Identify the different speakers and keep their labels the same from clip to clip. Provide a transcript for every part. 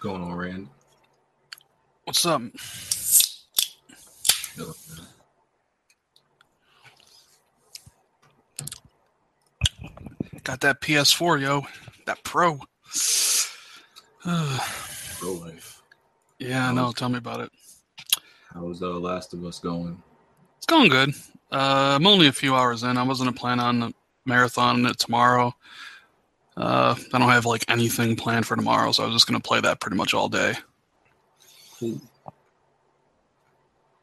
Speaker 1: going on, Rand?
Speaker 2: What's up?
Speaker 1: No.
Speaker 2: Got that PS4, yo. That Pro.
Speaker 1: Pro life.
Speaker 2: yeah, I know. Tell me about it.
Speaker 1: How's uh, Last of Us going?
Speaker 2: It's going good. Uh, I'm only a few hours in. I wasn't planning on a marathon it tomorrow. Uh, I don't have like anything planned for tomorrow, so I was just gonna play that pretty much all day.
Speaker 1: Cool.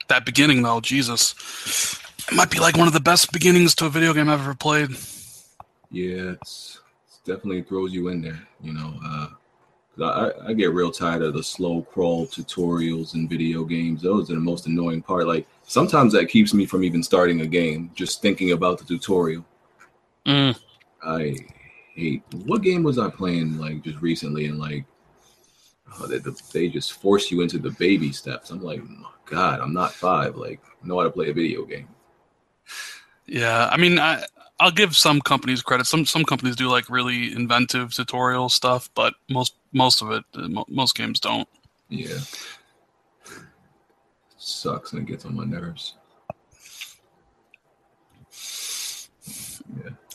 Speaker 2: That beginning though, Jesus, it might be like one of the best beginnings to a video game I've ever played.
Speaker 1: Yeah, it's, it's definitely throws you in there. You know, uh, 'cause I, I- I get real tired of the slow crawl tutorials in video games. Those are the most annoying part. Like sometimes that keeps me from even starting a game. Just thinking about the tutorial.
Speaker 2: Mm.
Speaker 1: I hate. What game was I playing like just recently? And like, oh, they, they just force you into the baby steps. I'm like, my God, I'm not five. Like, I know how to play a video game.
Speaker 2: Yeah, I mean, I I'll give some companies credit. Some some companies do like really inventive tutorial stuff, but most most of it, uh, mo- most games don't.
Speaker 1: Yeah. Sucks and it gets on my nerves.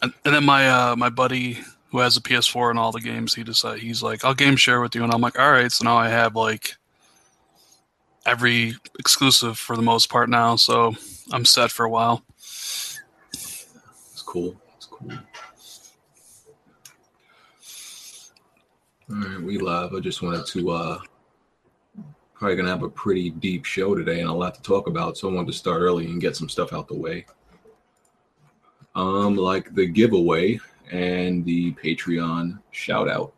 Speaker 2: And, and then my uh, my buddy who has a PS4 and all the games, he just uh, he's like, I'll game share with you, and I'm like, all right. So now I have like every exclusive for the most part now, so I'm set for a while.
Speaker 1: It's cool. It's cool. All right, we live. I just wanted to uh probably gonna have a pretty deep show today and a lot to talk about, so I wanted to start early and get some stuff out the way. Um, like the giveaway and the Patreon shout out.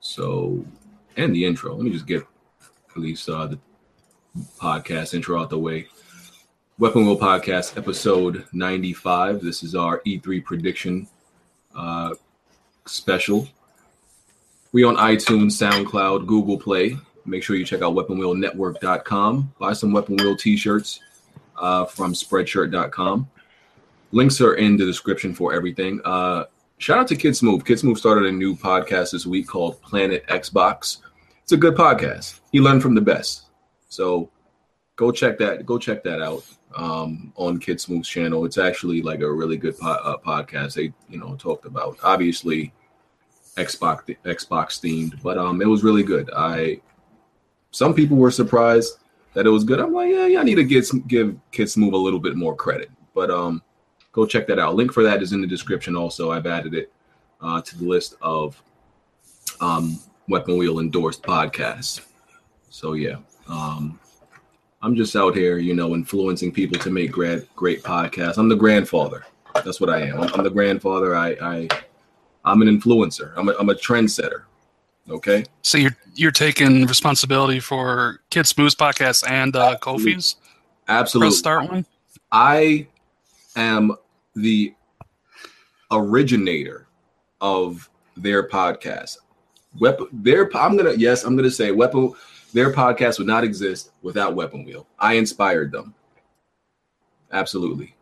Speaker 1: So and the intro. Let me just get at least uh the podcast intro out the way. Weapon Wheel Podcast, episode 95. This is our E3 prediction uh, special. We on iTunes, SoundCloud, Google Play. Make sure you check out weaponwheelnetwork.com. Buy some Weapon Wheel t shirts uh, from spreadshirt.com. Links are in the description for everything. Uh, shout out to Kids Move. Kids Move started a new podcast this week called Planet Xbox. It's a good podcast. He learned from the best. So go check that go check that out um, on Kid Smooth's channel. It's actually like a really good po- uh, podcast. They you know talked about obviously Xbox Xbox themed, but um, it was really good. I some people were surprised that it was good. I'm like, yeah, yeah, I need to get some, give Kid Smooth a little bit more credit, but um, go check that out. Link for that is in the description. Also, I've added it uh, to the list of um, Weapon Wheel endorsed podcasts. So yeah. Um, I'm just out here, you know, influencing people to make great, great podcasts. I'm the grandfather. That's what I am. I'm, I'm the grandfather. I, I, I'm an influencer. I'm a, I'm a trendsetter. Okay.
Speaker 2: So you're you're taking responsibility for Kid Smooth's podcast and uh,
Speaker 1: Absolutely.
Speaker 2: Kofi's press
Speaker 1: Absolutely.
Speaker 2: start one.
Speaker 1: I am the originator of their podcast. Weapon, their I'm gonna yes, I'm gonna say weapon. Their podcast would not exist without Weapon Wheel. I inspired them. Absolutely.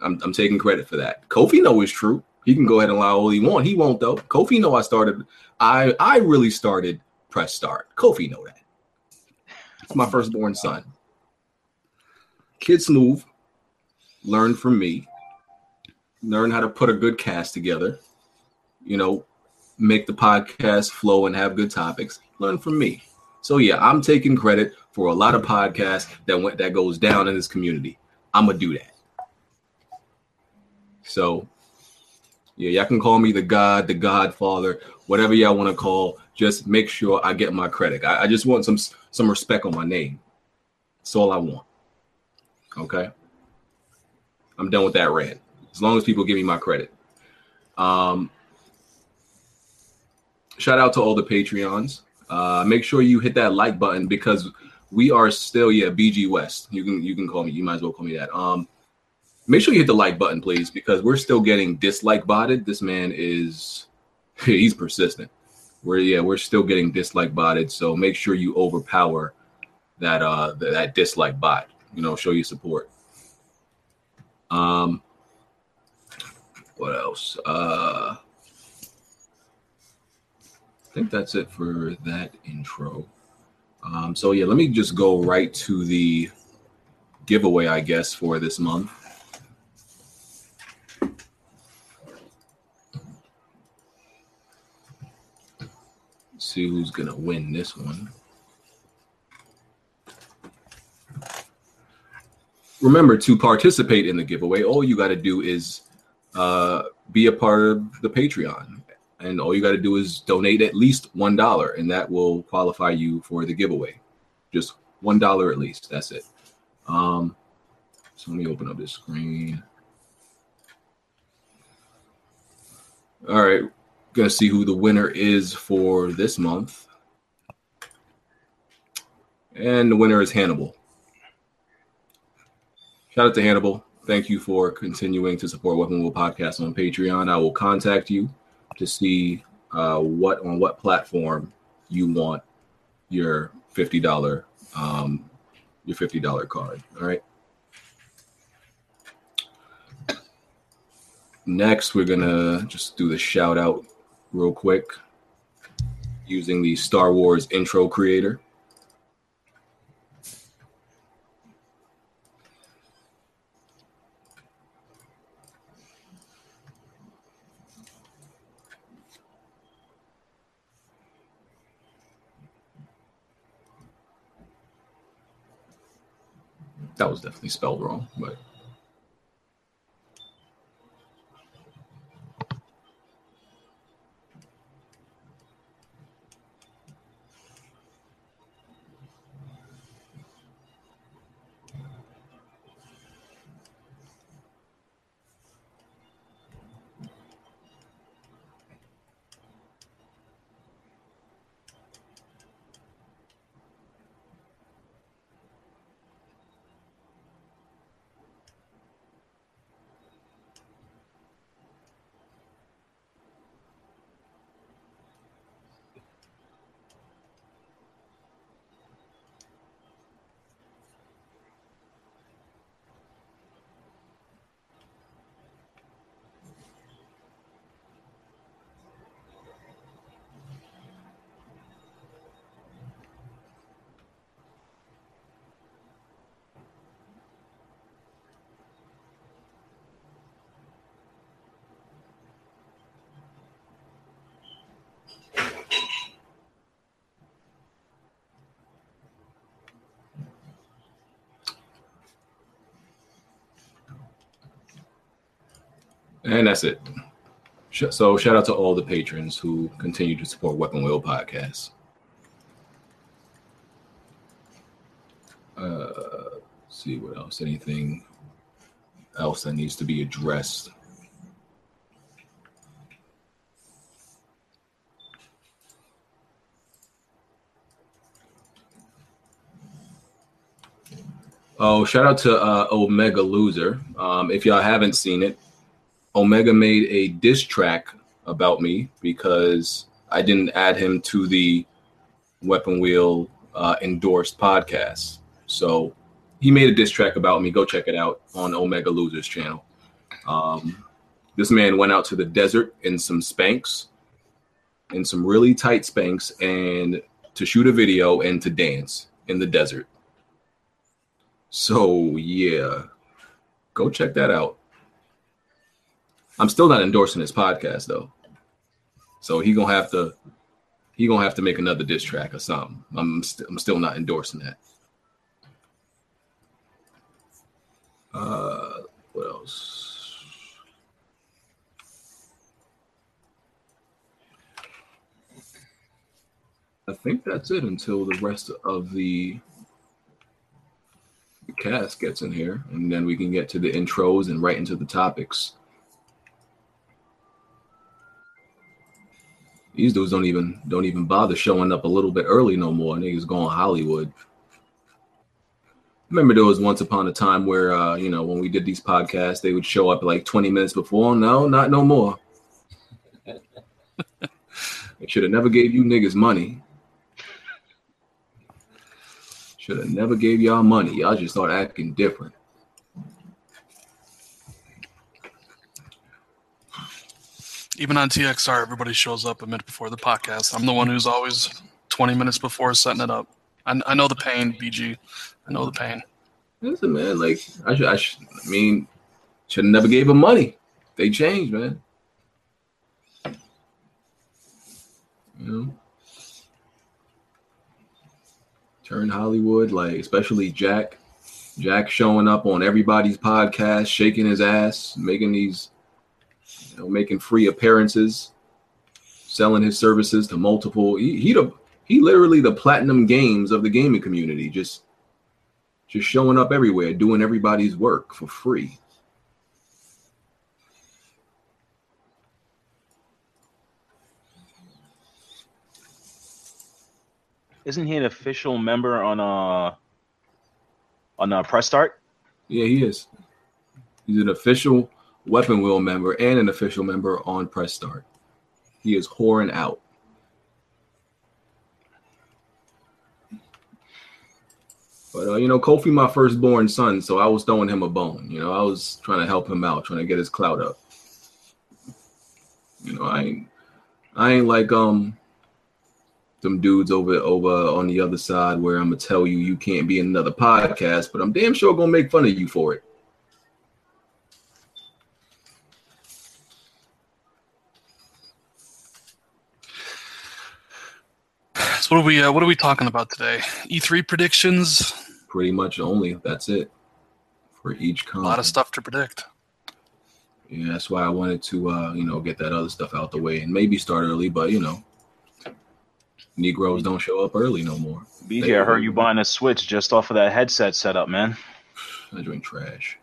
Speaker 1: I'm, I'm taking credit for that. Kofi know it's true. He can go ahead and lie all he want. He won't though. Kofi know I started. I I really started press start. Kofi know that. It's my firstborn son. Kids move learn from me, learn how to put a good cast together, you know, make the podcast flow and have good topics. Learn from me. So yeah, I'm taking credit for a lot of podcasts that went that goes down in this community. I'm gonna do that. So yeah, y'all can call me the God, the Godfather, whatever y'all want to call. Just make sure I get my credit. I, I just want some some respect on my name. That's all I want. Okay. I'm done with that rant. As long as people give me my credit. Um, shout out to all the Patreons. Uh, make sure you hit that like button because we are still yeah BG West. You can you can call me. You might as well call me that. Um, make sure you hit the like button, please, because we're still getting dislike botted. This man is he's persistent. We're yeah we're still getting dislike botted. So make sure you overpower that uh th- that dislike bot. You know, show your support. Um, what else? Uh, think that's it for that intro. Um, so yeah, let me just go right to the giveaway, I guess, for this month. See who's gonna win this one. Remember to participate in the giveaway. All you got to do is uh, be a part of the Patreon, and all you got to do is donate at least one dollar, and that will qualify you for the giveaway. Just one dollar at least. That's it. Um, so let me open up this screen. All right, gonna see who the winner is for this month. And the winner is Hannibal. Shout out to Hannibal. Thank you for continuing to support Weapon Will Podcast on Patreon. I will contact you to see uh, what on what platform you want your fifty dollar um, your fifty dollar card. All right. Next, we're gonna just do the shout out real quick using the Star Wars intro creator. That was definitely spelled wrong, but And that's it. Sh- So shout out to all the patrons who continue to support Weapon Wheel Podcast. Uh, see what else? Anything else that needs to be addressed? Oh, shout out to uh, Omega Loser. Um, if y'all haven't seen it, Omega made a diss track about me because I didn't add him to the Weapon Wheel uh, endorsed podcast. So he made a diss track about me. Go check it out on Omega Losers channel. Um, this man went out to the desert in some Spanx, in some really tight Spanx, and to shoot a video and to dance in the desert. So yeah, go check that out. I'm still not endorsing his podcast though. So he gonna have to he gonna have to make another diss track or something. I'm st- I'm still not endorsing that. Uh, what else? I think that's it until the rest of the cast gets in here, and then we can get to the intros and right into the topics. These dudes don't even don't even bother showing up a little bit early no more. Niggas going Hollywood. Remember there was once upon a time where uh, you know when we did these podcasts, they would show up like 20 minutes before. No, not no more. It should have never gave you niggas money. Should have never gave y'all money. Y'all just start acting different.
Speaker 2: even on TXR, everybody shows up a minute before the podcast. I'm the one who's always 20 minutes before setting it up. I, I know the pain, BG. I know the pain.
Speaker 1: Listen, man, like I should, I, should, I mean, should have never gave him money. They changed, man. You know, turn Hollywood, like especially Jack. Jack showing up on everybody's podcast, shaking his ass, making these, you know, making free appearances, selling his services to multiple. He he, the, he literally the platinum games of the gaming community. Just just showing up everywhere, doing everybody's work for free.
Speaker 3: Isn't he an official member on uh on uh, Press Start?
Speaker 1: Yeah, he is. He's an official Weapon Wheel member and an official member on Press Start. He is whoring out. But uh, you know, Kofi, my firstborn son, so I was throwing him a bone. You know, I was trying to help him out, trying to get his clout up. You know, I ain't, I ain't like um, them dudes over over on the other side where I'm gonna tell you you can't be in another podcast, but I'm damn sure gonna make fun of you for it.
Speaker 2: So what are we uh, what are we talking about today? E3 predictions.
Speaker 1: Pretty much only that's it for each con.
Speaker 2: A lot of stuff to predict.
Speaker 1: Yeah, that's why I wanted to uh, you know get that other stuff out the way and maybe start early, but you know Negroes
Speaker 2: Mm-hmm.
Speaker 1: don't show up early no more.
Speaker 3: BJ, I heard you buying a Switch just off of that headset setup, man.
Speaker 1: I drink trash.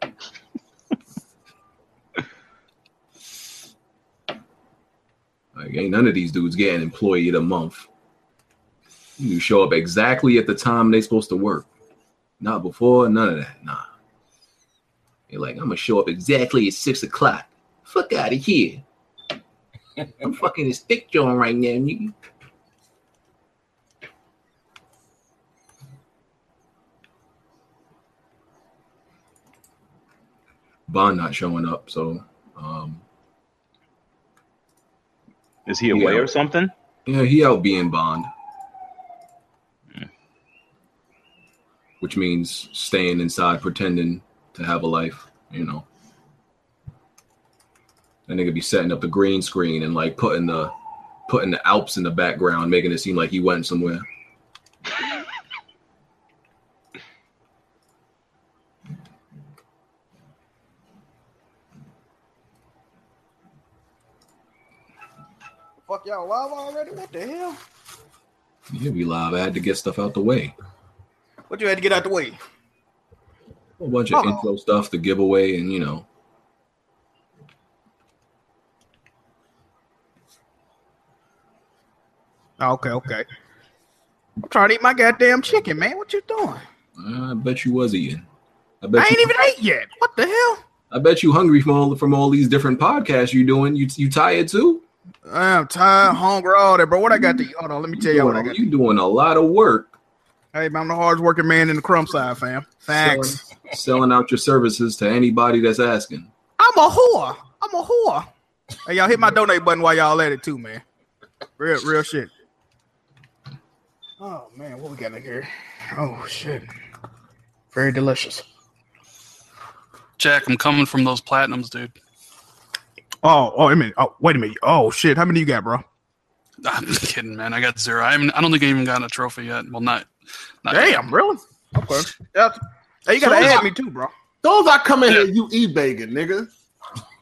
Speaker 1: like, ain't none of these dudes getting employee of the month. You show up exactly at the time they supposed to work. Not before, none of that. Nah. You're like, I'm gonna show up exactly at six o'clock. Fuck out of here. I'm fucking a stick joint right now, nigga. Bond not showing up. So, um,
Speaker 3: is he away
Speaker 1: yeah.
Speaker 3: or something?
Speaker 1: yeah, he out being Bond, which means staying inside, pretending to have a life. You know, that nigga be setting up the green screen and like putting the putting the Alps in the background, making it seem like he went somewhere.
Speaker 4: Fuck y'all live already? What the hell?
Speaker 1: Yeah, we live. I had to get stuff out the way.
Speaker 4: What you had to get out the way?
Speaker 1: A whole bunch of
Speaker 4: Oh.
Speaker 1: info stuff, the giveaway, and you know,
Speaker 4: Oh, okay, okay. I'm trying to eat my goddamn chicken, man. What you doing?
Speaker 1: I bet you was eating. I
Speaker 4: I
Speaker 1: bet
Speaker 4: ain't
Speaker 1: you,
Speaker 4: even ate yet. What the hell?
Speaker 1: I bet you hungry from all from all these different podcasts you doing. You you tired too?
Speaker 4: I'm tired, hungry, all that, bro. What I got to eat? Hold on, let me tell
Speaker 1: you
Speaker 4: y'all what I
Speaker 1: doing-
Speaker 4: got.
Speaker 1: you doing a lot of work
Speaker 4: Hey, man, I'm the hardest working man in the crumb side, fam. Thanks.
Speaker 1: selling out your services to anybody that's asking.
Speaker 4: I'm a whore. I'm a whore. Hey, y'all hit my donate button while y'all at it too, man. Real, real shit. Oh man, what we got in here? Oh shit, very delicious.
Speaker 2: Jack, I'm coming from those platinums, dude.
Speaker 4: Oh, oh, wait a minute. Oh, wait a minute. Oh shit, how many you got, bro?
Speaker 2: I'm just kidding, man. I got zero. I haven't. I don't think I even gotten a trophy yet. Well, not. not
Speaker 4: Damn, really? Okay. That's, hey, you gotta
Speaker 5: So-
Speaker 4: add me too, bro.
Speaker 5: Those I come in here, you e-bagging, nigga.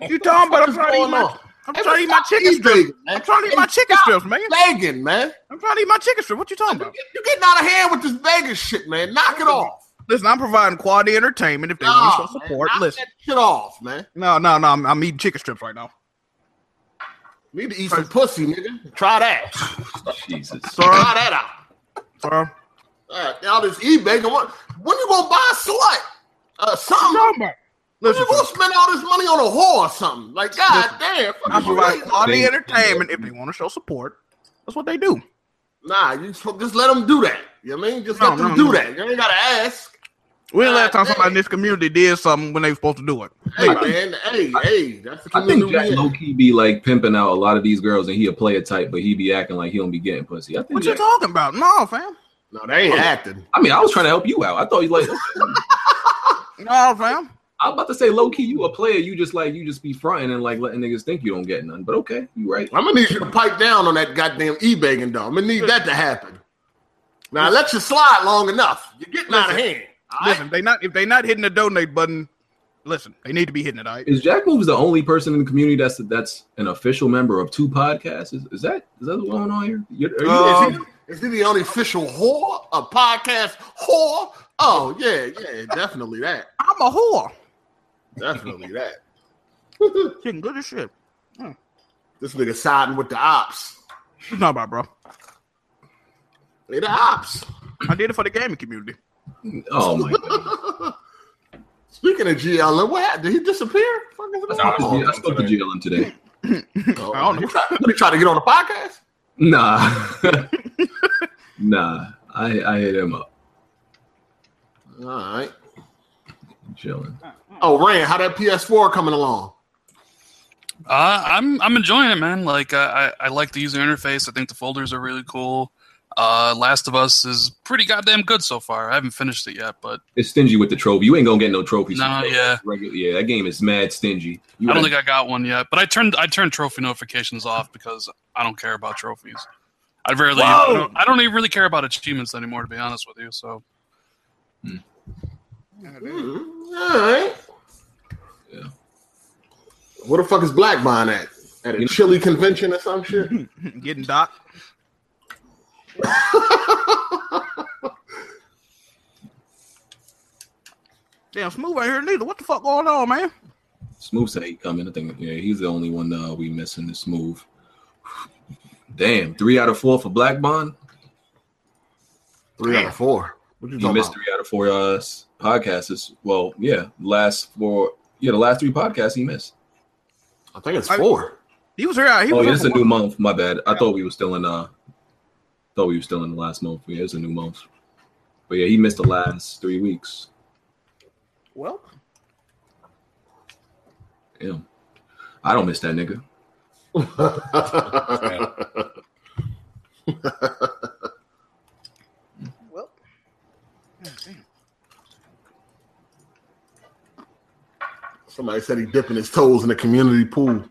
Speaker 4: You talking about? I'm
Speaker 5: What's
Speaker 4: trying to eat
Speaker 5: going
Speaker 4: my.
Speaker 5: on?
Speaker 4: I'm trying to eat my chicken strips.
Speaker 5: E-bagging, man.
Speaker 4: I'm trying to eat my chicken strips, man.
Speaker 5: Begging, man.
Speaker 4: I'm trying to eat my chicken strip. What you talking about?
Speaker 5: You're getting out of hand with this begging shit, man. Knock it off.
Speaker 4: Listen, I'm providing quality entertainment. If they
Speaker 5: Nah,
Speaker 4: want to
Speaker 5: man.
Speaker 4: show support,
Speaker 5: Knock
Speaker 4: listen.
Speaker 5: that shit off, man.
Speaker 4: No, no, no. I'm, I'm eating chicken strips right now.
Speaker 5: Need to eat some pussy, nigga. Try that.
Speaker 1: Jesus,
Speaker 5: Try that out.
Speaker 4: Sir.
Speaker 5: All right, now this e-begging. What? When you gonna buy a slut? Uh, something.
Speaker 4: talking about?
Speaker 5: When
Speaker 4: Listen,
Speaker 5: you gonna spend all this money on a whore or something? Like, god damn. fuck
Speaker 4: I'm
Speaker 5: you
Speaker 4: providing
Speaker 5: right.
Speaker 4: quality entertainment. If they want to show support, that's what they do.
Speaker 5: Nah, you just just let them do that. You know what I mean? Just
Speaker 4: No,
Speaker 5: let them
Speaker 4: no,
Speaker 5: do
Speaker 4: no.
Speaker 5: that. You ain't gotta ask.
Speaker 4: When the last
Speaker 5: God
Speaker 4: time somebody in
Speaker 5: damn.
Speaker 4: this community did something when they were supposed to do it?
Speaker 5: Hey man, hey, hey, that's the
Speaker 1: I
Speaker 5: community
Speaker 1: think
Speaker 5: we
Speaker 1: Jack
Speaker 5: in.
Speaker 1: low key be like pimping out a lot of these girls, and he a player type, but he be acting like he don't be getting pussy. I think.
Speaker 4: What you
Speaker 1: Jack,
Speaker 4: talking about? No, fam.
Speaker 5: No, they ain't acting.
Speaker 1: I mean, I was trying to help you out. I thought you like.
Speaker 4: No, fam.
Speaker 1: I'm about to say low key, you a player. You just like you just be fronting and like letting niggas think you don't get none. But okay, you right.
Speaker 5: I'm gonna need you to pipe down on that goddamn e-begging though. I'm gonna need that to happen. Now I let you slide long enough. You're getting out of hand. all right?
Speaker 4: Listen, they not if they not hitting the donate button, listen, they need to be hitting it. All right?
Speaker 1: Is Jack Moves the only person in the community that's that's an official member of two podcasts? Is, is that is that what's going on here? You're- are you-
Speaker 4: Uh,
Speaker 5: is, he, is he the only official whore? A podcast whore? Oh yeah, yeah, definitely that.
Speaker 4: I'm a whore.
Speaker 5: Definitely that.
Speaker 4: Chicken good as shit.
Speaker 5: This nigga siding with the ops.
Speaker 4: What you talking about, bro?
Speaker 5: They the ops.
Speaker 4: I did it for the gaming community.
Speaker 1: oh my god!
Speaker 5: Speaking of GLM, what happened? Did he disappear? Fuck is
Speaker 1: I
Speaker 5: it
Speaker 1: spoke,
Speaker 5: all?
Speaker 1: to, I spoke to GLM today.
Speaker 5: Oh,
Speaker 4: I don't know.
Speaker 5: he tried- he tried to get on the podcast?
Speaker 1: Nah, nah. I I hit him up.
Speaker 5: All right.
Speaker 1: Chilling.
Speaker 5: Oh, Rand, how that PS4 coming along?
Speaker 2: Uh, I'm I'm enjoying it, man. Like I, I I like the user interface. I think the folders are really cool. Uh, Last of Us is pretty goddamn good so far. I haven't finished it yet, but
Speaker 1: It's stingy with the trophy. You ain't gonna get no trophies.
Speaker 2: No, yeah.
Speaker 1: Regular, yeah, that game is mad stingy. You
Speaker 2: I don't
Speaker 1: gotta-
Speaker 2: think I got one yet. But I turned I turned trophy notifications off because I don't care about trophies. I rarely I
Speaker 4: Whoa!
Speaker 2: don't, I don't even really care about achievements anymore, to be honest with you. So
Speaker 5: Mm, all right.
Speaker 1: Yeah.
Speaker 5: Where the fuck is Black Bond at? At a chili convention or some shit?
Speaker 4: Getting docked. Damn, smooth ain't here neither. What the fuck going on, man?
Speaker 1: Smooth said he coming. I think yeah, he's the only one uh, we missing. Is Smooth. Damn, three out of four for Black Bond.
Speaker 5: Three out of four. What you
Speaker 1: He
Speaker 5: talking
Speaker 1: missed
Speaker 5: about?
Speaker 1: three out of four uh, s- podcasts. Well, yeah, last four. Yeah, the last three podcasts he missed.
Speaker 5: I think it's
Speaker 4: I-
Speaker 5: four.
Speaker 4: He was here. He
Speaker 1: oh, yeah,
Speaker 4: was here
Speaker 1: it's
Speaker 4: for
Speaker 1: a new
Speaker 4: one-
Speaker 1: month. My bad. I thought we were still in. uh Thought we were still in the last month. Yeah, it's a new month. But yeah, he missed the last three weeks.
Speaker 4: Well,
Speaker 1: Damn, I don't miss that nigga.
Speaker 4: well.
Speaker 5: Somebody said he dipping his toes in the community pool.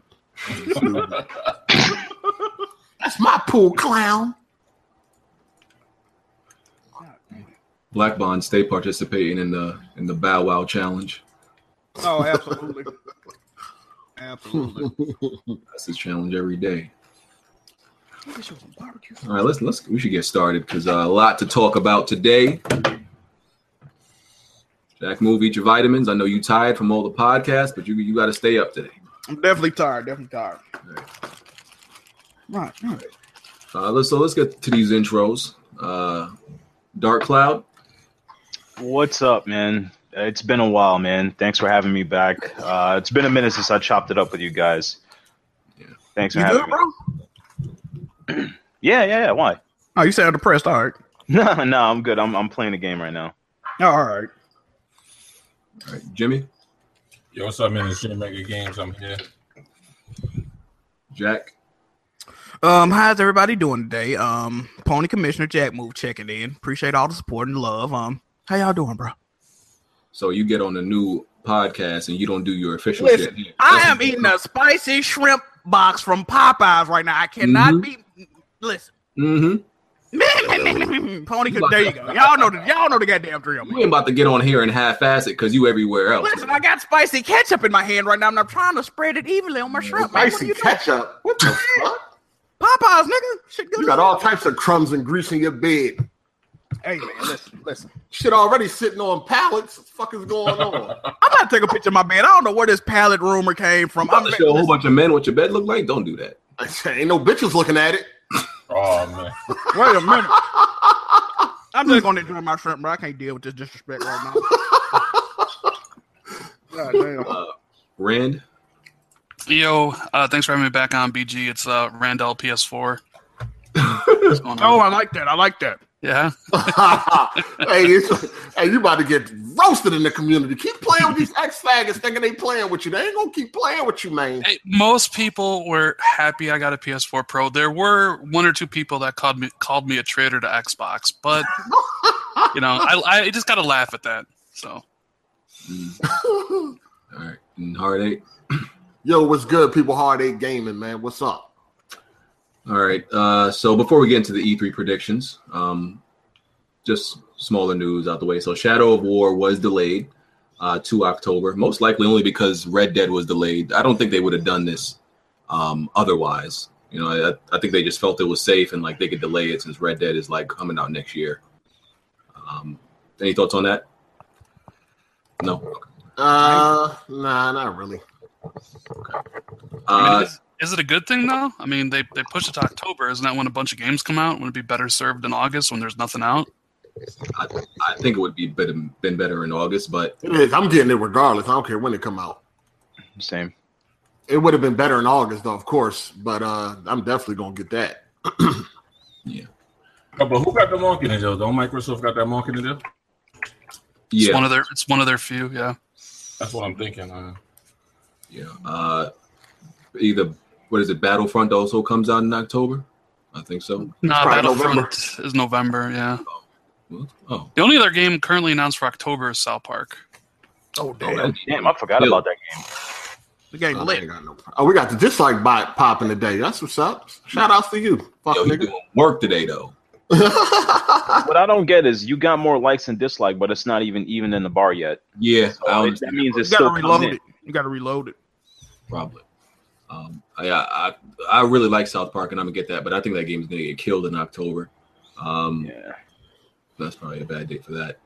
Speaker 5: That's my pool, clown.
Speaker 1: Black Bond stay participating in the in the Bow Wow challenge.
Speaker 4: Oh, absolutely. absolutely.
Speaker 1: That's his challenge every day.
Speaker 4: Look at you, some barbecue.
Speaker 1: All right, let's let's we should get started because uh, a lot to talk about today. Jack, move eat your vitamins. I know you tired from all the podcasts, but you you got to stay up today.
Speaker 4: I'm definitely tired. Definitely tired. Right. right.
Speaker 1: Uh, let's so let's get to these intros. Uh, Dark Cloud,
Speaker 3: What's up, man? It's been a while, man. Thanks for having me back. Uh, it's been a minute since I chopped it up with you guys. Thanks for
Speaker 4: You
Speaker 3: having
Speaker 4: good,
Speaker 3: me.
Speaker 4: bro?
Speaker 3: Yeah, yeah, yeah. Why?
Speaker 4: Oh, you sound depressed. All right.
Speaker 3: No, no, I'm good. I'm I'm playing a game right now.
Speaker 4: All right.
Speaker 1: all right, Jimmy,
Speaker 6: Yo, what's up, man? It's Jim Maker Games. I'm here.
Speaker 1: Jack,
Speaker 4: Um, how's everybody doing today? Um, Pony Commissioner Jack Move checking in. Appreciate all the support and love. Um, how y'all doing, bro?
Speaker 1: so you get on the new podcast and you don't do your official
Speaker 4: Listen,
Speaker 1: shit.
Speaker 4: I am eating a spicy shrimp box from Popeyes right now. I cannot be. Listen,
Speaker 1: Mm-hmm.
Speaker 4: Pony. There you go. Y'all know the y'all know the goddamn drill.
Speaker 1: You
Speaker 4: Man.
Speaker 1: ain't about to get on here and half-ass it because you everywhere else.
Speaker 4: Listen, I got spicy ketchup in my hand right now, and I'm trying to spread it evenly on my shrimp. Man, what are
Speaker 5: Spicy
Speaker 4: you doing?
Speaker 5: ketchup. What the fuck?
Speaker 4: Popeyes, nigga. Shit good.
Speaker 5: You
Speaker 4: as
Speaker 5: got
Speaker 4: hell.
Speaker 5: all types of crumbs and grease in your bed.
Speaker 4: Hey man, listen, listen.
Speaker 5: Shit already sitting on pallets. What the fuck is going on?
Speaker 4: I'm about to take a picture of my bed. I don't know where this pallet rumor came from.
Speaker 1: I'm about
Speaker 4: I'm
Speaker 1: to show a whole bunch of men what your bed look like. Don't do that.
Speaker 5: Ain't no bitches looking at it.
Speaker 6: Oh man,
Speaker 4: Wait a minute. I'm just gonna enjoy my shrimp, bro. I can't deal with this disrespect right now. God damn.
Speaker 1: Rand,
Speaker 2: Yo, uh, thanks for having me back on BG. It's uh, Randall PS4. What's going on?
Speaker 4: Oh, I Oh, like that. I like that.
Speaker 2: Yeah.
Speaker 5: hey, it's, hey, you about to get roasted in the community. Keep playing with these ex faggots thinking they playing with you. They ain't gonna keep playing with you, man.
Speaker 2: Hey, most people were happy I got a PS4 Pro. There were one or two people that called me called me a traitor to Xbox, but you know, I, I just got to laugh at that. So
Speaker 1: Mm. All right. Mm, And hard eight.
Speaker 5: Yo, what's good, people? Hard eight gaming, man. What's up?
Speaker 1: All right. Uh, so before we get into the E3 predictions, um, just smaller news out the way. So Shadow of War was delayed uh, to October, most likely only because Red Dead was delayed. I don't think they would have done this um, otherwise. You know, I, I think they just felt it was safe and like they could delay it since Red Dead is like coming out next year. Um, any thoughts on that? No.
Speaker 5: Uh, nah, not really.
Speaker 2: I mean,
Speaker 1: Uh,
Speaker 2: is, is it a good thing though? I mean, they they pushed it to October. Isn't that when a bunch of games come out? Would it be better served in August when there's nothing out?
Speaker 1: I, I think it would be better, been better in August, but
Speaker 5: It is. I'm getting it regardless. I don't care when it come out.
Speaker 3: Same.
Speaker 5: It would have been better in August, though, of course. But uh, I'm definitely gonna get that.
Speaker 6: Oh, but who got the marketing deal? Don't Microsoft got that marketing deal?
Speaker 2: It's
Speaker 1: yeah.
Speaker 2: one of their it's one of their few. Yeah.
Speaker 6: That's what I'm thinking. Uh,
Speaker 1: Yeah. Uh, either what is it? Battlefront also comes out in October. I think so.
Speaker 2: Nah,
Speaker 5: probably
Speaker 2: Battlefront
Speaker 5: November.
Speaker 2: is November. Yeah.
Speaker 1: What? Oh,
Speaker 2: The only other game currently announced for October is South Park.
Speaker 5: Oh
Speaker 1: damn.
Speaker 3: Damn, I forgot
Speaker 1: Yeah.
Speaker 3: about that game.
Speaker 4: The game
Speaker 5: Oh,
Speaker 4: lit.
Speaker 5: we got the dislike bot popping today. That's what's up. Shout outs to you, fuck
Speaker 1: yo, he doing work today though.
Speaker 5: nigga.
Speaker 3: What I don't get is you got more likes and dislike, but it's not even even in the bar yet. So
Speaker 1: Yeah, I
Speaker 7: Oh,
Speaker 3: it- that
Speaker 1: understand
Speaker 3: means
Speaker 4: You
Speaker 3: it's
Speaker 4: gotta
Speaker 3: still
Speaker 4: reload
Speaker 3: coming
Speaker 4: it.
Speaker 3: in.
Speaker 4: You gotta reload it.
Speaker 1: probably. Um, I, I I really like South Park, and I'm gonna get that, but I think that game's gonna get killed in October. Um,
Speaker 3: Yeah.
Speaker 1: that's probably a bad date for that.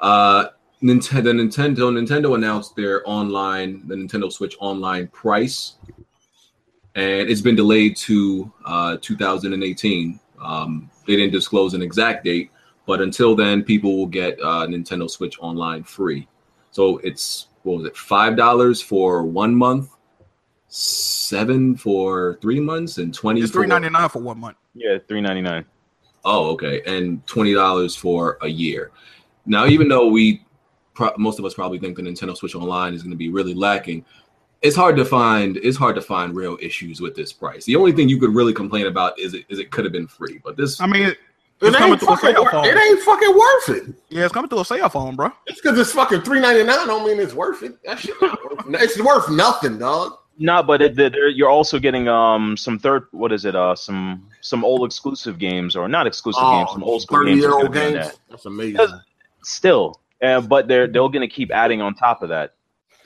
Speaker 1: Uh, Nintendo, the Nintendo, Nintendo announced their online, the Nintendo Switch online price, and it's been delayed to uh, 2018. Um, they didn't disclose an exact date, but until then, people will get uh, Nintendo Switch online free. So it's what was it, five dollars for one month, seven for three months, and twenty.
Speaker 4: It's
Speaker 1: for-
Speaker 4: three ninety nine for one month.
Speaker 3: Yeah, three ninety nine.
Speaker 1: Oh, okay. And twenty dollars for a year. Now, even though we, pro- most of us probably think the Nintendo Switch Online is going to be really lacking, it's hard to find. It's hard to find real issues with this price. The only thing you could really complain about is it is it could have been free, but this
Speaker 4: I mean,
Speaker 5: it,
Speaker 4: coming
Speaker 5: ain't
Speaker 4: to a
Speaker 5: fucking,
Speaker 4: sale
Speaker 5: wor-
Speaker 4: phone.
Speaker 5: it ain't fucking worth it.
Speaker 4: yeah, it's coming through a sale phone, bro.
Speaker 5: Just because it's fucking three ninety nine, don't mean it's worth it. That shit not worth. It's worth nothing, dog.
Speaker 3: No, but it, the, there- you're also getting um some third. What is it? Uh, some some old exclusive games or not exclusive games. Some old school games. are gonna
Speaker 5: thirty-year-old
Speaker 3: be on
Speaker 5: games.
Speaker 3: that.
Speaker 5: That's amazing.
Speaker 3: Does- Still, uh, but they're they're going to keep adding on top of that.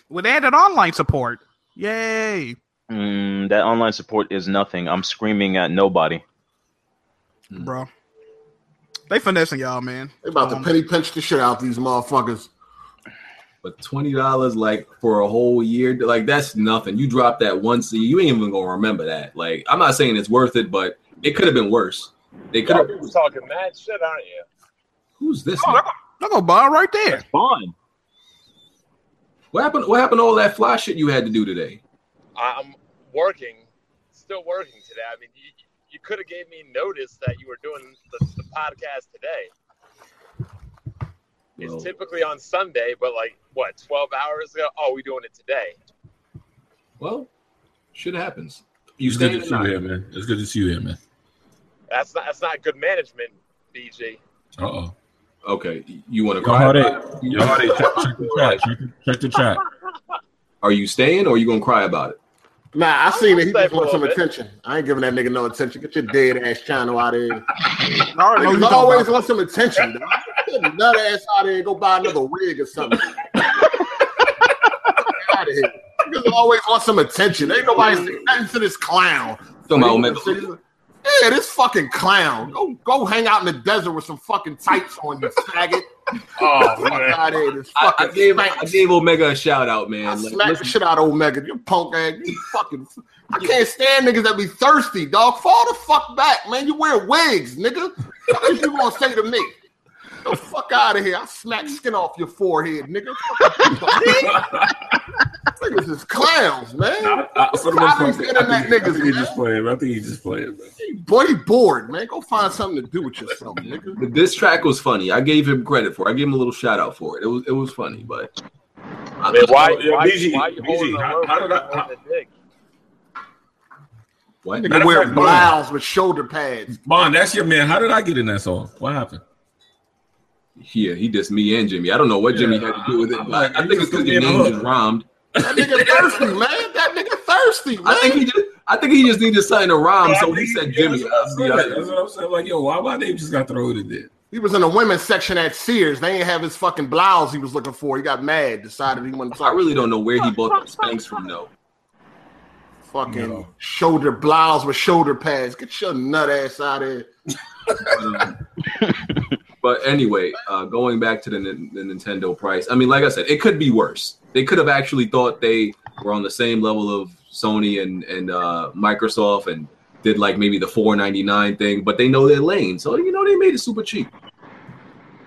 Speaker 4: With added online support, yay!
Speaker 3: Mm, that online support is nothing. I'm screaming at nobody.
Speaker 4: bro. They finessing y'all, man.
Speaker 5: They about to
Speaker 4: Um,
Speaker 5: penny pinch the shit out these motherfuckers.
Speaker 1: but twenty dollars like for a whole year, like that's nothing. You drop that once, you ain't even gonna remember that. Like I'm not saying it's worth it, but it could have been worse. They could have.
Speaker 8: talking mad shit, aren't you?
Speaker 1: Who's this?
Speaker 4: Oh,
Speaker 1: man?
Speaker 4: They're gonna buy right there.
Speaker 3: Fun.
Speaker 1: What happened? What happened to all that fly shit you had to do today?
Speaker 8: I'm working, still working today. I mean, you, you could have gave me notice that you were doing the, the podcast today. It's
Speaker 1: Well,
Speaker 8: typically on Sunday, but like what, 12 hours ago? Oh, we doing it today.
Speaker 1: well, shit happens. You
Speaker 6: it's good
Speaker 1: stay
Speaker 6: to
Speaker 1: in
Speaker 6: see
Speaker 1: the
Speaker 6: you here, man. It's good to see you here, man.
Speaker 8: That's not that's not good management, BG.
Speaker 6: Uh oh.
Speaker 1: Okay, you want to
Speaker 6: Yo,
Speaker 1: cry?
Speaker 6: hard eight. Yo, hard eight. Check, check the chat. Check the, check the chat.
Speaker 1: Are you staying or are you gonna cry about it?
Speaker 5: Nah, I seen it. He
Speaker 8: Stay
Speaker 5: just
Speaker 8: for
Speaker 5: wants
Speaker 8: a
Speaker 5: some
Speaker 8: little bit.
Speaker 5: attention. I ain't giving that nigga no attention. Get your dead ass channel out of here.
Speaker 4: I already know
Speaker 5: Niggas
Speaker 4: you talking
Speaker 5: Oh, always
Speaker 4: about-
Speaker 5: want some attention, dog. Get another ass out of here. Go buy another wig or something. out of here. Niggas always want some attention. Ain't nobody
Speaker 4: Mm.
Speaker 5: saying nothing to this clown.
Speaker 1: Talking about Omega.
Speaker 5: Yeah, this fucking clown. Go go hang out in the desert with some fucking tights on, you faggot.
Speaker 8: Oh
Speaker 5: Fuck out of here. This
Speaker 1: I, I
Speaker 5: fucking
Speaker 1: gave
Speaker 5: smack-
Speaker 1: I gave Omega a shout out,
Speaker 5: I
Speaker 1: man. Like,
Speaker 5: smack the
Speaker 1: listen,
Speaker 5: shit out of Omega. You punk ass. You fucking. I can't stand niggas that be thirsty, dog. Fall the fuck back, man. You wear wigs, nigga. What is you gonna say to me? the fuck out of here. I'll smack skin off your forehead, nigga. Niggas is clowns, man.
Speaker 6: I, I, for the most part, I think, I think, I think he's just playing. I think he's just playing. Man.
Speaker 5: Boy, you bored, man. Go find something to do with yourself, nigga.
Speaker 1: But this track was funny. I gave him credit for. it. I gave him a little shout out for it. It was it was funny, but I
Speaker 8: Man,
Speaker 1: don't-
Speaker 8: why,
Speaker 6: Yeah,
Speaker 8: why,
Speaker 6: BG,
Speaker 8: why you holding
Speaker 6: BG,
Speaker 8: the
Speaker 6: how-
Speaker 8: rope
Speaker 6: how did I-
Speaker 8: and holding the dick?
Speaker 1: what?
Speaker 5: Nigga
Speaker 6: of
Speaker 5: wear
Speaker 6: fact,
Speaker 5: blouse with shoulder pads.
Speaker 6: Bond, that's your man. How did I get in that song? What happened?
Speaker 1: Yeah, he dissed me and Jimmy. I don't know what Jimmy had to do with it,
Speaker 6: I'm
Speaker 1: but
Speaker 6: like,
Speaker 1: I think it's because your
Speaker 6: you
Speaker 1: name
Speaker 6: hook.
Speaker 1: just rhymed.
Speaker 5: That nigga thirsty, man. That nigga thirsty, man.
Speaker 1: I think he just I think he just needed something to rhyme,
Speaker 6: I
Speaker 1: so
Speaker 6: think-
Speaker 1: he said
Speaker 6: yeah,
Speaker 1: Jimmy.
Speaker 6: That's what I'm saying. uh, That's
Speaker 1: Yeah,
Speaker 6: what I'm saying. Like, yo, why my name just got thrown in there?
Speaker 5: He was in the women's section at Sears. They ain't have his fucking blouse he was looking for. He got mad, decided he wanted to
Speaker 1: I
Speaker 5: talk
Speaker 1: really don't know where he bought those things from though.
Speaker 5: fucking
Speaker 6: No.
Speaker 5: shoulder blouse with shoulder pads. Get your nut ass out of here.
Speaker 1: Um, but anyway, uh, going back to the, Nin- the Nintendo price, I mean, like I said, it could be worse. They could have actually thought they were on the same level of Sony and and uh, Microsoft and did like maybe the four ninety nine thing, but they know their lane, so you know they made it super cheap.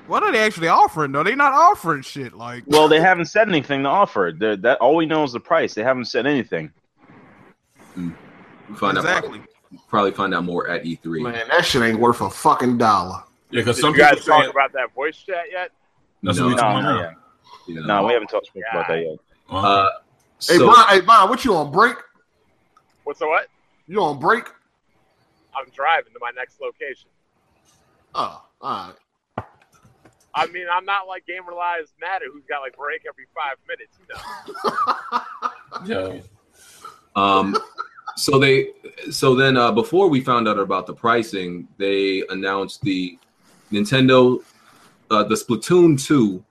Speaker 4: What are they actually offering though? They not offering shit. Like
Speaker 7: Well, they haven't said anything to offer. They're, that all we know is the price. They haven't said anything.
Speaker 1: We find out
Speaker 4: exactly.
Speaker 1: probably find out more at E three.
Speaker 5: Man, that shit ain't worth a fucking dollar.
Speaker 6: Yeah, because
Speaker 8: Did
Speaker 6: some
Speaker 8: you guys
Speaker 6: people say
Speaker 8: talk about that voice chat yet?
Speaker 6: that's what
Speaker 1: No.
Speaker 6: we
Speaker 7: No,
Speaker 6: talking
Speaker 7: no,
Speaker 6: about.
Speaker 7: yeah.
Speaker 1: you know.
Speaker 7: no, we haven't talked spoken about that yet.
Speaker 6: Uh,
Speaker 1: Uh,
Speaker 5: Hey,
Speaker 1: so,
Speaker 5: Bond, hey, Bond, what you on break?
Speaker 8: What's the what?
Speaker 5: You on break?
Speaker 8: I'm driving to my next location.
Speaker 5: Oh, all right.
Speaker 8: I mean, I'm not like Gamer Lives Matter, who's got like break every five minutes. You know,
Speaker 6: yo,
Speaker 1: um, so they so then uh, before we found out about the pricing, they announced the Nintendo uh, the Splatoon two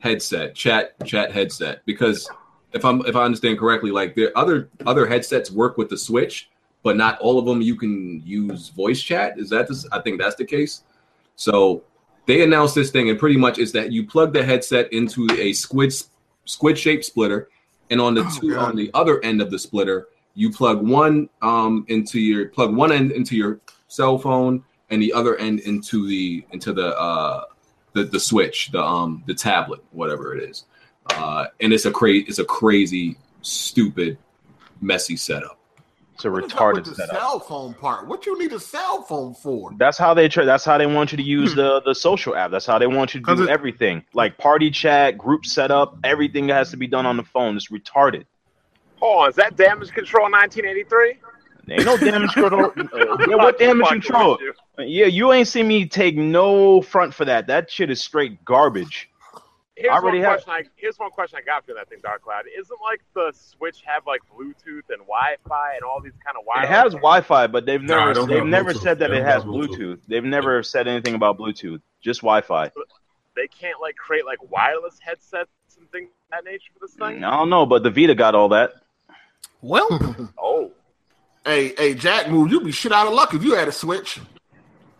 Speaker 1: headset chat chat headset because if I'm if I understand correctly, like the other other headsets work with the Switch, but not all of them you can use voice chat. Is that this? I think that's the case. So they announced this thing, and pretty much is that you plug the headset into a squid squid shaped splitter, and on the
Speaker 4: Oh,
Speaker 1: two
Speaker 4: God.
Speaker 1: on the other end of the splitter, you plug one um into your plug one end into your cell phone and the other end into the into the uh the, the switch the um the tablet whatever it is uh and it's a crazy it's a crazy stupid messy setup
Speaker 7: It's a
Speaker 5: What is up
Speaker 7: retarded
Speaker 5: with the
Speaker 7: setup.
Speaker 5: cell phone part. What you need a cell phone for?
Speaker 7: That's how they try. That's how they want you to
Speaker 6: Hmm.
Speaker 7: use the the social app. That's how they want you to
Speaker 4: 'Cause
Speaker 7: do
Speaker 4: it-
Speaker 7: everything, like party chat, group setup, everything that has to be done on the phone. It's retarded.
Speaker 8: hold on, is that damage control 1983?
Speaker 7: There ain't no damage control. Uh, yeah, what damage
Speaker 8: Fucking
Speaker 7: control?
Speaker 8: with you.
Speaker 7: Yeah, you ain't seen me take no front for that. That shit is straight garbage.
Speaker 8: Here's
Speaker 7: I already
Speaker 8: one
Speaker 7: have-
Speaker 8: question. I, here's one question I got for that thing, Dark Cloud. Isn't like the Switch have like Bluetooth and Wi-Fi and all these kind of wireless?
Speaker 7: It has Wi-Fi, but they've
Speaker 6: Nah,
Speaker 7: never
Speaker 6: I don't
Speaker 7: they've
Speaker 6: have
Speaker 7: never
Speaker 6: Bluetooth.
Speaker 7: said that
Speaker 6: I
Speaker 7: it
Speaker 6: don't
Speaker 7: has
Speaker 6: have Bluetooth.
Speaker 7: Bluetooth. They've never said anything about Bluetooth, just Wi-Fi.
Speaker 8: They can't like create like wireless headsets and things of that nature for this
Speaker 7: I
Speaker 8: thing.
Speaker 7: don't know, but the Vita got all that.
Speaker 4: Well,
Speaker 8: Oh,
Speaker 5: hey, hey, Jack, move. You be shit out of luck if you had a switch.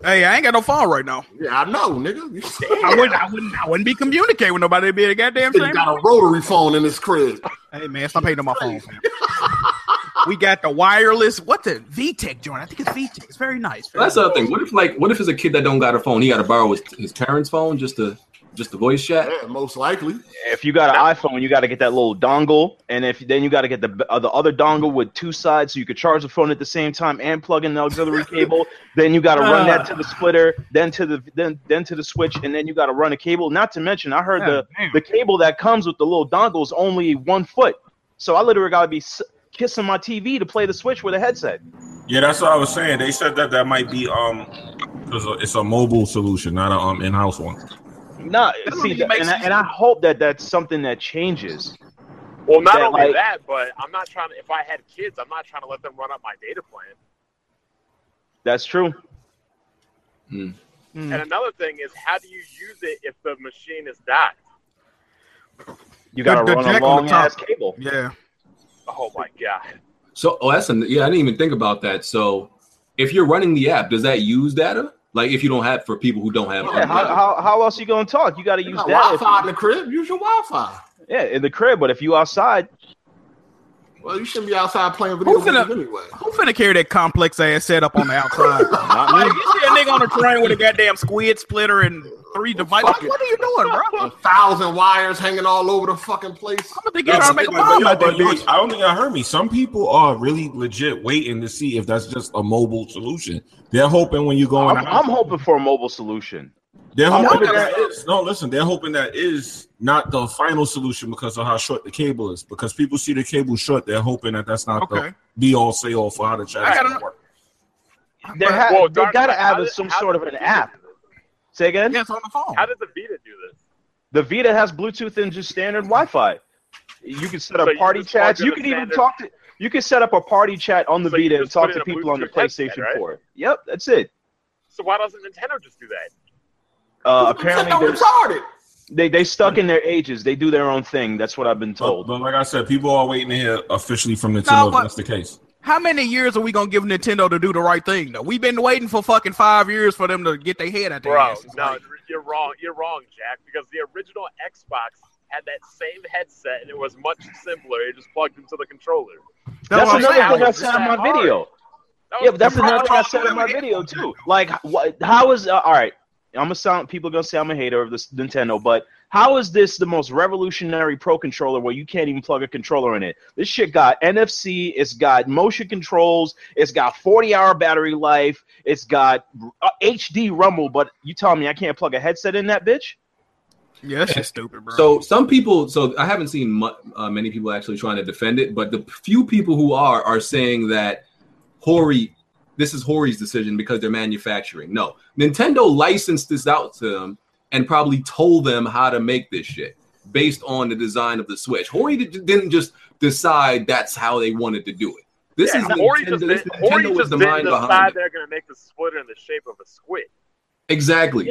Speaker 4: hey, I ain't got no phone right now.
Speaker 5: Yeah, I know, nigga. You
Speaker 4: I wouldn't, I wouldn't, I wouldn't be communicating with nobody. It'd Be the goddamn
Speaker 5: He
Speaker 4: same.
Speaker 5: got a rotary phone in his crib.
Speaker 4: Hey man, stop hating on my phone. fam. we got the wireless. What the VTech joint? I think it's VTech. It's very nice.
Speaker 1: But that's the other thing what if like what if it's a kid that don't got a phone he got to borrow his, his parents phone just to just to voice chat
Speaker 5: Yeah, most likely.
Speaker 7: If you got an iPhone, you got to get that little dongle, and if then you got to get the uh, the other dongle with two sides, so you could charge the phone at the same time and plug in the auxiliary cable. Then you got to run that to
Speaker 4: Ah.
Speaker 7: the splitter, then to the then then to the switch, and then you got to run a cable. Not to mention, I heard the the cable that comes with the little dongle is only one foot, so I literally got to be s- kissing my TV to play the Switch with a headset.
Speaker 6: yeah, that's what I was saying. They said that that might be um, 'cause it's a mobile solution, not a um in-house one.
Speaker 7: No,
Speaker 4: don't
Speaker 7: see,
Speaker 4: even
Speaker 7: that-
Speaker 4: make
Speaker 7: and I,
Speaker 4: sense.
Speaker 7: and I hope that that's something that changes.
Speaker 8: well, not
Speaker 7: That,
Speaker 8: only
Speaker 7: like-
Speaker 8: that, but I'm not trying to. If I had kids, I'm not trying to let them run up my data plan.
Speaker 7: That's true.
Speaker 4: Mm.
Speaker 8: And another thing is, how do you use it if the machine is docked?
Speaker 7: You
Speaker 4: The-
Speaker 7: got
Speaker 4: the
Speaker 7: to run a
Speaker 4: jack on the
Speaker 7: long ass
Speaker 4: top.
Speaker 7: cable.
Speaker 4: Yeah.
Speaker 8: Oh my god!
Speaker 1: so oh that's an, yeah i didn't even think about that so if you're running the app does that use data like if you don't have for people who don't have
Speaker 7: Yeah, how, how, how else you gonna talk? You gotta
Speaker 5: You
Speaker 7: use
Speaker 5: got
Speaker 7: that. if-
Speaker 5: Wi-Fi in the crib. Use your Wi-Fi.
Speaker 7: yeah, in the crib. But if you outside,
Speaker 5: Well, you shouldn't be outside playing video
Speaker 4: Who's in
Speaker 5: games
Speaker 4: a-
Speaker 5: anyway.
Speaker 4: Who finna carry that complex ass setup on the outside?
Speaker 7: not
Speaker 4: like,
Speaker 7: me.
Speaker 4: you see a nigga on the train with a goddamn squid splitter and three devices.
Speaker 5: fuck it.
Speaker 4: What are you doing, bro? I'm
Speaker 5: A thousand wires hanging all over the fucking place.
Speaker 4: gonna think
Speaker 6: No,
Speaker 4: you're trying to
Speaker 6: some
Speaker 4: make a
Speaker 6: people- but
Speaker 4: bomb
Speaker 6: yo,
Speaker 4: out there,
Speaker 6: but yo,
Speaker 4: bitch.
Speaker 6: I don't think I heard me. Some people are really legit waiting to see if that's just a mobile solution. They're hoping when you
Speaker 8: Oh,
Speaker 6: go in,
Speaker 7: I'm,
Speaker 6: the house-
Speaker 7: I'm hoping for a mobile solution.
Speaker 6: they're
Speaker 7: I'm
Speaker 6: hoping
Speaker 7: hoping
Speaker 6: that is no. Listen, they're hoping that is not the final solution because of how short the cable is. Because people see the cable short, they're hoping that that's not
Speaker 4: Okay.
Speaker 6: the be all say all for how the
Speaker 4: I
Speaker 6: chat.
Speaker 4: gotta-
Speaker 7: They, ha-
Speaker 8: Well,
Speaker 7: they
Speaker 8: Dark-
Speaker 7: gotta
Speaker 8: how
Speaker 7: have
Speaker 8: did-
Speaker 7: some
Speaker 8: how
Speaker 7: sort
Speaker 8: did
Speaker 7: of an
Speaker 8: the Vita
Speaker 7: app.
Speaker 8: do this?
Speaker 7: Say again.
Speaker 4: Yeah, it's on the phone.
Speaker 8: How did the Vita do this?
Speaker 7: The Vita has Bluetooth and just standard Wi-Fi. You can set up
Speaker 8: So you
Speaker 7: party
Speaker 8: just plug
Speaker 7: chats.
Speaker 8: in
Speaker 7: You
Speaker 8: the
Speaker 7: can even
Speaker 8: standard-
Speaker 7: talk to. You can set up a party chat on the
Speaker 8: So you
Speaker 7: Vita and
Speaker 8: just put
Speaker 7: talk
Speaker 8: in
Speaker 7: to
Speaker 8: a
Speaker 7: people on the
Speaker 8: Bluetooth headset,
Speaker 7: PlayStation
Speaker 8: right?
Speaker 7: 4. Yep, that's it.
Speaker 8: So why doesn't Nintendo just do that?
Speaker 7: Uh,
Speaker 5: Nintendo
Speaker 7: apparently, there's,
Speaker 5: retarded.
Speaker 7: they they stuck in their ages. They do their own thing. That's what I've been
Speaker 6: But,
Speaker 7: told.
Speaker 6: but like I said, people are waiting to hear officially from Nintendo. if
Speaker 4: but-
Speaker 6: that's the case.
Speaker 4: How many years are we gonna give Nintendo to do the right thing? Though we've been waiting for fucking five years for them to get their head out there.
Speaker 8: Bro, no, you're wrong. You're wrong, Jack. Because the original Xbox had that same headset, and it was much simpler. It just plugged into the controller.
Speaker 7: That's,
Speaker 8: what I'm
Speaker 7: another
Speaker 8: saying.
Speaker 7: thing I
Speaker 8: It's
Speaker 7: said in
Speaker 8: that
Speaker 7: my
Speaker 8: hard.
Speaker 7: video.
Speaker 8: That
Speaker 7: Yeah, but that's
Speaker 4: You're
Speaker 7: another
Speaker 4: probably
Speaker 7: thing I
Speaker 4: wrong
Speaker 7: said in my
Speaker 4: with it.
Speaker 7: video too. Like, what? How is uh, all right? I'm gonna sound. People are gonna say I'm a hater of this Nintendo, but how is this the most revolutionary pro controller where you can't even plug a controller in it? This shit got NFC. It's got motion controls. It's got 40 hour battery life. It's got uh, HD rumble. But you tell me I can't plug a headset in that bitch?
Speaker 4: Yeah, that's just stupid, bro.
Speaker 1: So some people, so I haven't seen mu- uh, many people actually trying to defend it, but the few people who are are saying that Hori, this is Hori's decision because they're manufacturing. No, Nintendo licensed this out to them and probably told them how to make this shit based on the design of the Switch. Hori did, didn't just decide that's how they wanted to do it. This is
Speaker 8: yeah, Ori just
Speaker 1: Nintendo, this
Speaker 8: did, Ori
Speaker 1: Nintendo
Speaker 8: just
Speaker 1: was the
Speaker 8: didn't
Speaker 1: mind
Speaker 8: decide
Speaker 1: behind it.
Speaker 8: they're going to make the splitter in the shape of a squid.
Speaker 1: Exactly.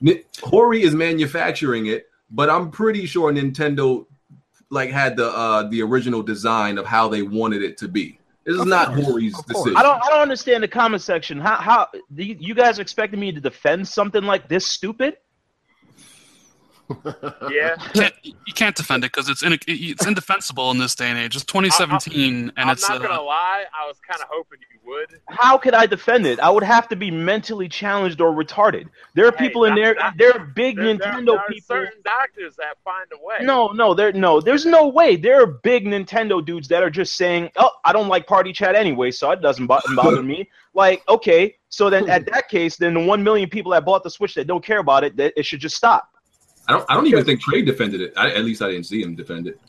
Speaker 1: Ni- Hori is manufacturing it, but I'm pretty sure Nintendo like had the uh the original design of how they wanted it to be. This is
Speaker 4: Of
Speaker 1: not
Speaker 4: course,
Speaker 1: Hori's
Speaker 4: of course.
Speaker 1: decision.
Speaker 7: I don't. I don't understand the comment section. How? How? do You you guys expecting me to defend something like this stupid?
Speaker 8: Yeah,
Speaker 2: Can't, you can't defend it because it's in, it's indefensible in this day and age. It's 2017, and
Speaker 8: I'm
Speaker 2: it's
Speaker 8: not going to
Speaker 2: uh,
Speaker 8: lie. I was kind of hoping you would.
Speaker 7: how could I defend it? I would have to be mentally challenged or retarded. There are
Speaker 8: Hey,
Speaker 7: people in
Speaker 8: that-
Speaker 7: there.
Speaker 8: that-
Speaker 7: there are big
Speaker 8: There, there-
Speaker 7: Nintendo
Speaker 8: there are
Speaker 7: people.
Speaker 8: certain doctors that find a way.
Speaker 7: No, no, there, no. There's no way. There are big Nintendo dudes that are just saying, "Oh, I don't like party chat anyway, so it doesn't bo- bother me." Like, okay, so then at that case, then the one million people that bought the Switch that don't care about it, that it should just stop.
Speaker 1: I don't, I don't even think Trey defended it. I, at least I didn't see him defend it.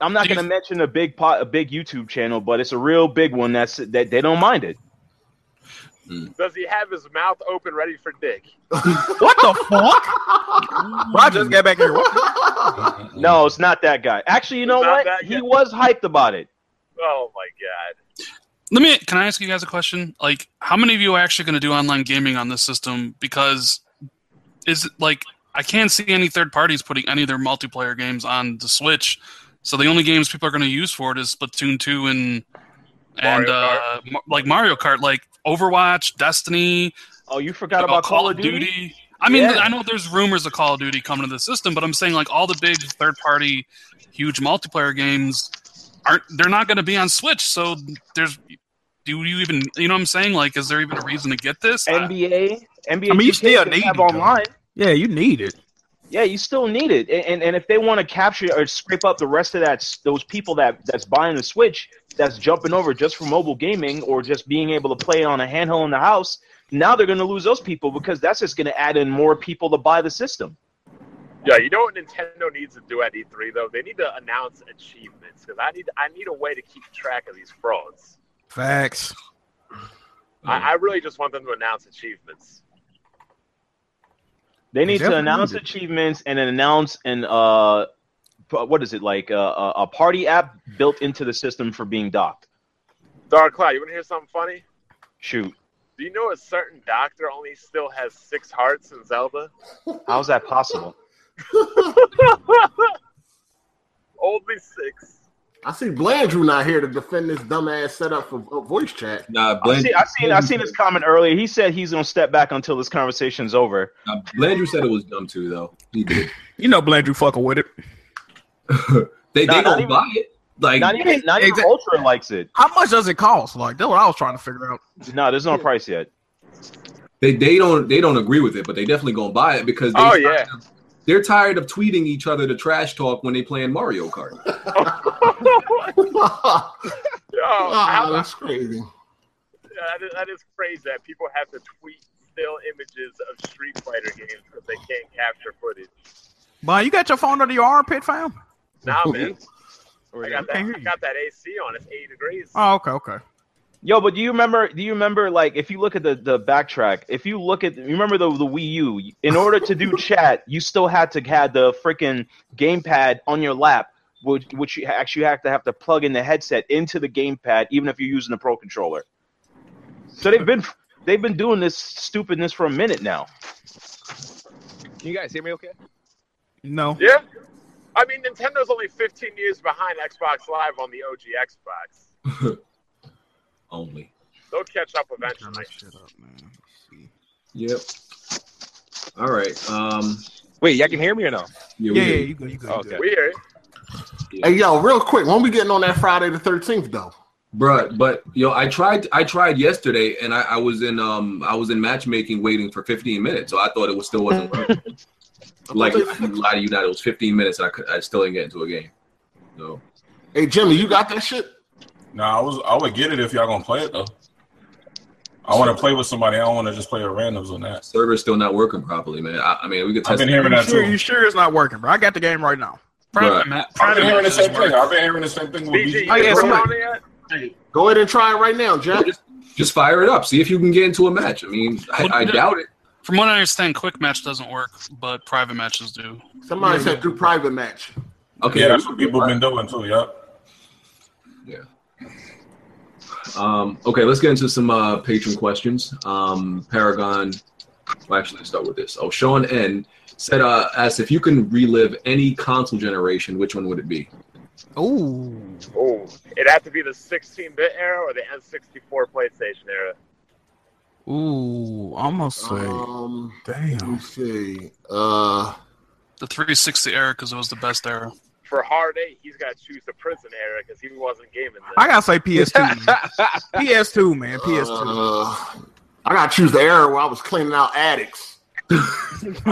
Speaker 7: I'm not
Speaker 2: Do you-
Speaker 7: going to mention a big pot, a big YouTube channel, but it's a real big one. That's that they don't mind it.
Speaker 8: Does he have his mouth open ready for dick?
Speaker 4: what the fuck? bro, I just got back here. What?
Speaker 7: No, it's not that guy. Actually, you know
Speaker 8: Not
Speaker 7: what?
Speaker 8: that guy.
Speaker 7: He was hyped about it.
Speaker 8: Oh my god.
Speaker 2: Let me. Can I ask you guys a question? Like, how many of you are actually going to do online gaming on this system? Because is it like I can't see any third parties putting any of their multiplayer games on the Switch. So the only games people are going to use for it is Splatoon two and and
Speaker 8: Mario
Speaker 2: uh, ma- like Mario Kart, like Overwatch, Destiny,
Speaker 7: Oh, you forgot about Call, of Duty?
Speaker 2: I mean,
Speaker 7: Yeah.
Speaker 2: I know there's rumors of Call of Duty coming to the system, but I'm saying like all the big third party, huge multiplayer games aren't. They're not going to be on Switch, so there's. Do you even you know what I'm saying? Like, is there even a reason to get this? I-
Speaker 7: NBA, NBA.
Speaker 4: I mean, you
Speaker 7: 2K
Speaker 4: still
Speaker 7: can
Speaker 4: need
Speaker 7: have
Speaker 4: it, though.
Speaker 7: online.
Speaker 4: Yeah, you need it.
Speaker 7: Yeah, you still need it, and and, and if they want to capture or scrape up the rest of that s- those people that that's buying the Switch, that's jumping over just for mobile gaming or just being able to play on a handheld in the house. Now they're going to lose those people because that's just going to add in more people to buy the system.
Speaker 8: Yeah, you know what Nintendo needs to do at E3 though? They need to announce achievements because I need I need a way to keep track of these frauds.
Speaker 4: Facts.
Speaker 8: I, I really just want them to announce achievements.
Speaker 7: They need to
Speaker 4: definitely
Speaker 7: announce
Speaker 4: need it.
Speaker 7: achievements and then announce an uh, p- what is it like uh, a, a party app built into the system for being docked.
Speaker 8: Dark Cloud, you want to hear something funny?
Speaker 7: Shoot,
Speaker 8: Do you know a certain doctor only still has six hearts in Zelda?
Speaker 7: how's that possible?
Speaker 8: Only six.
Speaker 5: I see Blandrew not here to defend this dumbass setup for uh, voice chat.
Speaker 1: Nah,
Speaker 7: I
Speaker 1: Blandrew,
Speaker 7: see, I seen, I seen his comment earlier. He said he's gonna step back until this conversation's over.
Speaker 1: nah, Blandrew said it was dumb too, though. He did.
Speaker 4: You know, Blandrew fucking with it.
Speaker 1: they
Speaker 7: Nah,
Speaker 1: they
Speaker 7: not
Speaker 1: gonna
Speaker 7: even-
Speaker 1: buy it. Like
Speaker 7: Not even, not even
Speaker 4: Exa-
Speaker 7: Ultra likes it.
Speaker 4: How much does it cost? Like that's what I was trying to figure out.
Speaker 7: No, there's no price yet.
Speaker 1: They they don't they don't agree with it, but they definitely gonna buy it because they
Speaker 8: Oh, yeah.
Speaker 1: they're tired of tweeting each other the trash talk when they playing Mario Kart.
Speaker 5: oh,
Speaker 8: Yo, how- uh,
Speaker 5: that's crazy.
Speaker 8: that, is, that is crazy that people have to tweet still images of Street Fighter games because they can't capture footage.
Speaker 4: But you got your phone under your armpit, fam?
Speaker 8: Nah, man. I
Speaker 5: Can't
Speaker 8: got, that,
Speaker 4: hear
Speaker 8: I
Speaker 4: you.
Speaker 8: got that AC on. It's 80 degrees.
Speaker 4: Oh, okay, okay.
Speaker 3: Yo, but do you remember? Do you remember? Like, if you look at the the backtrack, if you look at, you remember the the Wii U? In order to do chat, you still had to had the freaking gamepad on your lap, which which you actually have to have to plug in the headset into the gamepad, even if you're using the Pro controller. So they've been they've been doing this stupidness for a minute now.
Speaker 9: Can you guys hear me okay?
Speaker 4: No.
Speaker 8: Yeah. I mean, Nintendo's only 15 years behind Xbox Live on the OG Xbox.
Speaker 1: Only.
Speaker 8: They'll catch up
Speaker 4: Turn
Speaker 8: eventually.
Speaker 4: this shit up, man. Let me see.
Speaker 1: Yep. All right. Um.
Speaker 9: Wait, y'all can hear me or no?
Speaker 1: Yeah. we
Speaker 4: Yeah, yeah,
Speaker 1: hear you.
Speaker 4: you good, you good.
Speaker 9: Okay.
Speaker 4: You good.
Speaker 8: Weird.
Speaker 5: Hey, yo, real quick, when we getting on that Friday the thirteenth though?
Speaker 1: Bruh, but yo, I tried I tried yesterday and I, I was in um I was in matchmaking waiting for 15 minutes, so I thought it was still wasn't working. like I lie to you not, it was 15 minutes and I could I still didn't get into a game. So
Speaker 5: Hey, Jimmy, you got that shit?
Speaker 6: Nah, I was I would get it if y'all gonna play it though. I want to play with somebody. I don't want to just play with randoms on that.
Speaker 1: server's still not working properly, man. I, I mean we could test
Speaker 6: I've been hearing
Speaker 4: You
Speaker 6: that
Speaker 4: sure, you
Speaker 6: too.
Speaker 4: sure it's not working, bro? I got the game right now.
Speaker 1: Right.
Speaker 2: Private, ma-
Speaker 6: I've
Speaker 2: private
Speaker 6: been hearing the
Speaker 2: matches
Speaker 6: same thing.
Speaker 2: work.
Speaker 6: I've been hearing the same thing with
Speaker 8: BG,
Speaker 6: BG.
Speaker 8: you
Speaker 4: yeah,
Speaker 8: working
Speaker 4: somebody-
Speaker 8: on it yet?
Speaker 5: Go ahead and try it right now, Jack.
Speaker 1: just fire it up, see if you can get into a match. I mean I, I doubt it.
Speaker 2: From what I understand, quick match doesn't work, but private matches do.
Speaker 5: Somebody said do private match.
Speaker 1: Okay.
Speaker 6: Yeah, that's what people been doing too. Yep.
Speaker 1: Um, okay, let's get into some uh, patron questions. Um, Paragon, well, actually, let's start with this. Oh, Sean N said, uh, asked if you can relive any console generation, which one would it be?
Speaker 4: Ooh.
Speaker 8: Oh, it'd have to be the 16-bit era or the N64 PlayStation era.
Speaker 4: Ooh. Almost say.
Speaker 5: Um, let me
Speaker 4: Damn.
Speaker 5: see. Uh,
Speaker 2: The 360 era because it was the best era.
Speaker 8: For Hard 8, he's got to choose the prison era because he wasn't gaming then.
Speaker 4: I gotta say PS2. man. PS2, man. PS2.
Speaker 5: Uh, I gotta choose the era where I was cleaning out attics.
Speaker 8: I'm,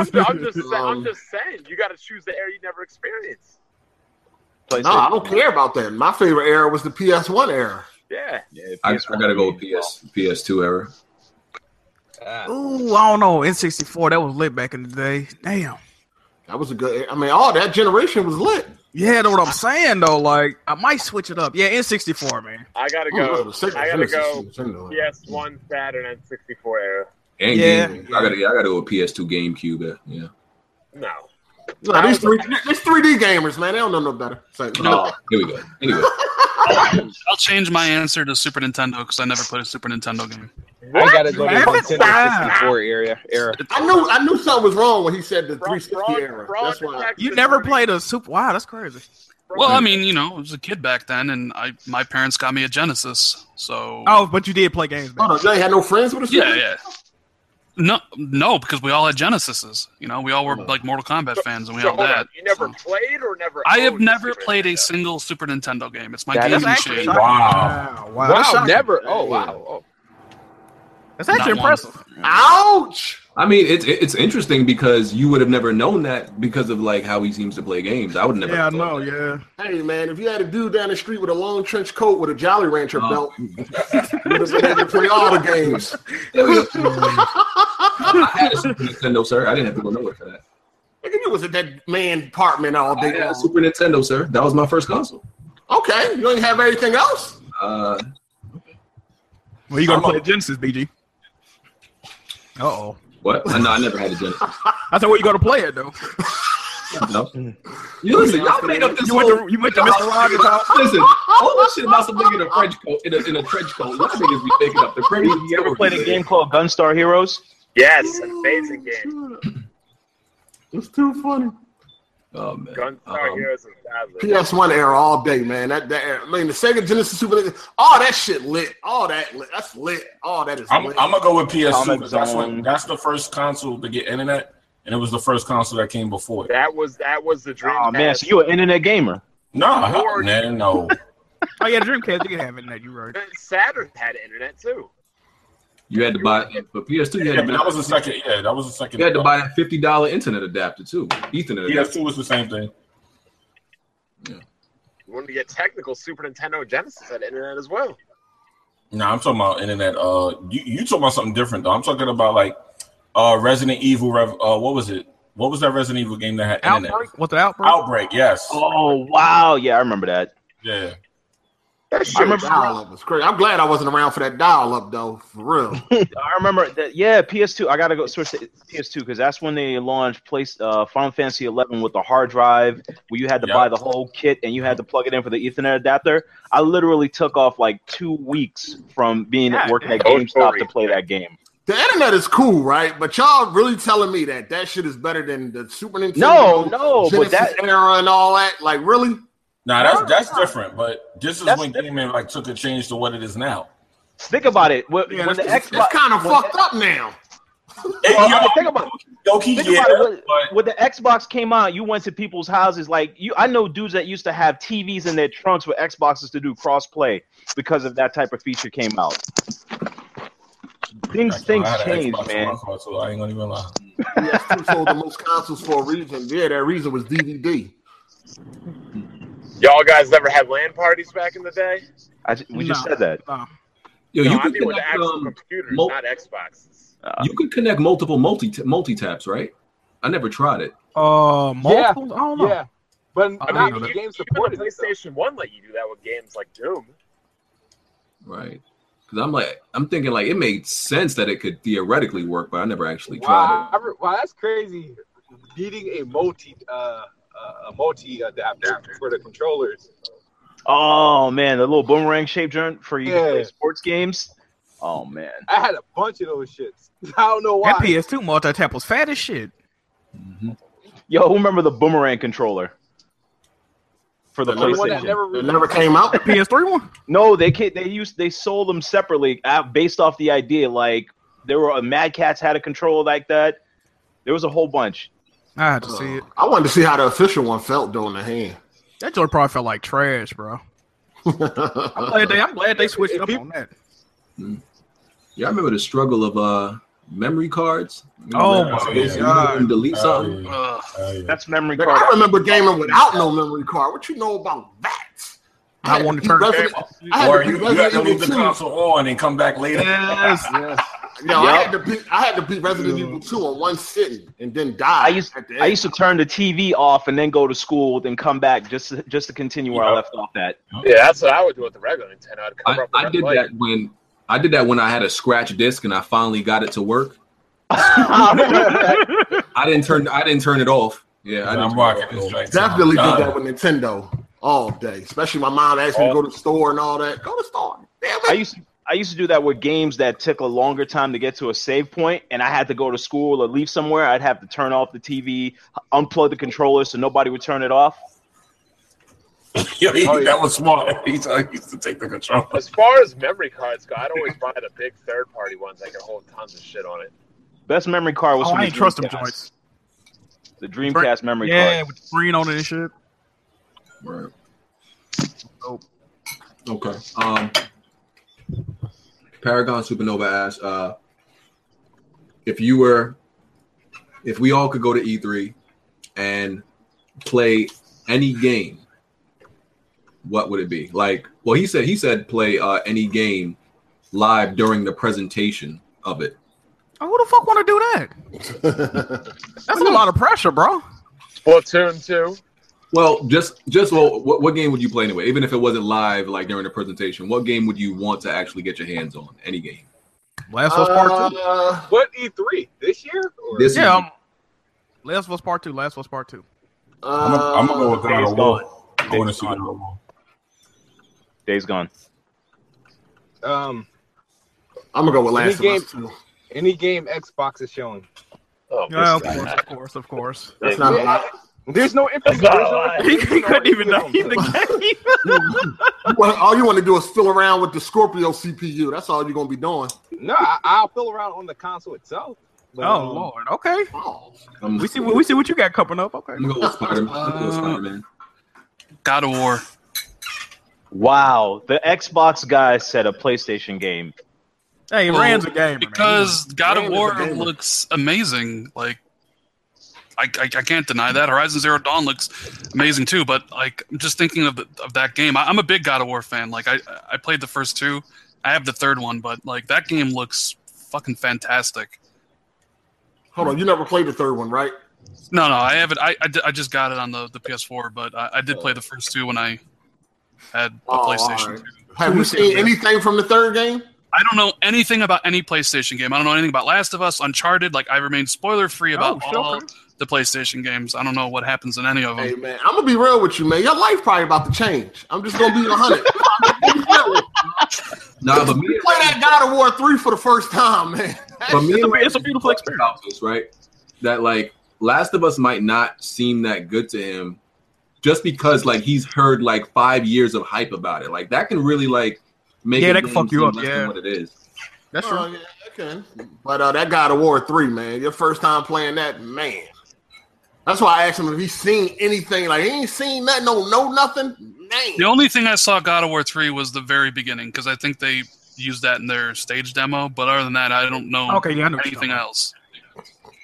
Speaker 8: ju- I'm just, sa-
Speaker 5: Um,
Speaker 8: I'm just saying, you got to choose the era you never experienced.
Speaker 5: No, I don't care about that. My favorite era was the PS1 era.
Speaker 8: Yeah.
Speaker 1: I, I gotta go with PS PS2 era.
Speaker 9: Ah,
Speaker 4: Ooh, I don't know. N64, that was lit back in the day. Damn.
Speaker 5: That was a good. I mean, all that generation was lit.
Speaker 4: Yeah, that's what I'm saying though. Like, I might switch it up. Yeah, N64, man.
Speaker 8: I got to
Speaker 5: Ooh, that
Speaker 8: go.
Speaker 5: was a Sega
Speaker 8: I got to
Speaker 5: Genesis,
Speaker 8: go
Speaker 5: Nintendo era.
Speaker 8: PS1, Saturn, and 64 era.
Speaker 1: And
Speaker 4: Yeah.
Speaker 1: Game, I gotta I gotta go with PS2 GameCube. era, Yeah.
Speaker 8: No.
Speaker 5: No, these three, these 3D gamers, man, they don't know no better. It's like,
Speaker 1: Oh, here we go. Anyway,
Speaker 2: I'll change my answer to Super Nintendo because I never played a Super Nintendo game.
Speaker 9: I gotta go to the
Speaker 4: What?
Speaker 9: Nintendo 64 area era.
Speaker 5: I knew, I knew something was wrong when he said the
Speaker 8: Fraud-
Speaker 5: 360
Speaker 8: fraud-
Speaker 5: era.
Speaker 8: fraud
Speaker 5: That's why.
Speaker 8: detection
Speaker 4: You never
Speaker 8: warning.
Speaker 4: played a super wow, that's crazy.
Speaker 2: Well, I mean, you know, I was a kid back then, and I my parents got me a Genesis, so
Speaker 4: Oh, but you did play games back.
Speaker 5: Hold on, you ain't had no friends with us.
Speaker 2: yeah, yeah. No, no, because we all had Genesises. You know, we all were like Mortal Kombat fans, and we
Speaker 8: Oh. So,
Speaker 2: all
Speaker 8: hold on,
Speaker 2: that.
Speaker 8: You never
Speaker 2: so.
Speaker 8: played or never?
Speaker 2: I have
Speaker 8: owned a
Speaker 2: never
Speaker 8: Super
Speaker 2: played a
Speaker 8: Nintendo?
Speaker 2: single Super Nintendo game. It's my
Speaker 9: That
Speaker 2: game
Speaker 9: is
Speaker 4: actually
Speaker 2: machine.
Speaker 4: shocking.
Speaker 6: Wow.
Speaker 4: Wow, wow, that's
Speaker 9: Wow,
Speaker 4: shocking.
Speaker 9: never. Oh, wow. Oh.
Speaker 4: That's actually
Speaker 2: Not one.
Speaker 4: impressive.
Speaker 5: Ouch!
Speaker 1: I mean it's it's interesting because you would have never known that because of like how he seems to play games. I would never.
Speaker 4: Yeah, I
Speaker 1: have thought
Speaker 4: know,
Speaker 1: that.
Speaker 4: yeah.
Speaker 5: Hey, man, if you had a dude down the street with a long trench coat with a Jolly Rancher
Speaker 1: Oh.
Speaker 5: belt, you would have been able to play all the games.
Speaker 1: There we go.
Speaker 5: Look
Speaker 1: I had a Super Nintendo, sir. I didn't have to go nowhere for that.
Speaker 5: at you was at that man apartment all
Speaker 1: I
Speaker 5: day.
Speaker 1: had a
Speaker 5: long.
Speaker 1: Super Nintendo, sir. That was my first console.
Speaker 5: Okay, you ain't have anything else.
Speaker 1: Uh,
Speaker 4: Well you gonna
Speaker 6: I'm a-
Speaker 4: play Genesis, BG. Uh oh.
Speaker 1: What? I know I never had a Genesis.
Speaker 4: I said where you gonna play it though.
Speaker 1: No. You listen, y'all made up this
Speaker 4: You went
Speaker 1: whole.
Speaker 4: to you went to Mr. Rogers house.
Speaker 1: Listen, all this shit about some nigga in a French coat in a, in a trench coat. Y'all niggas be making up the crazy.
Speaker 3: You ever played a game called Gunstar Heroes?
Speaker 8: Yes, an amazing game.
Speaker 5: It's too funny.
Speaker 1: Oh man.
Speaker 2: Uh-huh.
Speaker 8: Gunstar
Speaker 1: Um,
Speaker 8: Heroes is fabulous.
Speaker 5: PS1 era all day, man. That, that era. I mean, the Sega Genesis Super Nintendo, all that shit lit. All that lit. That's lit. All that is
Speaker 6: I'm,
Speaker 5: lit.
Speaker 6: I'm gonna go with PS2
Speaker 9: Comic
Speaker 6: because that's
Speaker 9: Zone.
Speaker 6: when that's the first console to get internet, and it was the first console that came before it.
Speaker 8: That was that was the dream.
Speaker 3: Oh man,
Speaker 8: pass.
Speaker 3: so you an internet gamer?
Speaker 6: Nah,
Speaker 8: Lord.
Speaker 6: man, no.
Speaker 4: Oh yeah, Dreamcast, you can have it in that, you right.
Speaker 8: Saturn had internet too.
Speaker 1: You had to buy for PS2. You
Speaker 6: Yeah,
Speaker 1: had to
Speaker 6: but that
Speaker 1: buy,
Speaker 6: was the second. Yeah, that was the second. uh,
Speaker 1: you had to buy that fifty dollar internet adapter too. Ethernet. Adapter.
Speaker 6: PS2 was the same thing.
Speaker 8: You wanted to get technical, Super Nintendo Genesis had internet as well.
Speaker 6: Nah, I'm talking about internet. Uh, you you talking about something different though? I'm talking about like, uh, Resident Evil. Rev, uh, what was it? What was that Resident Evil game that had internet?
Speaker 4: Outbreak? What the outbreak?
Speaker 6: Outbreak, yes.
Speaker 7: Oh wow, yeah, I remember that.
Speaker 6: Yeah.
Speaker 8: That
Speaker 5: I
Speaker 8: shit was
Speaker 5: remember dial up was crazy. I'm glad I wasn't around for that dial up though, for real.
Speaker 7: I remember that. Yeah, PS2. I gotta go switch to PS2 because that's when they launched place uh, Final Fantasy 11 with the hard drive, where you had to
Speaker 6: Yeah.
Speaker 7: buy the whole kit and you had to plug it in for the Ethernet adapter. I literally took off like two weeks from being
Speaker 8: Yeah,
Speaker 7: working at
Speaker 8: Ghost
Speaker 7: GameStop
Speaker 8: Story.
Speaker 7: to play that game.
Speaker 5: the internet is cool, right? But y'all really telling me that that shit is better than the Super Nintendo,
Speaker 7: No, no, but
Speaker 5: Genesis
Speaker 7: that-
Speaker 5: era and all that. Like really?
Speaker 6: Nah, that's that's different. But this is
Speaker 7: That's
Speaker 6: when gaming like took a change to what it is now.
Speaker 7: Think about it. When,
Speaker 4: Yeah,
Speaker 7: when the
Speaker 5: It's,
Speaker 7: Xbox,
Speaker 5: kind of
Speaker 7: when
Speaker 5: fucked up now.
Speaker 7: Well, I mean, think about
Speaker 6: Doki,
Speaker 7: Think
Speaker 6: yeah,
Speaker 7: about it.
Speaker 6: but
Speaker 7: when the Xbox came out, you went to people's houses. Like you, I know dudes that used to have TVs in their trunks with Xboxes to do crossplay because of that type of feature came out. Things things
Speaker 6: I had an
Speaker 7: change,
Speaker 6: Xbox
Speaker 7: man.
Speaker 6: One console, I ain't gonna even lie.
Speaker 5: PS2 sold the most consoles for a reason. Yeah, that reason was DVD.
Speaker 8: Y'all guys never had LAN parties back in the day?
Speaker 7: I ju- we just
Speaker 4: No.
Speaker 7: said that.
Speaker 4: Nah.
Speaker 1: Yo,
Speaker 8: no,
Speaker 1: you
Speaker 8: I
Speaker 1: could
Speaker 8: mean with
Speaker 1: connect,
Speaker 8: actual
Speaker 1: um,
Speaker 8: computers,
Speaker 1: mul-
Speaker 8: not Xboxes.
Speaker 1: you could connect multiple multi multi taps, right? I never tried it.
Speaker 4: Uh, multiples? I don't know.
Speaker 10: Yeah, but
Speaker 4: I
Speaker 8: I
Speaker 4: don't
Speaker 8: mean,
Speaker 4: know
Speaker 8: even,
Speaker 4: that-
Speaker 8: the
Speaker 10: game
Speaker 8: game
Speaker 10: supported
Speaker 8: the
Speaker 10: it, though.
Speaker 8: PlayStation One let you do that with games like Doom.
Speaker 1: Right. Because I'm like, I'm thinking like it made sense that it could theoretically work, but I never actually tried
Speaker 10: wow, I re- wow, that's crazy. Needing a multi, uh, uh, a multi adapter for the controllers.
Speaker 7: Oh man, the little boomerang shaped joint for you to play
Speaker 10: Yeah.
Speaker 7: sports games. Oh man,
Speaker 10: I had a bunch of those shits. I don't know why.
Speaker 4: That PS2 multi-tap was fat as shit.
Speaker 1: it. Mhm.
Speaker 7: yo, who remember the boomerang controller for the
Speaker 5: Another
Speaker 10: The one
Speaker 7: PlayStation?
Speaker 10: that never
Speaker 5: It never came out.
Speaker 4: PS3 one?
Speaker 7: No, they ca- they used they sold them separately uh, based off the idea. Like there were a Mad Cats had a controller like that. There was a whole bunch.
Speaker 4: I had to see it.
Speaker 5: I wanted to see how the official one felt doing the hand.
Speaker 4: That joint probably felt like trash, bro. I'm glad they, I'm glad they switched up on that.
Speaker 1: Yeah, I remember the struggle of uh memory cards.
Speaker 4: Oh
Speaker 1: Remember
Speaker 6: my
Speaker 1: that?
Speaker 4: God.
Speaker 1: And delete
Speaker 6: Hell
Speaker 1: something.
Speaker 6: yeah.
Speaker 2: Ugh.
Speaker 6: Hell yeah.
Speaker 7: That's memory
Speaker 5: Nigga,
Speaker 7: card.
Speaker 5: I remember gaming without no memory card. What you know about that?
Speaker 4: I wanted to turn the
Speaker 5: Resident-
Speaker 4: game off.
Speaker 5: I had
Speaker 6: Or
Speaker 5: to
Speaker 6: you,
Speaker 5: beat
Speaker 6: you have to
Speaker 5: Resident
Speaker 6: leave the
Speaker 5: Evil 2.
Speaker 6: console on and come back later.
Speaker 4: Yes.
Speaker 5: You know, I had to beat I had to beat Resident Evil 2 on one sitting and then die.
Speaker 7: I used-
Speaker 5: at the
Speaker 7: I
Speaker 5: end.
Speaker 7: used to turn the TV off and then go to school, then come back just to, just to continue where I
Speaker 6: Yeah.
Speaker 7: left off. At
Speaker 8: Yeah, that's what I would do with the regular Nintendo. I'd
Speaker 1: I,
Speaker 8: cover up the
Speaker 1: I
Speaker 8: red
Speaker 1: did
Speaker 8: light.
Speaker 1: that when I did that when I had a scratch disc and I finally got it to work. I didn't turn I didn't turn it off. Yeah, I didn't
Speaker 6: I'm
Speaker 1: turn
Speaker 6: rocking
Speaker 1: it
Speaker 6: this
Speaker 1: off.
Speaker 6: joint.
Speaker 5: Definitely
Speaker 6: I'm
Speaker 5: did
Speaker 6: done.
Speaker 5: that with Nintendo all day. Especially my mom asked me to go to the store and all that. Go to the store. Damn
Speaker 7: I
Speaker 5: it.
Speaker 7: used I used to do that with games that took a longer time to get to a save point, and I had to go to school or leave somewhere. I'd have to turn off the TV, unplug the controller so nobody would turn it off.
Speaker 6: Yo, he,
Speaker 10: Oh, yeah.
Speaker 6: That was smart. He t- he used to take the control.
Speaker 8: As far as memory cards go, I'd always buy the big third party ones that can hold tons of shit on it.
Speaker 7: Best memory card was
Speaker 4: Oh,
Speaker 7: from
Speaker 4: I
Speaker 7: the
Speaker 4: ain't trust them
Speaker 7: Dreamcast.
Speaker 4: joints.
Speaker 7: The Dreamcast memory
Speaker 4: Yeah,
Speaker 7: card.
Speaker 4: with the screen on it and shit.
Speaker 1: Right. Okay. Um, Paragon Supernova asks, uh, if you were, if we all could go to E3 and play any game, what would it be? Like, well, he said he said play uh, any game live during the presentation of it.
Speaker 4: Oh, who the fuck want to do that? That's a lot of pressure, bro.
Speaker 8: Splatoon 2.
Speaker 1: Well, just just well, what, what game would you play anyway? Even if it wasn't live, like during the presentation, what game would you want to actually get your hands on? Any game?
Speaker 4: Last of Us Part Two.
Speaker 5: Uh,
Speaker 10: What E3 this year? Or
Speaker 1: This
Speaker 4: Yeah, um, Last of Us Part Two. Last of Us Part Two.
Speaker 6: I'm gonna I'm gonna go with God
Speaker 7: Days
Speaker 6: of War. I want to see God of War.
Speaker 7: Days Gone.
Speaker 10: um,
Speaker 5: I'm gonna go with Last of
Speaker 10: Any
Speaker 5: Us 2.
Speaker 10: any game Xbox is showing.
Speaker 8: Oh,
Speaker 4: Yeah, of
Speaker 8: this guy.
Speaker 4: course, of course, of course.
Speaker 5: That's not a lot.
Speaker 10: There's no information.
Speaker 8: not a
Speaker 10: there's
Speaker 8: lie.
Speaker 10: no
Speaker 4: He,
Speaker 10: information
Speaker 4: he
Speaker 10: on
Speaker 4: couldn't
Speaker 10: it.
Speaker 4: even know he's the game.
Speaker 5: You wanna- all you want to do is fill around with the Scorpio CPU. That's all you're gonna be doing.
Speaker 10: No, I, I'll fill around on the console itself. But,
Speaker 4: Oh
Speaker 10: um,
Speaker 4: lord. Okay.
Speaker 5: Oh,
Speaker 1: I'm-
Speaker 4: We see what we see what you got coming up. Okay.
Speaker 1: I'm gonna go with Spider-Man. I'm gonna go with
Speaker 4: Uh,
Speaker 1: Spider-Man.
Speaker 2: God of War.
Speaker 7: Wow, the Xbox guy said a PlayStation game.
Speaker 4: Hey,
Speaker 2: Well,
Speaker 4: Rand's a gamer.
Speaker 2: because God of
Speaker 5: Gamer,
Speaker 2: War
Speaker 5: gamer.
Speaker 2: looks amazing. Like, I, I, I can't deny that. Horizon Zero Dawn looks amazing too. But like, I'm just thinking of the, of that game. I, I'm a big God of War fan. Like, I I played the first two. I have the third one, but like that game looks fucking fantastic.
Speaker 5: Hold on, you never played the third one, right?
Speaker 2: No, no, I haven't. I, I, di- I just got it on the, the PS4, but I, I did play the first two when I had a
Speaker 5: Oh,
Speaker 2: PlayStation.
Speaker 5: alright.
Speaker 2: 2.
Speaker 5: Have we seen anything from the third game?
Speaker 2: I don't know anything about any PlayStation game. I don't know anything about Last of Us, Uncharted. Like I remain spoiler free about
Speaker 5: Oh, sure.
Speaker 2: all the PlayStation games. I don't know what happens in any of them.
Speaker 5: Hey man, I'm gonna be real with you, man. Your life probably about to change. I'm just gonna be hundred.
Speaker 1: Nah, but me,
Speaker 5: Play that God of War three for the first time, man.
Speaker 1: but me
Speaker 7: It's a,
Speaker 1: and
Speaker 7: it's a beautiful experience.
Speaker 1: about this, right? That like Last of Us might not seem that good to him just because like he's heard like five years of hype about it. Like that can really like make
Speaker 4: Yeah,
Speaker 1: a
Speaker 4: that can
Speaker 1: game
Speaker 4: fuck you
Speaker 1: seem
Speaker 4: up,
Speaker 1: less
Speaker 4: yeah.
Speaker 1: than what it is.
Speaker 4: That's
Speaker 5: Oh,
Speaker 2: uh,
Speaker 4: true.
Speaker 5: yeah, okay. But uh, that God of War three, man, your first time playing that, man. That's why I asked him if he's seen anything. Like he ain't seen nothing, don't know nothing. Man,
Speaker 2: The only thing I saw God of War three was the very beginning because I think they used that in their stage demo. But other than that, I don't know
Speaker 4: Okay, yeah, I know. what you're
Speaker 2: anything
Speaker 4: talking about.
Speaker 2: else.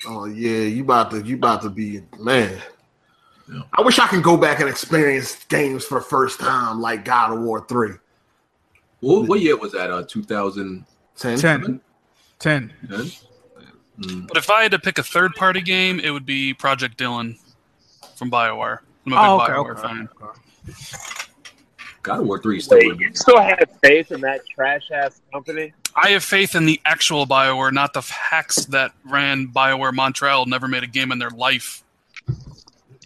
Speaker 5: oh yeah, you about to you about to be man.
Speaker 1: Yeah.
Speaker 5: I wish I could go back and experience games for the first time, like God of War three.
Speaker 1: What, what year was that? Uh, 2010?
Speaker 5: Ten.
Speaker 4: Ten. Ten.
Speaker 1: Mm.
Speaker 2: But if I had to pick a third party game, it would be Project Dylan from Bioware. I'm a big
Speaker 4: Oh, okay, Oh,
Speaker 2: Bioware
Speaker 4: okay.
Speaker 2: fan.
Speaker 1: God of War 3 still
Speaker 8: Wait,
Speaker 1: would be-
Speaker 8: you still have faith in that trash ass company?
Speaker 2: I have faith in the actual Bioware, not the hacks that ran Bioware Montreal. Never made a game in their life.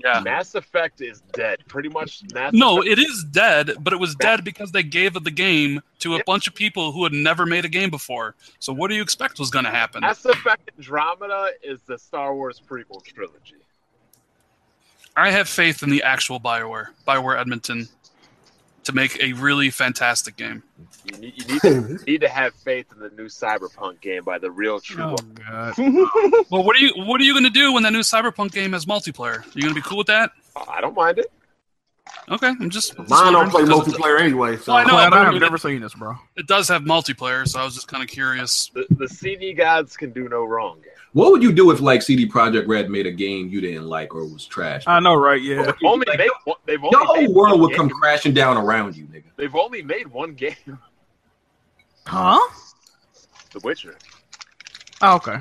Speaker 2: Yeah.
Speaker 8: Mass Effect is dead. Pretty much. Mass
Speaker 2: No,
Speaker 8: Effect-
Speaker 2: it is dead, but it was dead because they gave the game to a bunch of people who had never made a game before. So what do you expect was going to happen?
Speaker 8: Mass Effect Andromeda is the Star Wars prequel trilogy.
Speaker 2: I have faith in the actual Bioware, Bioware Edmonton, to make a really fantastic game.
Speaker 8: You need, you need, to, you need to have faith in the new Cyberpunk game by the real true.
Speaker 4: Oh god.
Speaker 2: Well, what are you what are you going to do when that new Cyberpunk game has multiplayer? Are you going to be cool with that?
Speaker 8: I don't mind it.
Speaker 2: Okay, I'm just. just
Speaker 5: Mine don't
Speaker 2: wondering
Speaker 5: play
Speaker 2: because it-
Speaker 5: multiplayer anyway, so
Speaker 2: Well, I know,
Speaker 4: Cloud,
Speaker 2: but
Speaker 4: Oh, I
Speaker 2: it-
Speaker 4: have never seen this, bro.
Speaker 2: It does have multiplayer, so I was just kind of curious.
Speaker 8: The, the CD gods can do no wrong.
Speaker 1: What would you do if like CD Projekt Red made a game you didn't like or was trash?
Speaker 4: I know, right? Yeah.
Speaker 8: Only they, they've only
Speaker 1: Your whole
Speaker 8: made
Speaker 1: world
Speaker 8: one
Speaker 1: would come
Speaker 8: game.
Speaker 1: crashing down around you, nigga.
Speaker 8: They've only made one game,
Speaker 4: Huh?
Speaker 8: The Witcher.
Speaker 4: Oh, okay.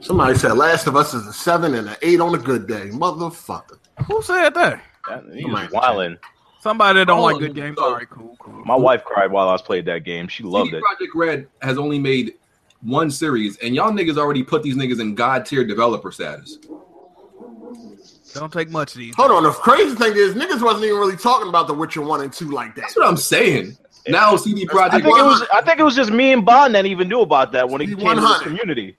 Speaker 5: somebody said Last of Us is a seven and an eight on a good day, motherfucker.
Speaker 4: Who said that?
Speaker 7: That- He's
Speaker 5: Come on.
Speaker 7: wildin'.
Speaker 4: Somebody that don't
Speaker 1: Oh,
Speaker 4: like good games.
Speaker 1: oh.
Speaker 4: All right, cool, cool.
Speaker 7: My wife cried while I was playing that game. She loved
Speaker 1: CD
Speaker 7: it.
Speaker 1: Project Red has only made one series, and y'all niggas already put these niggas in god tier developer status.
Speaker 4: Don't take much of these.
Speaker 5: Hold on, the crazy thing is niggas wasn't even really talking about The Witcher one and two like that.
Speaker 1: That's what I'm saying. Now CD Projekt.
Speaker 7: I think it was. I think it was just me and Bond that even knew about that when it
Speaker 5: Be
Speaker 7: came to the
Speaker 5: 100.
Speaker 7: community.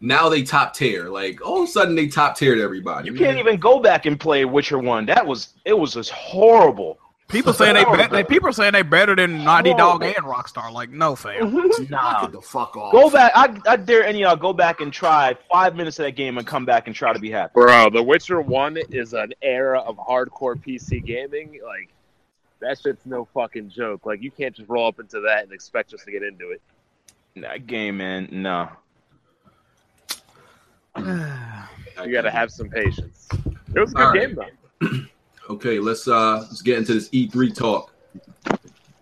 Speaker 1: now they top tier. Like all of a sudden they top tiered everybody.
Speaker 7: You can't even go back and play Witcher One. That was. It was just horrible.
Speaker 4: People saying they, bet they people saying they better than Naughty Dog and Rockstar. Like, no fam.
Speaker 7: Nah.
Speaker 5: Get the fuck off.
Speaker 7: Go back. I, I dare any of y'all go back and try five minutes of that game and come back and try to be happy.
Speaker 8: Bro, The Witcher 1 is an era of hardcore PC gaming. Like, that shit's no fucking joke. Like, you can't just roll up into that and expect us to get into it.
Speaker 7: That game, man. No.
Speaker 8: You gotta have some patience. It was a good
Speaker 1: All right.
Speaker 8: game, though.
Speaker 1: Okay, let's uh let's get into this E3 talk.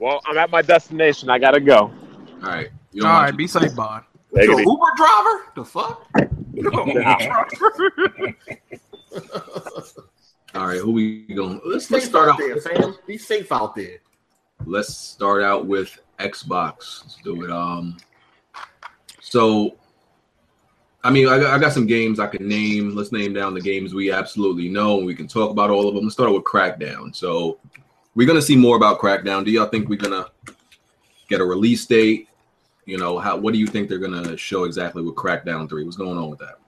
Speaker 8: Well, I'm at my destination. I gotta go.
Speaker 1: All right. You
Speaker 4: All
Speaker 1: don't
Speaker 4: right,
Speaker 1: want
Speaker 4: be safe, Bond.
Speaker 8: Take
Speaker 5: You
Speaker 8: it
Speaker 5: an
Speaker 8: easy.
Speaker 5: Uber driver? The fuck?
Speaker 1: to- all right, who we going? Let's let's start out.
Speaker 5: there, fam. Be safe out there.
Speaker 1: Let's start out with Xbox. Let's do it. Um. So, I mean, I got, I got some games I can name. Let's name down the games we absolutely know, and we can talk about all of them. Let's start out with Crackdown. So, we're gonna see more about Crackdown. Do y'all think we're gonna get a release date? You know, how what do you think they're gonna show exactly with Crackdown Three? What's going on with that?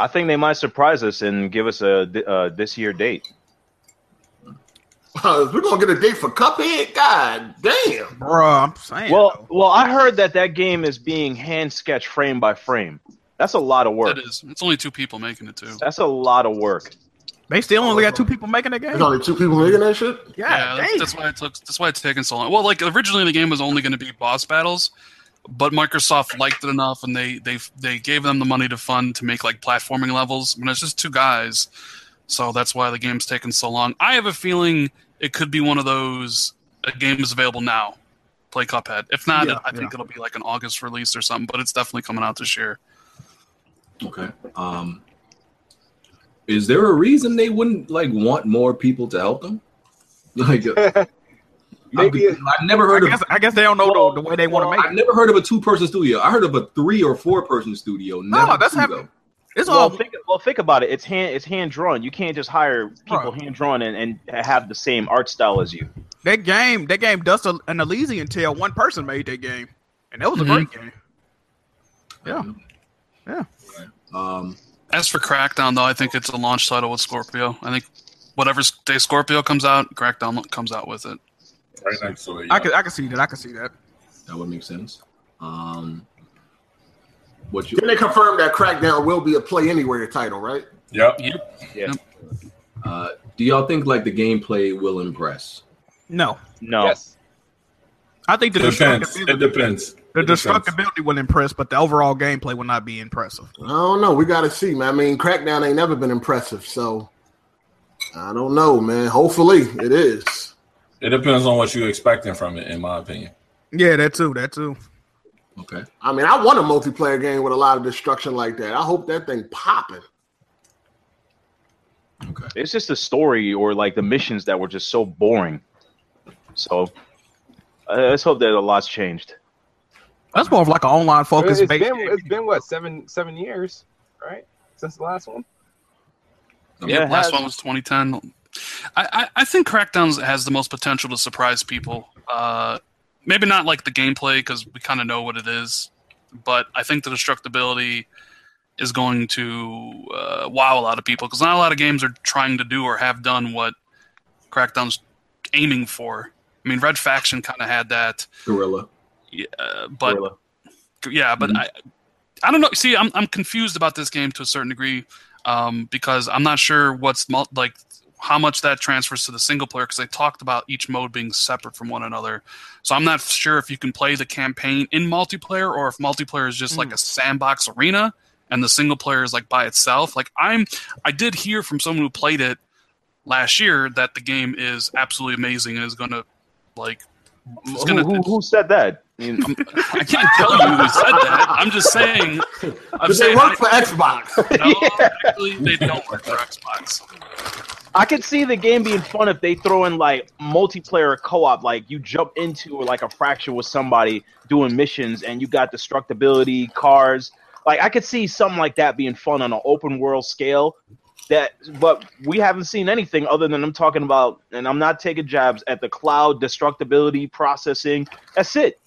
Speaker 7: I think they might surprise us and give us a th- uh, this year date.
Speaker 5: Uh, We're gonna get a date for Cuphead. God damn.
Speaker 4: Bro, I'm saying.
Speaker 7: Well,
Speaker 4: though.
Speaker 7: well, I heard that that game is being hand sketched frame by frame. That's a lot of work.
Speaker 2: It is. It's only two people making it too.
Speaker 7: That's a lot of work.
Speaker 4: They still only got two people making that
Speaker 5: There's
Speaker 4: game.
Speaker 5: only two people making that shit.
Speaker 4: God
Speaker 2: Yeah, that's,
Speaker 4: dang.
Speaker 2: that's why it took. That's why it's taken so long. Well, like originally the game was only going to be boss battles, but Microsoft liked it enough, and they they they gave them the money to fund to make like platforming levels. When it's just two guys, so that's why the game's taken so long. I have a feeling it could be one of those. A game is available now. Play Cuphead. If not,
Speaker 4: Yeah,
Speaker 2: I think it'll be like an August release or something. But it's definitely coming out this year.
Speaker 1: Okay. Um, is there a reason they wouldn't like want more people to help them? Like, uh,
Speaker 10: Maybe
Speaker 1: I've, I've never heard
Speaker 4: I
Speaker 1: of.
Speaker 4: guess, I guess they don't know the, the way they want to make
Speaker 1: I've
Speaker 4: it.
Speaker 1: never heard of a two-person studio. I heard of a three or four-person studio.
Speaker 4: No,
Speaker 1: never
Speaker 4: Oh, that's
Speaker 1: two,
Speaker 4: happening.
Speaker 1: though.
Speaker 4: It's
Speaker 7: well,
Speaker 4: all
Speaker 7: think, well, think about it. It's hand it's hand drawn. You can't just hire people
Speaker 4: Right.
Speaker 7: hand drawn and, and have the same art style as you.
Speaker 4: that game. That game Dust and Elysian until one person made that game, and that was a
Speaker 2: Mhm.
Speaker 4: great game. Yeah. Yeah.
Speaker 1: Um,
Speaker 2: As for Crackdown, though, I think it's a launch title with Scorpio. I think whatever day Scorpio comes out, Crackdown comes out with it.
Speaker 6: Right next to it.
Speaker 4: I could I could see that. I could see that.
Speaker 1: that would make sense. Um, what you?
Speaker 5: Then they confirmed that Crackdown will be a play anywhere title, right?
Speaker 6: Yep.
Speaker 1: Uh, do y'all think like the gameplay will impress?
Speaker 4: No,
Speaker 7: No,
Speaker 10: Yes.
Speaker 4: I think the
Speaker 6: It depends.
Speaker 4: destructibility,
Speaker 6: It depends.
Speaker 4: the
Speaker 6: It depends.
Speaker 4: destructibility will impress, but the overall gameplay will not be impressive.
Speaker 5: I don't know. We got to see, man. I mean, Crackdown ain't never been impressive, so I don't know, man. Hopefully, it is.
Speaker 6: It depends on what you're expecting from it, in my opinion.
Speaker 4: Yeah, that too. That too.
Speaker 1: Okay.
Speaker 5: I mean, I want a multiplayer game with a lot of destruction like that. I hope that thing popping.
Speaker 1: Okay.
Speaker 7: it's just the story or like the missions that were just so boring. So uh, let's hope that a lot's changed.
Speaker 4: That's more of like an online focus.
Speaker 10: It's
Speaker 4: based
Speaker 10: been it's been what seven seven years, right? Since the last one.
Speaker 2: Yeah,
Speaker 7: it
Speaker 2: last
Speaker 7: has-
Speaker 2: one was 2010. I, I, I think Crackdown has the most potential to surprise people. Uh, maybe not like the gameplay because we kind of know what it is, but I think the destructibility is going to uh, wow a lot of people because not a lot of games are trying to do or have done what Crackdown's aiming for. I mean, Red Faction kind of had that,
Speaker 1: Gorilla.
Speaker 2: yeah, uh, but
Speaker 7: Gorilla.
Speaker 2: yeah, but
Speaker 1: Mhm.
Speaker 2: I, I don't know. See, I'm I'm confused about this game to a certain degree, um, because I'm not sure what's mul- like how much that transfers to the single player because they talked about each mode being separate from one another. So I'm not sure if you can play the campaign in multiplayer or if multiplayer is just like a sandbox arena and the single player is like by itself. Like I'm, I did hear from someone who played it last year that the game is absolutely amazing and is going to like. it's
Speaker 7: Who,
Speaker 2: gonna-
Speaker 7: who, who said that? I mean,
Speaker 2: I can't tell you who said that. I'm just saying. I'm
Speaker 5: Did they
Speaker 2: saying
Speaker 5: work
Speaker 2: I,
Speaker 5: for Xbox?
Speaker 2: no, actually, they don't work for Xbox.
Speaker 7: I could see the game being fun if they throw in like multiplayer co-op, like you jump into or like a fracture with somebody doing missions, and you got destructibility, cars. Like I could see something like that being fun on an open world scale. That, but we haven't seen anything other than I'm talking about, and I'm not taking jabs at the cloud destructibility processing. That's it.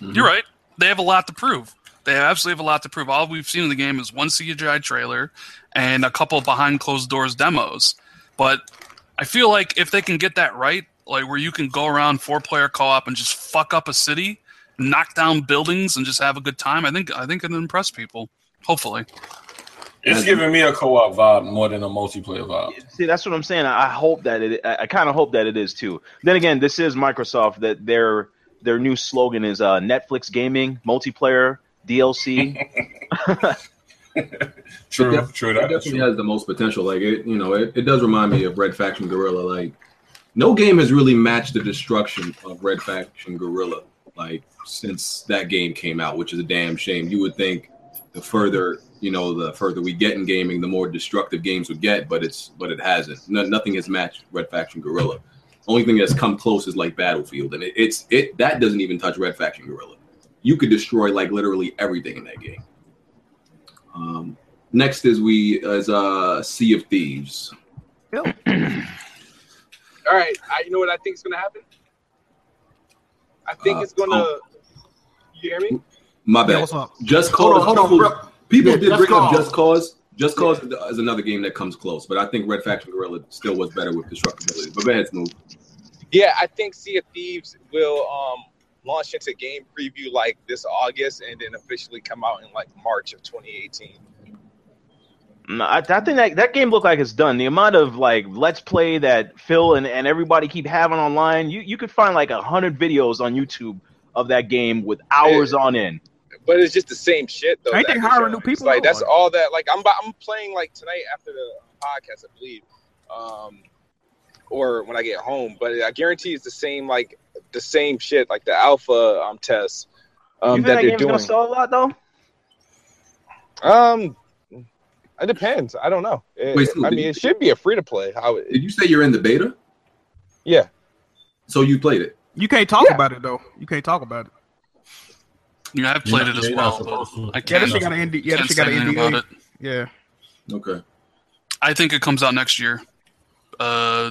Speaker 2: You're right. They have a lot to prove. They absolutely have a lot to prove. All we've seen in the game is one CGI trailer and a couple behind closed doors demos. But I feel like if they can get that right, like where you can go around four player co op and just fuck up a city, knock down buildings, and just have a good time, I think I think it'll impress people. Hopefully.
Speaker 6: It's giving me a co-op vibe more than a multiplayer vibe.
Speaker 7: See, that's what I'm saying. I I hope that it. I kind of hope that it is too. Then again, this is Microsoft. That their their new slogan is uh, Netflix gaming multiplayer DLC.
Speaker 6: True,
Speaker 1: Yeah.
Speaker 6: true.
Speaker 1: It
Speaker 6: That is
Speaker 1: definitely
Speaker 6: true.
Speaker 1: has the most potential. Like it, you know, it, it does remind me of Red Faction Gorilla. Like no game has really matched the destruction of Red Faction Gorilla. Like since that game came out, which is a damn shame. You would think the further you know, the further we get in gaming, the more destructive games would get. But it's but it hasn't. No, nothing has matched Red Faction Gorilla. Only thing that's come close is like Battlefield, and it, it's it that doesn't even touch Red Faction Gorilla. You could destroy like literally everything in that game. Um, Next is we as uh Sea of Thieves.
Speaker 10: All right, I, you know what I think is going to happen? I think
Speaker 1: Uh,
Speaker 10: it's going
Speaker 4: oh.
Speaker 10: to. You hear me?
Speaker 1: My
Speaker 4: Yeah,
Speaker 1: bad.
Speaker 4: what's up?
Speaker 1: Just
Speaker 5: Hold
Speaker 1: Cause.
Speaker 5: on, hold on,
Speaker 1: people
Speaker 5: bro.
Speaker 1: people
Speaker 5: Yeah,
Speaker 1: did
Speaker 5: Just
Speaker 1: bring up
Speaker 5: Cause.
Speaker 1: Just Cause. Just Cause is another game that comes close, but I think Red Faction Gorilla still was better with destructibility. But go ahead, Smooth.
Speaker 10: Yeah, I think Sea of Thieves will um, launch into game preview like this August, and then officially come out in like March of 2018.
Speaker 7: No, Mm, I, I think that, that game looked like it's done. The amount of like let's play that Phil and, and everybody keep having online, you you could find like a hundred videos on YouTube of that game with hours on end.
Speaker 10: But it's just the same shit though.
Speaker 4: Ain't
Speaker 10: that
Speaker 4: they
Speaker 10: they're
Speaker 4: hiring new
Speaker 10: showing.
Speaker 4: people
Speaker 10: It's Like
Speaker 4: though?
Speaker 10: that's all that. Like I'm, bu- I'm playing like tonight after the podcast, I believe, um, or when I get home. But I guarantee it's the same like the same shit like the alpha um test
Speaker 7: You
Speaker 10: um
Speaker 7: think
Speaker 10: that,
Speaker 7: that
Speaker 10: they're
Speaker 7: game's gonna
Speaker 10: doing.
Speaker 7: sell a lot though?
Speaker 10: Um, it depends. I don't know. It-
Speaker 1: Wait, so
Speaker 10: I
Speaker 1: did
Speaker 10: mean,
Speaker 1: you-
Speaker 10: it should be a free to play. How? It,
Speaker 1: Did you say you're in the beta?
Speaker 10: yeah.
Speaker 1: So you played it.
Speaker 4: You can't talk
Speaker 10: Yeah.
Speaker 4: about it though. You can't talk about it.
Speaker 2: Yeah, I've
Speaker 6: You're
Speaker 2: played
Speaker 6: not-
Speaker 2: it as
Speaker 6: you're not
Speaker 2: well, but
Speaker 6: supposed to.
Speaker 2: I
Speaker 4: Yeah,
Speaker 2: can't,
Speaker 4: that shit got an ND. Yeah, that
Speaker 2: can't
Speaker 4: shit
Speaker 2: say
Speaker 4: got an
Speaker 2: anything about
Speaker 4: NDA.
Speaker 2: it.
Speaker 4: Yeah.
Speaker 1: Okay.
Speaker 2: I think it comes out next year, uh,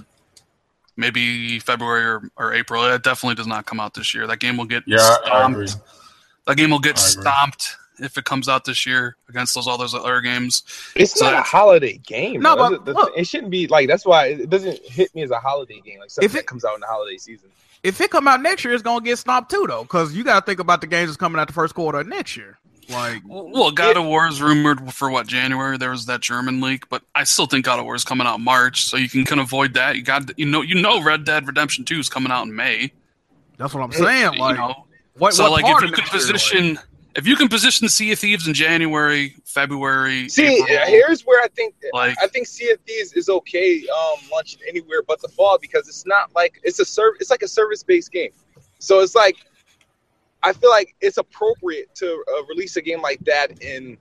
Speaker 2: maybe February or, or April. It definitely does not come out this year. That game will get
Speaker 6: Yeah, I- I agree.
Speaker 2: stomped. That game will get
Speaker 6: I agree.
Speaker 2: stomped if it comes out this year against those all those other games.
Speaker 10: It's
Speaker 2: So
Speaker 10: not a
Speaker 2: that's-
Speaker 10: holiday game.
Speaker 4: No,
Speaker 10: No,
Speaker 4: but look.
Speaker 10: it shouldn't be like that's why it doesn't hit me as a holiday game. Like something
Speaker 4: If it-
Speaker 10: that comes out in the holiday season.
Speaker 4: If it come out next year, it's gonna get stopped too though, because you gotta think about the games that's coming out the first quarter of next year. Like
Speaker 2: Well, God of War is rumored for what January. There was that German leak, but I still think God of War is coming out March, so you can kind of avoid that. You got you know you know Red Dead Redemption Two is coming out in May.
Speaker 4: that's what I'm saying. Like
Speaker 2: you know,
Speaker 4: what,
Speaker 2: so
Speaker 4: what
Speaker 2: like
Speaker 4: part
Speaker 2: if you
Speaker 4: of
Speaker 2: can
Speaker 4: next year, like-
Speaker 2: position if you can position Sea of Thieves in January, February,
Speaker 10: See,
Speaker 2: April,
Speaker 10: here's where I think
Speaker 2: like
Speaker 10: I think Sea of Thieves is okay um, launching anywhere but the fall because it's not like it's a serv- It's like a service based game, so it's like I feel like it's appropriate to uh, release a game like that in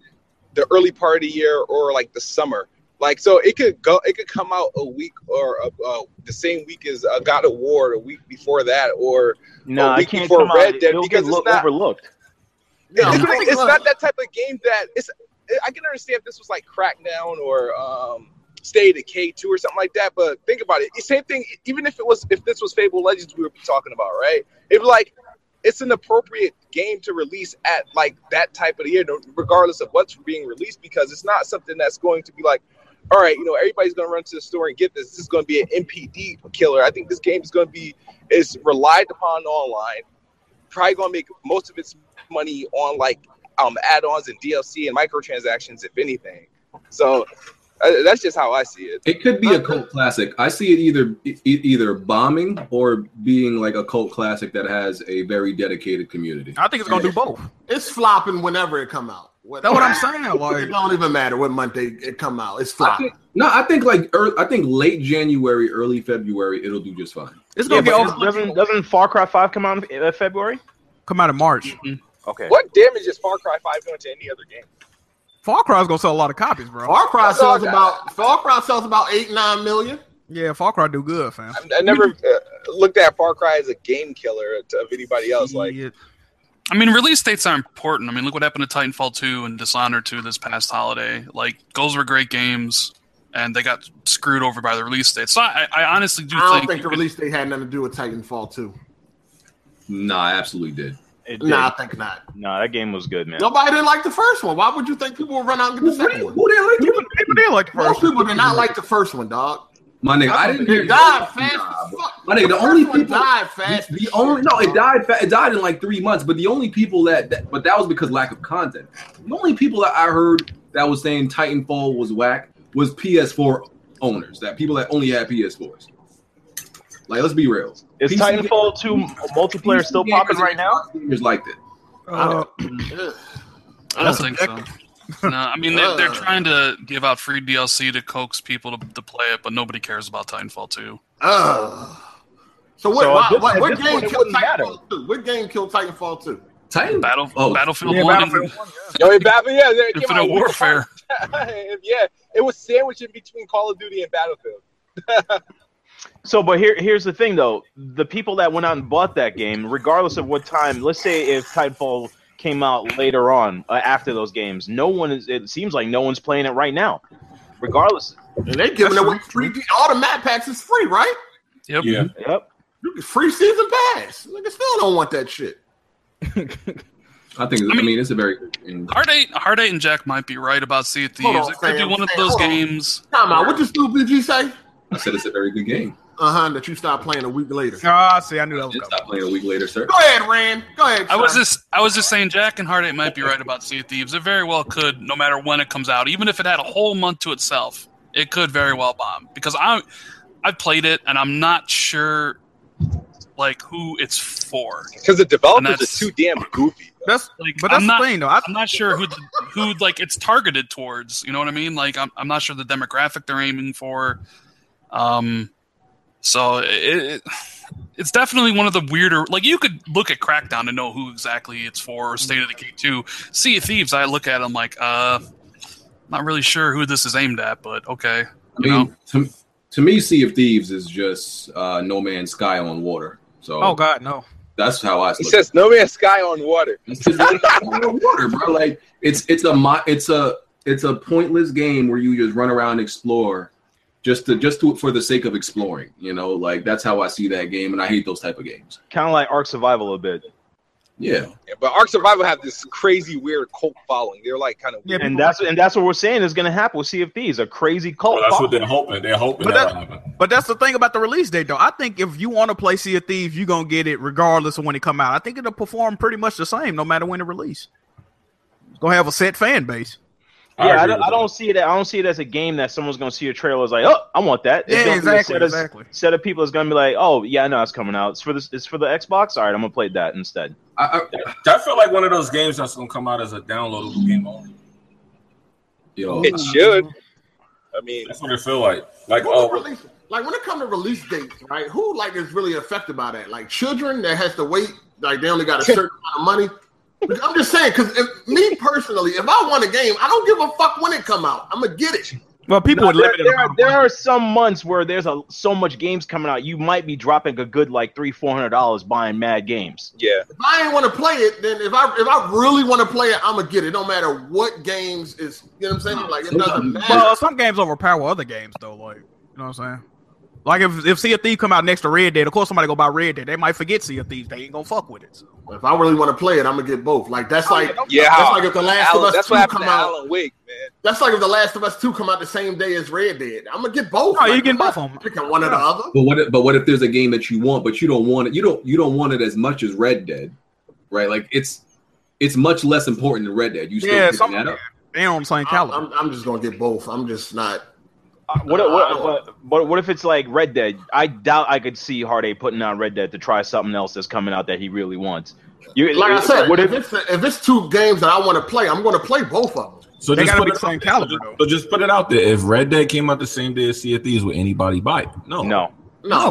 Speaker 10: the early part of the year or like the summer. Like so, it could go. It could come out a week or uh, uh, the same week as uh, God of War, a week before that, or
Speaker 7: No,
Speaker 10: week
Speaker 7: it can't
Speaker 10: before
Speaker 7: come out.
Speaker 10: Red Dead
Speaker 7: It'll get
Speaker 10: because it's
Speaker 7: look-
Speaker 10: not-
Speaker 7: overlooked.
Speaker 10: Yeah,
Speaker 5: Yeah.
Speaker 10: it's,
Speaker 5: Yeah.
Speaker 10: it's not that type of game that it's. I can understand if this was like Crackdown or um, Stay to K two or something like that, but think about it. Same thing. Even if it was, if this was Fable Legends, we were talking about, right? If like it's an appropriate game to release at like that type of the year, no- regardless of what's being released, because it's not something that's going to be like, all right, you know, everybody's going to run to the store and get this. This is going to be an MPD killer. I think this game is going to be is relied upon online. Probably going to make most of its money on like um add-ons and DLC and microtransactions, if anything. So uh, that's just how I see it.
Speaker 1: It could
Speaker 4: Uh,
Speaker 1: be a cult classic. I see it either e- e- either bombing or being like a cult classic that has a very dedicated community.
Speaker 4: I think it's gonna do both.
Speaker 5: It's flopping whenever it come out.
Speaker 4: That's what I'm saying.
Speaker 5: It
Speaker 4: Like
Speaker 5: don't even matter what month they, it come out. It's
Speaker 1: I
Speaker 5: flopping.
Speaker 1: think, no, I think like early, I think late January, early February, it'll do just fine.
Speaker 4: it's
Speaker 7: Yeah,
Speaker 4: gonna
Speaker 7: but
Speaker 4: get
Speaker 7: doesn't-
Speaker 4: over.
Speaker 7: doesn't doesn't Far Cry Five come out in uh, February?
Speaker 4: Come out in March.
Speaker 7: Okay.
Speaker 10: What damage is Far Cry Five doing to any other game?
Speaker 4: Far Cry's gonna sell a lot of copies, bro.
Speaker 5: Far Cry
Speaker 10: That's all
Speaker 5: sells
Speaker 10: I got.
Speaker 5: about Far Cry sells about eight nine million.
Speaker 4: Yeah, Far Cry do good, fam.
Speaker 10: I, I never uh, looked at Far Cry as a game killer to, of anybody else. Like
Speaker 4: Shit.
Speaker 2: I mean, release dates are important. I mean, look what happened to Titanfall 2 and Dishonored 2 this past holiday. Like, those were great games, and they got screwed over by the release date. So I, I honestly do
Speaker 5: I don't
Speaker 2: think,
Speaker 5: think, the
Speaker 2: you could-
Speaker 5: release date had nothing to do with Titanfall two.
Speaker 1: Nah, I absolutely did.
Speaker 7: It did.
Speaker 5: Nah, I think not.
Speaker 7: Nah, that game was good, man.
Speaker 5: Nobody didn't like the first one. Why would you think people would run out and get the second one?
Speaker 1: Who the hell?
Speaker 4: People did like the first.
Speaker 5: Most people did not like the first one, dog.
Speaker 1: My nigga, I didn't.
Speaker 5: It died fast
Speaker 1: Nah,
Speaker 5: as
Speaker 1: bro.
Speaker 5: fuck.
Speaker 1: My nigga, the
Speaker 5: first
Speaker 1: only
Speaker 5: one
Speaker 1: people-
Speaker 5: died fast.
Speaker 1: The
Speaker 5: as
Speaker 1: only
Speaker 5: shit,
Speaker 1: no, it
Speaker 5: dog.
Speaker 1: died. Fa- it died in like three months. But the only people that, that, but that was because lack of content. The only people that I heard that was saying Titanfall was whack was PS4 owners. That people that only had PS4s. Like, let's be real.
Speaker 7: Is
Speaker 1: PC
Speaker 7: Titanfall Two m- multiplayer still
Speaker 1: gamers
Speaker 7: popping
Speaker 1: and
Speaker 7: right now?
Speaker 1: Xbox Gamers liked it.
Speaker 4: Uh,
Speaker 5: Ugh.
Speaker 2: I don't think so. No, I mean, they're, they're
Speaker 5: Uh.
Speaker 2: trying to give out free DLC to coax people to, to play it, but nobody cares about Titanfall 2.
Speaker 5: Ugh. So what?
Speaker 7: So
Speaker 5: why,
Speaker 7: at this-
Speaker 5: what,
Speaker 7: at
Speaker 5: what
Speaker 7: this
Speaker 5: game
Speaker 7: point, it
Speaker 5: killed
Speaker 7: wouldn't matter.
Speaker 5: Titanfall two? What game killed Titanfall two?
Speaker 1: Titan
Speaker 2: Battle,
Speaker 1: Oh,
Speaker 2: Battlefield
Speaker 4: yeah,
Speaker 2: 1 and
Speaker 4: Battlefield
Speaker 10: yo, it, Battle- yeah, they came out
Speaker 2: Infinite
Speaker 10: a week
Speaker 2: Warfare.
Speaker 10: apart. yeah, it was sandwiching between Call of Duty and Battlefield.
Speaker 7: So, but here, here's the thing, though. The people that went out and bought that game, regardless of what time, let's say if Titanfall came out later on uh, after those games, no one is. It seems like no one's playing it right now. Regardless,
Speaker 5: And they giving away free. All the map packs is free, right?
Speaker 2: Yep.
Speaker 6: Yeah.
Speaker 7: yep.
Speaker 5: You can- Free season pass. Niggas still don't want that shit.
Speaker 1: I think. I
Speaker 2: I
Speaker 1: mean,
Speaker 2: mean-
Speaker 1: it's a very good game.
Speaker 2: Heart Eight, Heart Eight and Jack might be right about Sea of
Speaker 5: Hold
Speaker 2: Thieves.
Speaker 5: on,
Speaker 2: it could be
Speaker 5: Sam,
Speaker 2: one of
Speaker 5: Sam,
Speaker 2: those
Speaker 5: hold on.
Speaker 2: games.
Speaker 5: Time out. What does Blue BG say?
Speaker 1: I said it's a very good game.
Speaker 5: uh huh, that you stopped playing a week later.
Speaker 4: Ah, see, I knew that was
Speaker 1: Did
Speaker 4: coming.
Speaker 1: stop playing a week later, sir.
Speaker 5: Go ahead, Rand. Go ahead.
Speaker 2: I was
Speaker 5: son.
Speaker 2: just I was just saying Jack and Heartache might be right about Sea of Thieves. It very well could, no matter when it comes out, even if it had a whole month to itself, it could very well bomb. Because I I played it and I'm not sure like who it's for.
Speaker 10: Because the developers
Speaker 2: that's-
Speaker 10: are too damn goofy.
Speaker 4: That's
Speaker 2: Like
Speaker 4: but that's
Speaker 2: I'm
Speaker 4: the
Speaker 2: not
Speaker 4: thing though. I,
Speaker 2: I'm not sure who the, who like it's targeted towards. You know what I mean? Like I'm I'm not sure the demographic they're aiming for. Um, so it, it it's definitely one of the weirder. Like you could look at Crackdown and know who exactly it's for. Or State of the Key Two, Sea of Thieves. I look at it, I'm like, uh, not really sure who this is aimed at, but okay.
Speaker 1: I mean, to, to me, Sea of Thieves is just uh, No Man's Sky on water. So
Speaker 4: oh God, no.
Speaker 1: that's how I.
Speaker 10: He
Speaker 1: look
Speaker 10: says no man's sky on water.
Speaker 1: It's just like on water, bro. Like it's it's a mo- it's a it's a pointless game where you just run around and explore, just to just to for the sake of exploring. You know, like that's how I see that game, and I hate those type of games.
Speaker 7: Kind of like Ark Survival a bit.
Speaker 1: Yeah,
Speaker 10: Yeah, but Ark Survival have this crazy weird cult following. They're like kind of
Speaker 4: Yeah,
Speaker 10: weird.
Speaker 7: And that's and that's what we're saying is going to happen with Sea of Thieves, a crazy cult.
Speaker 6: Well, that's what
Speaker 7: following.
Speaker 6: they're hoping. They're hoping
Speaker 4: But
Speaker 6: that'll
Speaker 4: that-
Speaker 6: happen.
Speaker 4: But that's the thing about the release date, though. I think if you want to play Sea of Thieves, you're gonna get it regardless of when it come out. I think it'll perform pretty much the same, no matter when it release. It's gonna have a set fan base.
Speaker 7: yeah, I,
Speaker 6: agree
Speaker 7: don't,
Speaker 6: with
Speaker 7: I don't see it. I don't see it as a game that someone's going to see a trailer as like, oh, I want that. It's
Speaker 4: Yeah,
Speaker 7: gonna be a
Speaker 4: exactly,
Speaker 7: Set of,
Speaker 4: exactly.
Speaker 7: set of people is going to be like, oh, yeah, I know it's coming out. It's for this. It's for the Xbox. All right, I'm going to play that instead.
Speaker 1: I, I,
Speaker 6: that. That felt like one of those games that's going to come out as a downloadable game only.
Speaker 1: yo,
Speaker 10: It should. I mean,
Speaker 6: That's what it feel like. Like,
Speaker 5: Who
Speaker 6: oh,
Speaker 5: would release- like when it comes to release dates, right? Who like is really affected by that? Like children that has to wait, like they only got a certain amount of money. Because I'm just saying, because me personally, if I want a game, I don't give a fuck when it come out. I'm gonna get it.
Speaker 4: Well, people
Speaker 7: No,
Speaker 4: would
Speaker 7: there,
Speaker 4: limit
Speaker 7: there are, there are some months where there's a so much games coming out, you might be dropping a good like three, four hundred dollars buying mad games.
Speaker 10: yeah.
Speaker 5: If I ain't want to play it, then if I if I really want to play it, I'm gonna get it. No matter what games is, you know what I'm saying? Like it doesn't matter.
Speaker 4: Well, some games overpower other games, though. Like you know what I'm saying. Like if if Sea of Thieves come out next to Red Dead, of course somebody go buy Red Dead. They might forget Sea of Thieves. They ain't gonna fuck with it. So.
Speaker 5: If I really want to play it, I'm gonna get both. Like that's like
Speaker 10: Yeah,
Speaker 5: that's
Speaker 10: how-
Speaker 5: like if the Last
Speaker 10: Alan-
Speaker 5: of Us
Speaker 10: that's
Speaker 5: two
Speaker 10: what happened
Speaker 5: come
Speaker 10: to
Speaker 5: out.
Speaker 10: Alan Wake, man.
Speaker 5: That's like if the Last of Us two come out the same day as Red Dead. I'm gonna get both.
Speaker 4: No,
Speaker 5: Like,
Speaker 4: you getting
Speaker 5: I'm not
Speaker 4: both of 'em.
Speaker 5: Picking one or the
Speaker 4: Yeah.
Speaker 5: other.
Speaker 1: But what? If, but what if there's a game that you want, but you don't want it? You don't. You don't want it as much as Red Dead, right? Like it's it's much less important than Red Dead. You still
Speaker 4: Yeah,
Speaker 1: picking
Speaker 4: some-
Speaker 1: that up?
Speaker 4: They on the same
Speaker 5: I'm,
Speaker 4: caliber.
Speaker 5: I'm, I'm just gonna get both. I'm just not.
Speaker 7: Uh, What, what, what, what, what if it's like Red Dead? I doubt I could see Hard-A putting out Red Dead to try something else that's coming out that he really wants. You,
Speaker 5: Like I said,
Speaker 7: what
Speaker 5: if it's if it's two games that I want to play, I'm going to play both of them.
Speaker 6: so
Speaker 4: they
Speaker 6: just
Speaker 4: gotta
Speaker 6: put
Speaker 4: be
Speaker 6: it
Speaker 4: the
Speaker 6: out
Speaker 4: same
Speaker 6: there.
Speaker 4: caliber,
Speaker 6: So just-
Speaker 4: though.
Speaker 6: So just put it out there. If Red Dead came out the same day as Sea of Thieves, would anybody buy it? No.
Speaker 7: no.
Speaker 5: No,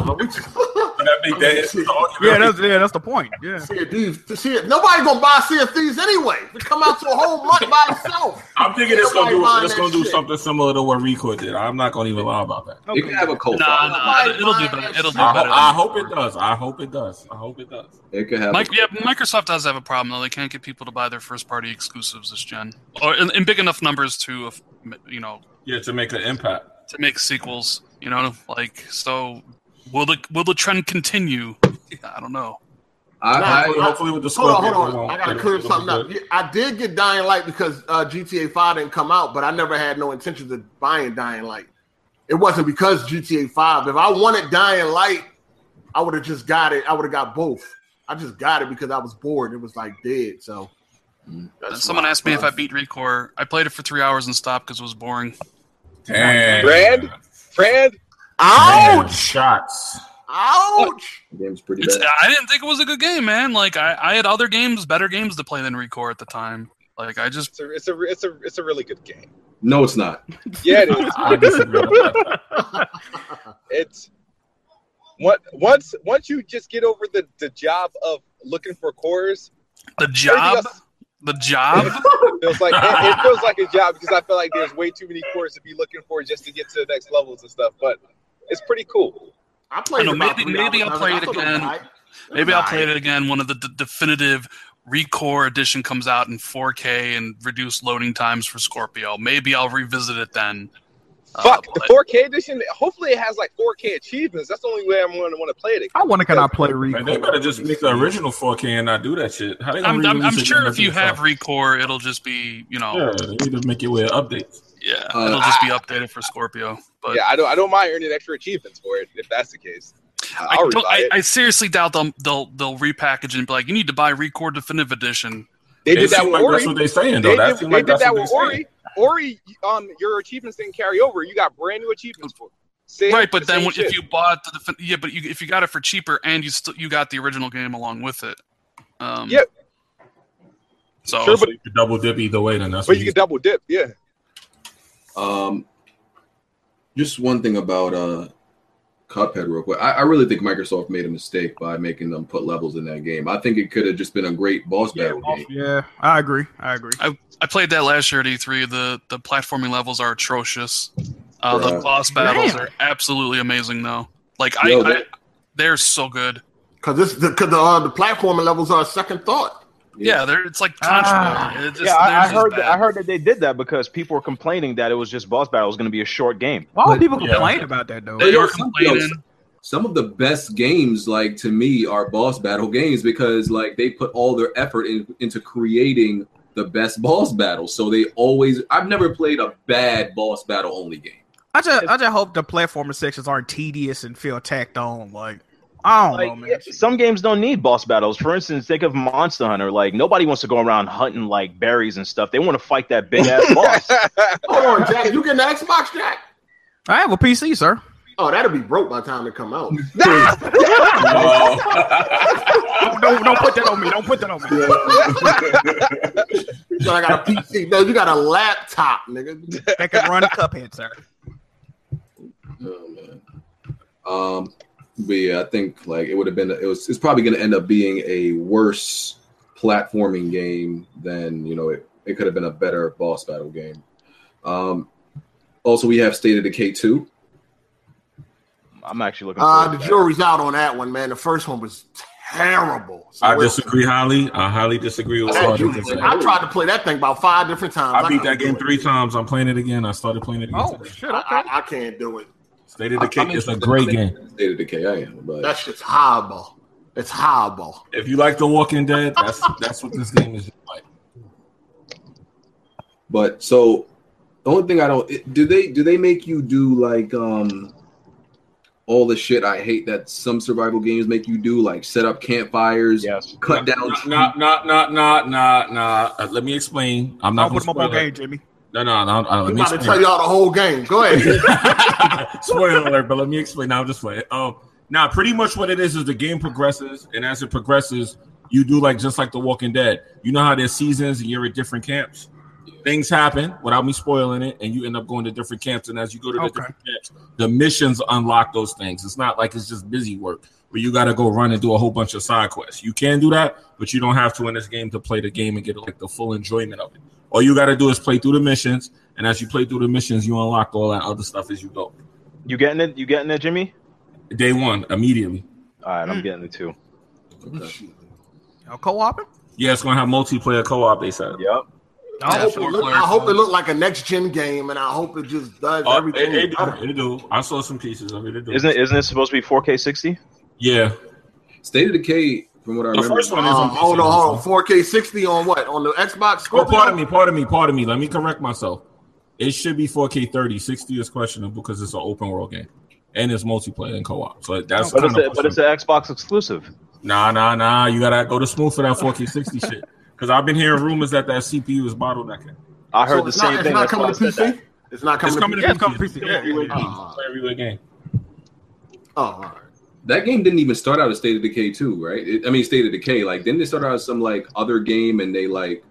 Speaker 4: No.
Speaker 5: but we
Speaker 6: And I think that is the
Speaker 4: yeah,
Speaker 6: argument.
Speaker 4: that's yeah, that's the point. Yeah.
Speaker 5: Sea of Thieves. to see it- Nobody gonna buy Sea of Thieves anyway. It come out to a whole month by itself.
Speaker 6: I'm thinking it's gonna do
Speaker 5: Nobody buying
Speaker 6: it's gonna
Speaker 5: that
Speaker 6: do
Speaker 5: shit.
Speaker 6: something similar to what Record did. I'm not gonna even lie about that.
Speaker 1: It can have a cold.
Speaker 2: Nah,
Speaker 1: follow.
Speaker 2: nah, it'll do better. It'll do
Speaker 6: I,
Speaker 2: better. than-
Speaker 6: ho- I hope it does. I hope it does. I hope it does.
Speaker 1: It could have.
Speaker 2: Mike, yeah, Microsoft does have a problem though. They can't get people to buy their first-party exclusives this gen, or in, in big enough numbers to, you know,
Speaker 6: Yeah, to make an impact.
Speaker 2: to make sequels. You know, like so. Will the will the trend continue? I don't know.
Speaker 1: I,
Speaker 5: Nah,
Speaker 1: I,
Speaker 6: Hopefully, hopefully with the
Speaker 5: Hold on,
Speaker 6: Scorpion,
Speaker 5: hold
Speaker 6: it
Speaker 5: on.
Speaker 6: won't-
Speaker 5: I gotta
Speaker 6: it'll-
Speaker 5: clear
Speaker 6: it'll be
Speaker 5: something up.
Speaker 6: good.
Speaker 5: Yeah, I did get Dying Light because uh, GTA Five didn't come out, but I never had no intentions of buying Dying Light. It wasn't because GTA Five. If I wanted Dying Light, I would have just got it. I would have got both. I just got it because I was bored. It was like dead. So that's
Speaker 2: Someone
Speaker 5: why.
Speaker 2: asked me if I beat Recore. I played it for three hours and stopped because it was boring.
Speaker 6: Damn.
Speaker 10: Red? Fred,
Speaker 6: Damn.
Speaker 5: Ouch!
Speaker 6: Shots.
Speaker 5: Ouch!
Speaker 1: the game's pretty
Speaker 2: It's,
Speaker 1: bad.
Speaker 2: I didn't think it was a good game, man. Like I, I had other games, better games to play than Recore at the time. Like I just
Speaker 10: it's a, it's a, it's a, it's a really good game.
Speaker 1: no, it's not.
Speaker 10: Yeah, it is.
Speaker 6: I, I disagree.
Speaker 10: it's what once once you just get over the the job of looking for cores.
Speaker 2: the
Speaker 10: everything
Speaker 2: job,
Speaker 10: else
Speaker 2: the job.
Speaker 10: feels like it, it feels like a job because I feel like there's way too many cores to be looking for just to get to the next levels and stuff. But it's pretty cool.
Speaker 5: I played
Speaker 2: I know,
Speaker 5: about
Speaker 2: maybe-
Speaker 5: three
Speaker 2: maybe
Speaker 5: hours.
Speaker 2: I'll play
Speaker 5: I
Speaker 2: it
Speaker 5: thought was
Speaker 2: again.
Speaker 5: alright. It
Speaker 2: Maybe
Speaker 5: was
Speaker 2: I'll play
Speaker 5: alright.
Speaker 2: it again. One of the d- definitive Recore edition comes out in 4K and reduced loading times for Scorpio. Maybe I'll revisit it then.
Speaker 5: Oh,
Speaker 2: Uh,
Speaker 10: Fuck the
Speaker 2: but-
Speaker 10: 4K edition. Hopefully, it has like 4K achievements. That's the only way I'm going to want to play it.
Speaker 4: I wonder can I play Record?
Speaker 6: Man, they better just make the original 4K and not do that shit. How they gonna
Speaker 2: I'm, I'm,
Speaker 6: re-release
Speaker 2: I'm
Speaker 6: it
Speaker 2: sure
Speaker 6: and
Speaker 2: if you
Speaker 6: nothing
Speaker 2: have
Speaker 6: else?
Speaker 2: Recore, it'll just be you know
Speaker 6: yeah, they need to make it with updates.
Speaker 2: Yeah,
Speaker 10: Uh,
Speaker 2: it'll just be updated for Scorpio. But
Speaker 10: yeah, I don't I don't mind earning extra achievements for it if that's the case. Uh,
Speaker 2: I,
Speaker 10: I'll
Speaker 2: don't,
Speaker 10: rebuy
Speaker 2: I,
Speaker 10: it.
Speaker 2: I seriously doubt they'll they'll they'll repackage and be like, you need to buy Record Definitive Edition.
Speaker 10: they
Speaker 6: It
Speaker 10: did that
Speaker 6: seemed
Speaker 10: with
Speaker 6: like
Speaker 10: Ori.
Speaker 6: that's what they're saying though.
Speaker 10: they
Speaker 6: that
Speaker 10: did,
Speaker 6: seemed
Speaker 10: they
Speaker 6: like
Speaker 10: did
Speaker 6: that's
Speaker 10: that
Speaker 6: what
Speaker 10: with
Speaker 6: they're saying.
Speaker 10: Ori. Ori, um, your achievements didn't carry over. You got brand new achievements for it. Same-
Speaker 2: right, but then
Speaker 10: same
Speaker 2: when,
Speaker 10: shit.
Speaker 2: if you bought the defi- yeah, but you, if you got it for cheaper and you still you got the original game along with it. Um,
Speaker 10: Yep.
Speaker 2: So
Speaker 10: Sure, but-
Speaker 6: So you could double dip either way, then that's
Speaker 10: but
Speaker 6: what
Speaker 10: you
Speaker 6: you
Speaker 10: can double dip, yeah.
Speaker 1: Um, just one thing about uh, Cuphead, real quick. I, I really think Microsoft made a mistake by making them put levels in that game. I think it could have just been a great boss battle game.
Speaker 4: Yeah, I agree. I agree.
Speaker 2: I played that last year at E3. The the platforming levels are atrocious. Uh, the
Speaker 1: Bruh.
Speaker 2: boss battles
Speaker 4: Damn.
Speaker 2: are absolutely amazing, though. Like
Speaker 1: Yo,
Speaker 2: I, I,
Speaker 1: that-
Speaker 2: they're so good.
Speaker 5: Because this, the, cause the, uh, the platforming levels are a second thought.
Speaker 2: Yeah, they're it's like Contra. It just-
Speaker 7: yeah,
Speaker 2: they're
Speaker 7: I, I
Speaker 2: just
Speaker 7: heard.
Speaker 2: bad.
Speaker 7: That, I heard that they did that because people were complaining that it was just boss battle. It was going to be a short game.
Speaker 4: Why would people
Speaker 6: Yeah.
Speaker 4: complain about that though?
Speaker 2: They
Speaker 1: Yo,
Speaker 2: are
Speaker 1: some- yo,
Speaker 2: complaining.
Speaker 1: Some of the best games, like to me, are boss battle games because like they put all their effort in, into creating the best boss battle. So they always. I've never played a bad boss battle only game.
Speaker 4: I just I just hope the platformer sections aren't tedious and feel tacked on. Like I don't know,
Speaker 7: Like,
Speaker 4: man.
Speaker 7: yeah, some games don't need boss battles. For instance, think of Monster Hunter. Like nobody wants to go around hunting like berries and stuff. They want to fight that big ass boss.
Speaker 5: Hold on, Jack. You getting the Xbox, Jack?
Speaker 4: I have a PC, sir.
Speaker 5: Oh, that'll be broke by the time it come out.
Speaker 4: Don't, don't, don't put that on me. Don't put that on me.
Speaker 5: So I got a PC. No, you got a laptop, nigga.
Speaker 4: That can run Cuphead, sir.
Speaker 1: Oh man. Um, but yeah, I think like it would have been it was it's probably going to end up being a worse platforming game than you know it it could have been a better boss battle game. Um, also we have State of Decay two.
Speaker 7: I'm actually looking.
Speaker 5: Uh, the
Speaker 7: forward to that.
Speaker 5: jury's out on that one, man. The first one was terrible. So
Speaker 6: I
Speaker 5: we're-
Speaker 6: disagree highly. I highly disagree with
Speaker 5: That
Speaker 6: what you
Speaker 5: jury- I tried to play that thing about five different times.
Speaker 6: I beat
Speaker 5: couldn't
Speaker 6: that game
Speaker 5: do it.
Speaker 6: three times. I'm playing it again. I started playing it again.
Speaker 4: Oh
Speaker 6: today.
Speaker 4: shit!
Speaker 5: I,
Speaker 4: Okay.
Speaker 5: I, I can't do it.
Speaker 6: State of the
Speaker 1: I'm
Speaker 6: Kick is a
Speaker 1: interested-
Speaker 6: great
Speaker 1: I'm
Speaker 6: game.
Speaker 1: interested in State of Decay, I am, but
Speaker 5: That shit's horrible. It's horrible.
Speaker 6: If you like The Walking Dead, that's that's what this game is like.
Speaker 1: But so the only thing I don't it- do they do they make you do like um all the shit I hate that some survival games make you do like set up campfires,
Speaker 7: Yes.
Speaker 1: cut down
Speaker 6: Nah, nah, nah, nah, nah, nah. Uh, let me explain. I'm
Speaker 4: I'll
Speaker 6: not
Speaker 4: put
Speaker 6: going
Speaker 4: them up on
Speaker 6: to
Speaker 4: game, Jimmy.
Speaker 6: No, no, no. no
Speaker 5: I'm
Speaker 6: Oh, let me
Speaker 5: about to
Speaker 6: explain.
Speaker 5: tell y'all the whole game. Go ahead.
Speaker 6: Spoiler alert, but let me explain. Now, just wait. Um, now, pretty much what it is is the game progresses, and as it progresses, you do like just like The Walking Dead. You know how there's seasons, and you're at different camps. Things happen without me spoiling it, and you end up going to different camps. And as you go to the
Speaker 4: Okay.
Speaker 6: different camps, the missions unlock those things. It's not like it's just busy work where you got to go run and do a whole bunch of side quests. You can do that, but you don't have to in this game to play the game and get like the full enjoyment of it. All you got to do is play through the missions, and as you play through the missions, you unlock all that other stuff as you go.
Speaker 7: You getting it? You getting it, Jimmy?
Speaker 6: Day one, immediately.
Speaker 7: All right,
Speaker 5: Hmm.
Speaker 7: I'm getting it too.
Speaker 4: Y'all co-oping?
Speaker 6: Yeah, it's gonna have multiplayer co-op. They said.
Speaker 7: Yep.
Speaker 5: I, hope it
Speaker 2: four
Speaker 5: look,
Speaker 2: players.
Speaker 5: I hope it looked like a next gen game, and I hope it just does
Speaker 6: Oh, it,
Speaker 5: everything.
Speaker 6: it
Speaker 5: better.
Speaker 6: do. It do. I saw some pieces of it. It do.
Speaker 7: Isn't it, isn't it supposed to be 4K 60?
Speaker 6: Yeah.
Speaker 1: State of Decay, from what I
Speaker 6: The
Speaker 1: remember,
Speaker 6: first one is
Speaker 5: Um,
Speaker 6: on.
Speaker 5: hold on, hold on. 4K60 on what? On the Xbox?
Speaker 6: Oh, pardon
Speaker 5: Scorpio?
Speaker 6: me, pardon me, pardon me. Let me correct myself. It should be 4K 30. 60 is questionable because it's an open world game and it's multiplayer and co-op. So that's
Speaker 7: But
Speaker 6: kind
Speaker 7: it's, a,
Speaker 6: of
Speaker 7: but it's an Xbox exclusive.
Speaker 6: nah, nah, nah. You gotta go to smooth for that 4K 60 shit. Because I've been hearing rumors that that CPU is bottlenecking.
Speaker 7: I heard
Speaker 5: So
Speaker 7: the
Speaker 5: it's
Speaker 7: same
Speaker 5: not,
Speaker 7: thing.
Speaker 5: It's not
Speaker 7: That's why I
Speaker 5: coming to
Speaker 7: said that.
Speaker 5: PC. It's not coming.
Speaker 6: It's coming
Speaker 5: to
Speaker 6: to
Speaker 4: yeah, it's coming
Speaker 6: PC.
Speaker 4: to
Speaker 6: It's
Speaker 4: PC.
Speaker 6: coming to
Speaker 4: Yeah,
Speaker 6: everywhere
Speaker 5: yeah, yeah.
Speaker 6: game. It's everywhere game.
Speaker 5: Oh, all right.
Speaker 1: that game didn't even start out as State of Decay 2, right? It- I mean, State of Decay. Like, didn't it start out as some like other game and they like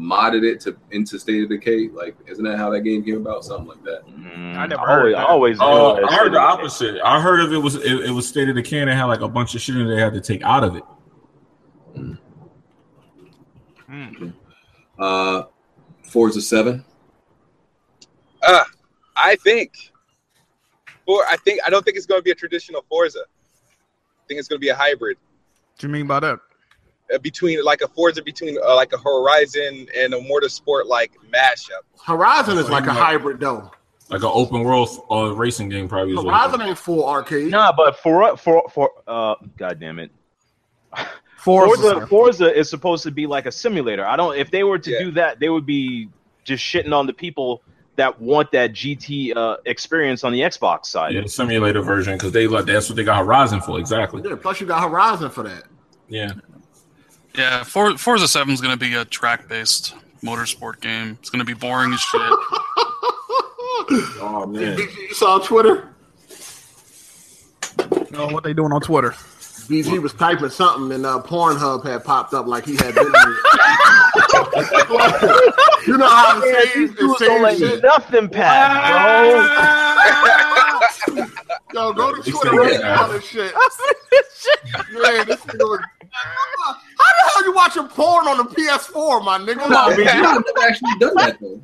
Speaker 1: modded it to into State of Decay? Like, isn't that how that game came about? Something like that.
Speaker 7: Mm,
Speaker 4: I
Speaker 7: always,
Speaker 4: never heard that.
Speaker 7: always
Speaker 5: Oh,
Speaker 6: Uh,
Speaker 7: knew that
Speaker 6: I heard
Speaker 7: shit.
Speaker 6: the opposite. I heard of it was it, it was state of the can and had like a bunch of shit in it they had to take out of it.
Speaker 1: Uh, Forza Seven.
Speaker 10: Uh, I think for I think I don't think it's going to be a traditional Forza. I think it's going to be a hybrid
Speaker 4: What you mean by that?
Speaker 10: uh, between like a Forza between uh, like a Horizon and a Motorsport like mashup.
Speaker 5: Horizon is
Speaker 6: So
Speaker 5: like
Speaker 6: you
Speaker 5: a
Speaker 6: know-
Speaker 5: hybrid though.
Speaker 6: Like an open world uh, racing game, probably. Is what
Speaker 5: Horizon
Speaker 6: it
Speaker 5: ain't full arcade.
Speaker 7: Nah, but for for for uh, god damn it,
Speaker 4: Forza.
Speaker 7: Forza Forza is supposed to be like a simulator. I don't. If they were to
Speaker 10: Yeah.
Speaker 7: do that, they would be just shitting on the people that want that GT uh, experience on the Xbox side.
Speaker 6: Yeah, the simulator version because they love that's what they got Horizon for exactly.
Speaker 5: Yeah, plus you got Horizon for that.
Speaker 6: Yeah,
Speaker 2: Yeah, For- Forza 7 is going to be a track based motorsport game. It's going to be boring as shit.
Speaker 5: Oh man, you, you saw Twitter.
Speaker 4: know what they doing on Twitter.
Speaker 5: BG was typing something, and uh, Pornhub had popped up like he had been. there. you know how it saves, it
Speaker 7: Don't
Speaker 5: saves
Speaker 7: let
Speaker 5: shit.
Speaker 7: nothing pass,
Speaker 5: Yo, go to
Speaker 6: These
Speaker 5: Twitter right
Speaker 6: niggas
Speaker 5: now
Speaker 6: ass.
Speaker 5: and shit. Yeah, this nigga was. How the hell you watching porn on the PS4, my nigga?
Speaker 1: No, I mean, you know, I've never actually done that though.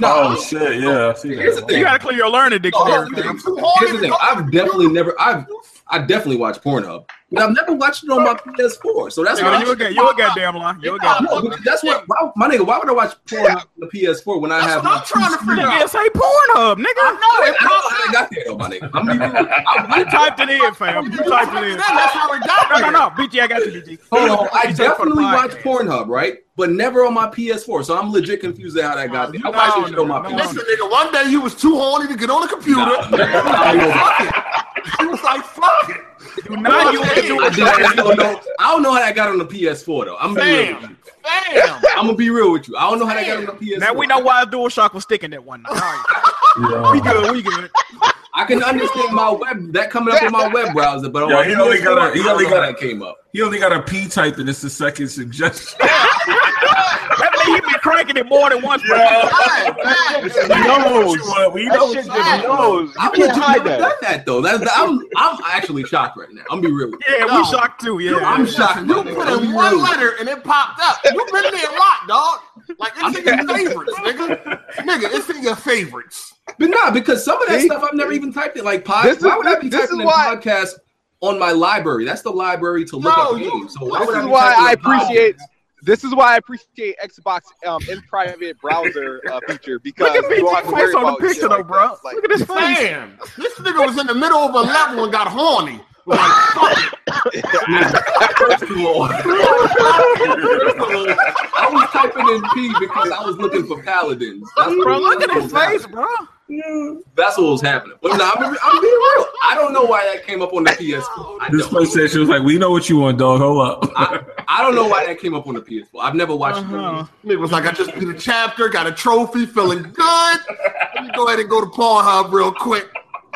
Speaker 1: No,
Speaker 6: Oh shit! Yeah, I see that.
Speaker 1: Here's the thing.
Speaker 4: You gotta clear your learning, Dick.
Speaker 1: No, here's the thing.
Speaker 5: Oh,
Speaker 1: Here's the thing. I've definitely never. I've I definitely watched Pornhub, but I've never watched it on my PS4. So that's
Speaker 4: Yo,
Speaker 1: why.
Speaker 4: you a, ga- you a goddamn lie. You a goddamn
Speaker 1: No, but that's what. Why, my nigga, why would I watch porn on the PS4 when I
Speaker 5: That's
Speaker 1: have?
Speaker 5: what I'm trying to figure
Speaker 4: Nigga,
Speaker 5: out.
Speaker 4: say Pornhub, nigga.
Speaker 1: I don't know how I got there though, my nigga. I'm gonna be real. I,
Speaker 4: You typed it in, fam. You typed it in.
Speaker 5: That's how it got
Speaker 4: No, no,
Speaker 5: there.
Speaker 4: no. BG, I got you, BG.
Speaker 1: Hold on, I
Speaker 4: He's up for the
Speaker 1: definitely watch
Speaker 4: podcast.
Speaker 1: Pornhub, right? But never on my PS4, so I'm legit confused at how that got there. I watched it
Speaker 4: No,
Speaker 1: on my
Speaker 4: no,
Speaker 1: PS4.
Speaker 5: Listen, nigga, one day you was too horny to get on the computer. Fuck it. You was like, fuck it.
Speaker 4: Do not you
Speaker 5: Hey,
Speaker 1: I, just, I, don't know, I don't know how that got on the PS4 though. I'm gonna, be real with you.
Speaker 5: Bam. Bam.
Speaker 1: I'm gonna be real with you. I don't know how that got on the PS4.
Speaker 4: Now we know why DualShock was sticking that one night. All right. We
Speaker 6: Yeah.
Speaker 4: good, we good.
Speaker 1: I can understand my web that coming up in my web browser, but on
Speaker 6: Yeah,
Speaker 1: my
Speaker 6: he only
Speaker 1: PS4,
Speaker 6: got a- he
Speaker 1: I don't
Speaker 6: only
Speaker 1: know
Speaker 6: got
Speaker 1: how
Speaker 6: a-
Speaker 1: that came up.
Speaker 6: He only got a P type, and it's the second suggestion.
Speaker 4: That nigga, he been cranking it more than once, bro.
Speaker 6: we know what you want. We know
Speaker 7: bro. That shit
Speaker 6: what you
Speaker 7: just
Speaker 6: want.
Speaker 7: knows. You
Speaker 1: I've
Speaker 7: can't
Speaker 1: legit
Speaker 7: hide
Speaker 1: never
Speaker 7: that.
Speaker 1: done that though. That's I'm I'm actually shocked right now. I'm gonna be real with you.
Speaker 4: Yeah,
Speaker 5: No.
Speaker 4: we shocked too. Yeah,
Speaker 1: I'm shocked.
Speaker 5: You put in one letter and it popped up. You've been there a lot, dog. Like it's in your favorites, nigga. Nigga, it's in your favorites.
Speaker 1: But nah, because some of that
Speaker 8: See?
Speaker 1: stuff I've never even typed in. Like pod,
Speaker 8: This is-
Speaker 1: why would I be
Speaker 8: this is
Speaker 1: typing in
Speaker 8: why-
Speaker 1: podcast on my library? That's the library to look
Speaker 5: No,
Speaker 1: up
Speaker 5: you-
Speaker 1: games. So why
Speaker 8: This
Speaker 1: would I
Speaker 8: is
Speaker 1: be
Speaker 8: why I
Speaker 1: typing in podcast?
Speaker 8: appreciate. This is why I appreciate Xbox um, in private browser uh, feature because
Speaker 4: Look at
Speaker 8: you don't have
Speaker 4: BG
Speaker 8: to worry
Speaker 4: face on the
Speaker 8: about shit
Speaker 4: picture though,
Speaker 8: like
Speaker 4: bro.
Speaker 8: that. Like,
Speaker 4: Look at his face.
Speaker 5: Damn. This nigga was in the middle of a level and got horny. Like, fuck it.
Speaker 1: First of all, first of all, I was typing in P because I was looking for paladins. That's
Speaker 4: Bro,
Speaker 1: what-
Speaker 4: look at his
Speaker 1: that's-
Speaker 4: face, bro.
Speaker 1: That's what was happening. But nah, I'm, I'm being real. I don't know why that came up on the PS4. I
Speaker 6: This person
Speaker 1: don't.
Speaker 6: said she was like, "We know what you want, dog. Hold up."
Speaker 1: I, I don't know why that came up on the PS4. I've never watched
Speaker 4: Uh-huh.
Speaker 1: it.
Speaker 5: Nigga was like, I just did a chapter, got a trophy, feeling good. Let me go ahead and go to Pornhub real quick.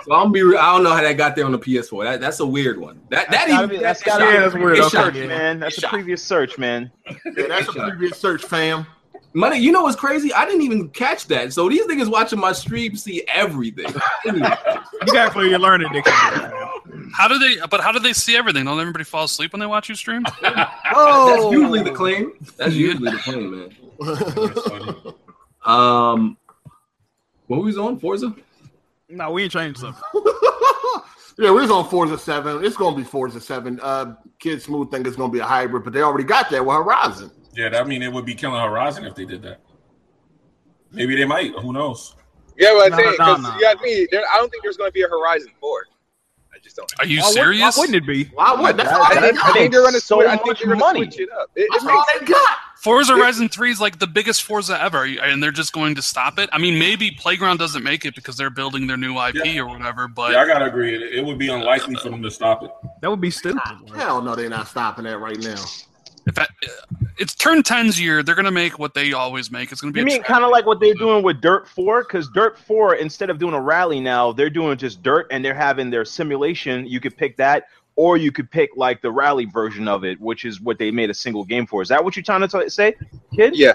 Speaker 1: So I'm be. Real, I don't know how that got there on the PS4. That, that's a weird one. That that
Speaker 7: Gotta
Speaker 1: even
Speaker 7: be-
Speaker 1: that
Speaker 7: that's gotta
Speaker 1: shot-
Speaker 7: be a
Speaker 4: that's weird.
Speaker 1: it
Speaker 4: Okay.
Speaker 1: shot-
Speaker 7: Search, man. That's a previous search, man.
Speaker 5: Yeah, that's a previous search, fam.
Speaker 1: Money, you know what's crazy? I didn't even catch that. So these niggas watching my stream see everything.
Speaker 4: You got to clear your learning, Dick.
Speaker 2: How do they? But how do they see everything? Don't everybody fall asleep when they watch you stream?
Speaker 1: That's usually the claim. That's usually the claim, man. Um, what we was on Forza?
Speaker 4: No, we ain't changed something.
Speaker 5: yeah, we was on Forza Seven. It's gonna be Forza Seven. Uh, Kid Smooth think it's gonna be a hybrid, but they already got that with Horizon.
Speaker 6: yeah, I mean, it would be killing Horizon if they did that. Maybe they might. Who knows?
Speaker 9: Yeah, but
Speaker 4: No,
Speaker 9: I'm saying,
Speaker 4: no,
Speaker 9: 'cause
Speaker 4: no.
Speaker 9: you got me. There, I don't think there's going to be a Horizon Four. I just don't.
Speaker 2: Are you
Speaker 4: Why would-
Speaker 2: serious?
Speaker 4: Why wouldn't it be?
Speaker 5: Why would that's all
Speaker 7: God,
Speaker 5: they
Speaker 7: that-
Speaker 5: got?
Speaker 9: I think they're going to
Speaker 7: so
Speaker 9: switch. I think
Speaker 7: much
Speaker 9: they're going
Speaker 7: money.
Speaker 9: to switch it up. It, it
Speaker 5: That's
Speaker 9: makes
Speaker 5: all they got.
Speaker 2: Forza Horizon 3 is like the biggest Forza ever, and they're just going to stop it. I mean, maybe Playground doesn't make it because they're building their new IP or whatever, but
Speaker 6: Yeah, I gotta agree. It, it would be unlikely for them to stop it.
Speaker 4: That would be stupid.
Speaker 5: Hell no, they're not stopping that right now.
Speaker 2: if I, it's turn 10's year. They're going to make what they always make. It's going to be
Speaker 7: You
Speaker 2: a
Speaker 7: mean
Speaker 2: track.
Speaker 7: kind of like what they're doing with Dirt 4? Because Dirt 4, instead of doing a rally now, they're doing just dirt and they're having their simulation. You could pick that, or you could pick like the rally version of it, which is what they made a single game for. Is that what you're trying to t- say, kid?
Speaker 9: Yeah,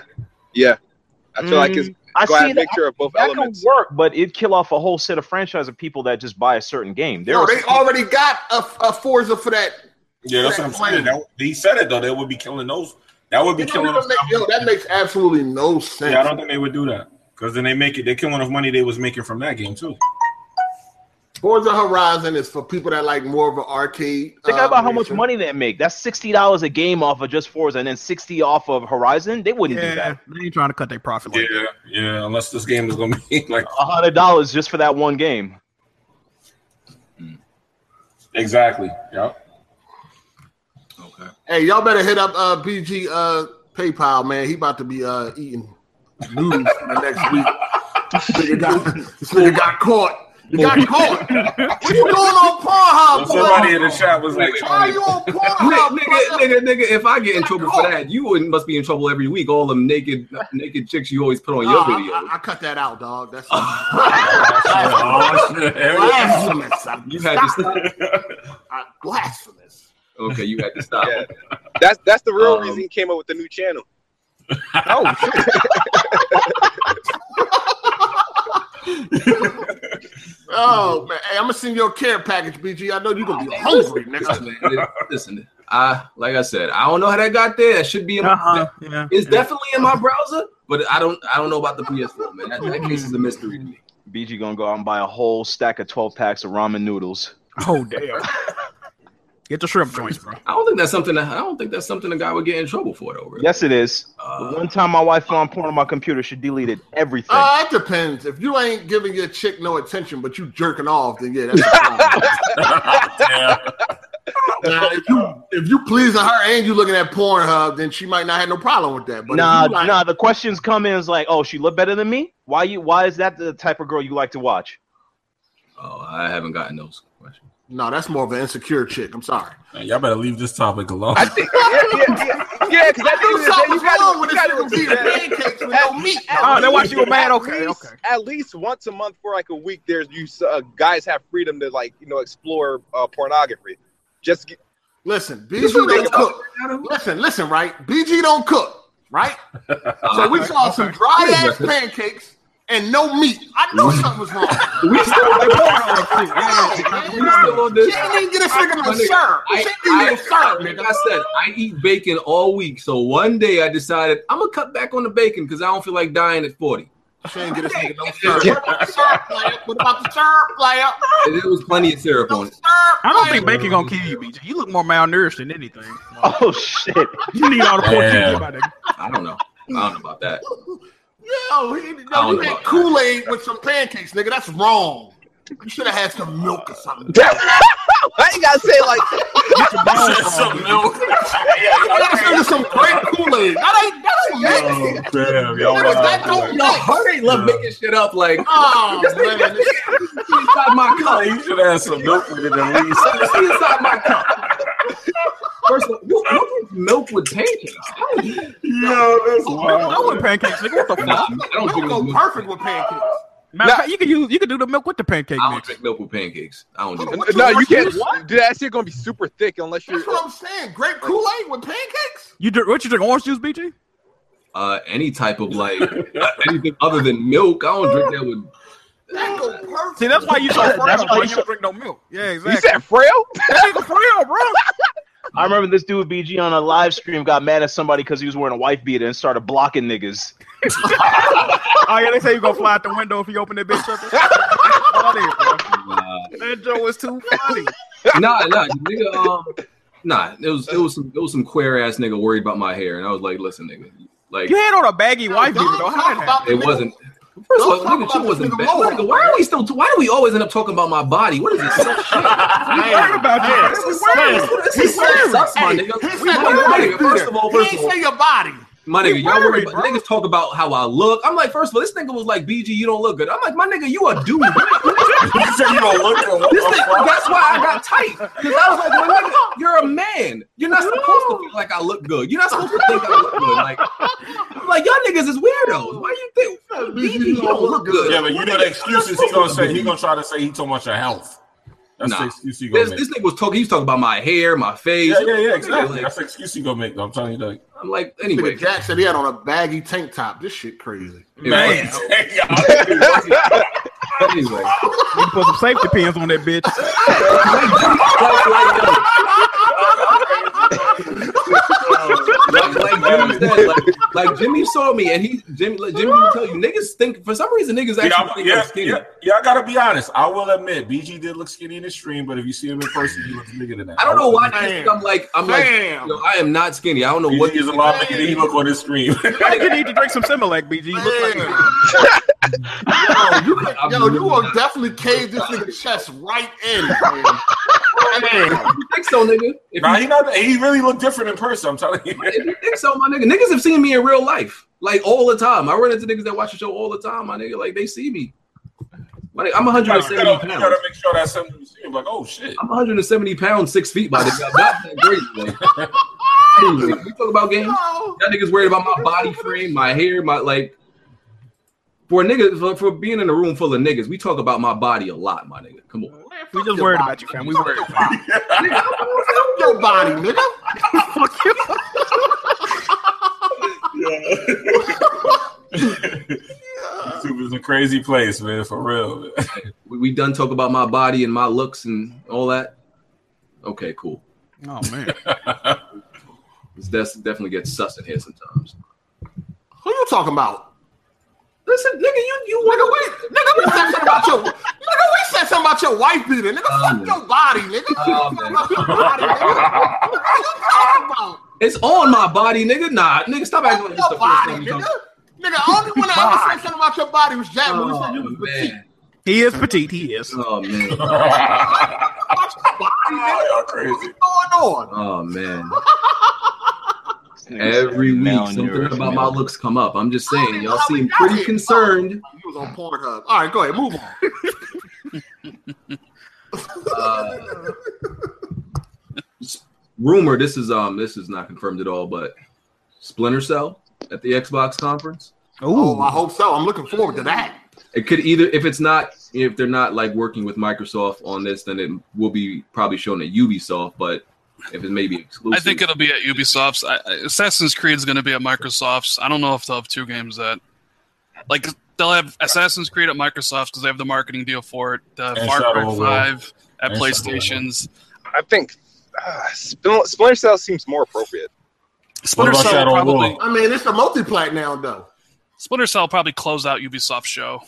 Speaker 9: yeah. I feel
Speaker 4: Mm,
Speaker 9: like it's
Speaker 7: I
Speaker 9: glad
Speaker 7: see that.
Speaker 9: mixture of both
Speaker 7: That can
Speaker 9: elements.
Speaker 7: work, but it'd kill off a whole set of franchise of people that just buy a certain game. There
Speaker 5: No,
Speaker 7: are
Speaker 5: they already got a, a Forza for that.
Speaker 6: Yeah, that's what I'm saying. That, he said it though. They would be killing those. That would be
Speaker 5: You know,
Speaker 6: killing
Speaker 5: that don't
Speaker 6: those.
Speaker 5: make- yo, that makes absolutely no sense.
Speaker 6: Yeah, I don't think they would do that because then they make it. They killing off money they was making from that game too.
Speaker 5: Forza Horizon is for people that like more of an arcade.
Speaker 7: Think
Speaker 5: uh,
Speaker 7: about how much
Speaker 5: racer.
Speaker 7: money they make. That's sixty dollars a game off of just Forza, and then sixty off of Horizon. They wouldn't do
Speaker 4: Yeah,
Speaker 7: that.
Speaker 4: they ain't trying to cut their profit like
Speaker 6: Yeah, yeah. Unless this game is gonna be like
Speaker 7: hundred dollars just for that one game.
Speaker 6: exactly. Yeah.
Speaker 1: Okay.
Speaker 5: Hey, y'all better hit up uh, BG uh, PayPal, man. He about to be uh, eating noodles for the next week. nigga got, this nigga got caught. You got caught. what you doing on
Speaker 6: Oh,
Speaker 5: Pornhub?
Speaker 6: Somebody
Speaker 5: boy?
Speaker 6: in the chat was like,
Speaker 5: Why are you on
Speaker 1: Nigga,
Speaker 5: Pornhub?
Speaker 1: nigga,
Speaker 5: brother?
Speaker 1: nigga, nigga, if I get in trouble for that, you wouldn't must be in trouble every week. All them naked, naked chicks you always put on your Uh,
Speaker 5: Nah, I-
Speaker 1: videos.
Speaker 5: Uh, I, I cut that out, dog. That's ah.
Speaker 6: oh, shit. Here we go.
Speaker 5: blasphemous. I'm-
Speaker 1: You had to stop.
Speaker 5: I- blasphemous.
Speaker 1: Okay, you had to stop.
Speaker 9: Yeah. That's that's the real
Speaker 1: Um,
Speaker 9: reason he came up with the new channel.
Speaker 1: Mm-hmm.
Speaker 5: Oh man, hey, I'm gonna send your care package, BG. I know you're
Speaker 1: Oh,
Speaker 5: gonna be hungry next time.
Speaker 1: Listen, man, listen, I like I said, I don't know how that got there. That should be in.
Speaker 4: Uh-uh. Yeah.
Speaker 1: It's
Speaker 4: yeah.
Speaker 1: definitely in my browser, but I don't. I don't know about the PS4, man. That,
Speaker 4: Mm-hmm.
Speaker 1: that case is a mystery to me.
Speaker 7: BG gonna go out and buy a whole stack of 12 packs of ramen noodles.
Speaker 4: Oh damn. Get the shrimp joints, bro.
Speaker 1: I don't think that's something. That, I don't think that's something a guy would get in trouble for, though. Really.
Speaker 7: Yes, it is. The
Speaker 1: Uh,
Speaker 7: one time my wife found porn on my computer, she deleted everything.
Speaker 5: Uh, it depends. If you ain't giving your chick no attention, but you jerking off, then yeah, that's a problem.
Speaker 6: Yeah.
Speaker 5: now, if you if you pleasing her and you looking at Pornhub, then she might not have no problem with that. But if
Speaker 7: nah,
Speaker 5: you like-
Speaker 7: nah. The questions come in is like, oh, she look better than me. Why you? Why is that the type of girl you like to watch?
Speaker 1: oh, I haven't gotten those questions.
Speaker 5: no, that's more of an insecure chick. I'm sorry.
Speaker 6: Man, y'all better leave this topic alone.
Speaker 9: I think, yeah, yeah, yeah, yeah. Because
Speaker 5: I knew something
Speaker 9: you
Speaker 5: was
Speaker 9: gotta,
Speaker 5: wrong with
Speaker 9: you
Speaker 5: this
Speaker 9: gotta
Speaker 5: nigga eating
Speaker 9: remember that.
Speaker 5: pancakes with no meat.
Speaker 4: Oh, they watch you were mad.
Speaker 9: At
Speaker 4: Okay,
Speaker 9: least-
Speaker 4: okay.
Speaker 9: At least once a month for like a week, there's you s- uh, guys have freedom to like you know explore uh, pornography. Just get,
Speaker 5: Listen, BG don't cook. Listen, listen, right? BG don't cook, right? So we saw some dry ass pancakes and no meat. I know something was wrong.
Speaker 1: We still on the
Speaker 5: Come on,
Speaker 1: Uh, We still
Speaker 5: man.
Speaker 1: on this.
Speaker 5: She didn't even get a second
Speaker 1: My
Speaker 5: no
Speaker 1: nigga,
Speaker 5: sir. She
Speaker 1: I,
Speaker 5: didn't
Speaker 1: I-
Speaker 5: even get a sir,
Speaker 1: like
Speaker 5: nigga.
Speaker 1: I said, I eat bacon all week. So one day I decided I'm gonna cut back on the bacon because I don't feel like dying at 40.
Speaker 5: She didn't get a second no sir. What about the sir player? What about the sir player?
Speaker 1: And there was plenty of syrup
Speaker 5: No
Speaker 1: on
Speaker 5: sir
Speaker 1: it.
Speaker 4: I don't think
Speaker 5: player.
Speaker 4: bacon gonna kill you, BJ. You look more malnourished than anything.
Speaker 7: Oh shit!
Speaker 4: You need all the pork you
Speaker 6: Yeah.
Speaker 4: get, my nigga.
Speaker 1: I don't know. I don't know about that.
Speaker 5: Yo, he,
Speaker 1: I
Speaker 5: yo,
Speaker 1: don't
Speaker 5: you
Speaker 1: know
Speaker 5: had
Speaker 1: about that.
Speaker 5: Kool Aid with some pancakes, nigga. That's wrong. You should have had some milk or something.
Speaker 9: I ain't gotta say it like that.
Speaker 6: Said some milk.
Speaker 5: That's nigga some grape Kool Aid. That ain't that ain't
Speaker 6: Oh,
Speaker 5: mixed.
Speaker 6: damn, y'all
Speaker 5: Niggas, that
Speaker 6: wild.
Speaker 5: don't
Speaker 1: Yo,
Speaker 5: mix.
Speaker 1: Hunter love making shit up like
Speaker 5: Oh man, this-
Speaker 1: inside my
Speaker 6: Like,
Speaker 1: cup.
Speaker 6: You should have some milk with it at least.
Speaker 1: It's inside my cup. First of all, you, you drink milk with pancakes. I don't, do that.
Speaker 6: Yo, that's
Speaker 4: I
Speaker 6: wild.
Speaker 4: want pancakes, nigga. What the
Speaker 1: Nah,
Speaker 4: fuck?
Speaker 1: I don't
Speaker 5: milk
Speaker 1: drink no
Speaker 5: go
Speaker 1: milk.
Speaker 5: perfect with pancakes.
Speaker 4: Matter of fact, you can use you can do the milk with the pancake
Speaker 1: I don't
Speaker 4: mix.
Speaker 1: drink milk with pancakes. I don't do that.
Speaker 9: No, you can't. Dude, that shit gonna be super thick unless you're.
Speaker 5: That's what I'm saying. Grape Kool Aid with pancakes.
Speaker 4: You drink what you drink orange juice, BG?
Speaker 1: Uh, any type of like anything other than milk, I don't drink that with.
Speaker 5: That go perfect.
Speaker 4: See, that's why you so frail.
Speaker 7: That's why
Speaker 4: bro.
Speaker 7: you so-
Speaker 4: don't drink no milk. Yeah,
Speaker 9: You
Speaker 4: exactly.
Speaker 9: said frail?
Speaker 4: That nigga frail, bro.
Speaker 7: I remember this dude BG on a live stream got mad at somebody because he was wearing a wife beater and started blocking niggas.
Speaker 4: Oh yeah, they say you gonna fly out the window if you open that bitch up. That's funny, bro.
Speaker 1: Nah.
Speaker 4: That joke was too funny.
Speaker 1: uh, nah, nah, the nigga. Um, nah, it was it was some it was some queer ass nigga worried about my hair, and I was like, listen, nigga, like
Speaker 4: You had on a baggy
Speaker 5: Yo,
Speaker 4: wife
Speaker 5: don't
Speaker 4: beater though. How did
Speaker 5: talk
Speaker 4: that
Speaker 5: about
Speaker 4: happen?
Speaker 5: the
Speaker 1: it
Speaker 5: nigga-
Speaker 1: wasn't. First of all,
Speaker 5: Don't talk
Speaker 1: nigga,
Speaker 5: about
Speaker 1: shit
Speaker 5: this
Speaker 1: wasn't
Speaker 5: nigga
Speaker 1: bad.
Speaker 5: Lord.
Speaker 1: Nigga, why are we still? Why do we always end up talking about my body? What is this? Sucks,
Speaker 4: We heard about
Speaker 5: Hey,
Speaker 4: that.
Speaker 5: hey,
Speaker 1: this is
Speaker 5: Hey,
Speaker 1: sucks, my
Speaker 5: hey,
Speaker 1: nigga.
Speaker 5: he said
Speaker 1: We-
Speaker 5: what
Speaker 1: my
Speaker 5: you
Speaker 1: nigga, First of all,
Speaker 5: He
Speaker 1: first
Speaker 5: ain't
Speaker 1: of all,
Speaker 5: say your body.
Speaker 1: my nigga, y'all
Speaker 4: worried,
Speaker 1: worried about
Speaker 4: bro.
Speaker 1: niggas talk about how I look. I'm like, first of all, this nigga was like, BG, you don't look good. I'm like, my nigga, you a dude.
Speaker 6: You said you don't look good. What
Speaker 1: This
Speaker 6: the
Speaker 1: nigga,
Speaker 6: fuck?
Speaker 1: that's why I got tight. Because I was like, well, nigga, you're a man. You're not supposed to feel like I look good. You're not supposed to think I look good. Like, I'm like, y'all niggas is weirdos. Why you think BG, you don't look good?
Speaker 6: Yeah, but you know the excuses he gonna say. He gonna try to say he talking about your health. That's
Speaker 1: Nah.
Speaker 6: the excuse he gonna
Speaker 1: This,
Speaker 6: make.
Speaker 1: this nigga was talking, he was talking about my hair, my face.
Speaker 6: yeah, yeah, yeah, exactly.
Speaker 1: Like,
Speaker 6: That's the excuse he gonna make. Though. I'm telling you, like,
Speaker 1: I'm like,
Speaker 5: Nigga
Speaker 1: anyway.
Speaker 5: Jack said he had on a baggy tank top. This shit crazy.
Speaker 6: man,
Speaker 1: Anyway. Anyway.
Speaker 4: You put some safety pins on that bitch.
Speaker 1: Like, like, yo, like, like Jimmy said, like, like Jimmy saw me and he Jimmy like Jimmy will tell you niggas think for some reason niggas actually
Speaker 6: yeah, I'm-
Speaker 1: think
Speaker 6: yeah,
Speaker 1: I'm skinny.
Speaker 6: yeah, yeah, I gotta be honest. I will admit, BG did look skinny in the stream, but if you see him in person, he looks bigger than that.
Speaker 1: I don't know why
Speaker 5: Damn.
Speaker 1: niggas think I'm like I'm
Speaker 5: Damn.
Speaker 1: like yo, I am not skinny. I don't know what
Speaker 6: BG is a lot bigger than he look on his screen.
Speaker 4: I think you need to drink some Similac, BG. You look like
Speaker 5: Man. yo, you,
Speaker 1: I'm
Speaker 5: yo, you
Speaker 1: really
Speaker 5: will
Speaker 1: not-
Speaker 5: definitely cave this nigga chest right in. Man.
Speaker 1: I mean, you think so, nigga? If
Speaker 6: Nah,
Speaker 1: you,
Speaker 6: he not. He really looked different in person. I'm telling you.
Speaker 1: if you think so, my nigga, niggas have seen me in real life, like all the time. I run into niggas that watch the show all the time, my nigga. Like they see me. My nigga, I'm
Speaker 6: You gotta,
Speaker 1: 170
Speaker 6: you
Speaker 1: pounds.
Speaker 6: gotta make sure that's something you see. I'm like, oh shit.
Speaker 1: I'm 170 pounds, six feet by the guy. Not that great. Like, anyway, we talk about games.
Speaker 5: No.
Speaker 1: That nigga's worried about my body frame, my hair, my like. For niggas, for, for being in a room full of niggas, we talk about my body a lot, my nigga. Come on.
Speaker 5: Man,
Speaker 4: We
Speaker 5: fuck
Speaker 4: just
Speaker 5: your
Speaker 4: worried
Speaker 5: body.
Speaker 4: about you, fam. We worried. About you.
Speaker 5: Fuck your body, nigga.
Speaker 4: Fuck you.
Speaker 6: YouTube is a crazy place, man. For real.
Speaker 1: We, we done talk about my body and my looks and all that. Okay, cool.
Speaker 4: Oh man.
Speaker 1: This that's definitely gets sus in here sometimes.
Speaker 5: Who you talking about?
Speaker 1: Listen, nigga, you you
Speaker 5: Nigga, we nigga, we said something about your nigga, we said something about your wife beating. Nigga,
Speaker 1: Oh,
Speaker 5: fuck
Speaker 1: man.
Speaker 5: your body, nigga.
Speaker 1: Oh,
Speaker 5: Fuck
Speaker 1: man.
Speaker 5: about your body, nigga. What are you talking about?
Speaker 1: It's on my body, nigga. Nah, nigga, stop acting like this
Speaker 5: Fuck
Speaker 1: the first
Speaker 5: your body,
Speaker 1: time we
Speaker 5: nigga.
Speaker 1: talk.
Speaker 5: Nigga, only one that ever said something about your body was Jack when he said you
Speaker 1: Oh
Speaker 5: was petite.
Speaker 1: man,
Speaker 4: He is petite. He is.
Speaker 1: oh man,
Speaker 5: Fuck your body, nigga.
Speaker 6: y'all
Speaker 5: What's
Speaker 6: crazy.
Speaker 5: going on?
Speaker 1: oh man. Every week, something about my looks come up. I'm just saying, y'all seem pretty concerned.
Speaker 5: He was on Pornhub. All right, go ahead, move on.
Speaker 1: Uh, rumor, this is um, this is not confirmed at all, but Splinter Cell at the Xbox conference.
Speaker 5: Oh, I hope so. I'm looking forward to that.
Speaker 1: It could either, if it's not, if they're not like working with Microsoft on this, then it will be probably shown at Ubisoft. But if it may be exclusive,
Speaker 2: I think it'll be at Ubisoft's. I, I- Assassin's Creed is going to be at Microsoft's. I don't know if they'll have two games that, like, they'll have Assassin's Creed at Microsoft's because they have the marketing deal for it. The
Speaker 6: And
Speaker 2: Far
Speaker 6: Shadow
Speaker 2: Cry
Speaker 6: of War.
Speaker 2: Five at
Speaker 6: And Shadow of War.
Speaker 2: PlayStation's.
Speaker 9: I think uh, Splinter Splinter Cell seems more appropriate.
Speaker 2: Splinter
Speaker 6: about
Speaker 2: Cell
Speaker 6: Shadow
Speaker 2: will
Speaker 6: of War?
Speaker 2: probably
Speaker 5: I mean, it's a multi-plat now, though.
Speaker 2: Splinter Cell will probably close out Ubisoft's show.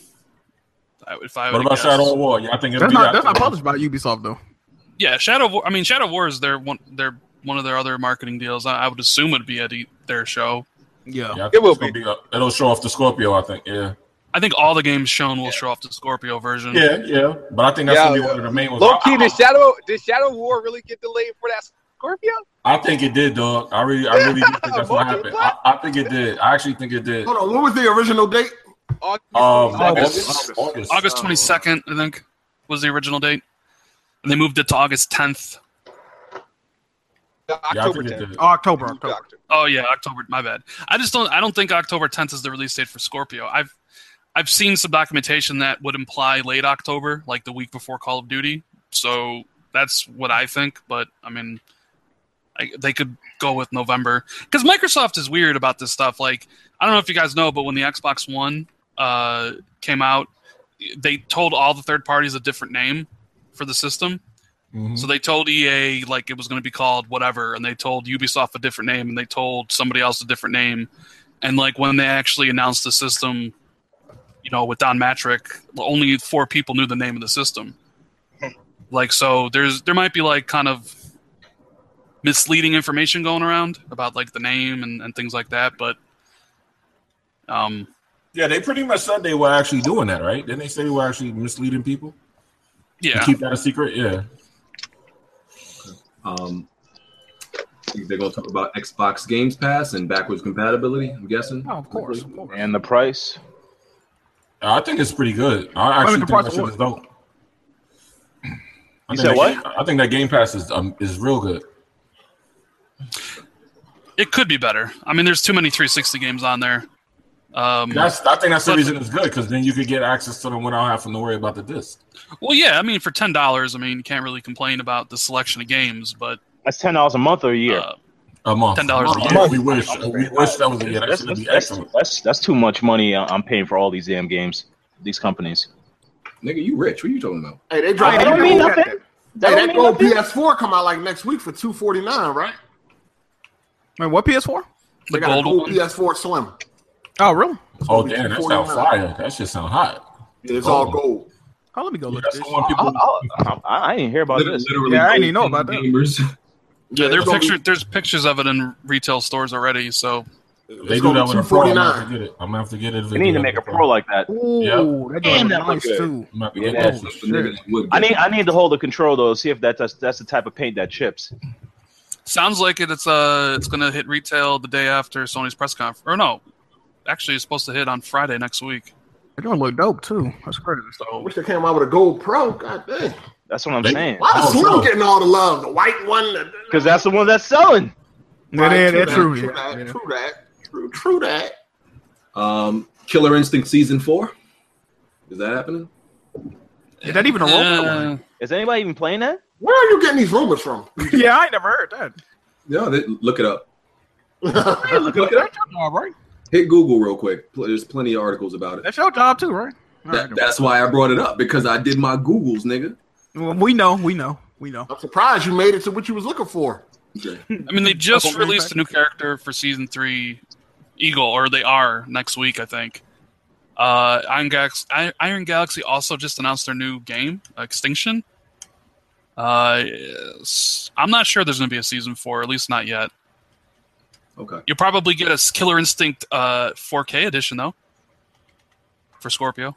Speaker 2: I, would- if I
Speaker 6: What
Speaker 2: were to
Speaker 6: about
Speaker 2: guess.
Speaker 6: Shadow of War? Y'all think it'll
Speaker 4: That's
Speaker 6: be
Speaker 4: not
Speaker 6: out
Speaker 4: that's not
Speaker 6: there?
Speaker 4: published by Ubisoft though.
Speaker 2: Yeah, Shadow. of War, I mean, Shadow of War is their one. Their one of their other marketing deals. I, I would assume it'd be at e- their show.
Speaker 4: Yeah.
Speaker 6: Yeah, I think
Speaker 9: It will
Speaker 6: it's gonna up- it'll show off the Scorpio, I think. Yeah,
Speaker 2: I think all the games shown will show off the Scorpio version.
Speaker 6: yeah, yeah. But I think that's
Speaker 9: Yeah,
Speaker 6: gonna be
Speaker 9: yeah.
Speaker 6: one of the main ones.
Speaker 9: Low key,
Speaker 6: I,
Speaker 9: did Shadow did Shadow War really get delayed for that Scorpio?
Speaker 6: I think it did, dog. I really, I really do think that's what happened. I, I think it did. I actually think it did. Um,
Speaker 5: Hold on, what was the original date?
Speaker 9: August.
Speaker 6: August, August.
Speaker 2: August twenty second, I think, was the original date, and they moved it to August tenth.
Speaker 6: Yeah, I
Speaker 9: October
Speaker 6: think it
Speaker 9: 10th.
Speaker 6: did.
Speaker 4: October, October.
Speaker 2: Oh yeah, October. My bad. I just don't. I don't think October tenth is the release date for Scorpio. I've I've seen some documentation that would imply late October, like the week before Call of Duty. So that's what I think. But I mean, I, they could go with November because Microsoft is weird about this stuff. Like I don't know if you guys know, but when the Xbox One uh, came out, they told all the third parties a different name for the system.
Speaker 6: Mhm.
Speaker 2: So they told EA like it was going to be called whatever, and they told Ubisoft a different name, and they told somebody else a different name, and like when they actually announced the system, you know, with Don Matrick, only four people knew the name of the system. like so, there's there might be like kind of misleading information going around about like the name and, and things like that, but um,
Speaker 6: Yeah, they pretty much said they were actually doing that, right? Didn't they say they were actually misleading people? To
Speaker 2: yeah,
Speaker 6: keep that a secret. Yeah.
Speaker 1: Um, I think they're going to talk about Xbox Games Pass and backwards compatibility. I'm guessing.
Speaker 4: Oh, of course, of course.
Speaker 7: And the price.
Speaker 6: I think it's pretty good. I
Speaker 4: Wait a
Speaker 6: actually
Speaker 4: minute,
Speaker 6: think that
Speaker 4: Price
Speaker 6: shit
Speaker 4: Award.
Speaker 6: is dope. I
Speaker 7: You
Speaker 6: think
Speaker 7: said
Speaker 6: that
Speaker 7: what?
Speaker 6: Game- I think that Game Pass is um, is real good.
Speaker 2: it could be better. I mean, there's too many 360 games on there.
Speaker 7: Mm.
Speaker 2: Um,
Speaker 6: That's I think that's the
Speaker 2: But-
Speaker 6: reason it's good because then you could get access to them without having to worry about the disc.
Speaker 2: Well, yeah, I mean, for ten dollars, I mean, you can't really complain about the selection of games, but
Speaker 7: That's ten dollars a month or a year.
Speaker 2: uh,
Speaker 6: A month,
Speaker 2: $10 a
Speaker 6: Oh,
Speaker 2: year.
Speaker 6: We wish, we wish that was a year. That
Speaker 7: that's,
Speaker 6: should be
Speaker 7: that's,
Speaker 6: excellent.
Speaker 7: that's that's too much money I- I'm paying for all these damn games. These companies.
Speaker 1: Nigga, you rich? What are you talking about?
Speaker 5: Hey, they
Speaker 4: I
Speaker 5: dropped.
Speaker 4: don't
Speaker 5: that
Speaker 4: mean
Speaker 5: gold-
Speaker 4: nothing.
Speaker 5: Hey,
Speaker 7: That don't
Speaker 5: that
Speaker 7: mean
Speaker 5: gold
Speaker 7: nothing.
Speaker 5: PS4 come out like next week for two forty nine, right?
Speaker 4: Wait, what PS4?
Speaker 2: the
Speaker 5: They got
Speaker 2: gold
Speaker 5: a gold
Speaker 2: one.
Speaker 5: PS4 Slim.
Speaker 4: Oh really?
Speaker 6: Oh damn, that sound
Speaker 5: 49.
Speaker 6: fire. That shit sound hot.
Speaker 5: Yeah, it's all
Speaker 6: Oh.
Speaker 5: gold.
Speaker 4: Oh, let me go look at
Speaker 6: That's
Speaker 4: this.
Speaker 6: the one people.
Speaker 7: I'll, I'll, I'll, I didn't hear about this.
Speaker 1: Literally,
Speaker 4: Yeah, I didn't even know about that.
Speaker 1: gamers.
Speaker 2: Yeah,
Speaker 5: it's
Speaker 2: there's
Speaker 5: gonna be-
Speaker 2: picture, there's pictures of it in retail stores already. So
Speaker 6: They do that with a pro. I'm gonna have to get it. I'm gonna have to get it. if
Speaker 7: They need
Speaker 6: do
Speaker 7: to
Speaker 6: that
Speaker 7: make a
Speaker 6: with
Speaker 7: pro like that.
Speaker 4: Ooh, that game
Speaker 8: Damn,
Speaker 4: was
Speaker 8: that
Speaker 4: nice
Speaker 8: looked good.
Speaker 4: too.
Speaker 6: I'm gonna have to
Speaker 7: Yeah,
Speaker 6: get
Speaker 7: that's-
Speaker 6: that.
Speaker 1: That's the nigga that would
Speaker 7: I need I need to hold the control though. See if that's that's the type of paint that chips.
Speaker 2: Sounds like it. It's uh, it's gonna hit retail the day after Sony's press conference. Or no, actually, it's supposed to hit on Friday next week.
Speaker 4: That don't look dope too. That's crazy.
Speaker 5: I
Speaker 2: So
Speaker 5: wish they came out with a gold pro. God dang.
Speaker 7: That's what I'm
Speaker 6: They-
Speaker 7: saying.
Speaker 5: Why
Speaker 6: Oh,
Speaker 5: is Slim
Speaker 6: sure.
Speaker 5: getting all the love? The white one? the-
Speaker 7: Because that's the one that's selling.
Speaker 4: Yeah, that-
Speaker 5: Right, true
Speaker 4: that's
Speaker 5: that,
Speaker 4: true.
Speaker 5: True
Speaker 4: yeah,
Speaker 5: that.
Speaker 4: yeah.
Speaker 5: True that. True, true that.
Speaker 1: Um, Killer Instinct season four. Is that happening?
Speaker 4: Is that even a rumor?
Speaker 2: Uh,
Speaker 7: Is anybody even playing that?
Speaker 5: Where are you getting these rumors from?
Speaker 4: yeah, I ain't never heard that.
Speaker 1: No, they, look it up.
Speaker 4: Hey, look,
Speaker 1: Look it up.
Speaker 4: that's your job, right?
Speaker 1: Hit Google real quick. Pl- There's plenty of articles about it.
Speaker 4: That's your job too, right? All
Speaker 1: That,
Speaker 4: right.
Speaker 1: that's why I brought it up because I did my Googles, nigga.
Speaker 4: Well, we know, we know, we know.
Speaker 5: I'm surprised you made it to what you was looking for.
Speaker 2: I mean, they just
Speaker 4: Couple
Speaker 2: released a new character for season three, Eagle, or they are next week, I think. Uh, Iron, Galaxy, Iron Galaxy also just announced their new game, Extinction. Uh, s- I'm not sure there's going to be a season four, at least not yet.
Speaker 1: Okay.
Speaker 2: You'll probably get a Killer Instinct uh, 4K edition though for Scorpio.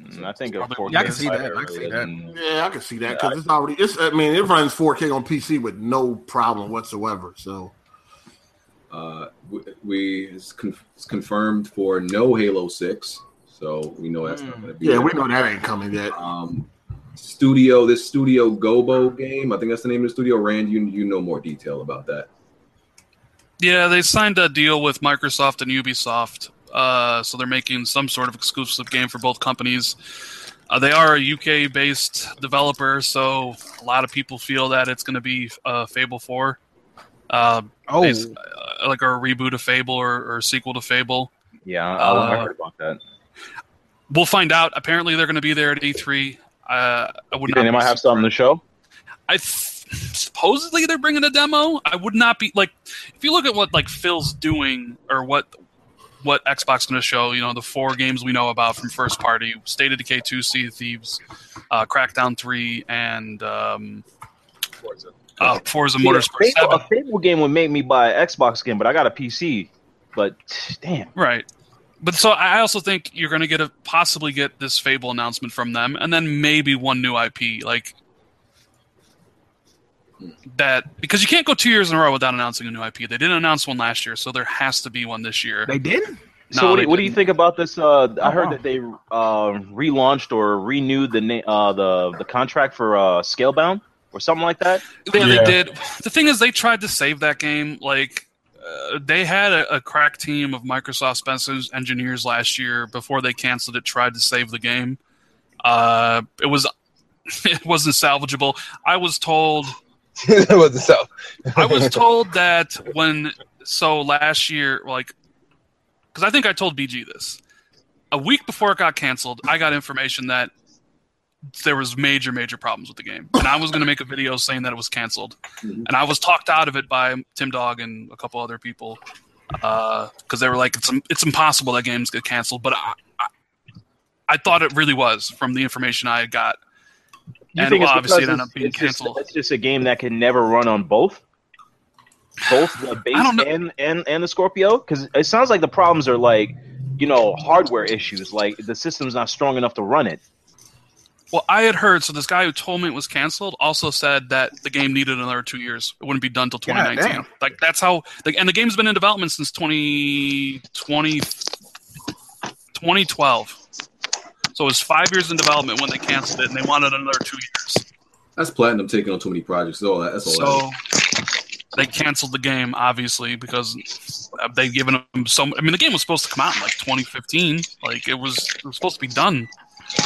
Speaker 7: Mm, I think of
Speaker 2: Probably-
Speaker 7: 4K
Speaker 2: Yeah, I can
Speaker 7: is
Speaker 4: see that.
Speaker 7: better,
Speaker 4: I can see
Speaker 7: really,
Speaker 4: that.
Speaker 7: than-
Speaker 5: Yeah, I can see that because it's already. It's. I mean, it runs 4K on PC with no problem whatsoever. So
Speaker 1: Uh, we, we it's, con- it's confirmed for no Halo Six, so we know that's not going to be.
Speaker 5: yeah,
Speaker 1: there.
Speaker 5: we know that ain't coming yet.
Speaker 1: Um, studio, this Studio Gobo game. I think that's the name of the studio. Rand, you you know more detail about that.
Speaker 2: Yeah, they signed a deal with Microsoft and Ubisoft, uh, so they're making some sort of exclusive game for both companies. Uh, they are a UK-based developer, so a lot of people feel that it's going to be uh, Fable Four, uh,
Speaker 4: Oh,
Speaker 2: bas- uh, like or a reboot of Fable or, or a sequel to Fable.
Speaker 7: Yeah, I, I
Speaker 2: Uh,
Speaker 7: heard about that.
Speaker 2: We'll find out. Apparently, they're going to be there at E3. Uh, I would not
Speaker 7: You think they
Speaker 2: be
Speaker 7: might have something to show?
Speaker 2: I th- supposedly they're bringing a demo. I would not be like if you look at what like Phil's doing or what what Xbox going to show. You know the four games we know about from first party: State of Decay two, Sea of Thieves, uh, Crackdown three, and um, uh, Forza Motorsport
Speaker 7: a, Fable,
Speaker 2: seven.
Speaker 7: a Fable game would make me buy an Xbox game, but I got a PC. But damn,
Speaker 2: Right. But so I also think you're going to get a possibly get this Fable announcement from them, and then maybe one new IP like that because you can't go two years in a row without announcing a new IP. They didn't announce one last year, so there has to be one this year.
Speaker 4: they did.
Speaker 7: So
Speaker 2: No,
Speaker 7: what,
Speaker 2: they
Speaker 7: do, what do you
Speaker 2: didn't.
Speaker 7: think about this? Uh, I heard
Speaker 4: wow.
Speaker 7: that they um relaunched or renewed the na- uh, the the contract for uh, Scalebound or something like that.
Speaker 2: Yeah,
Speaker 6: Yeah.
Speaker 2: they did. The thing is, they tried to save that game. Like, uh, they had a, a crack team of Microsoft Spencer's engineers last year before they canceled it. Tried to save the game. Uh, it was, it wasn't salvageable. I was told.
Speaker 9: that was the South.
Speaker 2: I was told that when so last year, like, because I think I told BG this a week before it got canceled. I got information that there was major, major problems with the game, and I was going to make a video saying that it was canceled,
Speaker 1: Mhm.
Speaker 2: and I was talked out of it by Tim Dog and a couple other people because they were like, "It's it's impossible that games get canceled," but I, I, I thought it really was from the information I had got.
Speaker 7: You
Speaker 2: And
Speaker 7: think
Speaker 2: well,
Speaker 7: it's
Speaker 2: obviously
Speaker 7: because
Speaker 2: it ended
Speaker 7: it's-
Speaker 2: up being
Speaker 7: it's just-
Speaker 2: canceled.
Speaker 7: It's just a game that can never run on both, both the base
Speaker 2: don't know.
Speaker 7: and, and and the Scorpio. Because it sounds like the problems are like you know hardware issues, like the system's not strong enough to run it.
Speaker 2: Well, I had heard. So this guy who told me it was canceled also said that the game needed another two years. It wouldn't be done till
Speaker 4: God
Speaker 2: 2019.
Speaker 4: damn.
Speaker 2: like that's how. Like, and the game's been in development since 2020, 2012. So it was five years in development when they canceled it, and they wanted another two years.
Speaker 1: That's Platinum taking on too many projects. That's all that. That's all. that is.
Speaker 2: So they canceled the game, obviously, because uh, they've given them some. I mean, the game was supposed to come out in like 2015. Like it was, it was supposed to be done,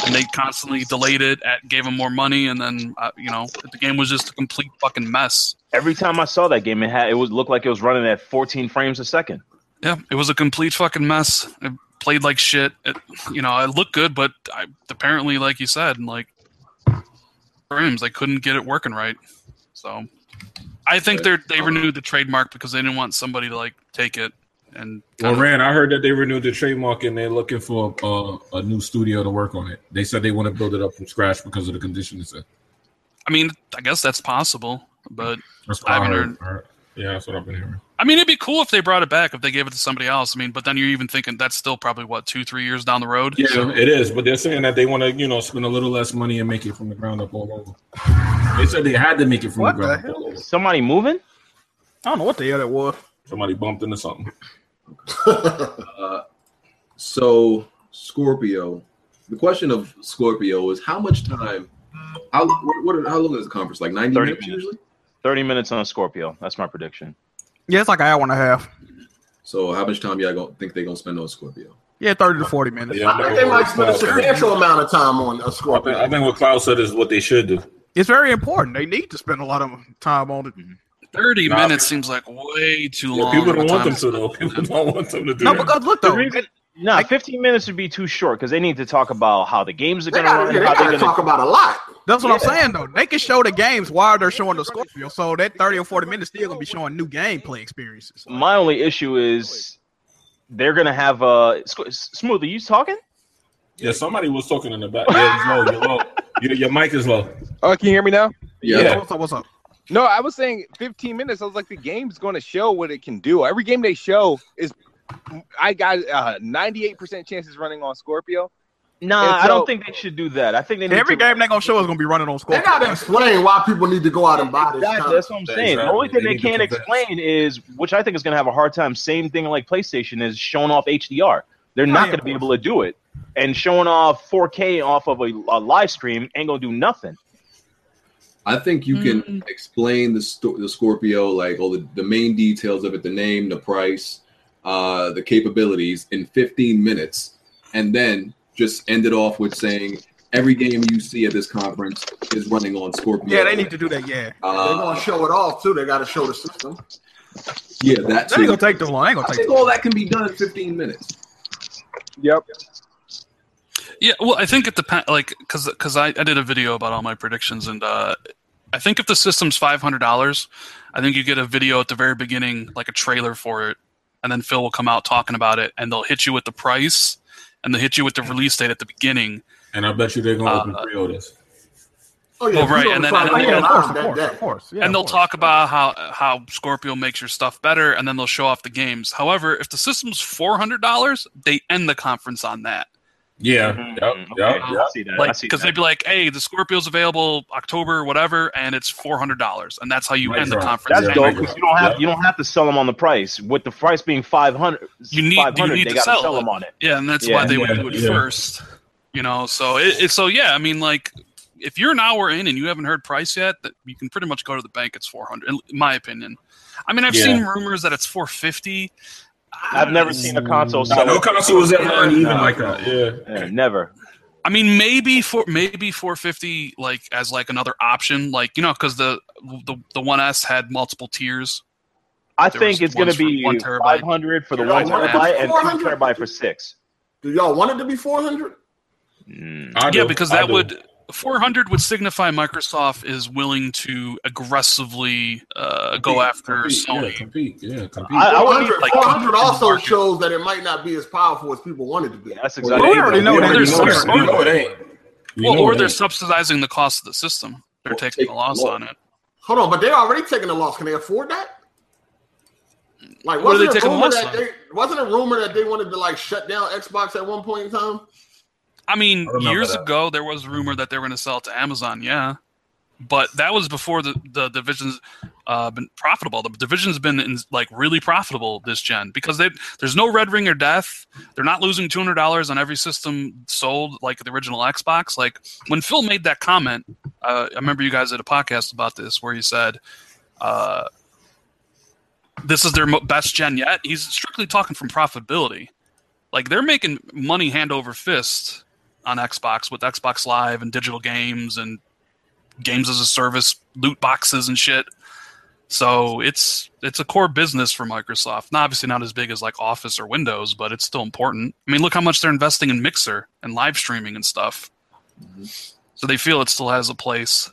Speaker 2: and they constantly delayed it. At gave them more money, and then uh, you know the game was just a complete fucking mess.
Speaker 7: Every time I saw that game, it had it was looked like it was running at 14 frames a second.
Speaker 2: Yeah, it was a complete fucking mess. It played like shit. It, you know, it looked good, but I, apparently, like you said, like frames, they couldn't get it working right. So, I think they're they
Speaker 6: Uh-huh.
Speaker 2: renewed the trademark because they didn't want somebody to like take it and
Speaker 6: Well, Rand, I heard that they renewed the trademark and they're looking for uh, a, a new studio to work on it. They said they want to build it up from scratch because of the condition it's in.
Speaker 2: I mean, I guess that's possible, but
Speaker 6: That's
Speaker 2: I
Speaker 6: what I
Speaker 2: haven't
Speaker 6: heard. I heard. Yeah, that's what I've been hearing.
Speaker 2: I mean, it'd be cool if they brought it back if they gave it to somebody else. I mean, but then you're even thinking that's still probably what two, three years down the road.
Speaker 6: Yeah, it is. But they're saying that they want to, you know, spend a little less money and make it from the ground up all over. They said they had to make it from
Speaker 4: What
Speaker 6: the
Speaker 4: the
Speaker 6: ground up
Speaker 4: hell?
Speaker 6: all over.
Speaker 7: Somebody moving?
Speaker 4: I don't know what the hell that was.
Speaker 6: Somebody bumped into something.
Speaker 1: So Scorpio, the question of Scorpio is how much time? How what, what how long is the conference? Like ninety
Speaker 7: 30
Speaker 1: minutes
Speaker 7: minutes.
Speaker 1: usually.
Speaker 7: 30 minutes on Scorpio. That's my prediction.
Speaker 4: Yeah, it's like an hour and a half.
Speaker 1: So how much time y'all gonna think they gonna spend on Scorpio?
Speaker 4: Yeah, thirty to forty minutes.
Speaker 6: Yeah, I
Speaker 5: I
Speaker 6: think
Speaker 5: think they
Speaker 6: what
Speaker 5: might spend a
Speaker 6: Cloud said-
Speaker 5: substantial amount of time on a
Speaker 6: I think- I
Speaker 5: Scorpio.
Speaker 6: think what Cloud said is what they should do.
Speaker 4: It's very important. They need to spend a lot of time on it.
Speaker 2: Thirty
Speaker 6: Nah.
Speaker 2: minutes seems like way too
Speaker 6: Yeah,
Speaker 2: long.
Speaker 6: people
Speaker 2: of a
Speaker 6: don't want
Speaker 2: time.
Speaker 6: them to though. People don't want them to do
Speaker 4: No,
Speaker 6: that.
Speaker 4: because look
Speaker 7: The
Speaker 4: though,
Speaker 7: reason, no, 15 minutes would be too short because they need to talk about how the games are
Speaker 5: They
Speaker 7: going to
Speaker 5: gotta,
Speaker 7: run.
Speaker 5: yeah, they
Speaker 7: how they're
Speaker 5: gotta
Speaker 7: gonna-
Speaker 5: talk about a lot.
Speaker 4: that's what I'm saying though. They can show the games while they're showing the Scorpio, so that thirty or forty minutes still gonna be showing new gameplay experiences.
Speaker 7: my only issue is they're going to have a. Smooth, are you talking?
Speaker 6: yeah, somebody was talking in the back. Yeah, it's low. You're low. Your, your mic is low.
Speaker 9: Oh, can you hear me now?
Speaker 1: Yeah.
Speaker 6: Yeah.
Speaker 4: What's up? What's up?
Speaker 9: No, I was saying 15 minutes. I was like, the game's going to show what it can do. Every game they show is, I got uh, 98% chances running on Scorpio.
Speaker 7: Nah,
Speaker 9: It's
Speaker 7: I don't
Speaker 9: so-
Speaker 7: think they should do that. I think they need
Speaker 4: Every
Speaker 7: to,
Speaker 4: game they're gonna show is gonna be running on
Speaker 5: They
Speaker 4: Scorpio.
Speaker 5: gotta explain why people need to go out and buy this.
Speaker 7: Exactly,
Speaker 5: content.
Speaker 7: that's what I'm saying. The
Speaker 6: Exactly.
Speaker 7: only thing
Speaker 6: They
Speaker 7: they,
Speaker 6: need to
Speaker 7: can't
Speaker 6: convince.
Speaker 7: explain is, which I think is going to have a hard time. Same thing like PlayStation is showing off HDR. They're
Speaker 4: Oh,
Speaker 7: not
Speaker 4: yeah,
Speaker 7: going
Speaker 4: of
Speaker 7: to be
Speaker 4: course.
Speaker 7: able to do it, and showing off 4K off of a, a live stream ain't going to do nothing.
Speaker 1: I think you can explain the sto- the Scorpio, like all the, the main details of it, the name, the price, uh, the capabilities in 15 minutes, and then just end it off with saying every game you see at this conference is running on Scorpio.
Speaker 4: Yeah, they need to do that. Yeah,
Speaker 5: They're gonna
Speaker 1: Uh,
Speaker 5: show it off too. They gotta show the system.
Speaker 1: yeah, that
Speaker 4: that ain't
Speaker 1: too.
Speaker 4: gonna take too long. They ain't gonna
Speaker 1: I
Speaker 4: take.
Speaker 1: think all that can be done in 15 minutes.
Speaker 9: Yep.
Speaker 2: Yeah, well, I think it depends. Like, because because I, I did a video about all my predictions, and uh, I think if the system's five hundred dollars, I think you get a video at the very beginning, like a trailer for it, and then Phil will come out talking about it, and they'll hit you with the price, and they'll hit you with the release date at the beginning.
Speaker 6: And I bet you they're gonna open
Speaker 2: Uh,
Speaker 6: pre-orders.
Speaker 5: Oh yeah,
Speaker 2: Well, right,
Speaker 5: you
Speaker 2: and
Speaker 5: know,
Speaker 2: then-
Speaker 5: probably
Speaker 4: Oh,
Speaker 2: and
Speaker 4: yeah,
Speaker 5: going
Speaker 4: of course, of
Speaker 5: live that
Speaker 4: course,
Speaker 5: day.
Speaker 4: of course. Yeah,
Speaker 2: and they'll
Speaker 4: of course.
Speaker 2: talk about how how Scorpio makes your stuff better, and then they'll show off the games. However, if the system's four hundred dollars, they end the conference on that,
Speaker 6: Yeah. Yep.
Speaker 7: Mhm,
Speaker 6: Yep.
Speaker 7: okay,
Speaker 6: Yep.
Speaker 7: I see that. I
Speaker 2: like
Speaker 7: see
Speaker 2: because
Speaker 7: that.
Speaker 2: they'd be like, "Hey, the Scorpio's available October, whatever," and it's four hundred dollars, and that's how you
Speaker 6: Mic
Speaker 2: end the
Speaker 6: drop.
Speaker 2: conference.
Speaker 7: That's
Speaker 6: Yeah,
Speaker 2: And,
Speaker 7: dope
Speaker 6: like-
Speaker 7: because you don't have
Speaker 6: yeah.
Speaker 7: you don't have to sell them on the price. With the price being 500,
Speaker 2: You need- you
Speaker 7: 500
Speaker 2: need
Speaker 7: they
Speaker 2: to
Speaker 7: got
Speaker 2: sell
Speaker 7: sell
Speaker 2: it.
Speaker 7: them on it.
Speaker 2: Yeah, and that's
Speaker 7: Yeah.
Speaker 2: why they would
Speaker 6: Yeah,
Speaker 2: do it
Speaker 6: yeah.
Speaker 2: first. You know, so it, it, so yeah, I mean, like if you're an hour in and you haven't heard price yet, that you can pretty much go to the bank. It's four hundred, in my opinion. I mean, I've
Speaker 6: Yeah.
Speaker 2: seen rumors that it's four fifty. Ah,
Speaker 7: I've never seen a console
Speaker 6: Nah,
Speaker 7: sell
Speaker 6: no
Speaker 7: it.
Speaker 6: console was ever uneven
Speaker 7: Nah.
Speaker 6: like that. Yeah.
Speaker 7: Yeah, never.
Speaker 2: I mean, maybe for maybe 450, like as like another option, like you know, because the the the One S had multiple tiers.
Speaker 7: I
Speaker 2: There was
Speaker 7: think it's going
Speaker 2: ones
Speaker 7: to
Speaker 2: for
Speaker 7: be
Speaker 2: one terabyte.
Speaker 7: 500 for the
Speaker 5: Yeah,
Speaker 7: one
Speaker 5: one
Speaker 7: terabyte and two
Speaker 5: 400.
Speaker 7: terabyte for six.
Speaker 5: Do y'all want it to be four hundred?
Speaker 7: Mm.
Speaker 6: I
Speaker 2: yeah,
Speaker 6: do.
Speaker 2: because
Speaker 6: I
Speaker 2: that
Speaker 6: do.
Speaker 2: would 400 would signify Microsoft is willing to aggressively uh, go
Speaker 6: Compete,
Speaker 2: after
Speaker 6: compete,
Speaker 2: Sony.
Speaker 6: Yeah, compete. Yeah, compete.
Speaker 7: I- I would be
Speaker 5: 400,
Speaker 2: like-
Speaker 5: 400 also
Speaker 2: market.
Speaker 5: shows that it might not be as powerful as people want it to be.
Speaker 7: That's
Speaker 6: Well,
Speaker 7: exactly.
Speaker 4: we already know
Speaker 6: we
Speaker 4: that.
Speaker 6: already
Speaker 2: There's
Speaker 6: know
Speaker 2: some-
Speaker 6: that. We know it ain't. We
Speaker 2: Well,
Speaker 6: know
Speaker 2: or
Speaker 6: it
Speaker 2: they're
Speaker 6: ain't.
Speaker 2: subsidizing the cost of the system. They're
Speaker 1: Well,
Speaker 2: taking
Speaker 1: take
Speaker 2: a loss
Speaker 1: the
Speaker 2: on it.
Speaker 5: Hold on, but they're already taking a loss. Can they afford that?
Speaker 2: What
Speaker 5: Like,
Speaker 2: are
Speaker 5: wasn't
Speaker 2: they
Speaker 5: it
Speaker 2: taking a
Speaker 5: rumor
Speaker 2: loss
Speaker 5: that
Speaker 2: on?
Speaker 5: they wasn't a rumor that they wanted to like shut down Xbox at one point in time?
Speaker 2: I mean,
Speaker 6: I remember
Speaker 2: years
Speaker 6: that.
Speaker 2: ago there was rumor that they were going to sell it to Amazon. Yeah, but that was before the the division's uh, been profitable. The division's been in, like really profitable this gen because they there's no red ring or death. They're not losing two hundred dollars on every system sold like the original Xbox. Like when Phil made that comment, uh, I remember you guys did a podcast about this where he said. Uh, this is their mo- best gen yet. He's strictly talking from profitability. Like they're making money hand over fist on Xbox with Xbox Live and digital games and games as a service, loot boxes and shit. So it's it's a core business for Microsoft. Now, obviously not as big as like Office or Windows, but it's still important. I mean, look how much they're investing in Mixer and live streaming and stuff. So they feel it still has a place.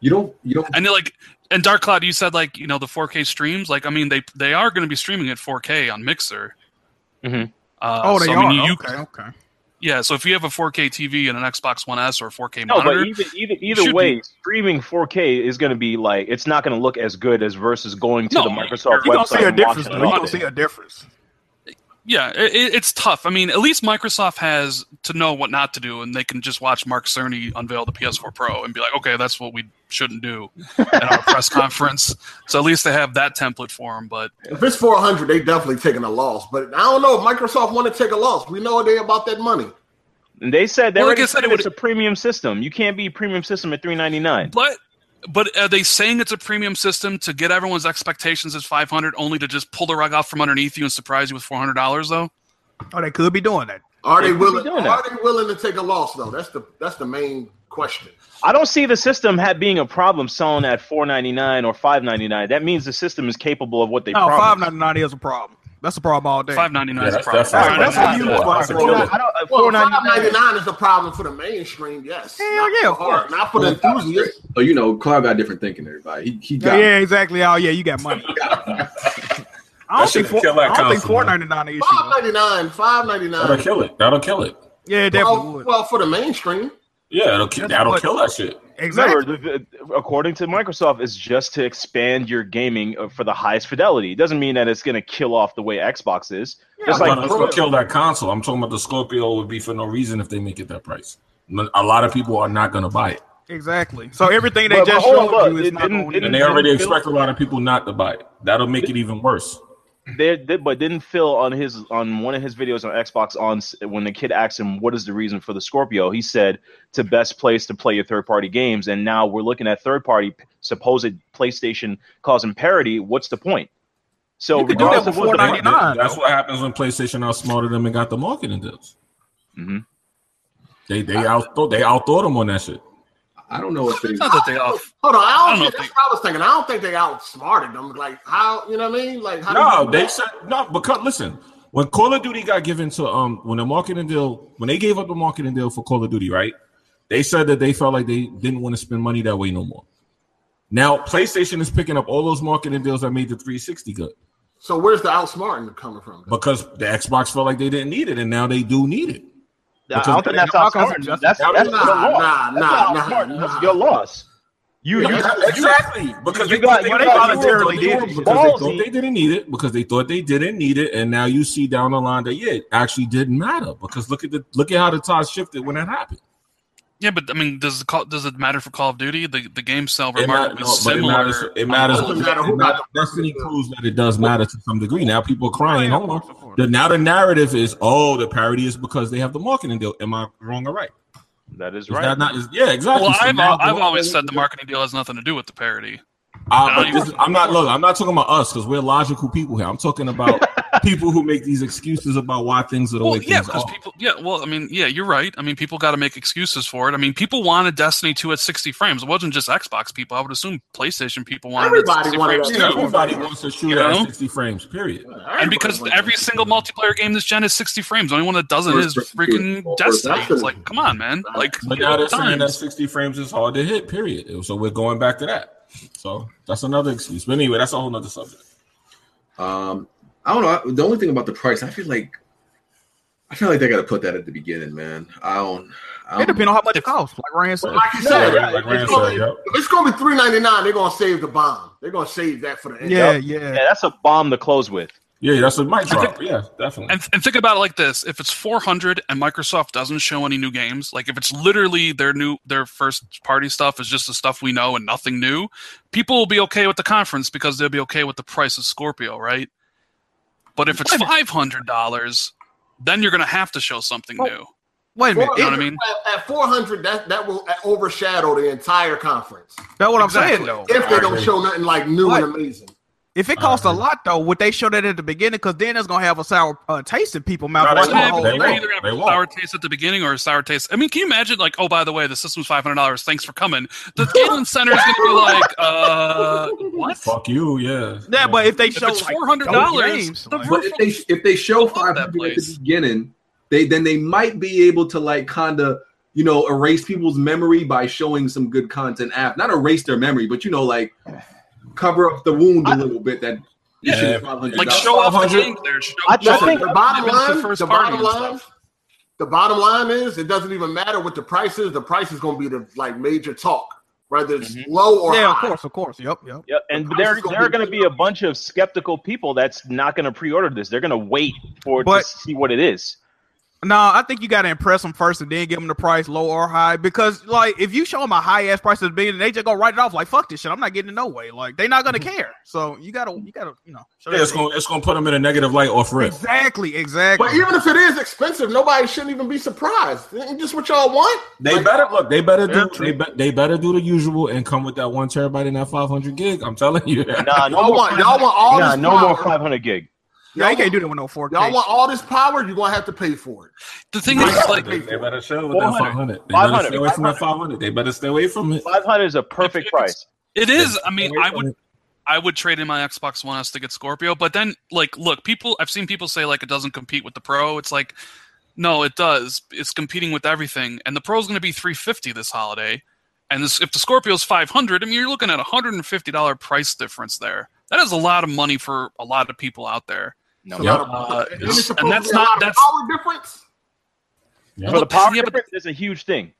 Speaker 1: You don't. You don't.
Speaker 2: And like and Dark Cloud, you said like you know the 4K streams. Like I mean, they they are going to be streaming at 4K on Mixer.
Speaker 7: Mhm.
Speaker 2: Uh,
Speaker 4: Oh, they
Speaker 2: so, I
Speaker 4: are.
Speaker 2: mean, you,
Speaker 4: okay, okay.
Speaker 2: Yeah, so if you have a 4K TV and an Xbox One S or a 4K
Speaker 7: No,
Speaker 2: monitor,
Speaker 7: but even either,
Speaker 2: it should
Speaker 7: either
Speaker 2: be-
Speaker 7: way, streaming 4K is going to be like it's not going to look as good as versus going to
Speaker 2: No,
Speaker 7: the Microsoft
Speaker 4: You gonna
Speaker 7: website.
Speaker 4: see a
Speaker 7: and
Speaker 4: difference.
Speaker 7: watching
Speaker 4: Though.
Speaker 7: it
Speaker 4: You
Speaker 7: on
Speaker 4: gonna
Speaker 7: there.
Speaker 4: see a difference.
Speaker 2: yeah, it, it- it's tough. I mean, at least Microsoft has to know what not to do, and they can just watch Mark Cerny unveil the PS4 Pro and be like, okay, that's what we shouldn't do at our press conference. So at least they have that template for them. But
Speaker 5: If it's 400, they definitely taking a loss. But I don't know if Microsoft want to take a loss. We know they about that money.
Speaker 7: And they said they
Speaker 2: Well, like
Speaker 7: already
Speaker 2: I said,
Speaker 7: said
Speaker 2: it
Speaker 7: it's a
Speaker 2: would-
Speaker 7: premium system. You can't be a premium system at 399.
Speaker 2: but but are they saying it's a premium system to get everyone's expectations as 500, only to just pull the rug out from underneath you and surprise you with $400 though?
Speaker 4: Oh, they could be doing that.
Speaker 5: Are they
Speaker 7: They could be
Speaker 5: willing?
Speaker 7: doing
Speaker 5: Are they willing to take a loss though? That's the that's the main question.
Speaker 7: I don't see the system ha- being a problem selling at 499 or 599. That means the system is capable of what they
Speaker 4: No, five
Speaker 7: promised.
Speaker 4: ninety nine is a problem. That's a problem all day.
Speaker 2: Five ninety nine is a
Speaker 6: that's
Speaker 2: problem.
Speaker 6: definitely-
Speaker 2: Sorry,
Speaker 4: that's
Speaker 2: I'm
Speaker 4: a
Speaker 2: not-
Speaker 4: huge problem.
Speaker 7: I don't, uh,
Speaker 5: Well,
Speaker 7: 499
Speaker 5: 599 is a problem for the mainstream. Yes.
Speaker 4: Hell
Speaker 5: Not for
Speaker 4: yeah, of
Speaker 5: hard,
Speaker 4: course.
Speaker 5: Not for the enthusiasts.
Speaker 1: Oh, you know, Clive got different thinking. Everybody, he, he
Speaker 4: Yeah,
Speaker 1: got
Speaker 4: yeah, exactly. Oh, yeah, you got money. I don't
Speaker 6: That
Speaker 4: think
Speaker 6: shit
Speaker 4: four,
Speaker 6: kill that
Speaker 4: I don't think
Speaker 6: console,
Speaker 4: four
Speaker 6: man.
Speaker 4: ninety nine issue. though.
Speaker 5: 599.
Speaker 6: That'll
Speaker 5: 599.
Speaker 6: kill it. That'll kill it.
Speaker 4: Yeah, it definitely
Speaker 5: Well,
Speaker 4: would.
Speaker 5: well, for the mainstream.
Speaker 6: Yeah, it'll kill.
Speaker 4: That's
Speaker 6: That'll
Speaker 4: what-
Speaker 6: kill that shit.
Speaker 4: Exactly.
Speaker 7: Remember, the, the- according to Microsoft, it's just to expand your gaming uh, for the highest fidelity. It doesn't mean that it's going to kill off the way Xbox is. Just
Speaker 6: no,
Speaker 7: like
Speaker 6: no, it's gonna kill that console. I'm talking about the Scorpio would be for no reason if they make it that price. No- A lot of people are not gonna buy it,
Speaker 4: Exactly. So everything they
Speaker 7: But- but
Speaker 4: just
Speaker 7: hold on,
Speaker 4: showed
Speaker 7: look,
Speaker 4: you is
Speaker 7: it
Speaker 4: not
Speaker 7: didn't-
Speaker 4: going
Speaker 7: didn't-
Speaker 6: and
Speaker 4: to.
Speaker 6: they already
Speaker 7: didn't feel-
Speaker 6: expect a lot of people not to buy it. That'll make it even worse.
Speaker 7: They, they, but didn't Phil on his on one of his videos on Xbox on s- when the kid asked him what is the reason for the Scorpio, he said to best place to play your third party games, and now we're looking at third party p- supposed PlayStation causing parity. What's the point? So
Speaker 4: You could do that
Speaker 7: regardless of
Speaker 4: before
Speaker 7: what the-
Speaker 4: 499,
Speaker 6: That's
Speaker 4: though.
Speaker 6: what happens when PlayStation outsmarted them and got the marketing deals.
Speaker 7: Mhm.
Speaker 6: They they outthought they outthought them on that shit.
Speaker 1: I don't know if they.
Speaker 2: It's not that they off.
Speaker 5: Hold on. I
Speaker 2: I don't
Speaker 5: don't,
Speaker 2: know if
Speaker 5: think that's
Speaker 2: they-
Speaker 5: what I was thinking. I don't think they outsmarted them. Like how you know what I mean? Like how
Speaker 6: No,
Speaker 5: do you-
Speaker 6: they said no because listen, when Call of Duty got given to um when the marketing deal when they gave up the marketing deal for Call of Duty, right? They said that they felt like they didn't want to spend money that way no more. Now PlayStation is picking up all those marketing deals that made the 360 good
Speaker 5: So where's the outsmarting coming from? though?
Speaker 6: because the Xbox felt like they didn't need it, and now they do need it.
Speaker 7: I don't think that's
Speaker 4: Because-
Speaker 7: outsmarted. That's that's,
Speaker 6: Nah,
Speaker 7: your loss.
Speaker 5: nah,
Speaker 7: That's not
Speaker 5: nah, nah,
Speaker 7: outsmarted.
Speaker 5: nah.
Speaker 7: That's your loss. You, you
Speaker 6: exactly because
Speaker 7: you
Speaker 6: they
Speaker 7: got-
Speaker 6: thought they,
Speaker 7: you got-
Speaker 6: didn't need it,
Speaker 4: voluntarily
Speaker 6: because
Speaker 4: did
Speaker 6: they
Speaker 4: it.
Speaker 6: thought
Speaker 7: Ballsy.
Speaker 6: they didn't need it because they thought they didn't need it, and now you see down the line that yeah, it actually didn't matter because look at the look at how the tide shifted when that happened.
Speaker 2: Yeah, but I mean, does the call, does it matter for Call of Duty? The the game sell
Speaker 6: It matter-
Speaker 2: remarkably
Speaker 6: no, but it
Speaker 2: similar. Um,
Speaker 6: matters. It matters.
Speaker 5: Doesn't matter who
Speaker 6: it matters-
Speaker 5: got the-
Speaker 6: Destiny proves that it does matter to some degree. Now people are crying.
Speaker 4: Yeah,
Speaker 6: Hold
Speaker 4: of
Speaker 6: on.
Speaker 4: course.
Speaker 6: The, now the narrative is, oh, the parody is because they have the marketing deal. Am I wrong or right?
Speaker 7: that is
Speaker 6: Is
Speaker 7: right.
Speaker 6: that not? Is, yeah, exactly.
Speaker 2: Well,
Speaker 6: So
Speaker 2: I've,
Speaker 6: now
Speaker 2: al-
Speaker 6: the
Speaker 2: I've always
Speaker 6: marketing-
Speaker 2: said the marketing deal has nothing to do with the parody.
Speaker 6: Uh,
Speaker 2: No,
Speaker 6: but this is- I'm not look. I'm not talking about us because we're logical people here. I'm talking about people who make these excuses about why things are the
Speaker 2: Well,
Speaker 6: way
Speaker 2: yeah,
Speaker 6: things
Speaker 2: because
Speaker 6: are.
Speaker 2: people, yeah, well, I mean, yeah, you're right. I mean, people got to make excuses for it. I mean, people wanted Destiny 2 at 60 frames. It wasn't just Xbox people. I would assume PlayStation people wanted
Speaker 5: Everybody
Speaker 2: it at 60
Speaker 5: wanted
Speaker 2: frames
Speaker 5: it.
Speaker 2: too.
Speaker 6: Yeah, everybody wants to shoot
Speaker 2: You
Speaker 6: at
Speaker 2: know?
Speaker 6: 60 frames. Period.
Speaker 2: And because every single multiplayer game this gen is 60 frames, the only one that doesn't is
Speaker 1: First person
Speaker 2: freaking
Speaker 1: shooter.
Speaker 2: Destiny.
Speaker 5: That's
Speaker 2: It's
Speaker 5: a-
Speaker 2: like, come on, man. Like,
Speaker 6: But
Speaker 2: give
Speaker 6: now
Speaker 2: it
Speaker 6: they're saying that
Speaker 2: times.
Speaker 6: 60 frames is hard to hit. Period. So we're going back to that. So that's another excuse. But anyway, that's a whole nother subject.
Speaker 1: Um, I don't know. The only thing about the price, I feel like, I feel like they got to put that at the beginning, man. I don't. I
Speaker 4: It
Speaker 1: don't
Speaker 4: depends on how much it costs. Like Ryan said,
Speaker 5: Like you
Speaker 6: No,
Speaker 5: said,
Speaker 6: like- like Rand
Speaker 5: it's gonna
Speaker 6: said,
Speaker 5: be-
Speaker 6: yep.
Speaker 5: if it's going to be three ninety nine, they're going to save the bomb. They're going to save that for the end.
Speaker 4: yeah,
Speaker 7: Yeah,
Speaker 4: yeah.
Speaker 7: that's a bomb to close with.
Speaker 6: Yeah, that's a mic drop. Yeah, definitely.
Speaker 2: And, and think about it like this: if it's 400 and Microsoft doesn't show any new games, like if it's literally their new their first party stuff is just the stuff we know and nothing new, people will be okay with the conference because they'll be okay with the price of Scorpio, right? But if it's 500 dollars, then you're gonna have to show something new.
Speaker 4: Wait a minute.
Speaker 5: Four-
Speaker 2: You know what I mean?
Speaker 5: At, at four hundred, that that will overshadow the entire conference
Speaker 4: That's what I'm
Speaker 2: Exactly.
Speaker 4: saying though.
Speaker 5: if they
Speaker 6: I
Speaker 5: don't
Speaker 6: agree.
Speaker 5: show nothing like new
Speaker 4: Right.
Speaker 5: and amazing.
Speaker 4: If it costs a lot though, would they show that at the beginning? Because then it's gonna have a sour uh, taste in people's mouth.
Speaker 6: No,
Speaker 4: Like,
Speaker 6: they
Speaker 4: oh,
Speaker 6: won't.
Speaker 4: whole
Speaker 2: Yeah, but we're
Speaker 6: They
Speaker 4: thing.
Speaker 6: won't.
Speaker 2: either gonna
Speaker 6: They
Speaker 2: have a
Speaker 6: won't.
Speaker 2: sour taste at the beginning or a sour taste. I mean, can you imagine? Like, oh, by the way, the system's five hundred dollars. Thanks for coming. The Galen Center is gonna be like, uh, what?
Speaker 6: Fuck you. Yeah.
Speaker 4: Yeah, but if they
Speaker 2: If
Speaker 4: show
Speaker 2: it's
Speaker 4: like,
Speaker 2: four hundred
Speaker 4: dope
Speaker 2: dollars,
Speaker 4: games, like-
Speaker 1: But if they if they show
Speaker 2: I love
Speaker 1: five
Speaker 2: that
Speaker 1: hundred at
Speaker 2: place.
Speaker 1: the beginning, they then they might be able to like kind of you know erase people's memory by showing some good content app. Not erase their memory, but you know like cover up the wound a little bit that
Speaker 2: Yeah.
Speaker 1: issue is $500.
Speaker 2: Like show off the
Speaker 6: 500.
Speaker 2: games there. Show,
Speaker 7: I- I
Speaker 2: show
Speaker 7: think-
Speaker 2: off
Speaker 5: the bottom
Speaker 2: even the
Speaker 5: line,
Speaker 2: first
Speaker 5: the
Speaker 2: party
Speaker 5: bottom
Speaker 2: and
Speaker 5: line,
Speaker 2: stuff.
Speaker 5: the bottom line is it doesn't even matter what the price is. The price is going to be the like major talk, whether it's
Speaker 2: Mm-hmm.
Speaker 7: Mhm.
Speaker 5: low or
Speaker 4: yeah, of
Speaker 5: high.
Speaker 4: course, of course. Yep, yep.
Speaker 7: Yeah, and
Speaker 5: price
Speaker 7: there
Speaker 5: is gonna
Speaker 7: there are
Speaker 5: be-
Speaker 7: going to be a bunch of skeptical people that's not going to pre-order this. They're going to wait for it to
Speaker 4: But-
Speaker 7: see what it is.
Speaker 4: No, I think you got to impress them first and then give them the price, low or high. Because like, if you show them a high ass price at the beginning, they just gonna write it off like fuck this shit. I'm not getting it no way. Like they're not gonna care. So you gotta, you gotta, you know. Show
Speaker 6: Yeah,
Speaker 4: that
Speaker 6: it's gonna it's gonna put them in a negative light off rip.
Speaker 4: exactly, exactly.
Speaker 5: But even if it is expensive, nobody shouldn't even be surprised. Isn't this what y'all want?
Speaker 6: They
Speaker 5: Like,
Speaker 6: better look. They better
Speaker 4: Yeah,
Speaker 6: do.
Speaker 4: true.
Speaker 6: They, be, they better do the usual and come with that one terabyte and that five hundred gig. I'm telling you.
Speaker 7: Nah, Uh, no
Speaker 5: Y'all
Speaker 7: more.
Speaker 5: want y'all want all
Speaker 7: nah,
Speaker 5: this
Speaker 7: no
Speaker 5: power.
Speaker 7: more 500 gig.
Speaker 4: yeah, you
Speaker 5: y'all
Speaker 4: can't
Speaker 5: want-
Speaker 4: do that with no 4K.
Speaker 5: Y'all want all this power? You're gonna have to pay for it.
Speaker 2: The thing is, like,
Speaker 6: they better chill with that
Speaker 7: 400.
Speaker 6: five hundred.
Speaker 7: 500.
Speaker 6: They better stay away from that five hundred. They better stay away from it.
Speaker 7: 500 is a perfect
Speaker 2: If-
Speaker 7: price.
Speaker 2: it is. I mean,
Speaker 6: Away
Speaker 2: I
Speaker 6: from
Speaker 2: would
Speaker 6: it.
Speaker 2: I would trade in my Xbox One S to get Scorpio, but then like look, people I've seen people say like it doesn't compete with the Pro. It's like no, it does. It's competing with everything. And the Pro's going to be 350 this holiday. And this, if the Scorpio's 500, I mean you're looking at a $150 price difference there. That is a lot of money for a lot of people out there.
Speaker 5: No,
Speaker 6: Yep.
Speaker 2: Uh,
Speaker 5: and,
Speaker 2: and
Speaker 5: it's supposed
Speaker 2: that's
Speaker 5: to be a
Speaker 2: not-
Speaker 5: lot of
Speaker 2: that's-
Speaker 5: power difference.
Speaker 7: For the
Speaker 2: Well,
Speaker 7: power
Speaker 2: yeah, but-
Speaker 7: difference, it's a huge thing.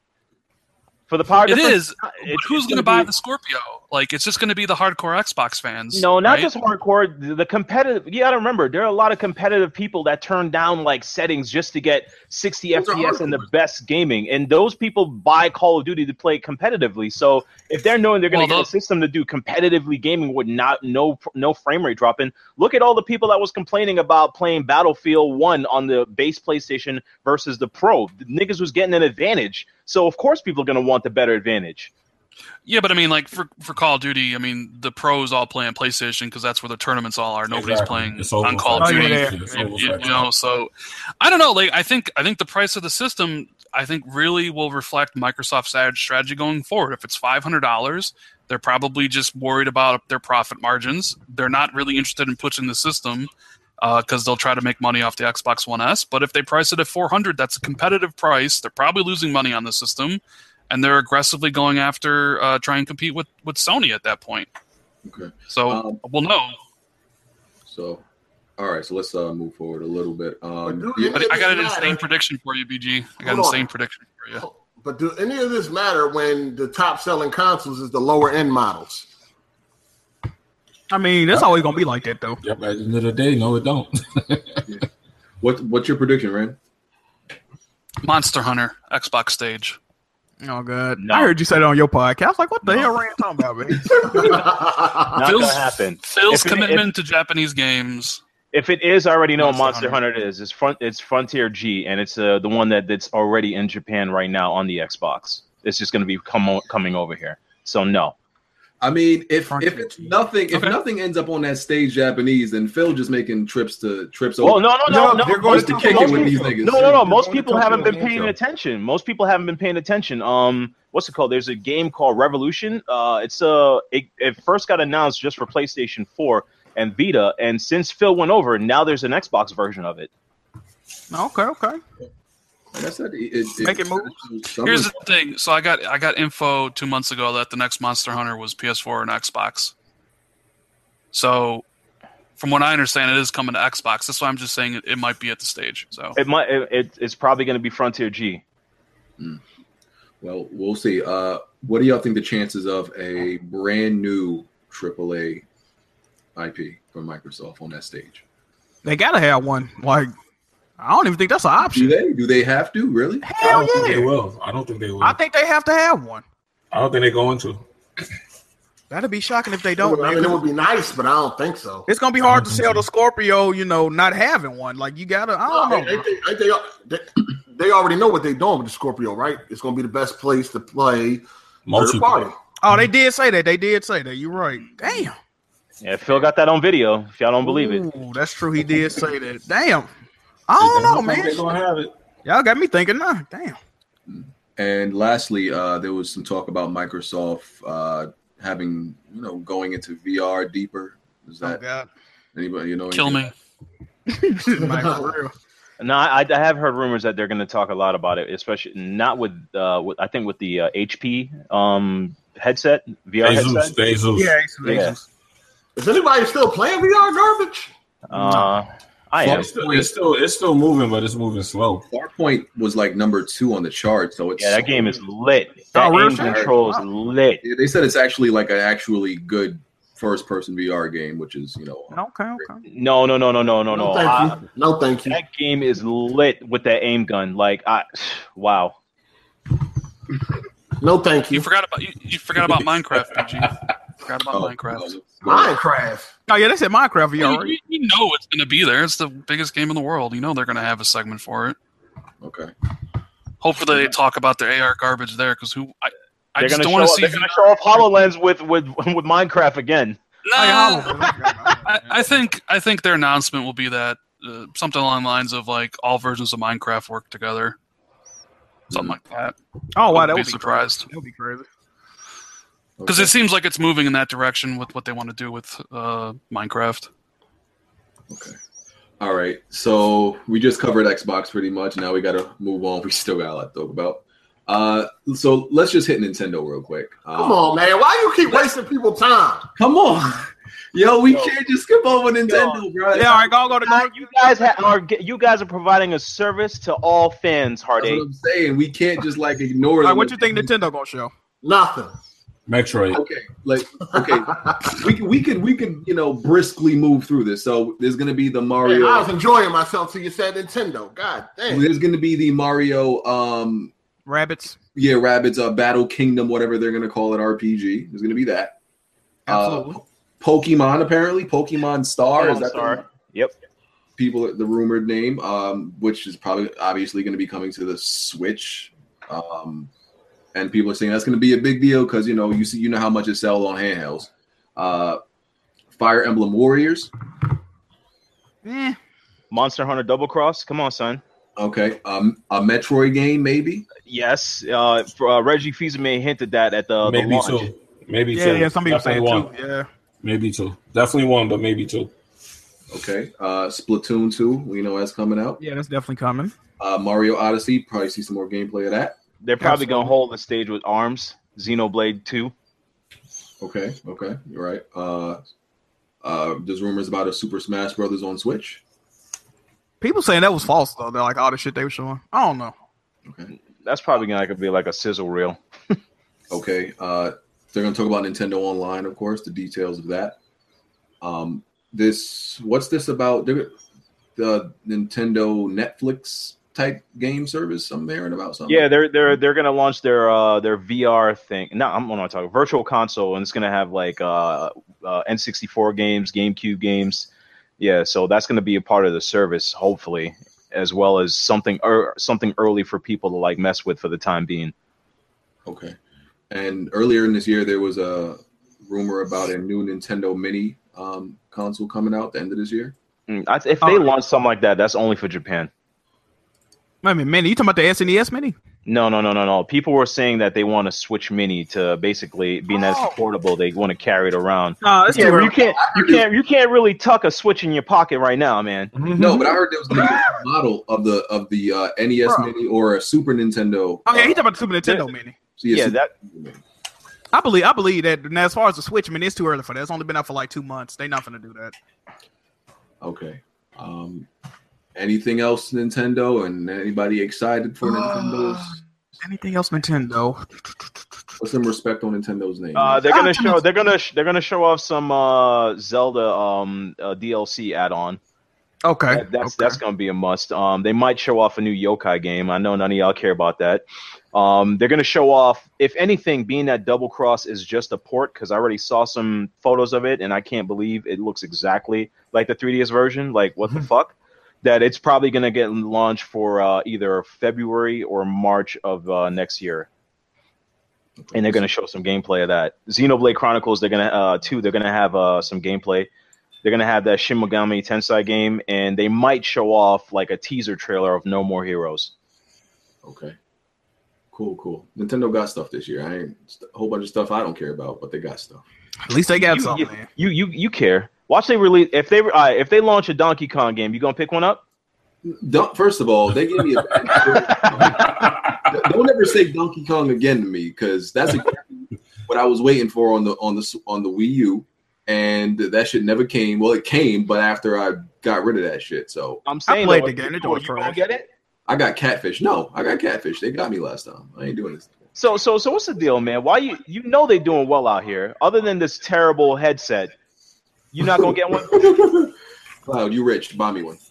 Speaker 7: For the power
Speaker 2: It
Speaker 7: difference,
Speaker 2: is.
Speaker 7: not-
Speaker 2: But
Speaker 7: it-
Speaker 2: who's
Speaker 7: it's
Speaker 2: going to
Speaker 7: gonna
Speaker 2: buy
Speaker 7: be-
Speaker 2: the Scorpio? Like it's just going to be the hardcore Xbox fans.
Speaker 7: No, not
Speaker 2: right?
Speaker 7: just hardcore. the- The competitive. You got to remember, there are a lot of competitive people that turn down like settings just to get 60
Speaker 5: Those are
Speaker 7: FPS and the
Speaker 5: hardcore.
Speaker 7: best gaming. And those people buy Call of Duty to play competitively. So if they're knowing they're going to
Speaker 2: Well,
Speaker 7: get a
Speaker 2: those-
Speaker 7: system to do competitively gaming with not no no frame rate dropping, look at all the people that was complaining about playing Battlefield One on the base PlayStation versus the Pro. The niggas was getting an advantage. So of course people are going to want the better advantage.
Speaker 2: Yeah, but I mean, like for for Call of Duty, I mean, the pros all play on PlayStation because that's where the tournaments all are. Nobody's
Speaker 6: Exactly.
Speaker 2: playing
Speaker 6: It's over
Speaker 2: on Call of
Speaker 6: for-
Speaker 4: Oh,
Speaker 2: Duty.
Speaker 4: yeah, yeah.
Speaker 6: It's
Speaker 2: You,
Speaker 6: over
Speaker 2: you
Speaker 6: for-
Speaker 2: know, so I don't know. Like, I think I think the price of the system, I think, really will reflect Microsoft's ad strategy going forward. If it's five hundred dollars, they're probably just worried about their profit margins. They're not really interested in pushing the system because they'll try to make money off the Xbox One S. But if they price it at four hundred, that's a competitive price. They're probably losing money on the system, and they're aggressively going after uh, trying to compete with with Sony at that point.
Speaker 1: Okay.
Speaker 2: So
Speaker 7: Uh,
Speaker 4: Oh.
Speaker 1: Um,
Speaker 2: we'll know.
Speaker 1: So, all right. So let's uh, move forward a little bit. Um,
Speaker 5: But do
Speaker 1: yeah,
Speaker 5: any
Speaker 2: But
Speaker 5: of
Speaker 2: I got
Speaker 5: this
Speaker 2: an insane
Speaker 5: matter?
Speaker 2: prediction for you, BG. I got an
Speaker 5: Hold on.
Speaker 2: insane prediction for you.
Speaker 5: Oh, But do any of this matter when the top selling consoles is the lower end models?
Speaker 4: I mean, that's always gonna be like that though.
Speaker 6: Yep, at the end of the day, no, it don't.
Speaker 1: what what's your prediction, Ren?
Speaker 2: Monster Hunter Xbox stage.
Speaker 4: Oh god,
Speaker 7: No.
Speaker 4: I heard you say that on your podcast. I was Like, what the
Speaker 2: No.
Speaker 4: hell, Rand talking about, man?
Speaker 5: That's
Speaker 7: Not
Speaker 2: Phil's-
Speaker 7: going to happen.
Speaker 2: Phil's
Speaker 7: If it- if-
Speaker 2: commitment to Japanese games.
Speaker 7: If it is, I already know Monster,
Speaker 2: Monster
Speaker 7: Hunter. is. It's front. It's Frontier G, and it's uh, the one that, that's already in Japan right now on the Xbox. It's just going to be come o- coming over here. So no,
Speaker 1: I mean, if
Speaker 4: Front
Speaker 1: if
Speaker 4: page.
Speaker 1: it's nothing, if
Speaker 2: Okay.
Speaker 1: nothing ends up on that stage Japanese, then Phil just making trips to trips.
Speaker 7: well,
Speaker 1: over.
Speaker 7: no, no, no, no.
Speaker 1: they're going
Speaker 7: most
Speaker 1: to
Speaker 7: people-
Speaker 1: kick it
Speaker 7: most
Speaker 1: with these
Speaker 7: people-
Speaker 1: niggas.
Speaker 7: No, no, no. Most
Speaker 5: They're
Speaker 7: people
Speaker 5: going to
Speaker 7: haven't been
Speaker 5: Tokyo and
Speaker 7: paying
Speaker 5: Tokyo.
Speaker 7: attention. Most people haven't been paying attention. Um, what's it called? There's a game called Revolution. Uh, it's uh, it, it first got announced just for PlayStation 4 and Vita, and since Phil went over, now there's an Xbox version of it.
Speaker 4: okay, okay.
Speaker 1: Like I said, it, it,
Speaker 4: Make it
Speaker 1: it-
Speaker 4: move.
Speaker 1: some-
Speaker 2: Here's the thing. So I got I got info two months ago that the next Monster Hunter was PS4 and Xbox. So from what I understand, it is coming to Xbox. That's why I'm just saying it, it might be at the stage. So
Speaker 7: It might. It, it, it's probably going to be Frontier G.
Speaker 1: Well, we'll see. Uh, what do y'all think the chances of a brand new AAA IP from Microsoft on that stage?
Speaker 4: They gotta have one. Like, I don't even think that's an
Speaker 1: Do
Speaker 4: option.
Speaker 1: they? Do they have to really?
Speaker 6: I
Speaker 4: Hell
Speaker 6: don't think they
Speaker 4: yeah!
Speaker 6: will. I don't think they will.
Speaker 4: I think they have to have one.
Speaker 6: I don't think they're going to.
Speaker 4: That'd be shocking if they don't.
Speaker 5: Don't, I mean, it
Speaker 4: man.
Speaker 5: would be nice, but I don't think so.
Speaker 4: It's gonna be hard
Speaker 6: Mm-hmm.
Speaker 4: to sell the Scorpio, you know, not having one. Like, you gotta. I don't
Speaker 5: No,
Speaker 4: know.
Speaker 5: I- I think- I think- they, they already know what they're doing with the Scorpio, right? It's going to be the best place to play third
Speaker 6: Multiple.
Speaker 5: party.
Speaker 4: Oh, they did say that. They did say that. You're right. Damn.
Speaker 7: Yeah, Phil got that on video. If y'all don't believe it,
Speaker 4: Ooh, that's true. He did say that. Damn. I don't know,
Speaker 6: They're
Speaker 4: man.
Speaker 6: gonna have it.
Speaker 4: Y'all got me thinking. Nah, damn.
Speaker 1: And lastly, uh, there was some talk about Microsoft uh, having, you know, going into VR deeper. Is
Speaker 4: Oh
Speaker 1: that
Speaker 4: God.
Speaker 1: anybody? You know,
Speaker 2: kill
Speaker 1: anything?
Speaker 2: me.
Speaker 4: Like, for real.
Speaker 7: no, I, I have heard rumors that they're going to talk a lot about it, especially not with, uh, with I think with the uh, HP um, headset, VR
Speaker 6: Jesus,
Speaker 7: headset.
Speaker 6: Jesus.
Speaker 4: Yeah. it's-
Speaker 7: Yeah.
Speaker 5: Is anybody still playing VR garbage?
Speaker 7: Uh, I am.
Speaker 6: It's still, it's still it's still moving, but it's moving slow.
Speaker 1: Far Point was like number two on the chart, so it's
Speaker 7: Yeah, that game is lit. That
Speaker 4: Oh, real
Speaker 7: aim
Speaker 4: shit?
Speaker 7: control is lit.
Speaker 1: Yeah, They said it's actually like an actually good first-person VR game, which is you know
Speaker 4: Okay, okay.
Speaker 7: No, no, no, no, no, no, no.
Speaker 5: thank
Speaker 7: I-
Speaker 5: you. No, thank you.
Speaker 7: that game is lit with that aim gun. Like, I, wow.
Speaker 5: No, thank
Speaker 2: You
Speaker 5: you.
Speaker 2: forgot about you, you forgot about Minecraft, PG. Forgot about
Speaker 1: oh,
Speaker 2: Minecraft.
Speaker 1: no,
Speaker 5: Minecraft.
Speaker 4: Oh yeah, they said Minecraft VR.
Speaker 2: You,
Speaker 4: right?
Speaker 2: you- you know it's going to be there. It's the biggest game in the world. You know they're going to have a segment for it.
Speaker 1: oh, Okay.
Speaker 2: Hopefully they talk about their AR garbage there because who I, I
Speaker 7: They're
Speaker 2: just
Speaker 7: gonna
Speaker 2: don't
Speaker 7: show
Speaker 2: want
Speaker 7: off,
Speaker 2: to see.
Speaker 7: they're gonna show off Hololens with with with Minecraft again.
Speaker 2: Nah,
Speaker 4: Oh, yeah, I don't know.
Speaker 2: I, I think I think their announcement will be that uh, something along the lines of like all versions of Minecraft work together, something like that.
Speaker 4: Oh wow,
Speaker 2: I'd
Speaker 4: that
Speaker 2: be
Speaker 4: would be
Speaker 2: surprised.
Speaker 4: That would be crazy.
Speaker 2: Because it seems like it's moving in that direction with what they want to do with uh, Minecraft.
Speaker 1: Okay. All right. So we just covered Xbox pretty much. Now we got to move on. We still got a lot to talk about. Uh, so let's just hit Nintendo real quick. Uh,
Speaker 5: Come on, man. Why you keep wasting people time?
Speaker 1: Come on. Yo, we can't just skip over Nintendo, bro.
Speaker 4: Yeah, all right, go go to go.
Speaker 7: You guys ha- are ge- you guys are providing a service to all fans,
Speaker 1: That's what
Speaker 7: Heartache.
Speaker 1: I'm saying. We can't just like ignore
Speaker 4: Like,
Speaker 1: them.
Speaker 4: what you think Nintendo gonna show?
Speaker 5: Nothing.
Speaker 6: Metroid.
Speaker 1: Okay, like okay, we could, we could we could you know briskly move through this. So there's gonna be the
Speaker 5: Man,
Speaker 1: Mario.
Speaker 5: I was enjoying myself till you said Nintendo. God damn.
Speaker 1: There's gonna be the Mario um
Speaker 4: Rabbits.
Speaker 1: yeah, Rabbids uh, Battle Kingdom, whatever they're gonna call it, RPG. There's gonna be that.
Speaker 4: Absolutely.
Speaker 1: Uh, Pokemon apparently, Pokemon Star is
Speaker 7: Pokemon
Speaker 1: that
Speaker 7: Star.
Speaker 1: the
Speaker 7: Yep.
Speaker 1: people the rumored name, um, which is probably obviously gonna be coming to the Switch. Um, and people are saying that's gonna be a big deal because you know you see you know how much it sells on handhelds. Uh, Fire Emblem Warriors,
Speaker 4: Eh,
Speaker 7: Monster Hunter Double Cross. Come on, son.
Speaker 1: okay, um, a Metroid game maybe.
Speaker 7: Yes, uh, for, uh, Reggie Fils-Aimé hinted that at the, the
Speaker 6: maybe
Speaker 7: launch.
Speaker 6: two. Maybe
Speaker 4: yeah,
Speaker 6: two.
Speaker 4: yeah. Some people say it
Speaker 6: Definitely
Speaker 4: too.
Speaker 6: one.
Speaker 4: Yeah.
Speaker 6: Maybe two. Definitely one, but maybe two.
Speaker 1: Okay, uh, Splatoon two, we know that's coming out.
Speaker 4: Yeah, that's definitely coming.
Speaker 1: Uh, Mario Odyssey, probably see some more gameplay of that.
Speaker 7: They're probably
Speaker 4: Absolutely.
Speaker 7: gonna hold the stage with Arms, Xenoblade Two.
Speaker 1: Okay, okay, you're right. Uh, uh, there's rumors about a Super Smash Brothers on Switch.
Speaker 4: People saying that was false though. They're like all the shit they were showing. I don't know.
Speaker 1: Okay,
Speaker 7: That's probably gonna like, be like a sizzle reel.
Speaker 1: okay. Uh, they're gonna talk about Nintendo Online, of course, the details of that. Um, this what's this about? They're- The Nintendo Netflix type game service. I'm hearing about something.
Speaker 7: Yeah, they're they're they're gonna launch their uh their VR thing. No, I'm not talking virtual console, and it's gonna have like uh, uh N64 games, GameCube games. Yeah, so that's gonna be a part of the service, hopefully, as well as something or something early for people to like mess with for the time being.
Speaker 1: Okay. And earlier in this year, there was a rumor about a new Nintendo Mini um, console coming out the end of this year.
Speaker 7: Mm, I, if
Speaker 4: Oh.
Speaker 7: they launch something like that, that's only for Japan.
Speaker 4: Wait a minute, Mini. You talking about the E SNES Mini?
Speaker 7: No, no, no, no, no. People were saying that they want to switch Mini to basically being as portable. They want to carry it around.
Speaker 4: No, Oh. that's
Speaker 7: Yeah, you can't, you can't, you can't really tuck a switch in your pocket right now, man.
Speaker 1: No, but I heard there was going to be a model of the of the uh, NES
Speaker 4: Bro.
Speaker 1: Mini or a Super Nintendo.
Speaker 4: Oh yeah,
Speaker 1: uh,
Speaker 4: he
Speaker 1: E
Speaker 4: talking about the Super Nintendo Mini.
Speaker 1: so yeah,
Speaker 7: yeah,
Speaker 1: Super
Speaker 7: that
Speaker 1: Nintendo Mini.
Speaker 4: I believe I believe that. Now, as far as the Switch, I mean, it's too early for that. It's only been out for like two months. They not gonna do that.
Speaker 1: Okay. Um, anything else Nintendo and anybody excited for Nintendo's?
Speaker 4: Anything else, Nintendo?
Speaker 1: Put some respect on Nintendo's name.
Speaker 7: Uh, they're
Speaker 4: Ah,
Speaker 7: gonna
Speaker 4: come
Speaker 7: show.
Speaker 4: on.
Speaker 7: They're gonna. Sh- they're gonna show off some uh, Zelda um, uh, DLC add-on.
Speaker 4: Okay,
Speaker 7: That- that's
Speaker 4: okay.
Speaker 7: that's gonna be a must. Um, they might show off a new yokai game. I know none of y'all care about that. Um, they're gonna show off, if anything, being that Double Cross is just a port because I already saw some photos of it and I can't believe it looks exactly like the 3DS version. Like what the fuck? That it's probably gonna get launched for uh, either February or March of uh, next year and they're going to show some gameplay of that. Xenoblade Chronicles, they're going to uh, two. They're going to have uh, some gameplay. They're going to have that Shin Megami Tensei game, and they might show off like a teaser trailer of No More Heroes.
Speaker 1: Okay. Cool, cool. Nintendo got stuff this year. I ain't st- a whole bunch of stuff I don't care about, but they got stuff.
Speaker 4: At least they got
Speaker 7: You-
Speaker 4: something.
Speaker 7: you,
Speaker 4: man.
Speaker 7: you you you care? Watch they release if they uh, if they launch a Donkey Kong game, you gonna pick one up?
Speaker 1: Don- first of all, they gave me a don't ever say Donkey Kong again to me because that's exactly what I was waiting for on the on the s- on the Wii U, and that shit never came. Well, it came, but after I got rid of that shit. So
Speaker 7: I'm saying
Speaker 4: played
Speaker 7: though,
Speaker 4: the
Speaker 7: if
Speaker 4: game.
Speaker 7: you
Speaker 4: It
Speaker 7: do,
Speaker 4: was
Speaker 7: you gonna
Speaker 4: trash.
Speaker 7: get it?
Speaker 1: I got catfish. No, I got catfish. They got me last time. I ain't doing this.
Speaker 7: So so so what's the deal, man? Why you you know they doing well out here? Other than this terrible headset, you not gonna get one.
Speaker 1: Cloud, you rich. Buy me one.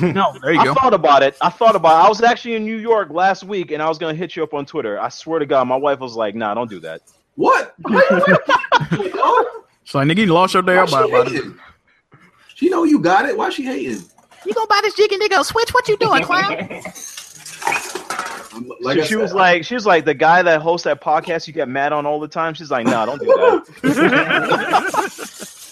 Speaker 4: No, there you
Speaker 7: I
Speaker 4: go.
Speaker 7: thought about it. I thought about it. I was actually in New York last week and I was gonna hit you up on Twitter. I swear to God, my wife was like, nah, don't do that.
Speaker 1: What?
Speaker 4: It's like nigga, you lost your day
Speaker 1: Why
Speaker 4: out
Speaker 1: she
Speaker 4: by about it.
Speaker 1: hating? She know you got it. Why she hating?
Speaker 4: You gonna buy this jig and nigga switch? What you doing, clown?
Speaker 1: I'm-
Speaker 7: So
Speaker 1: I
Speaker 7: she was
Speaker 1: said,
Speaker 7: like, she was like, the guy that hosts that podcast you get mad on all the time. She's like, nah, don't do that.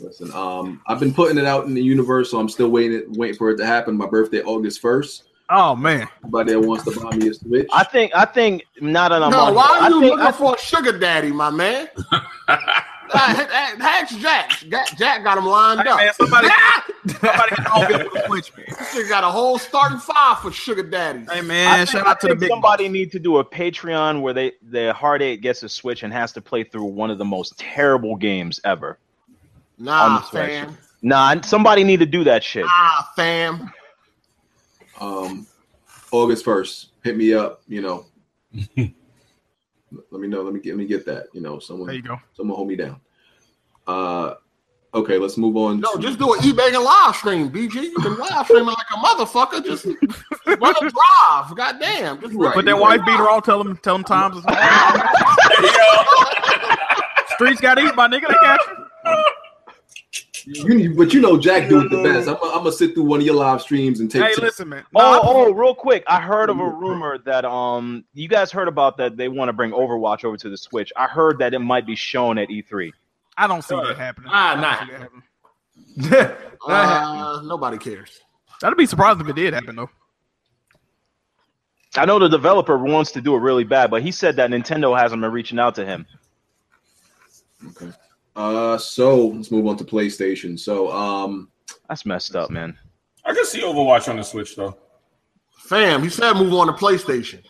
Speaker 1: Listen, um, I've been putting it out in the universe, so I'm still waiting, waiting for it to happen. My birthday, August first.
Speaker 4: Oh man,
Speaker 1: Somebody that wants to buy me a switch.
Speaker 7: I think, I think, not on a
Speaker 5: No,
Speaker 7: Monday.
Speaker 5: why are
Speaker 7: I
Speaker 5: you
Speaker 7: think-
Speaker 5: looking
Speaker 7: I-
Speaker 5: for a sugar daddy, my man? Hacks Jack. Jack- Jack got him lined
Speaker 4: Hey,
Speaker 5: up.
Speaker 4: man, somebody- somebody hit the home bill with a switch.
Speaker 5: They got a whole starting five for sugar daddies.
Speaker 4: Hey
Speaker 7: I
Speaker 4: man,
Speaker 7: think-
Speaker 4: shout
Speaker 7: I
Speaker 4: out to the
Speaker 7: think
Speaker 4: big.
Speaker 7: somebody need to do a Patreon where they the hard eight gets a switch and has to play through one of the most terrible games ever. on
Speaker 5: Nah,
Speaker 7: the Switch.
Speaker 5: fam.
Speaker 7: Nah, somebody need to do that shit.
Speaker 5: Nah, fam.
Speaker 1: um, August first, hit me up. You know, let me know. Let me get, let me get that. You know, someone,
Speaker 4: There you go.
Speaker 1: someone hold me down. Uh, okay, let's move on.
Speaker 5: No,
Speaker 1: to-
Speaker 5: just do an eBay and live stream, BG. You've been live streaming like a motherfucker. Just run a drive. Goddamn. Just run.
Speaker 1: Right.
Speaker 4: But that wife beater all tell him tell him times. is- Streets got eat by nigga. They got you.
Speaker 1: you, need- but you know, Jack do it the best. I'm gonna sit through one of your live streams and take.
Speaker 4: Hey,
Speaker 1: tips.
Speaker 4: listen, man.
Speaker 7: Oh, oh, real quick, I heard of a rumor that um you guys heard about that they want to bring Overwatch over to the Switch. I heard that it might be shown at E E3.
Speaker 4: I don't see that happening.
Speaker 6: Ah, nah.
Speaker 4: I don't see that happening.
Speaker 5: Uh, nobody cares.
Speaker 4: That'd be surprised if it did happen though.
Speaker 7: I know the developer wants to do it really bad, but he said that Nintendo hasn't been reaching out to him.
Speaker 1: Okay. Uh, so let's move on to PlayStation. So, um,
Speaker 7: That's messed up, man.
Speaker 6: I can see Overwatch on the Switch though.
Speaker 5: Fam, he said move on to PlayStation.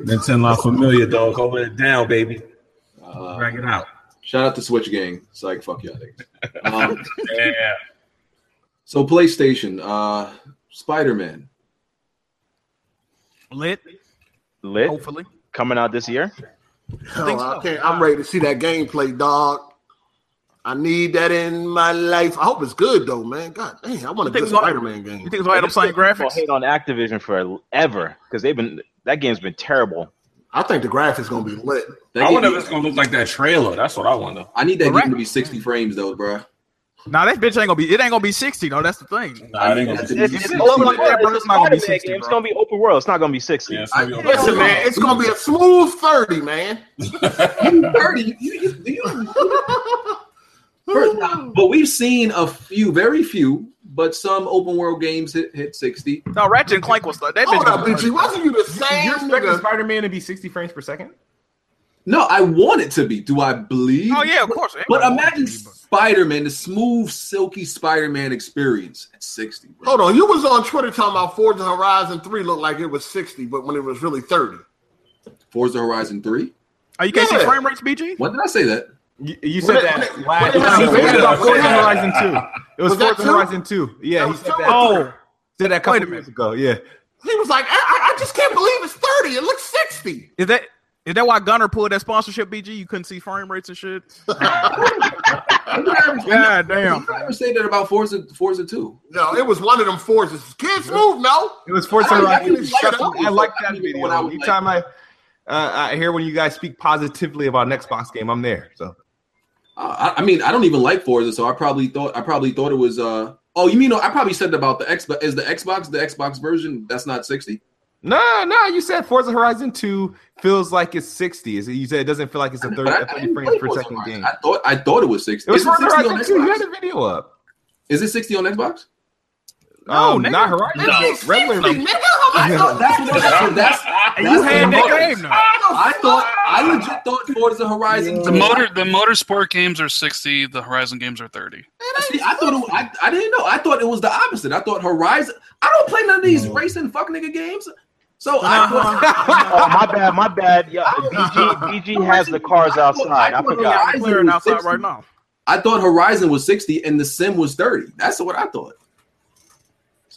Speaker 6: Nintendo La Familia, dog. Hold it down, baby.
Speaker 1: uh
Speaker 6: Drag it out.
Speaker 1: shout out to Switch Gang. It's like fuck y'all niggas. Um,
Speaker 6: Yeah.
Speaker 1: so PlayStation, uh, Spider Man.
Speaker 4: Lit,
Speaker 7: Lit
Speaker 4: hopefully.
Speaker 7: coming out this year.
Speaker 5: Hell,
Speaker 4: think
Speaker 5: I
Speaker 4: so.
Speaker 5: can't, I'm ready to see that gameplay, dog. I need that in my life. I hope it's good though, man. God damn, I want a
Speaker 4: think
Speaker 5: good
Speaker 4: it's all-
Speaker 5: Spider-Man game.
Speaker 4: You think it's right? I'm saying
Speaker 7: People
Speaker 4: graphics.
Speaker 7: hate on Activision forever because they've been that game's been terrible.
Speaker 5: I think the graphics gonna be lit.
Speaker 1: That
Speaker 6: I
Speaker 1: game,
Speaker 6: wonder if it's gonna look like that trailer. That's what I wonder.
Speaker 1: I need that
Speaker 4: Correct.
Speaker 1: game to be 60 frames though, bruh.
Speaker 4: Nah, that bitch ain't gonna be. It ain't gonna be sixty though. That's the thing.
Speaker 6: I think
Speaker 1: it's-
Speaker 6: it's,
Speaker 1: it's- it's
Speaker 7: It's, it's,
Speaker 1: not
Speaker 7: open
Speaker 1: like
Speaker 7: world.
Speaker 4: that, bro.
Speaker 7: It's
Speaker 4: It's not gonna be
Speaker 7: a Spider-Man
Speaker 4: 60,
Speaker 7: game. It's
Speaker 4: bro.
Speaker 7: gonna be open world. It's not gonna be sixty.
Speaker 6: yeah, it's
Speaker 1: I-
Speaker 6: gonna be over.
Speaker 5: Listen, man, it's gonna be a smooth 30, man.
Speaker 1: Dirty, you- you- you- First, but we've seen a few, very few, but some open world games hit, hit 60.
Speaker 4: No, Ratchet and Clank was like that bitch.
Speaker 5: Hold up,
Speaker 4: gonna be
Speaker 5: BG. Wasn't you the same
Speaker 10: You're expecting
Speaker 5: nigga?
Speaker 10: Spider Man to be 60 frames per second?
Speaker 1: No, I want it to be. Do I believe?
Speaker 4: Oh yeah, of course.
Speaker 1: But imagine Spider Man, the smooth, silky Spider Man experience at 60. Bro.
Speaker 5: Hold on, you was on Twitter talking about Forza Horizon 3 looked like it was 60, but when it was really 30.
Speaker 1: Forza Horizon 3.
Speaker 4: Are Oh, you can't see
Speaker 5: Yeah.
Speaker 4: frame rates, BG?
Speaker 1: When did I say that?
Speaker 10: You, you
Speaker 5: What
Speaker 10: said
Speaker 5: it-
Speaker 10: that
Speaker 5: what it-
Speaker 10: last.
Speaker 5: what it
Speaker 10: no,
Speaker 5: has-
Speaker 10: he said
Speaker 5: what it
Speaker 10: that
Speaker 5: has-
Speaker 10: Forza
Speaker 5: what it has-
Speaker 10: Horizon 2. It was,
Speaker 5: Was that
Speaker 10: Forza
Speaker 5: two?
Speaker 10: Horizon 2. Yeah,
Speaker 5: That
Speaker 10: he
Speaker 5: was
Speaker 10: said
Speaker 5: two
Speaker 10: that.
Speaker 5: or
Speaker 10: Oh, said that a
Speaker 4: Wait a
Speaker 10: couple
Speaker 4: minute.
Speaker 10: years ago. Yeah.
Speaker 5: He was like, I, I, I just can't believe it's 30. It looks 60.
Speaker 4: Is that is that why Gunner pulled that sponsorship, BG? You couldn't see frame rates and shit. God damn.
Speaker 1: I never say that about Forza Forza 2.
Speaker 5: No, it was one of them Forzas. Kids move, no.
Speaker 10: It was Forza
Speaker 1: I- I
Speaker 10: Horizon.
Speaker 1: didn't like it.
Speaker 10: I like that
Speaker 1: When I
Speaker 10: video.
Speaker 1: was like-
Speaker 10: Anytime I. Uh, I hear when you guys speak positively about an Xbox game. I'm there. So
Speaker 1: Uh, I, I mean, I don't even like Forza, so I probably thought I probably thought it was. uh Oh, you mean I probably said about the Xbox? Is the Xbox the Xbox version? That's not 60.
Speaker 10: no, no. You said Forza Horizon 2 feels like it's 60. Is it- You said it doesn't feel like it's a 30,
Speaker 1: But I-
Speaker 10: a
Speaker 1: I
Speaker 10: 30
Speaker 1: didn't play
Speaker 10: frames per
Speaker 1: Forza
Speaker 10: second
Speaker 1: Horizon.
Speaker 10: game.
Speaker 1: I thought I thought it was 60.
Speaker 10: It was
Speaker 1: Is it
Speaker 10: Forza
Speaker 1: 60 on
Speaker 10: Horizon 2. You had
Speaker 1: Xbox?
Speaker 10: a video up.
Speaker 1: Is it 60 on Xbox?
Speaker 4: No,
Speaker 10: um,
Speaker 4: nigga.
Speaker 10: not Horizon.
Speaker 5: It looks
Speaker 10: No, regular.
Speaker 5: 60, nigga. I'm like,
Speaker 1: that's what that's, that's,
Speaker 4: You had that game now.
Speaker 1: I thought I legit thought Forza Horizon.
Speaker 2: The motor, the motorsport games are sixty. The Horizon games are thirty.
Speaker 1: See, I thought it, was- I, I didn't know. I thought it was the opposite. I thought Horizon. I don't play none of these racing fuck nigga games. So I thought
Speaker 7: Oh, my bad, my bad. Yeah, BG, BG has the cars outside. I forgot.
Speaker 4: I'm clearing outside right now.
Speaker 1: I thought Horizon was 60 and the sim was 30. That's what I thought.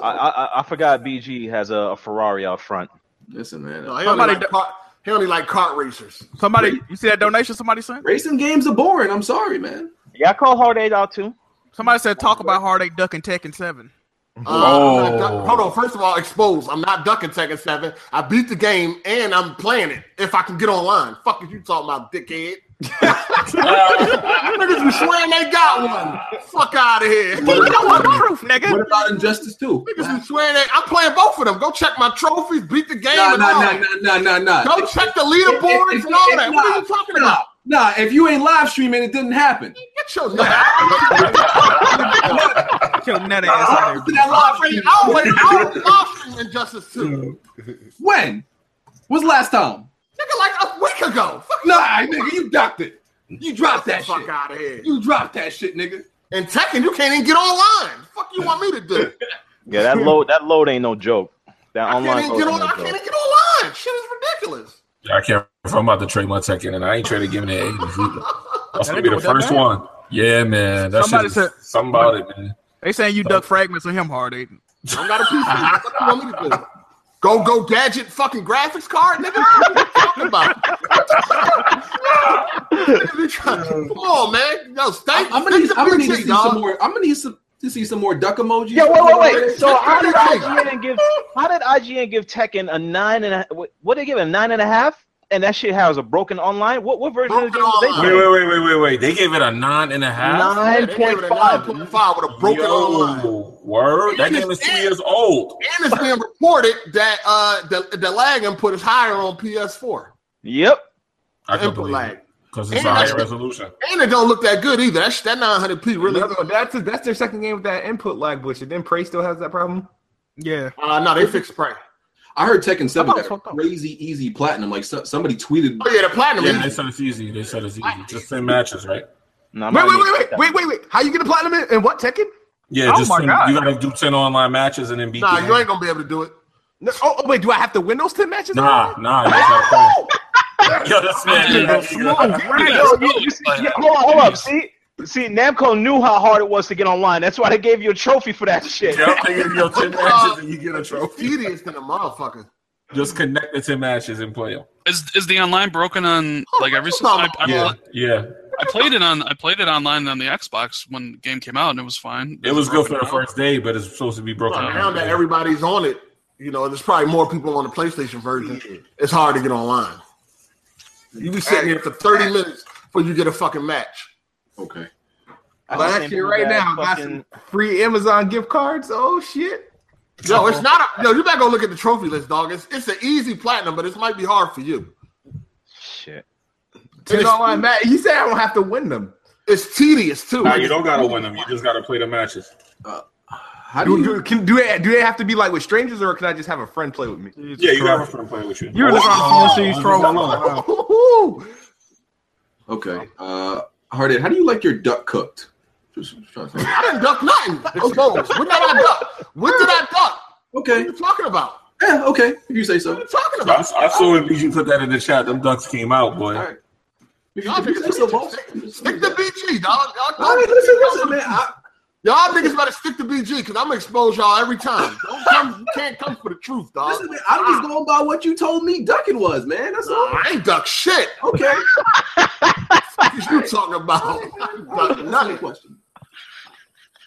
Speaker 3: I, I I forgot BG has a, a Ferrari out front.
Speaker 1: Listen, man.
Speaker 5: No, he,
Speaker 4: Somebody
Speaker 5: only like
Speaker 4: do-
Speaker 5: car, he only like kart racers.
Speaker 4: Somebody, you see that donation somebody sent?
Speaker 1: Racing games are boring. I'm sorry, man.
Speaker 3: Yeah, I call Hard Eight out too.
Speaker 4: Somebody said talk about heartache, duck, and tech, and seven.
Speaker 5: Uh, I'm not
Speaker 6: Oh.
Speaker 5: duck- hold on. First of all, exposed. I'm not ducking Tekken 7. I beat the game and I'm playing it if I can get online. Fuck is you talking about, dickhead? Niggas be swearing they got one. Fuck out of here.
Speaker 4: You don't want the proof,
Speaker 1: What
Speaker 4: nigga.
Speaker 1: about Injustice 2?
Speaker 5: Niggas be swearing they. I'm playing both of them. Go check my trophies, beat the game.
Speaker 1: Nah,
Speaker 5: and
Speaker 1: nah,
Speaker 5: all.
Speaker 1: nah, nah, nah, nah, nah.
Speaker 5: Go check the leaderboards and all that. What are you talking about?
Speaker 1: Nah, if you ain't live streaming, it didn't happen.
Speaker 5: Get your nut out of here.
Speaker 4: Get your nut ass out
Speaker 1: I
Speaker 4: of
Speaker 1: was in
Speaker 4: here.
Speaker 1: that
Speaker 5: I
Speaker 1: live
Speaker 5: already,
Speaker 1: stream.
Speaker 5: I already, I already lost from Injustice 2.
Speaker 1: When? Was last time?
Speaker 5: Nigga, like a week ago. Fuck
Speaker 1: Nah, nigga, you ducked it. You dropped
Speaker 5: the
Speaker 1: that
Speaker 5: fuck
Speaker 1: shit.
Speaker 5: out of here.
Speaker 1: You dropped that shit, nigga.
Speaker 5: And Tekken, you can't even get online. fuck you want me to do?
Speaker 3: Yeah, that load that load ain't no joke. That
Speaker 5: I can't
Speaker 3: online
Speaker 5: even
Speaker 3: load
Speaker 5: get
Speaker 3: ain't
Speaker 5: on.
Speaker 3: no
Speaker 5: I
Speaker 3: joke.
Speaker 5: can't even get online. Shit is ridiculous.
Speaker 6: I can't. If I'm about to trade my tech in, and I ain't trying to give it an eight. That's gonna be the
Speaker 4: was that
Speaker 6: first
Speaker 4: bad?
Speaker 6: one. Yeah, man. That's
Speaker 4: Somebody said-
Speaker 6: somebody something about it, man.
Speaker 4: They saying you duck fragments on him, heartache.
Speaker 5: I don't got a PC. what you want me to do? Go, go, gadget fucking graphics card, nigga. What you talking about? Niggas be trying- Come on, man. Yo,
Speaker 1: I,
Speaker 5: stank.
Speaker 1: I'm gonna need,
Speaker 5: stank
Speaker 1: I'm gonna need to
Speaker 5: your
Speaker 1: see
Speaker 5: cheek, dog.
Speaker 1: some more. I'm gonna need some, to see some more duck emojis.
Speaker 3: Yeah, wait, wait, wait. So
Speaker 5: That's
Speaker 3: how did
Speaker 5: crazy.
Speaker 3: IGN give how did IGN give Tekken a nine and a what what did they give it, a nine and a half? And that shit has a broken online. What what version of the
Speaker 5: Broken
Speaker 3: game was they
Speaker 5: online.
Speaker 6: Wait,
Speaker 3: playing?
Speaker 6: wait, wait, wait, wait, wait. They gave it a nine and a half.
Speaker 5: Yeah,
Speaker 3: Nine
Speaker 5: they gave
Speaker 3: point
Speaker 5: it a
Speaker 3: five.
Speaker 5: 9.5 with a broken
Speaker 6: Yo,
Speaker 5: online.
Speaker 6: Word. That game is two years old.
Speaker 5: And it's being reported that uh the, the lag input is higher on PS4.
Speaker 3: Yep.
Speaker 6: I can
Speaker 5: Input
Speaker 6: believe
Speaker 5: lag.
Speaker 6: it because it's
Speaker 5: And
Speaker 6: a
Speaker 5: that's-
Speaker 6: higher resolution.
Speaker 5: And it don't look that good either. That's that 900p really.
Speaker 10: Another one. That's that's their second game with that input lag, which and then Prey still has that problem.
Speaker 4: Yeah.
Speaker 5: Uh, no, they fixed Prey.
Speaker 1: I heard Tekken Seven
Speaker 4: about
Speaker 1: got
Speaker 4: fucked up?
Speaker 1: crazy easy platinum. Like so, somebody tweeted.
Speaker 5: Oh yeah, the platinum.
Speaker 6: Yeah, they
Speaker 5: is
Speaker 6: said it's easy. They said it's easy. Just ten matches, right?
Speaker 3: No, I'm
Speaker 10: Wait,
Speaker 3: not
Speaker 10: wait,
Speaker 3: even-
Speaker 10: wait, wait, wait, wait, wait. How you get a platinum in, in what Tekken?
Speaker 6: Yeah,
Speaker 4: Oh
Speaker 6: just
Speaker 4: my
Speaker 6: 10
Speaker 4: God.
Speaker 6: you gotta do ten online matches and then beat.
Speaker 5: Nah,
Speaker 6: the
Speaker 5: you
Speaker 6: game.
Speaker 5: ain't gonna be able to do it.
Speaker 10: No, oh, oh, wait, do I have to win those ten matches?
Speaker 6: Nah, nah. You just gotta play. Yo, this man.
Speaker 3: Yo, you- you see- yeah, hold on, hold on. See, see, Namco knew how hard it was to get online. That's why they gave you a trophy for that shit.
Speaker 6: Yo, they give you ten matches and you get a trophy.
Speaker 5: Tedious than a motherfucker.
Speaker 6: Just connect the ten matches and play them.
Speaker 2: Is is the online broken on
Speaker 4: Oh,
Speaker 2: like every?
Speaker 5: Hold on.
Speaker 2: I, I,
Speaker 6: Yeah, yeah.
Speaker 2: I played it on I played it online on the Xbox when the game came out and it was fine.
Speaker 6: It was good for
Speaker 2: broken
Speaker 6: the
Speaker 2: out.
Speaker 6: first day, but it's supposed to be broken.
Speaker 5: Well,
Speaker 6: down.
Speaker 5: now that everybody's on it, you know, there's probably more people on the PlayStation version. It's hard to get online. You be sitting here for 30 minutes before you get a fucking match.
Speaker 1: Okay.
Speaker 3: I
Speaker 10: Well,
Speaker 3: seen
Speaker 10: actually,
Speaker 3: people
Speaker 10: right
Speaker 3: that
Speaker 10: now, I got
Speaker 3: fucking-
Speaker 10: some free Amazon gift cards. Oh shit!
Speaker 5: Yo, it's not a yo, you better go look at the trophy list, dog. It's it's an easy platinum, but it might be hard for you.
Speaker 3: Shit.
Speaker 10: Ten
Speaker 5: it's-
Speaker 10: online match. He said I don't have to win them.
Speaker 5: It's tedious too.
Speaker 6: Nah, you don't gotta win them. You just gotta play the matches.
Speaker 1: How do
Speaker 10: Do
Speaker 1: you?
Speaker 10: do, can, do they do they have to be like with strangers, or can I just have a friend play with me?
Speaker 6: Yeah, you gotta have fun playing with you.
Speaker 4: You were looking on the CNC's troll. Wow.
Speaker 1: Okay. Uh, Hardhead, how do you like your duck cooked? Just trying to think.
Speaker 5: I didn't duck nothing. Exposed. When did I duck? When did I duck? What
Speaker 1: Okay.
Speaker 5: are you talking about?
Speaker 1: Yeah. Okay. If you say so.
Speaker 5: What are you talking
Speaker 6: I, I
Speaker 5: about?
Speaker 6: saw when BG put that in the chat. Them ducks came out, boy.
Speaker 1: All right. If you,
Speaker 5: Y'all
Speaker 1: if you
Speaker 5: niggas
Speaker 1: say so,
Speaker 5: are
Speaker 1: boss.
Speaker 5: Stick to BG, dog. Y'all,
Speaker 1: All right. Listen, listen, man. I,
Speaker 5: y'all niggas better stick to BG because I'm gonna expose y'all every time. Don't come, you can't come for the truth, dog.
Speaker 1: listen, man. I'm just going by what you told me ducking was, man. That's
Speaker 5: Nah,
Speaker 1: all.
Speaker 5: I ain't duck shit.
Speaker 1: Okay.
Speaker 5: What you talking about?
Speaker 1: That's not a
Speaker 5: Nothing.
Speaker 1: question.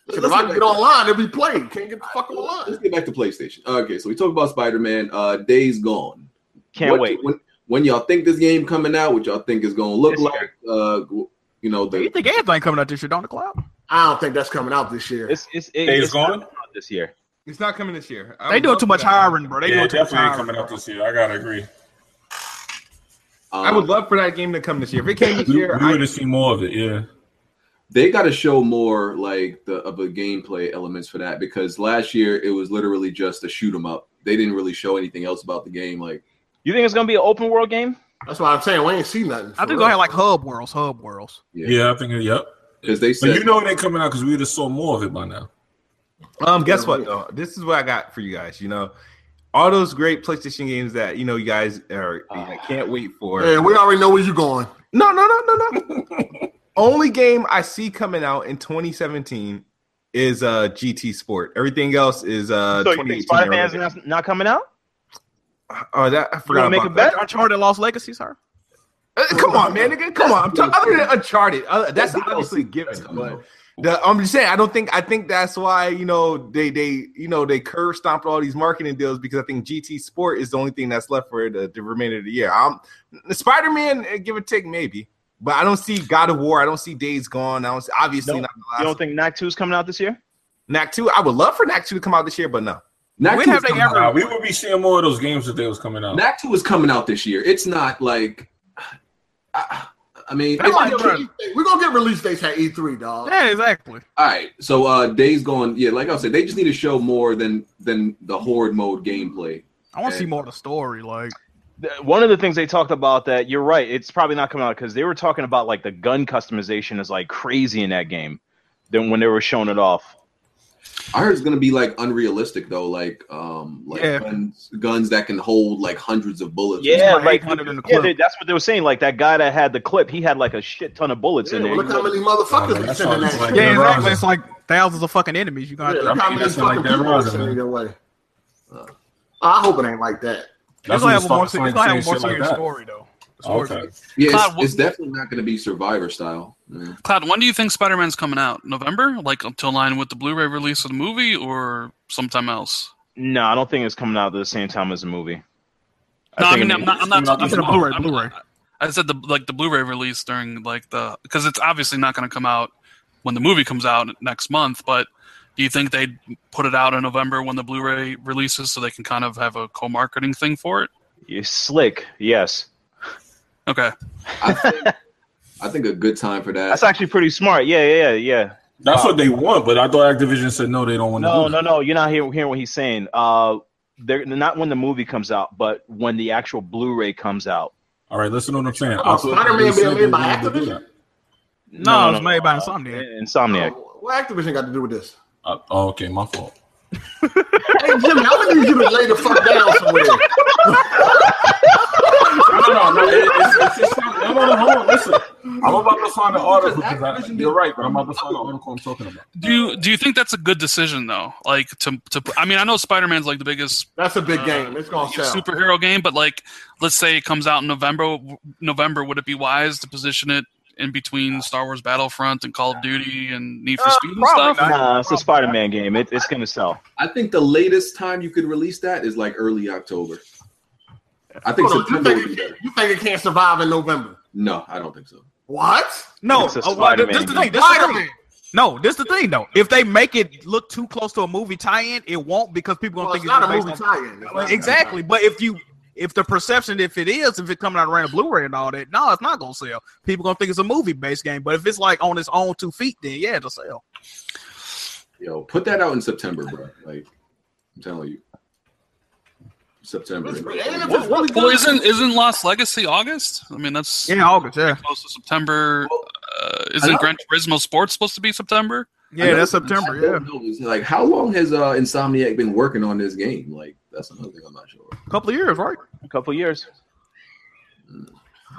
Speaker 5: If I can get online, it'll be playing. Can't get the fuck online.
Speaker 1: Let's get back to PlayStation. Okay, so we talked about Spider-Man. Uh, Days Gone.
Speaker 3: Can't
Speaker 1: What-
Speaker 3: wait.
Speaker 1: When, when y'all think this game coming out, what y'all think is gonna look
Speaker 3: This
Speaker 1: like? Uh, w- you know
Speaker 4: You
Speaker 1: the
Speaker 4: think anything coming out this year, don't the cloud?
Speaker 5: I don't think that's coming out this year.
Speaker 3: It's it's it-
Speaker 6: Days
Speaker 3: it's
Speaker 6: Gone?
Speaker 3: not this year.
Speaker 10: It's not coming this year. I
Speaker 4: They
Speaker 10: would
Speaker 4: doing
Speaker 10: love
Speaker 4: too
Speaker 10: for
Speaker 4: much
Speaker 10: that.
Speaker 4: hiring, bro. They
Speaker 6: yeah,
Speaker 4: doing too much
Speaker 6: definitely ain't
Speaker 4: hiring.
Speaker 6: coming
Speaker 4: bro.
Speaker 6: out this year. I gotta agree.
Speaker 1: um,
Speaker 10: I would love for that game to come this year. If it came this
Speaker 6: We, we
Speaker 10: year,
Speaker 6: would
Speaker 10: I,
Speaker 6: have seen more of it. Yeah.
Speaker 1: they got to show more like the of the gameplay elements for that because last year it was literally just a shoot 'em up. They didn't really show anything else about the game. Like
Speaker 3: You think it's gonna be an open world game?
Speaker 5: That's why I'm saying we ain't seen nothing.
Speaker 4: I
Speaker 5: for
Speaker 4: think
Speaker 5: real.
Speaker 4: they had like hub worlds, hub worlds.
Speaker 1: yeah,
Speaker 6: Yeah, I think. uh, Yep.
Speaker 1: because they
Speaker 6: But
Speaker 1: said
Speaker 6: you know they coming out because we would have saw more of it by now.
Speaker 10: um, guess what though? This is what I got for you guys. You know, all those great PlayStation games that you know you guys are you know, can't wait for.
Speaker 5: Yeah, we already know where you're going.
Speaker 10: No, no, no, no, no. Only game I see coming out in 2017 is uh GT Sport. Everything else is uh.
Speaker 7: so you think
Speaker 10: 2018
Speaker 7: Spider Man's
Speaker 10: already.
Speaker 7: not, not coming out?
Speaker 10: Oh, that I
Speaker 7: You want
Speaker 10: forgot
Speaker 7: to make a
Speaker 10: about that.
Speaker 7: bet?
Speaker 4: Uncharted Lost Legacy, sir.
Speaker 10: Uh, Come on, man, nigga. Come on. I'm talking other than Uncharted. Uh, that's
Speaker 5: That's
Speaker 10: obviously given.
Speaker 1: That's coming
Speaker 10: But
Speaker 1: out.
Speaker 10: the, I'm just saying, I don't think I think that's why you know they they you know they curve stomped all these marketing deals because I think GT Sport is the only thing that's left for the, the remainder of the year. I'm Spider Man, give or take, maybe. But I don't see God of War. I don't see Days Gone. I don't see, obviously
Speaker 7: Nope.
Speaker 10: not the last.
Speaker 7: You don't think Knack 2 is coming out this year?
Speaker 10: Knack two. I would love for Knack two to come out this year, but no.
Speaker 1: Knack
Speaker 4: When
Speaker 1: two
Speaker 4: have
Speaker 1: is
Speaker 4: they
Speaker 1: coming out.
Speaker 4: ever-
Speaker 6: Nah, we would be seeing more of those games if they was coming out.
Speaker 1: Knack two is coming out this year. It's not like, I, I mean,
Speaker 5: We're
Speaker 1: it's
Speaker 5: gonna,
Speaker 1: different.
Speaker 5: get, we're gonna get release dates at E E3, dog.
Speaker 4: Yeah, exactly.
Speaker 1: All right, so uh, days gone. Yeah, like I said, they just need to show more than than the horde mode gameplay.
Speaker 4: I want to see
Speaker 1: Yeah.
Speaker 4: more of the story. Like,
Speaker 7: Th- One of the things they talked about that you're right, it's probably not coming out because they were talking about like the gun customization is like crazy in that game. Than when they were showing it off.
Speaker 1: I heard it's gonna be like unrealistic though, like um, like
Speaker 4: Yeah.
Speaker 1: guns, guns that can hold like hundreds of bullets.
Speaker 7: Yeah,
Speaker 4: Like
Speaker 7: like
Speaker 4: 800 in the
Speaker 7: yeah,
Speaker 4: clip.
Speaker 7: they- that's what they were saying. Like that guy that had the clip, he had like a shit ton of bullets
Speaker 5: Yeah,
Speaker 7: in there.
Speaker 5: look how many
Speaker 6: Oh,
Speaker 5: motherfuckers
Speaker 6: man,
Speaker 5: they
Speaker 6: that's
Speaker 5: sending
Speaker 6: all
Speaker 5: that
Speaker 6: it's like.
Speaker 5: shit.
Speaker 4: yeah,
Speaker 6: Yeah,
Speaker 4: exactly.
Speaker 6: Rosa.
Speaker 4: It's like thousands of fucking enemies. You
Speaker 5: Yeah,
Speaker 4: gotta have to-
Speaker 5: look
Speaker 6: mean,
Speaker 5: how many
Speaker 6: that's not like
Speaker 5: fucking
Speaker 6: that
Speaker 5: people are
Speaker 6: Rosa,
Speaker 5: sending
Speaker 6: man.
Speaker 5: their way. Uh, I hope it ain't like that.
Speaker 4: It's
Speaker 6: That's
Speaker 4: gonna
Speaker 6: when
Speaker 4: have a
Speaker 6: Star-
Speaker 4: more, it's
Speaker 6: Sonic
Speaker 4: gonna have a more
Speaker 6: saying shit like
Speaker 4: serious
Speaker 6: that.
Speaker 4: story though. Story.
Speaker 6: Okay.
Speaker 1: yeah it's,
Speaker 2: Cloud, what-
Speaker 1: it's definitely not gonna be survivor style. Yeah.
Speaker 2: Cloud, when do you think Spider Man's coming out? November? Like until line with the Blu ray release of the movie or sometime else?
Speaker 7: No, I don't think it's coming out at the same time as the movie.
Speaker 2: No, I,
Speaker 7: think
Speaker 2: mean,
Speaker 7: it
Speaker 2: I'm
Speaker 7: may-
Speaker 2: not. I'm not
Speaker 6: coming out
Speaker 2: talking
Speaker 6: this
Speaker 4: It's a
Speaker 2: about.
Speaker 4: Blu-ray,
Speaker 2: I'm-
Speaker 4: Blu-ray.
Speaker 2: I said the like the Blu-ray release during like the because it's obviously not going to come out when the movie comes out next month. But do you think they'd put it out in November when the Blu-ray releases so they can kind of have a co-marketing thing for it?
Speaker 7: You're slick. Yes,
Speaker 2: Okay,
Speaker 1: I think, I think a good time for that.
Speaker 7: that's actually pretty smart. Yeah, yeah, yeah, yeah.
Speaker 6: That's what they want, but I thought Activision said no, they don't want to.
Speaker 7: No,
Speaker 6: do that.
Speaker 7: no, no. You're not hearing, hearing what he's saying. Uh, they're not when the movie comes out, but when the actual Blu-ray comes out.
Speaker 6: All right, listen to what I'm saying.
Speaker 5: Oh, Spider-Man
Speaker 6: they
Speaker 5: being
Speaker 6: said
Speaker 5: made
Speaker 6: they
Speaker 5: by
Speaker 6: wanted to do
Speaker 5: Activision?
Speaker 6: that.
Speaker 4: No, it was made by
Speaker 7: uh,
Speaker 4: Insomniac.
Speaker 7: Insomniac.
Speaker 5: Oh, what Activision got to do with this?
Speaker 6: Uh, oh, okay, my fault.
Speaker 5: Hey Jimmy, I'm gonna need you to lay the fuck down somewhere.
Speaker 6: No, no, no. no, it- it's- it's just something- no, no, no, hold on. Listen, I'm about to find the article because I, you're right, but I'm about to find the article I'm talking about.
Speaker 2: do you do you think that's a good decision though? Like to to I mean I know Spider-Man's like the biggest
Speaker 5: That's a big
Speaker 2: Uh,
Speaker 5: game. It's gonna sell.
Speaker 2: superhero game, but like let's say it comes out in November. November would it be wise to position it in between Star Wars Battlefront and Call of Duty and Need for
Speaker 4: Uh,
Speaker 2: Speed and
Speaker 4: probably
Speaker 2: stuff?
Speaker 4: not.
Speaker 7: Nah, it's a Spider-Man game. It, it's gonna sell.
Speaker 1: I think the latest time you could release that is like early October. I think
Speaker 5: Hold on, you,
Speaker 1: September
Speaker 5: think
Speaker 1: would be
Speaker 5: it
Speaker 1: better.
Speaker 5: can't, you think it can't survive in November?
Speaker 1: No, I don't think so.
Speaker 5: What?
Speaker 4: No,
Speaker 7: It's a
Speaker 4: oh, well, this
Speaker 7: Spider-Man
Speaker 4: is the thing. This is the
Speaker 5: Spider-Man.
Speaker 4: thing. No, this is the thing though. If they make it look too close to a movie tie-in, it won't because people
Speaker 5: Well,
Speaker 4: gonna
Speaker 5: it's
Speaker 4: think
Speaker 5: not a
Speaker 4: based
Speaker 5: movie
Speaker 4: on-
Speaker 5: tie-in. It's not-
Speaker 4: Exactly. But if you if the perception, if it is, if it coming out around a Blu-ray and all that, no, it's not gonna sell. People gonna think it's a movie-based game. But if it's like on its own two feet, then yeah, it'll sell.
Speaker 1: Yo, put that out in September, bro. Like I'm telling you, September.
Speaker 5: It's- and if it's really
Speaker 2: Well,
Speaker 5: good-
Speaker 2: isn't isn't Lost Legacy August? I mean, that's
Speaker 4: Yeah, August. Yeah,
Speaker 2: close to September. Uh,
Speaker 1: I
Speaker 2: isn't
Speaker 1: know.
Speaker 2: Gran Turismo Sports supposed to be September?
Speaker 1: I
Speaker 4: yeah,
Speaker 1: know-
Speaker 4: that's
Speaker 1: I
Speaker 4: September.
Speaker 1: don't
Speaker 4: Yeah,
Speaker 1: know. It's Like, how long has uh, Insomniac been working on this game? Like, that's another thing I'm not sure.
Speaker 4: a couple of years, right?
Speaker 7: A couple years.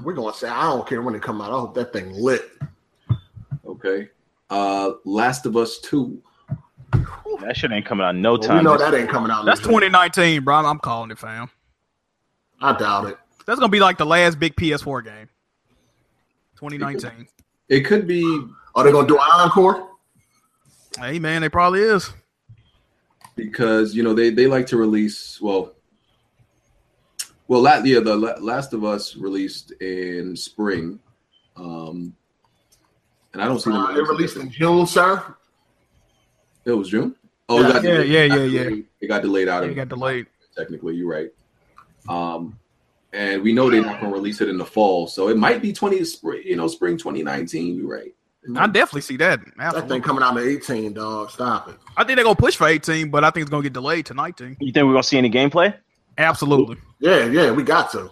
Speaker 5: We're gonna say I don't care when it come out. I hope that thing lit.
Speaker 1: Okay. Uh, Last of Us Two.
Speaker 7: That shit ain't coming out in no
Speaker 5: Well, we
Speaker 7: time.
Speaker 5: know that ain't coming out.
Speaker 4: That's
Speaker 5: this year.
Speaker 4: 2019, bro. I'm- I'm calling it, fam.
Speaker 5: I doubt it.
Speaker 4: That's gonna be like the last big PS4 game. 2019.
Speaker 1: It could be
Speaker 5: Are they gonna do an encore?
Speaker 4: Hey man, they probably is.
Speaker 1: because you know they they like to release well. Well, la- yeah, the La- Last of Us released in spring, um, and I don't see them.
Speaker 5: Uh, they released in June, sir.
Speaker 1: It was June. Oh, it got
Speaker 4: Yeah,
Speaker 1: delayed.
Speaker 4: yeah,
Speaker 1: It got
Speaker 4: yeah, yeah.
Speaker 1: delayed. It got delayed out
Speaker 4: They
Speaker 1: of
Speaker 4: got delayed.
Speaker 1: technically. You're right. Um, and we know they're not going to release it in the fall, so it might be 20 spring. You know, spring 2019. You're right.
Speaker 4: I definitely see that.
Speaker 5: That
Speaker 4: Absolutely.
Speaker 5: thing coming out in 18, dog. Stop it.
Speaker 4: I think they're gonna push for 18, but I think it's gonna get delayed to 19.
Speaker 7: You think we're gonna see any gameplay?
Speaker 4: Absolutely,
Speaker 5: Yeah, yeah, we got to.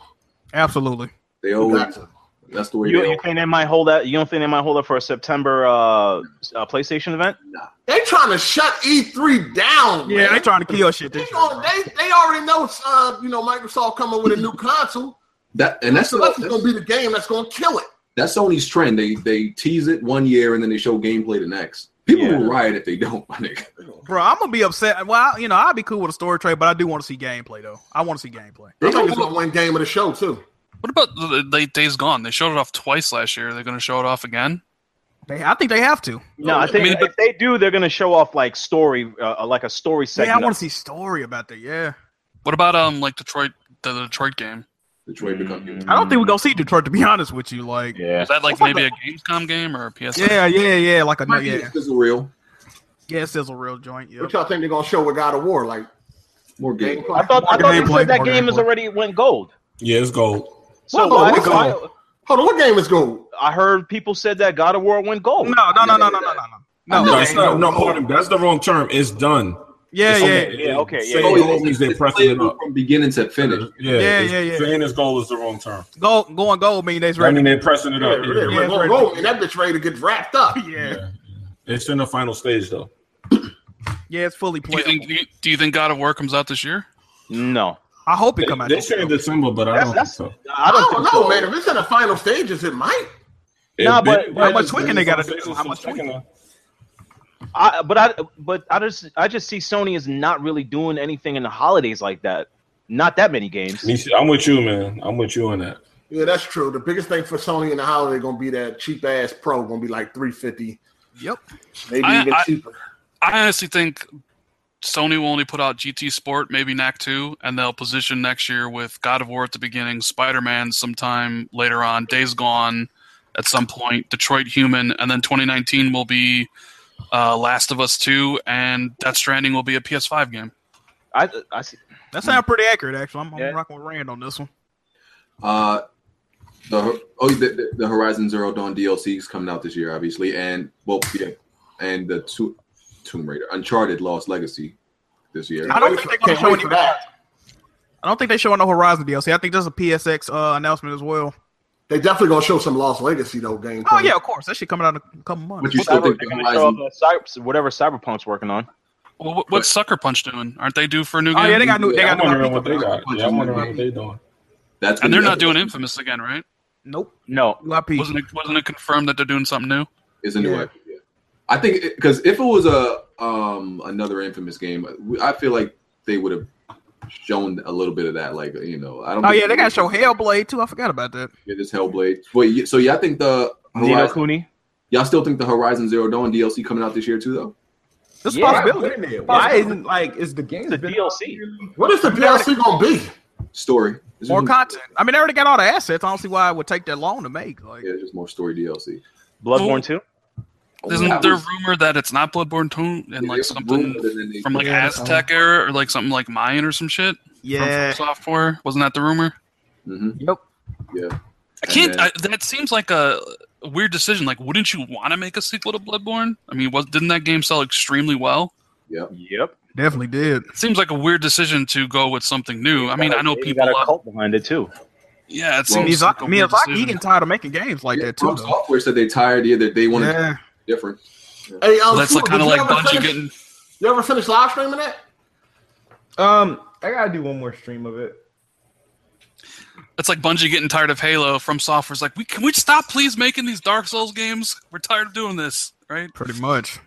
Speaker 4: absolutely.
Speaker 1: They
Speaker 5: We
Speaker 1: always
Speaker 5: got to.
Speaker 1: that's the way
Speaker 7: You,
Speaker 1: they
Speaker 7: you
Speaker 1: always-
Speaker 7: think they might hold that? You don't think they might hold up for a September uh, s- uh, PlayStation event?
Speaker 5: They trying to shut E3 down.
Speaker 4: Yeah,
Speaker 5: man.
Speaker 4: they trying to kill shit.
Speaker 5: They,
Speaker 4: This year,
Speaker 5: gonna,
Speaker 4: bro.
Speaker 5: they, they already know, uh, you know, Microsoft coming with a new console.
Speaker 1: that and that's
Speaker 5: So that's going
Speaker 1: that's,
Speaker 5: to be the game that's going to kill it.
Speaker 1: that's Sony's trend. They they tease it one year and then they show gameplay the next. People will riot if they don't, my nigga.
Speaker 4: Bro, I'm gonna be upset. Well, you know, I'll be cool with a story trade, but I do want to see gameplay though. I want to see gameplay.
Speaker 5: They think it's the one game of the show too.
Speaker 2: What about the- the- the Days Gone? They showed it off twice last year. They're going to show it off again.
Speaker 4: They, I think they have to.
Speaker 7: No, I think
Speaker 2: mean, but-
Speaker 7: if they do, they're gonna show off like story, uh, like a story segment.
Speaker 4: yeah, I want to see story about that. Yeah,
Speaker 2: What about um like Detroit, the, the Detroit game?
Speaker 1: Detroit become
Speaker 4: I don't think we're gonna see Detroit. To be honest with you, like
Speaker 7: Yeah,
Speaker 2: Is that like
Speaker 4: What's up
Speaker 2: maybe a Gamescom game or a PS?
Speaker 4: yeah, yeah, yeah, like a
Speaker 1: might be
Speaker 4: yeah,
Speaker 1: a sizzle reel.
Speaker 4: yeah, sizzle real joint. Yeah,
Speaker 5: What y'all think they're gonna show with God of War? Like
Speaker 1: More game.
Speaker 5: gameplay?
Speaker 7: I thought, I thought they
Speaker 4: Gameplay,
Speaker 7: said that
Speaker 4: more
Speaker 7: game is
Speaker 4: gameplay.
Speaker 7: already went gold.
Speaker 6: Yeah, it's gold.
Speaker 7: So
Speaker 5: Whoa, whoa,
Speaker 7: why-
Speaker 5: what's
Speaker 7: why-
Speaker 5: Hold on, what game is going?
Speaker 7: I heard people said that God of War went gold.
Speaker 4: no, no, no, no, no, no, no, no,
Speaker 6: No,
Speaker 4: no.
Speaker 6: it's not, no, hold on. That's the wrong term. It's done.
Speaker 4: Yeah,
Speaker 6: It's
Speaker 4: yeah,
Speaker 6: done.
Speaker 7: yeah, okay, yeah,
Speaker 6: Saying
Speaker 7: yeah,
Speaker 6: gold means they're pressing it up.
Speaker 1: from beginning to finish.
Speaker 6: Yeah,
Speaker 4: Yeah,
Speaker 6: it's-
Speaker 4: yeah, yeah.
Speaker 6: Saying it's gold is the wrong term.
Speaker 4: go going gold mean they's
Speaker 6: I mean,
Speaker 4: ready.
Speaker 6: they're pressing it
Speaker 5: Yeah,
Speaker 6: up.
Speaker 5: yeah,
Speaker 6: Yeah,
Speaker 5: yeah,
Speaker 4: yeah.
Speaker 5: go, go, and that bitch ready to get wrapped up.
Speaker 4: Yeah,
Speaker 6: It's in the final stage though.
Speaker 4: yeah, it's fully
Speaker 2: Do you
Speaker 4: playable.
Speaker 2: think do you, do you think God of War comes out this year?
Speaker 7: No,
Speaker 4: I hope it
Speaker 6: They,
Speaker 4: come out.
Speaker 6: they
Speaker 4: this
Speaker 6: said in
Speaker 4: year.
Speaker 6: December, but I
Speaker 7: That's-
Speaker 6: don't
Speaker 7: that's-
Speaker 6: think so.
Speaker 7: I don't, think
Speaker 5: know,
Speaker 7: so.
Speaker 5: man. If it's in the final stages, it might.
Speaker 7: Nah,
Speaker 6: If
Speaker 7: but-
Speaker 6: they-
Speaker 7: but how
Speaker 6: yeah,
Speaker 4: much
Speaker 6: it's
Speaker 4: tweaking
Speaker 6: been
Speaker 4: they gotta
Speaker 6: some
Speaker 4: do?
Speaker 6: stages,
Speaker 4: How
Speaker 6: some
Speaker 4: much
Speaker 6: tweaking,
Speaker 4: tweaking?
Speaker 6: though.
Speaker 7: I, but I, but I just, I just see Sony is not really doing anything in the holidays like that. Not that many games.
Speaker 6: Me- I'm with you, man. I'm with you on that.
Speaker 5: Yeah, that's true. The biggest thing for Sony in the holiday gonna be that cheap ass Pro, gonna be like three fifty,
Speaker 4: Yep.
Speaker 5: maybe
Speaker 2: I-
Speaker 5: even
Speaker 2: I-
Speaker 5: cheaper.
Speaker 2: I honestly think Sony will only put out GT Sport, maybe Knack 2, and they'll position next year with God of War at the beginning, Spider Man sometime later on, Days Gone at some point, Detroit Human, and then 2019 will be uh, Last of Us 2, and Death Stranding will be a PS5 game.
Speaker 7: I, I see.
Speaker 4: That sounds pretty accurate, actually. I'm, I'm
Speaker 7: Yeah.
Speaker 4: rocking with Rand on this one.
Speaker 1: Uh, the oh the, the, the Horizon Zero Dawn DLC is coming out this year, obviously, and well, yeah, and the two, Tomb Raider, Uncharted, Lost Legacy, this year.
Speaker 4: I don't think they're gonna
Speaker 5: Can't
Speaker 4: show
Speaker 5: wait
Speaker 4: any.
Speaker 5: for that.
Speaker 4: I don't think they showing no Horizon DLC. I think there's a PSX uh, announcement as well.
Speaker 5: They definitely gonna show some Lost Legacy though. Game.
Speaker 4: Oh yeah, of course. That shit coming out in a couple
Speaker 1: But
Speaker 4: months.
Speaker 1: you still think
Speaker 7: They're
Speaker 1: the
Speaker 7: gonna show
Speaker 1: Horizon?
Speaker 7: off that cyber, whatever Cyberpunk's working on.
Speaker 2: Well, what, what's Sucker Punch doing? Aren't they due for a new
Speaker 4: Oh
Speaker 2: game?
Speaker 4: yeah, they got new. They
Speaker 6: Yeah,
Speaker 4: got
Speaker 6: I'm
Speaker 4: new IP
Speaker 6: wondering what they
Speaker 4: coming out.
Speaker 6: got. Yeah, I'm wondering what they doing.
Speaker 1: That's
Speaker 2: and
Speaker 1: gonna
Speaker 2: they're
Speaker 1: be-
Speaker 2: not doing Infamous again, right?
Speaker 4: Nope.
Speaker 7: No,
Speaker 4: New IP.
Speaker 2: Wasn't it wasn't it confirmed that they're doing something new?
Speaker 1: Is a new
Speaker 5: Yeah.
Speaker 1: IP. Yeah. I think because if it was a um another infamous game, we- I feel like they would have shown a little bit of that. Like you know, I don't.
Speaker 4: Oh
Speaker 1: think-
Speaker 4: yeah, they got to show Hellblade too. I forgot about that.
Speaker 1: Yeah, this Hellblade. Wait, yeah, so yeah, I think the
Speaker 7: Nino
Speaker 1: Horizon,
Speaker 7: Cooney.
Speaker 1: y'all still think the Horizon Zero Dawn DLC coming out this year too, though?
Speaker 4: This is
Speaker 7: Yeah.
Speaker 10: Why,
Speaker 4: possibility.
Speaker 10: wouldn't it? Why isn't like is the
Speaker 7: It's
Speaker 10: game
Speaker 7: a DLC.
Speaker 5: What is the DLC gonna be?
Speaker 1: Story. It's
Speaker 4: More
Speaker 1: just-
Speaker 4: content. I mean, they already got all the assets. I don't see why it would take that long to make. Like,
Speaker 1: Yeah, it's just more story DLC.
Speaker 7: Bloodborne two.
Speaker 2: Isn't
Speaker 1: That
Speaker 2: there
Speaker 1: was-
Speaker 2: rumor that it's not Bloodborne 2 and
Speaker 1: Yeah,
Speaker 2: like
Speaker 1: it was
Speaker 2: something
Speaker 1: rumored and then they-
Speaker 2: from like
Speaker 1: Yeah.
Speaker 2: Aztec era or like something like Mayan or some shit?
Speaker 4: yeah,
Speaker 2: From software wasn't that the rumor?
Speaker 1: Mhm.
Speaker 4: Yep.
Speaker 1: Yeah.
Speaker 2: I can't.
Speaker 1: And then-
Speaker 2: I, that seems like a weird decision. Like, wouldn't you want to make a sequel to Bloodborne? I mean, was, didn't that game sell extremely well?
Speaker 7: Yep.
Speaker 4: definitely did.
Speaker 2: It seems like a weird decision to go with something new. I mean, I know
Speaker 7: They
Speaker 2: people.
Speaker 7: got a
Speaker 2: Love,
Speaker 7: cult behind it too.
Speaker 2: yeah, it
Speaker 1: Well,
Speaker 2: seems like a
Speaker 4: Miyazaki,
Speaker 2: weird
Speaker 4: Miyazaki he
Speaker 2: decision.
Speaker 4: getting tired of making games like that too.
Speaker 1: From
Speaker 4: Though.
Speaker 1: software said they tired. Yeah, that they wanted
Speaker 4: Yeah.
Speaker 1: different.
Speaker 5: Hey, um,
Speaker 2: That's like
Speaker 5: Tua,
Speaker 2: kind of
Speaker 5: did
Speaker 2: like
Speaker 5: you ever
Speaker 2: Bungie
Speaker 5: finish-
Speaker 2: getting.
Speaker 5: You ever finish live streaming that?
Speaker 10: Um, I gotta do one more stream of it.
Speaker 2: That's like Bungie getting tired of Halo. From Software's like, we can we stop please making these Dark Souls games? We're tired of doing this, right?
Speaker 4: Pretty much.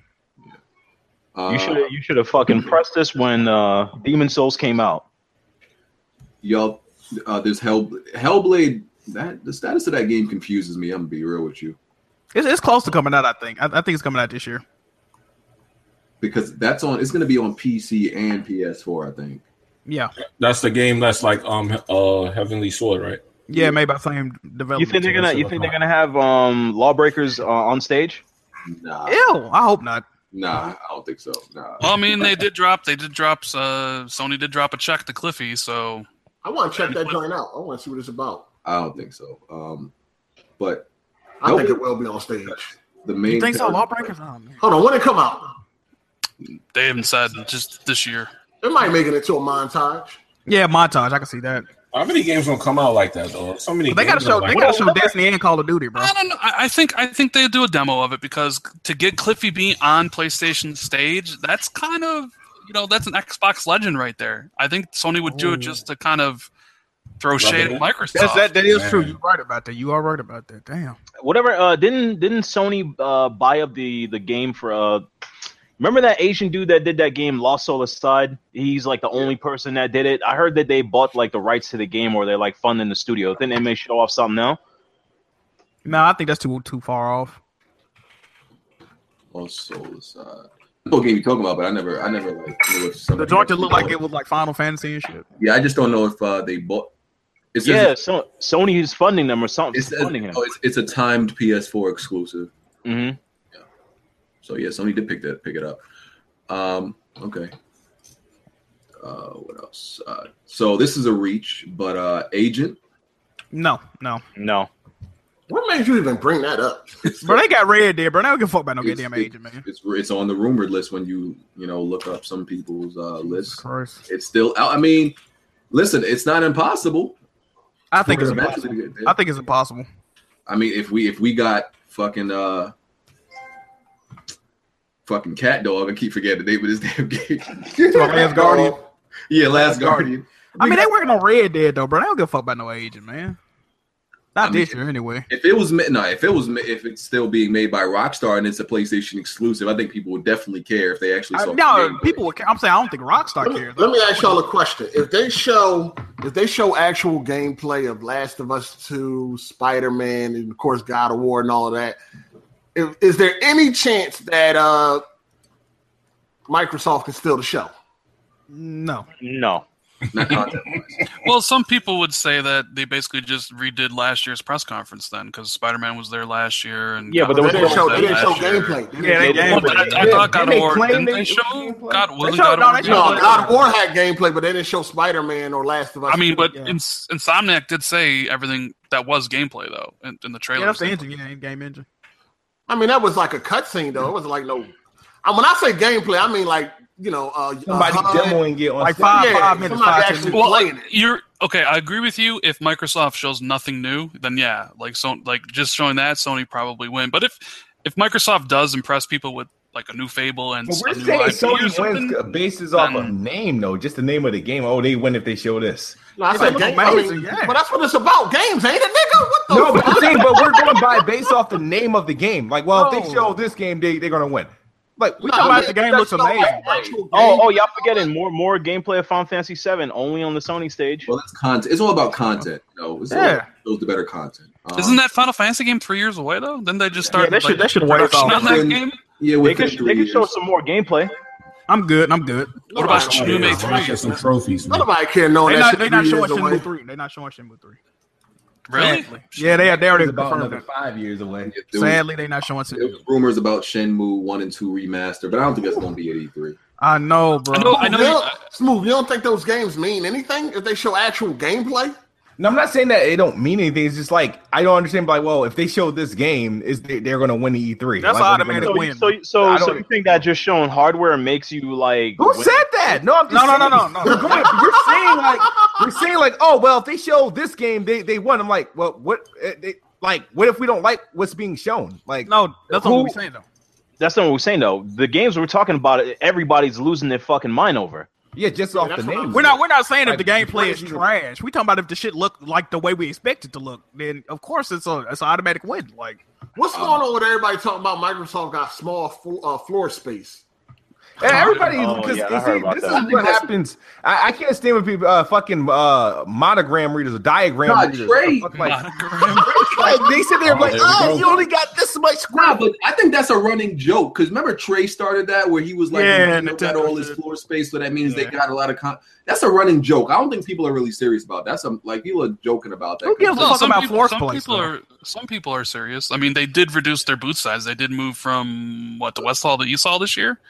Speaker 1: Uh,
Speaker 7: You should you should have fucking pressed this when uh, Demon Souls came out.
Speaker 1: y'all uh there's hell hellblade that the status of that game confuses me i'm gonna be real with you
Speaker 4: It's, it's close to coming out. I think. I, I think it's coming out this year.
Speaker 1: because that's on it's gonna be on pc and ps4 i think
Speaker 4: Yeah.
Speaker 6: That's the game that's like um uh Heavenly Sword, right?
Speaker 4: Yeah. Maybe by same
Speaker 7: You
Speaker 4: development.
Speaker 7: think they're gonna you think they're gonna have um, lawbreakers uh, on stage?
Speaker 1: nah
Speaker 4: Ew. I hope not.
Speaker 1: nah i don't think so nah
Speaker 2: Well, I mean, they did drop. They did drop. Uh, Sony did drop a check to Cliffy. So
Speaker 5: I want to check that joint out. I want to see what it's about.
Speaker 1: i don't think so um but
Speaker 5: I
Speaker 1: Nope.
Speaker 5: think it will be on stage.
Speaker 1: the main
Speaker 4: You think so?
Speaker 1: character-
Speaker 4: Lawbreakers. Oh, man.
Speaker 5: Hold on, when it come out,
Speaker 2: they haven't said just this year.
Speaker 5: it might make it into a montage.
Speaker 4: Yeah, montage. I can see that.
Speaker 6: How many games gonna come out like that though? So many.
Speaker 4: But they gotta
Speaker 6: games are
Speaker 4: show.
Speaker 6: like
Speaker 4: They gotta show Destiny and Call of Duty, bro.
Speaker 2: I don't know. I I think I think they do a demo of it because to get Cliffy B on PlayStation stage, that's kind of you know that's an Xbox legend right there. I think Sony would do it just to kind of throw shade at
Speaker 6: it.
Speaker 2: Microsoft.
Speaker 4: That's that. That is true.
Speaker 6: Man.
Speaker 4: You're right about that. You are right about that. Damn.
Speaker 7: Whatever. Uh, didn't didn't Sony uh, buy up the the game for uh, Remember that Asian dude that did that game, Lost Soul Aside? He's like the only person that did it. I heard that they bought like the rights to the game or they're like funding the studio. Then they may show off something now.
Speaker 4: No, I think that's too too far off.
Speaker 1: Lost Soul aside. uh, I know what game you talking about, but I never, I never like knew if
Speaker 4: The
Speaker 1: somebody-
Speaker 4: joint that looked like it was like Final Fantasy and shit.
Speaker 1: Yeah, I just don't know if uh, they bought. It says-
Speaker 7: Yeah, so Sony is funding them or something.
Speaker 1: it's, a,
Speaker 7: funding him.
Speaker 1: oh, it's, it's a timed PS4 exclusive.
Speaker 7: Mhm.
Speaker 1: So yeah, Sony did pick that, pick it up. Um, okay. Uh, what else? Uh, so this is a reach, but uh, Agent.
Speaker 4: No, no,
Speaker 7: No.
Speaker 5: What made you even bring that up?
Speaker 4: bro, they got red there, bro. They don't give a fuck about no
Speaker 1: It's-
Speaker 4: goddamn
Speaker 1: it's-
Speaker 4: agent, man.
Speaker 1: It's it's on the rumored list when you you know look up some people's uh, lists.
Speaker 4: Christ.
Speaker 1: It's still. out. I mean, listen, it's not impossible.
Speaker 4: I think it's
Speaker 1: Eventually
Speaker 4: impossible.
Speaker 1: we get there.
Speaker 4: I think it's impossible.
Speaker 1: I mean, if we if we got fucking uh fucking cat dog, I keep forgetting the name of this damn game.
Speaker 4: my man's Guardian.
Speaker 1: yeah, Last Guardian.
Speaker 4: I mean, they working on Red Dead though, bro. They don't give a fuck about no agent, man. Not
Speaker 1: I mean-
Speaker 4: this year, anyway.
Speaker 1: If it was ma- no, if it was ma- if it's still being made by Rockstar and it's a PlayStation exclusive, I think people would definitely care if they actually
Speaker 4: I-
Speaker 1: saw.
Speaker 4: no,
Speaker 1: gameplay.
Speaker 4: people would. Care. I'm saying I don't think Rockstar
Speaker 5: Let me,
Speaker 4: cares.
Speaker 5: let me ask y'all a question. If they show if they show actual gameplay of Last of Us 2, Spider-Man, and of course God of War and all of that, if, is there any chance that uh Microsoft can steal the show?
Speaker 4: No,
Speaker 7: No.
Speaker 1: Not content-wise.
Speaker 2: Well, some people would say that they basically just redid last year's press conference then because Spider Man was there last year. and
Speaker 7: Yeah, but there
Speaker 5: They
Speaker 7: was
Speaker 5: didn't
Speaker 7: no
Speaker 5: show,
Speaker 2: show.
Speaker 5: they didn't show gameplay. They didn't
Speaker 4: Yeah,
Speaker 5: show
Speaker 4: they-
Speaker 5: gameplay.
Speaker 2: Well, I, I
Speaker 10: Yeah,
Speaker 2: thought God
Speaker 10: didn't
Speaker 2: of
Speaker 10: they
Speaker 2: War.
Speaker 10: claim
Speaker 2: Didn't
Speaker 10: they-
Speaker 2: they show God? Wasn't God
Speaker 4: showed- no,
Speaker 2: of War?
Speaker 4: they
Speaker 5: No,
Speaker 4: showed-
Speaker 2: gameplay?
Speaker 5: God of War had gameplay, but they didn't show Spider-Man or Last of Us.
Speaker 2: I mean,
Speaker 5: 2.
Speaker 2: but
Speaker 4: Yeah.
Speaker 2: Ins- Insomniac did say everything that was gameplay though in, in the trailer.
Speaker 4: yeah, that's the engine, yeah, game engine.
Speaker 5: I mean that was like a cutscene though. It wasn't like no. I, when I say gameplay, I mean like you know uh, a
Speaker 10: Somebody
Speaker 5: HUD.
Speaker 10: demoing it on
Speaker 4: Like
Speaker 10: stage.
Speaker 4: five,
Speaker 5: Yeah,
Speaker 4: five minutes,
Speaker 5: somebody
Speaker 4: five, ten
Speaker 5: actually-
Speaker 4: minutes.
Speaker 5: playing
Speaker 2: Well,
Speaker 5: it.
Speaker 2: you're okay. I agree with you. If Microsoft shows nothing new, then yeah, like so, like just showing that Sony probably win. But if if Microsoft does impress people with like a new Fable and
Speaker 10: But
Speaker 2: s-
Speaker 10: we're
Speaker 2: a new
Speaker 10: saying
Speaker 2: IP or
Speaker 10: Sony
Speaker 2: something,
Speaker 10: wins uh, bases off of
Speaker 2: then-
Speaker 10: name, though. Just the name of the game. Oh, they win if they show this.
Speaker 5: No, I said
Speaker 4: look
Speaker 5: game.
Speaker 4: amazing,
Speaker 5: I mean,
Speaker 4: yeah.
Speaker 5: But that's what it's about. Games, ain't it, nigga? What the?
Speaker 10: No,
Speaker 5: fuck?
Speaker 10: but the thing, but we're going by based off the name of the game. Like, well, if they show this game, they they're gonna win. Like, we
Speaker 5: No,
Speaker 10: talking about
Speaker 5: but
Speaker 4: the game looks
Speaker 5: that's not
Speaker 4: amazing.
Speaker 5: like actual game.
Speaker 7: Oh, oh, y'all forgetting more more gameplay of Final Fantasy VII only on the Sony stage.
Speaker 1: Well, that's content. It's all about content. You know, it's all
Speaker 4: Yeah.
Speaker 1: shows the better content. Um,
Speaker 2: isn't that Final Fantasy game three years away though? Didn't they just
Speaker 4: Yeah,
Speaker 2: start
Speaker 4: that should
Speaker 2: like,
Speaker 4: that should wait
Speaker 2: production
Speaker 4: off.
Speaker 2: on that
Speaker 1: Within-
Speaker 2: game?
Speaker 1: Yeah,
Speaker 7: They
Speaker 1: within
Speaker 7: could,
Speaker 1: three
Speaker 7: they could show
Speaker 1: years.
Speaker 7: some more gameplay.
Speaker 4: I'm good. I'm good.
Speaker 2: What about
Speaker 5: Nobody-
Speaker 2: Shinmu
Speaker 6: Yeah,
Speaker 2: May
Speaker 6: so I
Speaker 2: three?
Speaker 6: get some trophies,
Speaker 5: None
Speaker 6: man.
Speaker 5: of my kid knowing
Speaker 4: They're
Speaker 5: Oh, that
Speaker 4: not,
Speaker 5: shit
Speaker 4: they're not
Speaker 5: three
Speaker 4: showing
Speaker 5: years away.
Speaker 4: Shinmu three. They're not showing Shinmu three.
Speaker 2: Really?
Speaker 4: Sadly. Yeah, they they
Speaker 10: it's
Speaker 4: already
Speaker 10: about
Speaker 4: confirmed
Speaker 10: another
Speaker 4: it.
Speaker 10: five years away.
Speaker 1: There was-
Speaker 4: Sadly, they're not showing
Speaker 1: there
Speaker 4: Shinmu.
Speaker 1: was rumors about Shenmue one and two remaster, but I don't think that's gonna be at E E3.
Speaker 4: I know, bro.
Speaker 2: I know. I know.
Speaker 5: Smooth, you
Speaker 2: You,
Speaker 5: don't- Smooth, you don't think those games mean anything if they show actual gameplay?
Speaker 10: No, I'm not saying that it don't mean anything. It's just like I don't understand. Like, well, if they show this game, is they, they're gonna win the E3?
Speaker 4: That's
Speaker 10: Like,
Speaker 4: an
Speaker 10: they're gonna-
Speaker 4: automatic
Speaker 7: So,
Speaker 4: win.
Speaker 7: so,
Speaker 10: I
Speaker 7: so,
Speaker 10: don't-
Speaker 7: so you think that just showing hardware makes you like?
Speaker 10: Who
Speaker 7: win?
Speaker 10: said that? No, I'm just
Speaker 4: No, no, no,
Speaker 10: saying-
Speaker 4: no, no.
Speaker 10: We're going, you're saying like you're saying like, oh well, if they show this game, they they won. I'm like, well, what? eh, They, like, what if we don't like what's being shown? Like,
Speaker 4: no, that's
Speaker 10: Who-
Speaker 4: what we're saying though.
Speaker 7: That's not what we're saying though. The games we're talking about, everybody's losing their fucking mind over.
Speaker 10: yeah, just off the
Speaker 5: that's what
Speaker 10: name.
Speaker 5: I'm-
Speaker 4: We're not we're not saying if the
Speaker 10: Like,
Speaker 4: gameplay is
Speaker 10: crazy.
Speaker 4: trash. We talking about if the shit look like the way we expect it to look. Then of course it's a it's an automatic win. Like
Speaker 5: What's going on with everybody talking about Microsoft got small fo- uh, floor space?
Speaker 10: And everybody,
Speaker 7: Oh,
Speaker 10: because
Speaker 7: yeah, I heard about
Speaker 10: this
Speaker 7: that.
Speaker 10: is
Speaker 7: I
Speaker 10: what happens. I, I can't stand when people uh, fucking uh, monogram readers or diagram
Speaker 1: Nah,
Speaker 10: readers.
Speaker 1: Trey.
Speaker 10: Fuck, like,
Speaker 2: monogram.
Speaker 10: like, they sit there
Speaker 6: Oh,
Speaker 10: like,
Speaker 6: there we
Speaker 10: oh,
Speaker 6: go.
Speaker 10: you only got this much
Speaker 1: Nah,
Speaker 10: script.
Speaker 1: but I think that's a running joke because remember Trey started that where he was like,
Speaker 4: Yeah,
Speaker 1: "Nintendo got
Speaker 4: Nintendo
Speaker 1: all this
Speaker 4: did.
Speaker 1: floor space, so that means
Speaker 4: Yeah.
Speaker 1: they got a lot of con." That's a running joke. I don't think people are really serious about that. That's some like people are joking about that.
Speaker 4: Who gives a
Speaker 2: No,
Speaker 4: fuck
Speaker 2: some
Speaker 4: about
Speaker 2: people,
Speaker 4: floor
Speaker 2: some
Speaker 4: space,
Speaker 2: people
Speaker 4: though.
Speaker 2: are some people are serious. I mean, they did reduce their boot size. They did move from what the West Hall to East Hall this year.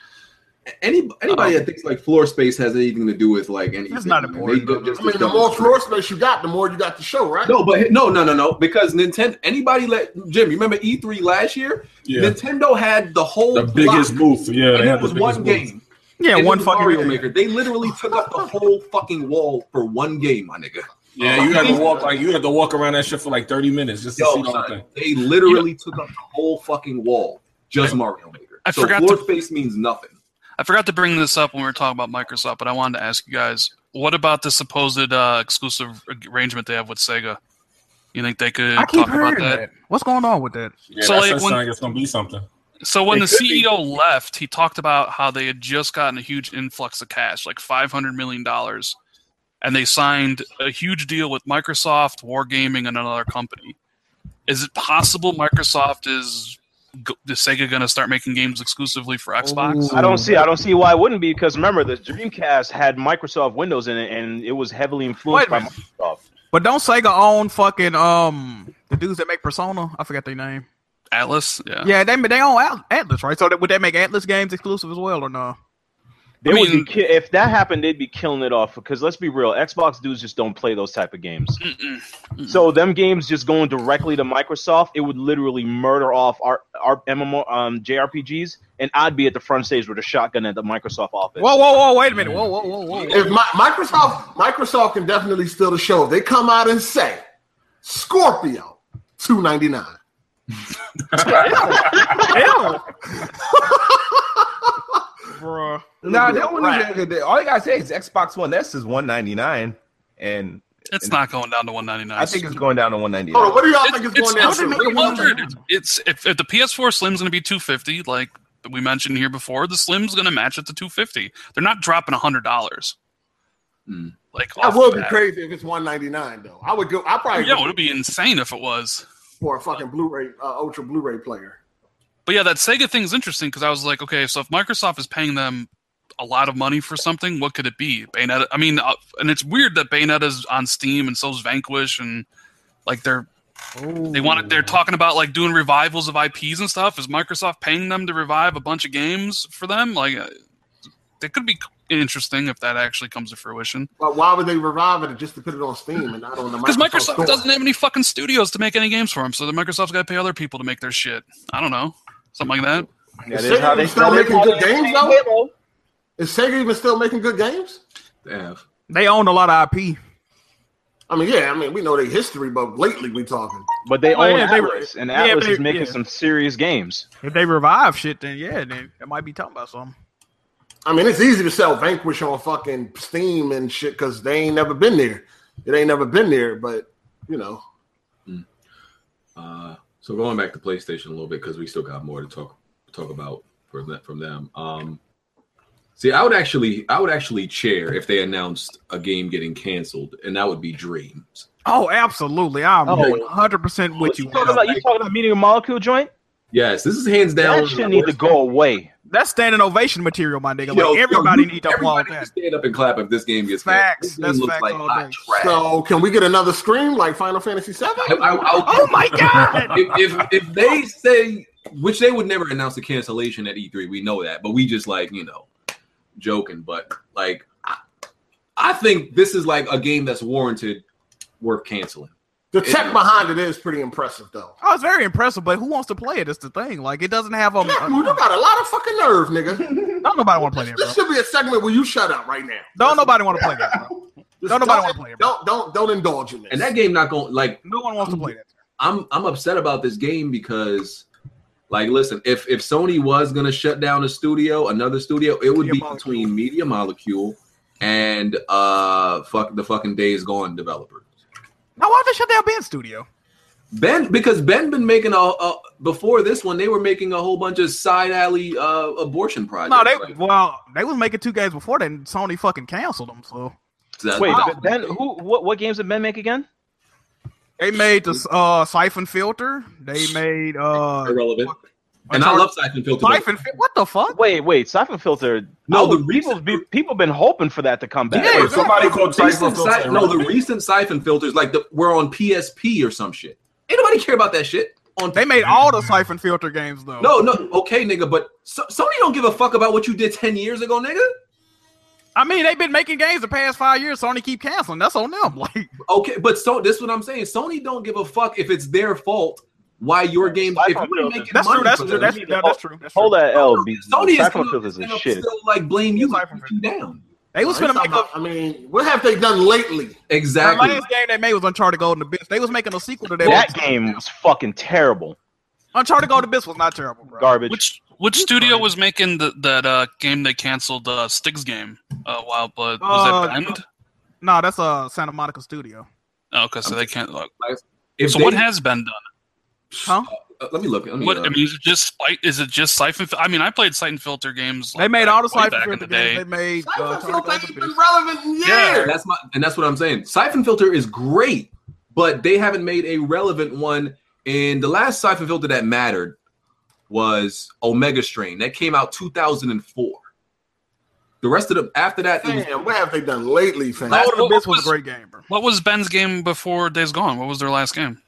Speaker 1: Any
Speaker 6: Um,
Speaker 1: anybody that thinks like floor space has anything to do with like anything.
Speaker 4: It's not
Speaker 1: man. They
Speaker 4: important.
Speaker 1: go- just-
Speaker 5: I mean,
Speaker 1: just
Speaker 5: the
Speaker 1: dumb
Speaker 5: more
Speaker 1: shit.
Speaker 5: floor space you got, the more you got to show, right?
Speaker 1: No, but no, no, no, no. Because Nintendo, anybody let Jim. You remember E3 last year?
Speaker 6: Yeah,
Speaker 1: Nintendo had the whole
Speaker 6: the biggest
Speaker 1: block,
Speaker 6: booth. Yeah,
Speaker 1: and
Speaker 6: they
Speaker 1: it
Speaker 6: had the
Speaker 1: was
Speaker 6: biggest
Speaker 1: one
Speaker 6: booth.
Speaker 1: game.
Speaker 4: yeah,
Speaker 1: And it
Speaker 4: one
Speaker 1: was
Speaker 4: fucking
Speaker 1: Mario
Speaker 4: yeah.
Speaker 1: Maker. They literally took up the whole fucking wall for one game, my nigga.
Speaker 6: Yeah, you had to walk like you had to walk around that shit for like thirty minutes just to
Speaker 1: Yo,
Speaker 6: see the whole
Speaker 1: son,
Speaker 6: thing.
Speaker 1: they literally took up the whole fucking wall just Mario Maker.
Speaker 2: I
Speaker 1: so
Speaker 2: forgot
Speaker 1: floor
Speaker 2: to-
Speaker 1: space means nothing.
Speaker 2: I forgot to bring this up when we were talking about Microsoft, but I wanted to ask you guys: what about the supposed uh, exclusive arrangement they have with Sega? You think they could
Speaker 4: I keep
Speaker 2: talk about
Speaker 4: hearing
Speaker 2: that?
Speaker 4: that. What's going on with that?
Speaker 6: Yeah,
Speaker 2: So,
Speaker 6: so
Speaker 2: like,
Speaker 6: like,
Speaker 2: when-
Speaker 6: it's gonna be something.
Speaker 2: So when
Speaker 11: It
Speaker 2: the
Speaker 11: could be.
Speaker 2: CEO left, he talked about how they had just gotten a huge influx of cash, like five hundred million dollars, and they signed a huge deal with Microsoft, Wargaming, and another company. Is it possible Microsoft is go- is Sega going to start making games exclusively for Xbox?
Speaker 7: I don't see. I don't see why it wouldn't be because remember the Dreamcast had Microsoft Windows in it, and it was heavily influenced
Speaker 4: Wait
Speaker 7: by
Speaker 4: a
Speaker 7: Microsoft.
Speaker 4: But don't Sega own fucking um the dudes that make Persona? I forgot their name.
Speaker 2: Atlas, yeah.
Speaker 4: Yeah, they they own At- Atlas, right? So that, would they make Atlas games exclusive as well or no?
Speaker 7: They
Speaker 2: I
Speaker 7: would be
Speaker 2: mean-
Speaker 7: ki- if that happened, they'd be killing it off. Because let's be real, Xbox dudes just don't play those type of games.
Speaker 2: Mm-mm.
Speaker 7: So them games just going directly to Microsoft, it would literally murder off our, our MMO um, JRPGs, and I'd be at the front stage with a shotgun at the Microsoft office.
Speaker 4: Whoa, whoa, whoa! Wait a minute! Whoa, whoa, whoa, whoa!
Speaker 5: If Mi- Microsoft Microsoft can definitely steal the show. If they come out and say Scorpio two ninety nine.
Speaker 4: Ew. Bruh.
Speaker 10: Nah, they don't want to. All you gotta say is Xbox One S is one ninety nine, and
Speaker 2: It's not going down to one ninety nine.
Speaker 10: I think it's going down to one ninety
Speaker 5: Hold on,
Speaker 10: nine.
Speaker 5: what do y'all think
Speaker 2: it's,
Speaker 5: is
Speaker 2: it's
Speaker 5: going down?
Speaker 2: over
Speaker 5: to? What do you
Speaker 2: 100.
Speaker 5: think is going down?
Speaker 2: It's if, if the PS4 Slim's going to be 250, like we mentioned here before, the Slim's going to match it to 250. They're not dropping hundred dollars.
Speaker 1: Hmm.
Speaker 2: Like off
Speaker 5: That
Speaker 2: the
Speaker 5: would be
Speaker 2: bat.
Speaker 5: crazy if it's one ninety nine though. I would go. I probably
Speaker 2: Yeah, it
Speaker 5: go
Speaker 2: would be insane if it was.
Speaker 5: for a fucking Blu-ray, uh, ultra Blu-ray player.
Speaker 2: But yeah, that Sega thing is interesting because I was like, okay, so if Microsoft is paying them a lot of money for something, what could it be? Bayonetta. I mean, uh, and it's weird that Bayonetta's on Steam and so's Vanquish and like they're they want they're talking about like doing revivals of IPs and stuff. Is Microsoft paying them to revive a bunch of games for them? Like, uh, that could be interesting if that actually comes to fruition.
Speaker 5: But why would they revive it just to put it on Steam and not on the
Speaker 2: Because Microsoft
Speaker 5: Microsoft? Store?
Speaker 2: doesn't have any fucking studios to make any games for them, so the Microsoft's got to pay other people to make their shit. I don't know, something like that.
Speaker 5: Is Sega even still making good games though? Is Sega even still making good games?
Speaker 1: They have.
Speaker 4: They own a lot of IP.
Speaker 5: I mean, yeah, I mean we know their history, but lately we talking.
Speaker 7: But they
Speaker 4: Oh,
Speaker 7: own
Speaker 4: yeah, they were-
Speaker 7: Atlas, and
Speaker 4: yeah,
Speaker 7: Atlas
Speaker 4: they-
Speaker 7: is making
Speaker 4: yeah.
Speaker 7: some serious games.
Speaker 4: If they revive shit, then yeah, then it might be talking about something.
Speaker 5: I mean, it's easy to sell Vanquish on fucking Steam and shit because they ain't never been there. It ain't never been there, but you know,
Speaker 1: Uh, so going back to PlayStation a little bit because we still got more to talk talk about from that from them. Um, see, I would actually I would actually chair if they announced a game getting canceled, and that would be Dreams.
Speaker 4: Oh, absolutely! I'm
Speaker 7: Oh.
Speaker 4: 100 percent with
Speaker 7: you
Speaker 4: you.
Speaker 7: talking about? You talking about meeting a molecule joint?
Speaker 1: Yes, this is hands down.
Speaker 7: That shit need to go away.
Speaker 4: That's standing ovation material, my nigga. Like
Speaker 1: Yo, yo,
Speaker 4: everybody
Speaker 1: you-
Speaker 4: needs to applaud
Speaker 1: everybody
Speaker 4: that.
Speaker 1: can Stand up and clap if this game gets
Speaker 4: Facts.
Speaker 1: canceled. This game
Speaker 4: That's
Speaker 1: looks
Speaker 4: facts
Speaker 1: like
Speaker 4: all
Speaker 1: hot
Speaker 4: day.
Speaker 1: trash.
Speaker 5: so can we get another stream like Final Fantasy VII?
Speaker 1: I- I- I'll-
Speaker 4: Oh my god!
Speaker 1: if, if if they say which they would never announce a cancellation at E3, we know that, but we just like you know joking, but like I, I think this is like a game that's warranted worth canceling.
Speaker 5: The tech behind it is pretty impressive, though.
Speaker 4: I was Oh, very impressive, but who wants to play it? It's the thing. Like it doesn't have a.
Speaker 5: Yeah, you got a lot of fucking nerve, nigga.
Speaker 4: don't nobody want to play that,
Speaker 5: This
Speaker 4: bro.
Speaker 5: should be a segment where you shut up right now.
Speaker 4: Don't nobody want to play that, bro.
Speaker 5: Just
Speaker 4: Don't nobody want to play it. Bro.
Speaker 5: Don't don't don't indulge in this.
Speaker 1: And that game not going like
Speaker 4: No one wants to play that.
Speaker 1: I'm I'm upset about this game because like listen, if if Sony was gonna shut down a studio, another studio, it would
Speaker 4: Media
Speaker 1: be
Speaker 4: Molecule.
Speaker 1: between Media Molecule and uh fuck the fucking Days Gone developers.
Speaker 4: Now why they shut down Ben Studio?
Speaker 1: Ben, because Ben been making a, a before this one, they were making a whole bunch of side alley uh, abortion projects.
Speaker 4: No, they
Speaker 1: Like,
Speaker 4: well they was making two games before that, and Sony fucking canceled them. So
Speaker 1: that's-
Speaker 7: Wait,
Speaker 1: that's-
Speaker 7: Ben, who? What, what games did Ben make again?
Speaker 4: they made the uh, siphon filter. They made uh
Speaker 1: irrelevant. And I love siphon filter. but-
Speaker 4: siphon. Fil- what the fuck?
Speaker 7: Wait, wait, Siphon Filter.
Speaker 1: No,
Speaker 7: No,
Speaker 1: the
Speaker 7: the people
Speaker 1: reason-
Speaker 7: be, people been hoping for that to come back.
Speaker 1: Yeah,
Speaker 6: somebody called Siphon
Speaker 1: recent
Speaker 6: Filter.
Speaker 1: si- no, the recent siphon filters like the, were on PSP or some shit. Ain't nobody care about that shit. On
Speaker 4: They made all the siphon filter games though.
Speaker 1: no, no, okay, nigga, but so, Sony don't give a fuck about what you did ten years ago, nigga.
Speaker 4: I mean they've been making games the past five years. Sony keep canceling. That's on them. Like
Speaker 1: Okay, but so this is what I'm saying. Sony don't give a fuck if it's their fault why your game. If
Speaker 7: Siphon
Speaker 1: you're
Speaker 7: Filter.
Speaker 1: making
Speaker 4: that's
Speaker 1: money
Speaker 4: true. That's
Speaker 1: for
Speaker 4: true.
Speaker 1: them-
Speaker 4: That's, no, that's true. That's true.
Speaker 7: Hold that L. B.
Speaker 1: Sony is
Speaker 7: Siphon
Speaker 1: gonna-
Speaker 7: Filters is
Speaker 1: gonna
Speaker 7: shit.
Speaker 1: still like blame you,
Speaker 4: He's
Speaker 1: for put you down.
Speaker 4: They was
Speaker 5: Nah,
Speaker 4: gonna
Speaker 5: he's
Speaker 4: make
Speaker 5: talking
Speaker 4: a
Speaker 5: about- I mean, what have they done lately?
Speaker 4: The
Speaker 1: Exactly.
Speaker 4: last game they made was Uncharted Golden Abyss. They was making a sequel to that.
Speaker 7: That game was fucking terrible.
Speaker 4: Uncharted Golden Abyss was not terrible, bro.
Speaker 7: Garbage.
Speaker 2: Which which studio was making the, that uh, game they canceled uh, Stig's game a while? But was
Speaker 4: Uh,
Speaker 2: that Bend?
Speaker 4: No, that's uh Santa Monica Studio.
Speaker 2: Oh, okay, so they can't.
Speaker 1: If
Speaker 2: so
Speaker 1: they-
Speaker 2: what has been done?
Speaker 4: Huh?
Speaker 1: uh, let me look. Let me,
Speaker 2: What
Speaker 1: uh,
Speaker 2: I mean, is it just like, is it just siphon? I mean, I played siphon filter games.
Speaker 4: They made all the
Speaker 2: way
Speaker 4: siphon
Speaker 2: back in
Speaker 4: filter
Speaker 2: the
Speaker 4: games.
Speaker 2: day.
Speaker 4: They made. uh,
Speaker 5: Siphon
Speaker 4: Sonic
Speaker 5: Filter ain't
Speaker 4: Olympics.
Speaker 5: been relevant in years.
Speaker 2: Yeah.
Speaker 1: that's my and that's what I'm saying. Siphon Filter is great, but they haven't made a relevant one. And the last Siphon Filter that mattered was Omega Strain. That came out 2004. The rest of the after that, it was,
Speaker 5: Damn, what have they done lately, fam?
Speaker 2: Last-
Speaker 4: All the
Speaker 2: What-
Speaker 4: bits
Speaker 2: what
Speaker 4: was a great game, bro.
Speaker 2: What was Ben's game before Days Gone? What was their last game?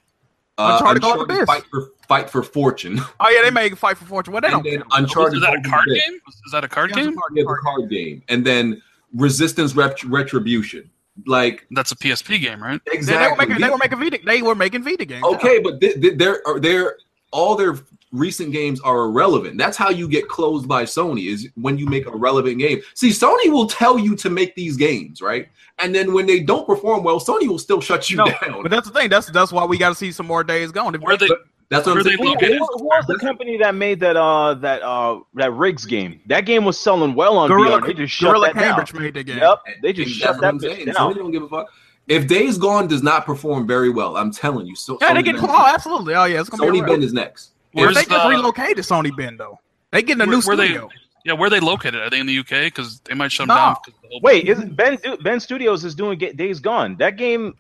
Speaker 1: uh,
Speaker 4: Uncharted Golden
Speaker 1: Uncharted
Speaker 4: Abyss.
Speaker 1: fight for fight for fortune,
Speaker 4: Oh yeah, they made Fight for Fortune. Well, they
Speaker 1: and
Speaker 4: don't.
Speaker 1: then
Speaker 2: Is
Speaker 1: Uncharted
Speaker 2: that a
Speaker 1: Golden
Speaker 2: card
Speaker 1: Abyss.
Speaker 2: game? Is that a card
Speaker 4: Yeah, it's a
Speaker 2: game?
Speaker 4: card-
Speaker 1: Yeah, the
Speaker 4: card game.
Speaker 1: card game, and then Resistance Ret- Retribution. Like
Speaker 2: That's a PSP game, right?
Speaker 4: They, they were
Speaker 1: exactly.
Speaker 4: making. They were making Vita. They were making Vita games. yeah.
Speaker 1: Okay, but th- th- they're are- they're all their recent games are irrelevant. That's how you get closed by Sony is when you make a relevant game. See, Sony will tell you to make these games, right? And then when they don't perform well, Sony will still shut you
Speaker 4: No,
Speaker 1: down.
Speaker 4: But that's the thing. That's that's why we got to see some more days gone. If
Speaker 2: Where they
Speaker 1: That's what
Speaker 2: where
Speaker 1: I'm
Speaker 2: they
Speaker 1: saying.
Speaker 2: located?
Speaker 7: Who, who was the company that made that uh that uh that rigs game? That game was selling well on
Speaker 4: Gorilla,
Speaker 7: VR. They just shut
Speaker 4: Gorilla
Speaker 7: that down.
Speaker 4: Cambridge made the game.
Speaker 7: Yep,
Speaker 1: And-
Speaker 7: they just
Speaker 1: and
Speaker 7: shut
Speaker 1: that's what
Speaker 7: that
Speaker 1: I'm saying.
Speaker 7: bitch
Speaker 1: Sony
Speaker 7: down.
Speaker 1: don't give a fuck. If Days Gone does not perform very well, I'm telling you, so
Speaker 4: Yeah, they
Speaker 1: Sony
Speaker 4: get
Speaker 1: Ben-
Speaker 4: claw. Absolutely. Oh yeah, it's gonna be.
Speaker 1: Sony
Speaker 4: around.
Speaker 1: Ben is next.
Speaker 4: If
Speaker 2: Where's
Speaker 4: they just
Speaker 2: the-
Speaker 4: relocated Sony Ben though. They getting a
Speaker 2: Where-
Speaker 4: new
Speaker 2: where they-
Speaker 4: studio.
Speaker 2: Yeah, where are they located? Are they in the UK? Because they might shut them
Speaker 4: No.
Speaker 2: down. 'cause the whole-
Speaker 7: Wait, isn't Ben Ben Studios is doing Get Days Gone? That game,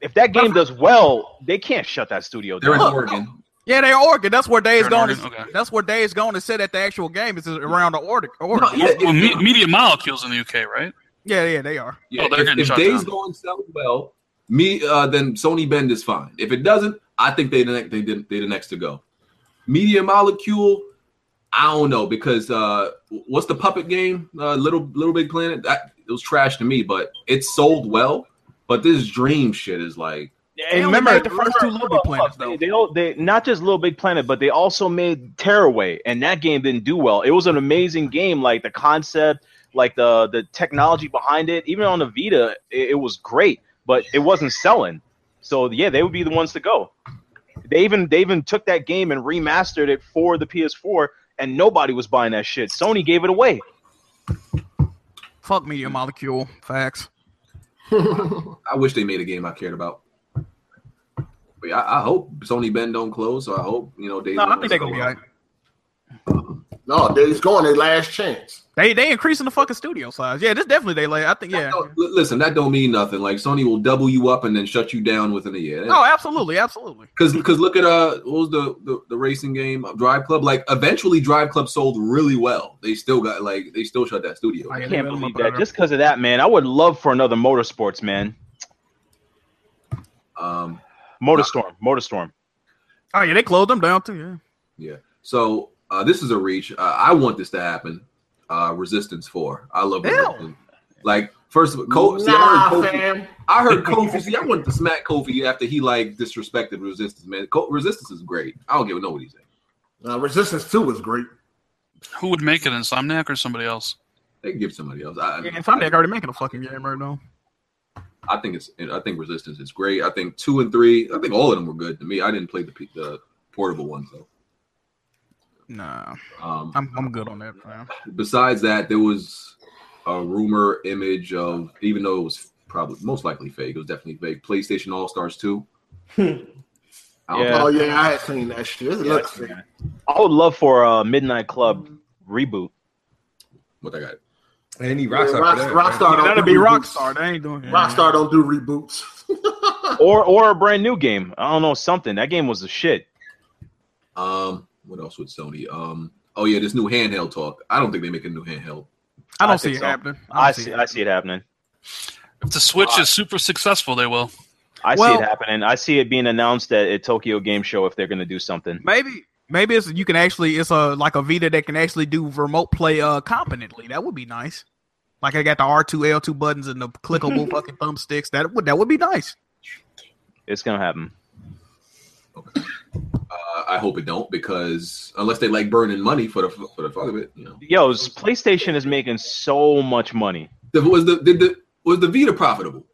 Speaker 7: if that game does well, they can't shut that studio
Speaker 1: They're
Speaker 7: down.
Speaker 1: in
Speaker 4: Look,
Speaker 1: Oregon.
Speaker 4: Yeah, they're Oregon. That's where Days
Speaker 2: They're in
Speaker 4: Gone is.
Speaker 2: Oregon, okay.
Speaker 4: That's where Days Gone is set at the actual game. It's around the Oregon. Oregon.
Speaker 1: No, yeah, if-
Speaker 2: Well, me- Media Molecules in the UK, right?
Speaker 4: yeah, yeah, they are.
Speaker 1: Yeah,
Speaker 2: Oh, they're
Speaker 1: if,
Speaker 2: getting
Speaker 1: if
Speaker 2: shut
Speaker 1: Days
Speaker 2: down.
Speaker 1: Gone sells well, me uh, then Sony Bend is fine. If it doesn't, I think they the next they did they the next to go. Media Molecule, I don't know because uh, what's the puppet game? Uh, Little Little Big Planet. That it was trash to me, but it sold well. But this Dream shit is like
Speaker 7: And
Speaker 4: They only
Speaker 7: remember
Speaker 4: made the first two Little Big Planets, though.
Speaker 7: They, they, all- they not just Little Big Planet, but they also made Tearaway, and that game didn't do well. It was an amazing game, like the concept, like the the technology behind it. Even on the Vita, it, it was great, but it wasn't selling. So yeah, they would be the ones to go. They even they even took that game and remastered it for the PS4, and nobody was buying that shit. Sony gave it away.
Speaker 4: Fuck Media Molecule. Facts.
Speaker 1: I wish they made a game I cared about. But yeah, I, I hope Sony Bend don't close. So I hope you know Days.
Speaker 4: No, I
Speaker 1: Gone
Speaker 4: think
Speaker 1: is
Speaker 4: they're gonna be
Speaker 1: still
Speaker 4: all right.
Speaker 5: No, Days Gone, their last chance.
Speaker 4: They they increasing the fucking studio size. Yeah, this definitely they like. I think yeah.
Speaker 1: No, li- listen, that don't mean nothing. Like Sony will double you up and then shut you down within a year.
Speaker 4: Oh, absolutely, absolutely.
Speaker 1: Because because look at uh what was the, the the racing game uh, Drive Club like eventually Drive Club sold really well they still got like they still shut that studio
Speaker 4: I
Speaker 7: I
Speaker 4: Yeah,
Speaker 7: can't
Speaker 4: they made 'em
Speaker 7: believe
Speaker 4: up
Speaker 7: that.
Speaker 4: better.
Speaker 7: Just because of that, man, I would love for another Motorsports, man.
Speaker 1: um
Speaker 7: Motorstorm, Motorstorm.
Speaker 4: Oh yeah, they closed them down too. Yeah.
Speaker 1: yeah so uh, this is a reach uh, I want this to happen uh Resistance Four I love
Speaker 4: Ew.
Speaker 1: Resistance. like first of all Ko- see, I,
Speaker 5: nah,
Speaker 1: heard Kofi,
Speaker 5: fam.
Speaker 1: I heard Kofi see I wanted to smack Kofi after he like disrespected Resistance man Ko- Resistance is great I don't give a nobody saying
Speaker 5: Nah, Resistance 2 was great.
Speaker 2: Who would make it? Insomniac or somebody else?
Speaker 1: they can give it to somebody else I,
Speaker 4: yeah
Speaker 1: I-
Speaker 4: and Insomniac already making a fucking game right now.
Speaker 1: I think it's I think Resistance is great. I think two and three. I think all of them were good to me. I didn't play the the portable one though.
Speaker 4: Nah,
Speaker 1: Um,
Speaker 4: I'm I'm good on that. Man.
Speaker 1: besides that, there was a rumor image of even though it was probably most likely fake. It was definitely fake. PlayStation All Stars two.
Speaker 10: Hmm.
Speaker 1: I don't
Speaker 7: Yeah.
Speaker 1: know.
Speaker 5: Oh, yeah, I had seen that shit. It looks sick.
Speaker 7: I would love for a Midnight Club reboot.
Speaker 1: what I got.
Speaker 10: And he
Speaker 5: Rockstar,
Speaker 10: rocks out for that,
Speaker 5: Rockstar,
Speaker 10: man.
Speaker 5: don't
Speaker 4: That'll
Speaker 5: do
Speaker 4: be
Speaker 5: reboots.
Speaker 4: Rockstar. They ain't doing
Speaker 5: Rockstar don't do reboots.
Speaker 7: or or a brand new game. I don't know something. That game was the shit.
Speaker 1: Um, what else with Sony? Um, oh yeah, this new handheld talk. I don't think they make a new handheld.
Speaker 4: I
Speaker 7: I
Speaker 4: don't see
Speaker 7: think
Speaker 4: it
Speaker 7: so.
Speaker 4: happening. don't
Speaker 7: I see.
Speaker 4: it.
Speaker 7: I see it happening.
Speaker 2: If the Switch is super successful, they will.
Speaker 7: I
Speaker 4: Well-
Speaker 7: see it happening. I see it being announced at, at Tokyo Game Show if they're going to do something.
Speaker 4: Maybe maybe it's you can actually it's a like a Vita that can actually do remote play uh competently. That would be nice. Like I got the R two L two buttons and the clickable fucking thumbsticks. That would that would be nice.
Speaker 7: It's going to happen.
Speaker 1: Uh, I hope it don't because unless they like burning money for the for the fuck of it, you know.
Speaker 7: Yo, this PlayStation is making so much money.
Speaker 1: The- was the did the was the Vita profitable?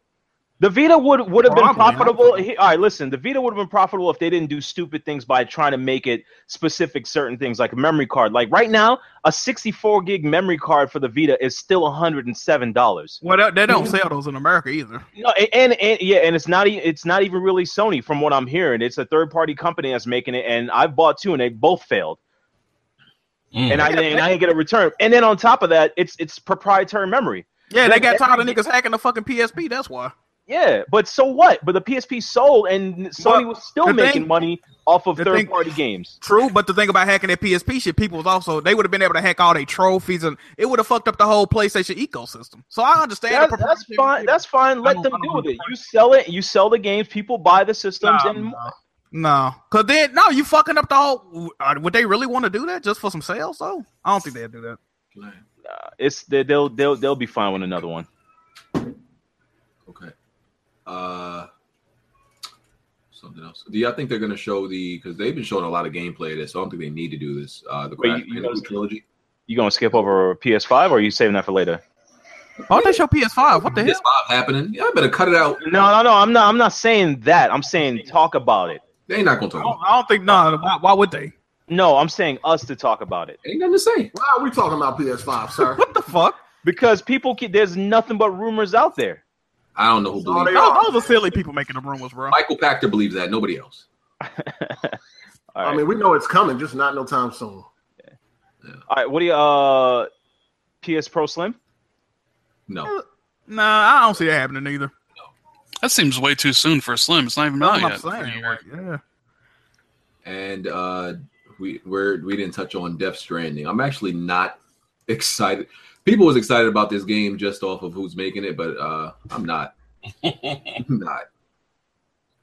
Speaker 7: The Vita would would have been
Speaker 4: Probably, I
Speaker 7: profitable. He, all right, listen, the Vita would have been profitable if they didn't do stupid things by trying to make it specific certain things like a memory card. Like right now, a 64 gig memory card for the Vita is still 107 dollars.
Speaker 4: Well, they, they don't sell those in America either.
Speaker 7: No, a- and, and yeah, and it's not e- it's not even really Sony from what I'm hearing. It's a third party company that's making it, and I've bought two, and they both failed.
Speaker 6: Mm.
Speaker 7: And I didn't, I didn't get a return. And then on top of that, it's it's proprietary memory.
Speaker 4: Yeah, they got tired of niggas hacking the fucking PSP. That's why.
Speaker 7: Yeah, but so what? But the PSP sold, and Sony was still
Speaker 4: the
Speaker 7: making
Speaker 4: thing-
Speaker 7: money off of
Speaker 4: the thing-
Speaker 7: third-party games.
Speaker 4: True, but the thing about hacking that PSP shit, people was also they would have been able to hack all their trophies, and it would have fucked up the whole PlayStation ecosystem. So I understand.
Speaker 7: That-
Speaker 4: the
Speaker 7: that's
Speaker 4: proprietary-
Speaker 7: fine. That's fine. Let
Speaker 4: don't-
Speaker 7: them
Speaker 4: I
Speaker 7: do
Speaker 4: don't
Speaker 7: with it. You sell it. You sell the games. People buy the systems,
Speaker 4: Nah,
Speaker 7: and
Speaker 4: nah. No, cause then no, you fucking up the whole. uh, Would they really want to do that just for some sales though? I don't think they'd do that.
Speaker 7: uh, it's they, they'll they'll they'll be fine with another one.
Speaker 1: Okay. Uh, something else. Do y'all think they're gonna show the? Because they've been showing a lot of gameplay of this. So I don't think they need to do this. Uh, the
Speaker 7: Wait,
Speaker 1: Crash
Speaker 7: you- you
Speaker 1: Bandicoot
Speaker 7: guys-
Speaker 1: trilogy.
Speaker 7: You gonna skip over PS5, or are you saving that for later?
Speaker 4: Why don't they show PS5? What the
Speaker 1: This
Speaker 4: hell?
Speaker 1: Bob happening. Yeah, I better cut it out.
Speaker 7: No, no, no. I'm not. I'm not saying that. I'm saying talk about it.
Speaker 1: They ain't not gonna
Speaker 4: I
Speaker 1: talk.
Speaker 4: don't,
Speaker 1: About
Speaker 4: I don't think. No, why, why would they?
Speaker 7: No, I'm saying us to talk about it
Speaker 1: it. Ain't nothing to say.
Speaker 5: Why are we talking about PS5, sir?
Speaker 4: What the fuck?
Speaker 7: because people. Keep, there's nothing but rumors out there.
Speaker 1: I don't know who
Speaker 5: That's all
Speaker 1: believes.
Speaker 5: they are.
Speaker 4: Those, those are silly people making the rumors, bro.
Speaker 1: Michael Pachter believes that. Nobody else.
Speaker 7: All
Speaker 5: I
Speaker 7: right.
Speaker 5: mean, we know it's coming, just not no time soon.
Speaker 7: All right. What do you uh? PS Pro Slim.
Speaker 1: No.
Speaker 4: Nah, I don't see that happening either.
Speaker 2: That seems way too soon for Slim. It's not even
Speaker 4: That's
Speaker 2: out
Speaker 4: what
Speaker 2: yet.
Speaker 4: I'm saying. Like, yeah.
Speaker 1: And uh, we we're, we didn't touch on Death Stranding. I'm actually not excited. People was excited about this game just off of who's making it, but uh, I'm not. I'm not.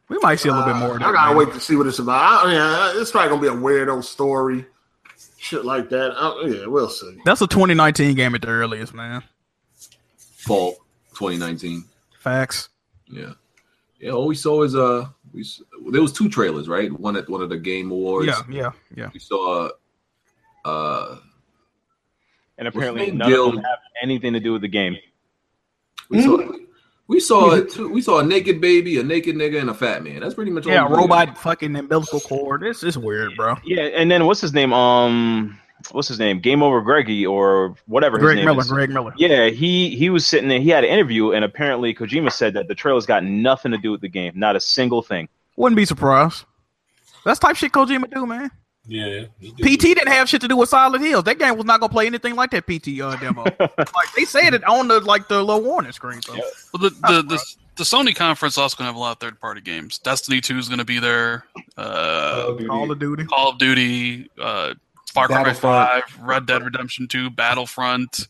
Speaker 4: We might see a little bit
Speaker 5: Uh,
Speaker 4: more. of
Speaker 5: I
Speaker 4: that,
Speaker 5: gotta
Speaker 4: man.
Speaker 5: wait to see what it's about. I, I mean, it's probably gonna be a weirdo story, shit like that. I, yeah, we'll see.
Speaker 4: That's a 2019 game at the earliest, man.
Speaker 1: Fall 2019.
Speaker 4: Facts.
Speaker 1: Yeah, yeah. All we saw is uh, we s- there was two trailers, right? One at one of the Game Awards.
Speaker 4: Yeah, yeah, yeah.
Speaker 1: We saw uh,
Speaker 7: And
Speaker 1: the
Speaker 7: apparently
Speaker 1: name,
Speaker 7: none of
Speaker 1: Gil?
Speaker 7: them have anything to do with the game.
Speaker 1: we saw we saw two, we saw a naked baby, a naked nigga, and a fat man. That's pretty much all.
Speaker 4: Yeah,
Speaker 1: we saw.
Speaker 4: robot fucking umbilical cord. It's it's weird, bro.
Speaker 7: Yeah, and then what's his name? Um, what's his name? Game Over Greggy or whatever his
Speaker 4: Greg
Speaker 7: name
Speaker 4: Miller,
Speaker 7: is.
Speaker 4: Greg Miller.
Speaker 7: Yeah, he he was sitting there. He had an interview, and apparently Kojima said that the trailer's got nothing to do with the game, not a single thing.
Speaker 4: Wouldn't be surprised. That's type shit Kojima do, man.
Speaker 6: Yeah. he did.
Speaker 4: PT didn't have shit to do with Silent Hills. That game was not gonna play anything like that PT uh, demo. like they said it on the like the little warning screen. So.
Speaker 2: Well, the, the, the, the Sony conference is also going to have a lot of third party games. Destiny 2 is going to be there. Uh,
Speaker 4: Call of Duty.
Speaker 2: Call of Duty, uh, Far Cry
Speaker 10: Battlefront.
Speaker 2: 5, Red Dead Redemption 2, Battlefront.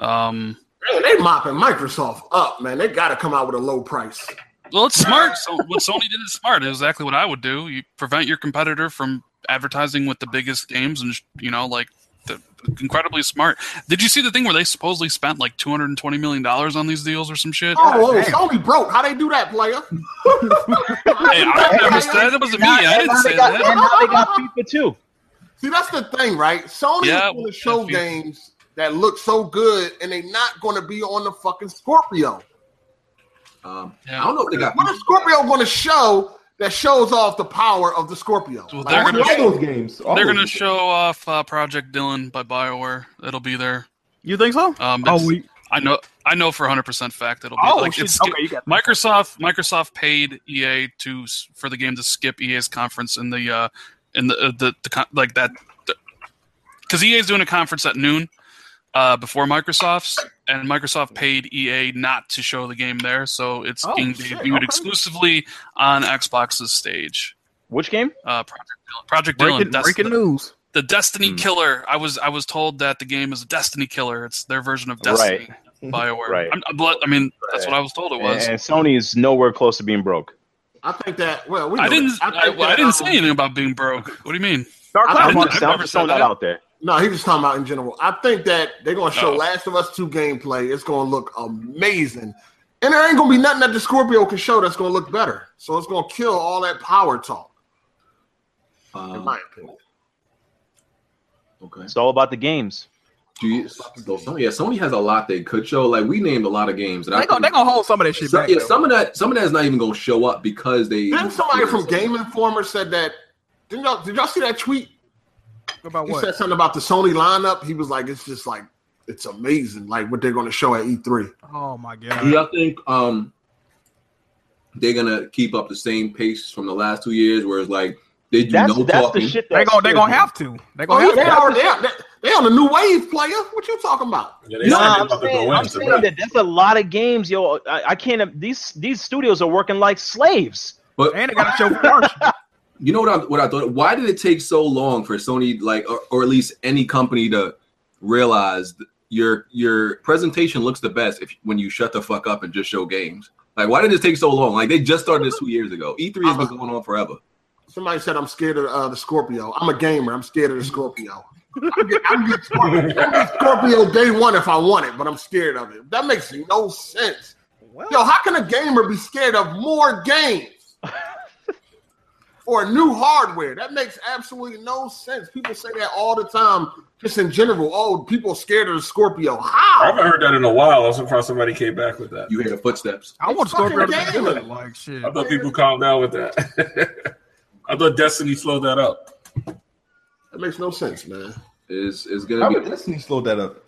Speaker 2: Um,
Speaker 5: Man, they mopping Microsoft up, man. They gotta come out with a low price.
Speaker 2: well, it's smart. So what Sony did is smart. It's exactly what I would do. You prevent your competitor from advertising with the biggest games, and you know, like the, incredibly smart. Did you see the thing where they supposedly spent like two hundred and twenty million dollars on these deals or some shit?
Speaker 5: Oh, whoa,
Speaker 4: damn.
Speaker 5: Sony broke. How they do that, player?
Speaker 2: Hey, I never said that wasn't me. I didn't say that.
Speaker 7: Now they got FIFA too.
Speaker 5: See, that's the thing, right? Sony
Speaker 2: Yeah,
Speaker 5: is going
Speaker 2: well,
Speaker 5: to show
Speaker 2: that's-
Speaker 5: games that look so good, and they're not going to be on the fucking Scorpio.
Speaker 1: Um,
Speaker 2: Yeah.
Speaker 1: I don't know if they got.
Speaker 5: What is Scorpio going to show that shows off the power of the Scorpio?
Speaker 2: Well,
Speaker 5: Like,
Speaker 2: they're gonna
Speaker 10: all those games. all
Speaker 2: They're
Speaker 10: those
Speaker 2: gonna
Speaker 10: games.
Speaker 2: show off uh, Project Dylan by Bioware. It'll be there.
Speaker 4: You think so?
Speaker 2: Um, that's,
Speaker 4: oh, we.
Speaker 2: I know. I know for hundred percent fact it'll be
Speaker 4: Oh,
Speaker 2: like
Speaker 4: shit.
Speaker 2: it's
Speaker 4: okay, you got that.
Speaker 2: Microsoft. Microsoft paid EA to s- for the game to skip EA's conference in the uh, in the uh, the, the con- like that because EA is doing a conference at noon uh, before Microsoft's, and Microsoft paid EA not to show the game there, so it's
Speaker 4: Oh,
Speaker 2: being
Speaker 4: shit,
Speaker 2: debuted
Speaker 4: okay.
Speaker 2: exclusively on Xbox's stage.
Speaker 7: Which game?
Speaker 2: Uh, Project Dylan, Project
Speaker 4: Breaking,
Speaker 2: Dylan, Destiny-
Speaker 4: breaking news.
Speaker 2: the Destiny
Speaker 7: Hmm.
Speaker 2: Killer. I was I was told that the game is a Destiny Killer. It's their version of Destiny. Bioware.
Speaker 7: Right.
Speaker 2: I'm, I'm, I mean, that's what I was told it was.
Speaker 7: And Sony is nowhere close to being broke.
Speaker 5: I think that. Well, we
Speaker 2: I
Speaker 5: know
Speaker 2: didn't.
Speaker 5: that.
Speaker 2: I,
Speaker 5: think
Speaker 2: well, I
Speaker 5: that,
Speaker 2: didn't
Speaker 5: um,
Speaker 2: say anything about being broke. What do you mean?
Speaker 4: Dark
Speaker 5: I
Speaker 4: Cloud.
Speaker 7: I'm
Speaker 4: might-
Speaker 7: just,
Speaker 2: I've
Speaker 7: I'm
Speaker 2: never
Speaker 7: just
Speaker 2: said
Speaker 7: throwing that
Speaker 2: that.
Speaker 7: out there.
Speaker 5: No, he's just talking about in general. I think that they're going to show
Speaker 2: Oh.
Speaker 5: Last of Us Two gameplay. It's going to look amazing, and there ain't going to be nothing that the Scorpio can show that's going to look better. So it's going to kill all that power talk, in
Speaker 1: Um,
Speaker 5: my opinion.
Speaker 1: okay.
Speaker 7: It's all about the games.
Speaker 1: Do you, so Sony, yeah, Sony has a lot they could show. Like we named a lot of games, and I
Speaker 4: They gonna,
Speaker 1: think-
Speaker 4: they gonna hold some of that shit
Speaker 1: so-
Speaker 4: back.
Speaker 1: yeah,
Speaker 4: though.
Speaker 1: some of that, some of that's not even gonna show up because they.
Speaker 5: Didn't somebody from Game Informer said that? Didn't y'all, did y'all see that tweet?
Speaker 4: about
Speaker 5: He
Speaker 4: what?
Speaker 5: said something about the Sony lineup. He was like, it's just like, it's amazing, like what they're going to show at E E3.
Speaker 4: oh my
Speaker 1: Do
Speaker 4: god.
Speaker 1: y'all think um they're gonna keep up the same pace from the last two years, where it's like they do
Speaker 7: That's
Speaker 1: no
Speaker 7: that's
Speaker 1: talking?
Speaker 7: the shit that
Speaker 4: They gonna they
Speaker 7: scares
Speaker 4: gonna
Speaker 7: me.
Speaker 4: have to. They
Speaker 5: Oh,
Speaker 4: gonna
Speaker 5: yeah,
Speaker 4: have
Speaker 5: they,
Speaker 4: to.
Speaker 5: are, they, are, they, they on the new wave, player. What you talking about?
Speaker 6: Yeah,
Speaker 7: No,
Speaker 6: said they
Speaker 7: I'm
Speaker 6: about to
Speaker 7: saying,
Speaker 6: go
Speaker 7: I'm
Speaker 6: in, so
Speaker 7: saying that that's a lot of games, yo. I, I can't. These these studios are working like slaves.
Speaker 1: But
Speaker 4: And they gotta show production.
Speaker 1: You know what I what I thought? Why did it take so long for Sony, like, or, or at least any company, to realize th- your your presentation looks the best if when you shut the fuck up and just show games? Like, why did it take so long? Like, they just started this two years ago. E three has been going on forever.
Speaker 5: Somebody said I'm scared of uh, the Scorpio. I'm a gamer. I'm scared of the Scorpio. I'm get, I'm get Scorpio, I'm get Scorpio day one if I want it, but I'm scared of it. That makes no sense. Yo, how can a gamer be scared of more games or new hardware? That makes absolutely no sense. People say that all the time, just in general. Oh, people are scared of the Scorpio.
Speaker 6: I
Speaker 5: How?
Speaker 6: haven't heard that in a while. I'm surprised somebody came back with that.
Speaker 1: You hear the footsteps.
Speaker 4: I want
Speaker 5: They fucking
Speaker 4: Scorpio to do
Speaker 5: gaming.
Speaker 4: it. Like shit.
Speaker 6: I thought people calmed down with that. I thought Destiny slowed that up.
Speaker 5: That makes no sense, man.
Speaker 1: Is is
Speaker 10: How
Speaker 1: gonna
Speaker 10: would
Speaker 1: be
Speaker 10: Destiny slow that up?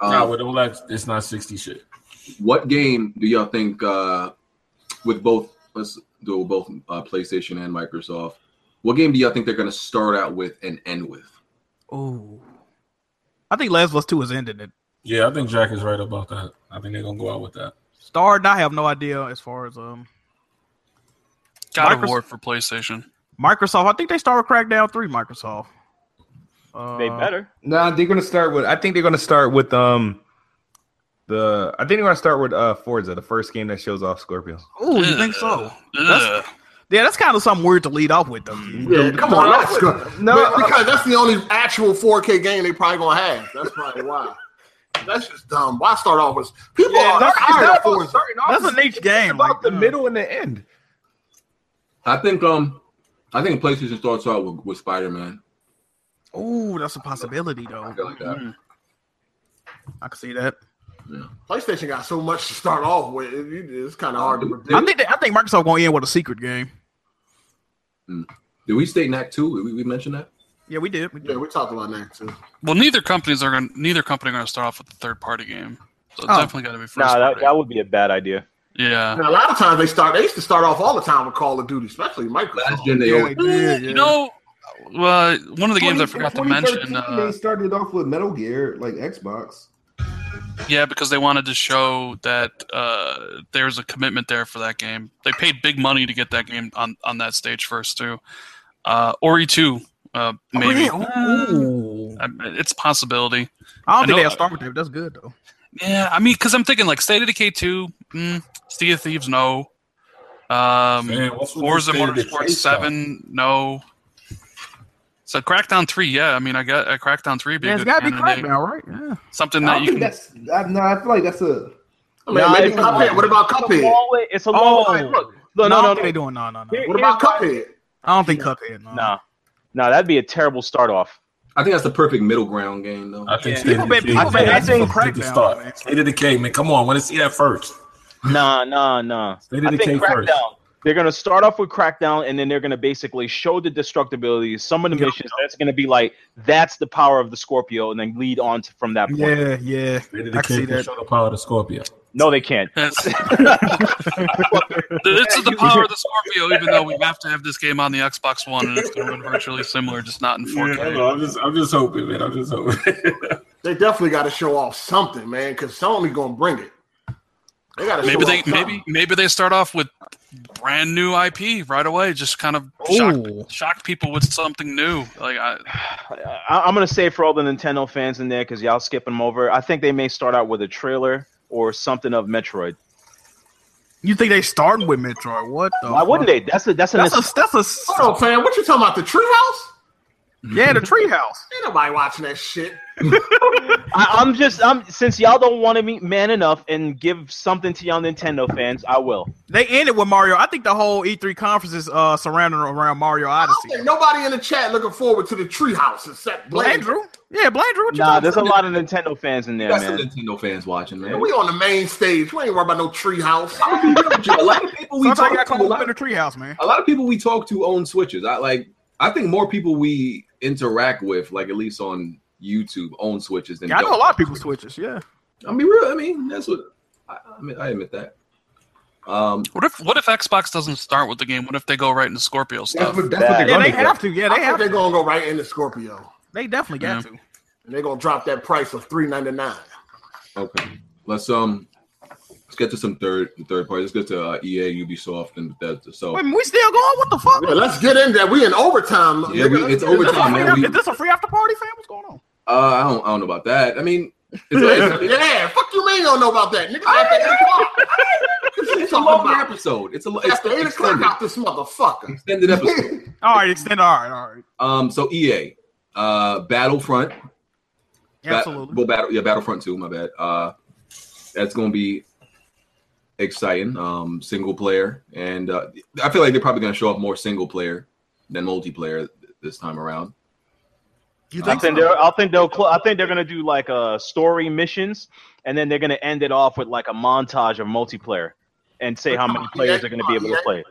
Speaker 1: um,
Speaker 6: nah, with all that, it's not 60 shit.
Speaker 1: what game do y'all think uh with both let's do it with both uh, PlayStation and Microsoft? What game do y'all think they're gonna start out with and end with?
Speaker 4: Ooh. I think Last of Us 2 is ending it.
Speaker 6: Yeah, I think Jack is right about that. I think they're gonna go out with that.
Speaker 4: Starred, I have no idea as far as um
Speaker 2: God of
Speaker 4: Microsoft-
Speaker 2: War for PlayStation.
Speaker 4: Microsoft. I think they start with Crackdown 3, Microsoft. Uh,
Speaker 7: They better.
Speaker 10: Nah, they're gonna start with. I think they're gonna start with um, the. I think they're gonna start with uh Forza, the first game that shows off Scorpio.
Speaker 4: Ooh, Oh, you think so? That's- Yeah, that's kind of something weird to lead off with, though.
Speaker 5: Yeah, come on, that's good.
Speaker 10: No,
Speaker 5: But
Speaker 10: uh,
Speaker 5: because that's the only actual 4K game they probably gonna have. That's probably why. That's just dumb. Why start off with people are
Speaker 10: It's
Speaker 5: tired
Speaker 10: not
Speaker 5: of
Speaker 10: about
Speaker 5: Forza.
Speaker 10: starting off,
Speaker 4: That's a
Speaker 10: it's
Speaker 4: niche game.
Speaker 10: about
Speaker 4: Like,
Speaker 10: the
Speaker 4: uh,
Speaker 10: middle and the end.
Speaker 1: I think um I think PlayStation starts out with, with Spider Man.
Speaker 4: Ooh, that's a possibility, though.
Speaker 1: I feel like that.
Speaker 4: Mm-hmm. I can see that.
Speaker 5: PlayStation got so much to start off with. It- it- It's kind of hard to predict.
Speaker 4: I think that, I think Microsoft gonna end with a secret game.
Speaker 1: Did we state NAC two? Did we, we mention that?
Speaker 4: Yeah, we did. We did.
Speaker 5: yeah, we talked about that too.
Speaker 2: Well, neither companies are going. to Neither company going to start off with a third party game. So it's
Speaker 4: Oh.
Speaker 2: definitely got to be first.
Speaker 7: Nah, that,
Speaker 2: party.
Speaker 7: that would be a bad idea.
Speaker 2: yeah.
Speaker 5: And a lot of times they start. They used to start off all the time with Call of Duty, especially
Speaker 6: Oh,
Speaker 1: Last
Speaker 5: Microsoft.
Speaker 1: gen they always-
Speaker 2: You know, well, one of the games I forgot to mention.
Speaker 12: they
Speaker 2: Uh,
Speaker 12: started off with Metal Gear, like Xbox.
Speaker 2: yeah, because they wanted to show that uh, there was a commitment there for that game. They paid big money to get that game on on that stage first too. Uh, Ori two, uh, maybe.
Speaker 4: Ooh.
Speaker 2: I- It's a possibility.
Speaker 4: I don't
Speaker 2: I
Speaker 4: think
Speaker 2: know-
Speaker 4: they'll start with that. but That's good though.
Speaker 2: Yeah, I mean, because I'm thinking like State of Decay 2, mm, Sea of Thieves, no. Um,
Speaker 6: Man, what's with
Speaker 2: Forza
Speaker 6: this State of Decay
Speaker 2: Motorsport
Speaker 6: stuff?
Speaker 2: 7, no. So Crackdown 3, yeah. I mean, I got uh, Crackdown 3 be
Speaker 4: Yeah,
Speaker 2: a
Speaker 4: it's
Speaker 2: good
Speaker 4: gotta be
Speaker 2: candidate.
Speaker 4: Crackdown, right? Yeah.
Speaker 2: Something
Speaker 12: I
Speaker 2: that
Speaker 12: don't
Speaker 2: you
Speaker 12: think
Speaker 2: can.
Speaker 12: that's. I, no, I feel like that's a.
Speaker 5: I mean, maybe Cuphead. What about
Speaker 7: It's a
Speaker 5: Cuphead?
Speaker 7: long way. It's a long
Speaker 2: Oh.
Speaker 7: way. Look, no,
Speaker 4: I
Speaker 7: no, no,
Speaker 4: don't
Speaker 7: no.
Speaker 4: think They doing no, no, no.
Speaker 7: Here-
Speaker 5: What about
Speaker 7: here's why-
Speaker 5: Cuphead?
Speaker 4: I don't think Cuphead. No.
Speaker 7: Nah, nah, that'd be a terrible start off.
Speaker 1: I think that's the perfect middle ground game though.
Speaker 6: I think
Speaker 4: Yeah.
Speaker 6: State
Speaker 4: People
Speaker 6: of
Speaker 4: been-
Speaker 6: Decay
Speaker 4: people
Speaker 6: is
Speaker 4: been
Speaker 6: the
Speaker 4: asking
Speaker 6: best
Speaker 4: for
Speaker 6: place to
Speaker 4: Crackdown,
Speaker 6: start.
Speaker 4: man.
Speaker 6: State of Decay, man. Come on, want to see that first.
Speaker 7: Nah, nah, nah.
Speaker 6: State of
Speaker 7: I
Speaker 6: Decay
Speaker 7: think
Speaker 6: first.
Speaker 7: Crackdown. They're gonna start off with Crackdown, and then they're gonna basically show the destructibility. Some of the missions that's gonna be like that's the power of the Scorpio, and then lead on to, from that point.
Speaker 4: Yeah, yeah.
Speaker 6: State of
Speaker 4: I can see
Speaker 6: Decay can
Speaker 4: that.
Speaker 6: show the power of the Scorpio.
Speaker 7: No, they can't.
Speaker 2: That's, this is the power of the Scorpio, even though we have to have this game on the Xbox One, and it's going to be virtually similar, just not in
Speaker 6: Yeah,
Speaker 2: 4K.
Speaker 6: I know. I'm just, I'm just hoping, man. I'm just hoping.
Speaker 5: They definitely got to show off something, man, because Sony gonna bring it. They got to.
Speaker 2: Maybe
Speaker 5: show
Speaker 2: they
Speaker 5: off something.
Speaker 2: maybe maybe they start off with brand new IP right away, just kind of shock,
Speaker 4: Ooh.
Speaker 2: shock people with something new. Like I,
Speaker 7: I, I'm gonna say for all the Nintendo fans in there, because y'all skipping them over. I think they may start out with a trailer or something of Metroid.
Speaker 4: You think they starting with Metroid? What? The
Speaker 7: Why wouldn't they?
Speaker 4: fuck?
Speaker 7: That's a that's an
Speaker 4: That's a that's a.
Speaker 5: Hold on, fam. What you talking about? The treehouse?
Speaker 4: Yeah, the treehouse.
Speaker 5: Ain't nobody watching that shit.
Speaker 7: I, I'm just I'm since y'all don't want to be man enough and give something to y'all Nintendo fans, I will.
Speaker 4: They ended with Mario. I think the whole E3 conference is uh surrounding around Mario
Speaker 5: I
Speaker 4: Odyssey.
Speaker 5: don't think nobody in the chat looking forward to the treehouse except Blaine.
Speaker 4: Blandrew? Yeah, Blandrew. What you
Speaker 7: Nah,
Speaker 4: talking
Speaker 7: there's a lot
Speaker 4: about?
Speaker 7: of Nintendo fans in there,
Speaker 1: Got some
Speaker 7: man.
Speaker 1: Nintendo fans watching, man.
Speaker 5: We on the main stage. We ain't worried about no treehouse.
Speaker 1: I'm gonna be real with you. A lot of people we
Speaker 4: Sometimes
Speaker 1: talk
Speaker 4: you gotta
Speaker 1: to, a
Speaker 4: call up
Speaker 1: lot
Speaker 4: in the treehouse, man.
Speaker 1: a lot of people we talk to own switches. I like. I think more people we interact with, like at least on YouTube, own switches than
Speaker 4: Yeah, I know
Speaker 1: don't.
Speaker 4: a lot of people switches. Yeah,
Speaker 1: I mean, real. I mean, that's what. I, I, mean, I admit that. Um,
Speaker 2: What if what if Xbox doesn't start with the game? What if they go right into Scorpio
Speaker 10: That's
Speaker 2: stuff?
Speaker 10: what, that's what they're
Speaker 4: yeah, they
Speaker 10: running for.
Speaker 4: have to. Yeah, they
Speaker 5: I think
Speaker 4: have.
Speaker 5: they're
Speaker 4: To.
Speaker 5: gonna go right into Scorpio,
Speaker 4: They definitely got to.
Speaker 5: and they're gonna drop that price of three ninety nine.
Speaker 1: okay, let's um, let's get to some third third party. Let's get to uh, EA, Ubisoft, and Bethesda. So
Speaker 4: Wait, we still going? What the fuck?
Speaker 5: Yeah, let's get in there. We in overtime.
Speaker 1: Yeah, we-
Speaker 5: nigga.
Speaker 1: it's
Speaker 4: Is this, a
Speaker 1: overtime,
Speaker 4: free
Speaker 1: man.
Speaker 4: after-
Speaker 1: We-
Speaker 4: is this a free after party, fam? What's going on?
Speaker 1: uh, I don't I don't know about that. I mean, it's, it's, it's,
Speaker 5: yeah, fuck you mean you don't know about that, nigga. After eight o'clock. What you
Speaker 1: it's a
Speaker 5: talking
Speaker 1: long
Speaker 5: about?
Speaker 1: episode. It's a lo- it's
Speaker 5: After eight o'clock
Speaker 1: extended,
Speaker 5: out this motherfucker.
Speaker 1: extended episode.
Speaker 4: All right, extend. All right, all right.
Speaker 1: Um, so EA, uh, Battlefront, Ba-
Speaker 4: Absolutely.
Speaker 1: well, battle, yeah, Battlefront Two. My bad. Uh, that's going to be exciting. Um, single player, and uh, I feel like they're probably going to show off more single player than multiplayer this time around.
Speaker 4: you
Speaker 7: I
Speaker 4: think?
Speaker 7: think they're I think they'll cl- I think they're gonna do like uh story missions and then they're gonna end it off with like a montage of multiplayer and say how many players are gonna be able to play.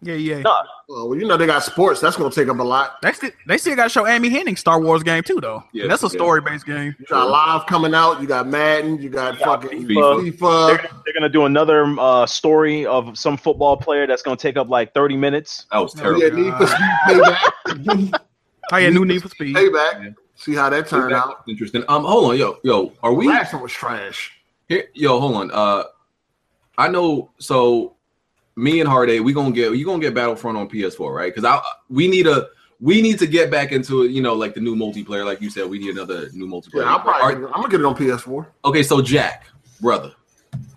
Speaker 4: Yeah, yeah.
Speaker 7: No.
Speaker 5: Oh, well, you know they got sports. That's gonna take up a lot.
Speaker 4: They still, they still got to show Amy Henning Star Wars game too, though.
Speaker 1: Yeah,
Speaker 4: Yeah, that's a
Speaker 1: yeah.
Speaker 4: story based game.
Speaker 5: You got live coming out. You got Madden. You got
Speaker 7: got
Speaker 5: fucking
Speaker 1: FIFA.
Speaker 5: FIFA.
Speaker 7: They're, they're gonna do another uh, story of some football player that's gonna take up like 30 minutes.
Speaker 1: That was
Speaker 5: We
Speaker 1: terrible.
Speaker 5: had Need for Speed Payback.
Speaker 4: Oh yeah, new Need for Speed.
Speaker 5: Payback. See how that turned
Speaker 1: That
Speaker 5: out.
Speaker 1: was Interesting. Um, hold on, yo, yo, are we
Speaker 5: Last one was trash.
Speaker 1: here? Yo, hold on. Uh, I know. So, me and Hard we gonna get you gonna get Battlefront on PS4, right? Because I we need a we need to get back into you know like the new multiplayer, like you said. We need another new multiplayer.
Speaker 5: Yeah, I'll
Speaker 1: Are-
Speaker 5: probably, I'm gonna get it on PS4.
Speaker 1: Okay, so Jack, brother,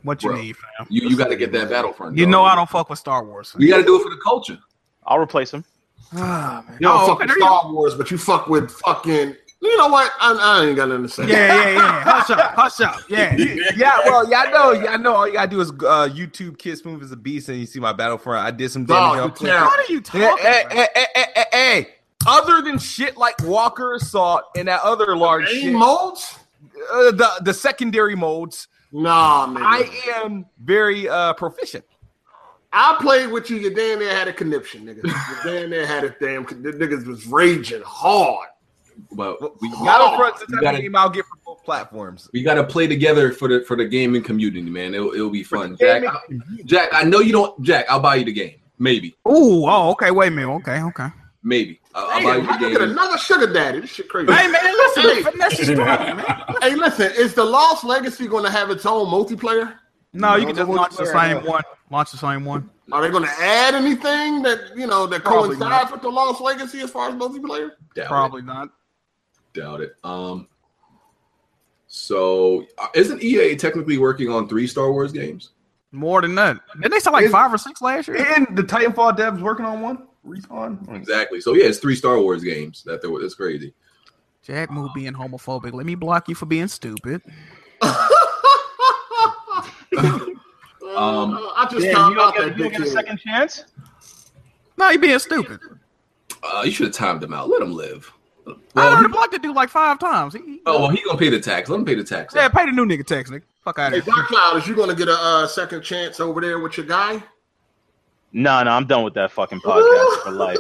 Speaker 4: What you
Speaker 1: Bro.
Speaker 4: need, fam?
Speaker 1: you, you got to get that Battlefront.
Speaker 4: You
Speaker 1: dog.
Speaker 4: know I don't fuck with Star Wars.
Speaker 1: We got to do it for the culture.
Speaker 7: I'll replace him.
Speaker 4: Ah, man.
Speaker 5: You don't
Speaker 4: Oh,
Speaker 5: fuck
Speaker 4: okay,
Speaker 5: with
Speaker 4: there you
Speaker 5: Star Wars, but you fuck with fucking. You know what? I, I ain't got nothing to say.
Speaker 4: Yeah, yeah, yeah. Hush up, hush up. Yeah, yeah.
Speaker 10: Yeah, well, yeah, I know, yeah, I know. All you gotta do is uh, YouTube "Kids Move is a Beast" and you see my Battlefront. I did some
Speaker 5: Dog,
Speaker 10: damage. on-
Speaker 5: you terrible.
Speaker 4: What are you talking?
Speaker 10: Hey,
Speaker 4: about?
Speaker 10: hey, hey, hey, hey, hey, hey. Other than shit like Walker Assault and that other large
Speaker 5: Game
Speaker 10: shit,
Speaker 5: modes?
Speaker 10: uh, the the secondary modes,
Speaker 5: Nah, man.
Speaker 10: I
Speaker 5: I,
Speaker 10: am very uh proficient.
Speaker 5: played with you. You damn near had a conniption, nigga. You damn near had a damn. con- The niggas was raging hard.
Speaker 1: But we
Speaker 4: Oh.
Speaker 10: Battlefront's the
Speaker 1: you
Speaker 10: type
Speaker 1: gotta-
Speaker 10: of game I'll get for both platforms.
Speaker 1: we got to play together for the for the gaming community, man. It'll, it'll be fun.
Speaker 10: the
Speaker 1: Jack,
Speaker 10: gaming
Speaker 1: I, Jack, I know you don't. Jack, I'll buy you the game. Maybe,
Speaker 4: Ooh, oh, okay. Wait a minute. Okay, okay.
Speaker 1: maybe I'll, I'll
Speaker 5: Damn,
Speaker 1: buy
Speaker 5: look
Speaker 1: you the
Speaker 5: at
Speaker 1: game.
Speaker 5: another sugar daddy. This shit crazy.
Speaker 4: Hey man, listen,
Speaker 5: Hey.
Speaker 4: the finesse is strong, man.
Speaker 5: Hey, listen, is the Lost Legacy going to have its own multiplayer?
Speaker 4: No, you
Speaker 10: No,
Speaker 4: can
Speaker 10: no
Speaker 4: just launch the
Speaker 10: multiplayer,
Speaker 4: same
Speaker 10: no.
Speaker 4: one. Launch the same one.
Speaker 5: Are they going to add anything that you know that
Speaker 4: Probably
Speaker 5: coincides with the Lost Legacy as far as multiplayer?
Speaker 1: Doubt
Speaker 4: Probably not.
Speaker 1: it. Doubt it. Um. So, uh, isn't EA technically working on three Star Wars games?
Speaker 4: More than that. Didn't they sell like
Speaker 10: Is-
Speaker 4: five or six last year?
Speaker 10: And the Titanfall devs working on one respawn.
Speaker 1: Exactly. So yeah, it's three Star Wars games that there. That's crazy.
Speaker 4: Jack Moo being homophobic. Let me block you for being stupid.
Speaker 1: Um,
Speaker 5: Uh, I just
Speaker 7: Yeah,
Speaker 5: found
Speaker 7: you don't
Speaker 5: out
Speaker 7: get,
Speaker 5: that
Speaker 7: you don't get a
Speaker 5: dickhead.
Speaker 7: second chance.
Speaker 4: No, you being stupid.
Speaker 1: Uh, you should have timed him out. Let him live.
Speaker 4: I
Speaker 1: Well,
Speaker 4: learned
Speaker 5: Ah!
Speaker 1: he,
Speaker 4: to block the dude like five times. He, he-
Speaker 1: oh well, he gonna pay the tax. Let him pay the tax.
Speaker 4: yeah, pay the new nigga tax, nigga. Fuck out
Speaker 5: Hey,
Speaker 4: of here.
Speaker 5: Dark Cloud, is you going to get a uh, second chance over there with your guy?
Speaker 7: No, no, I'm done with that fucking podcast for life.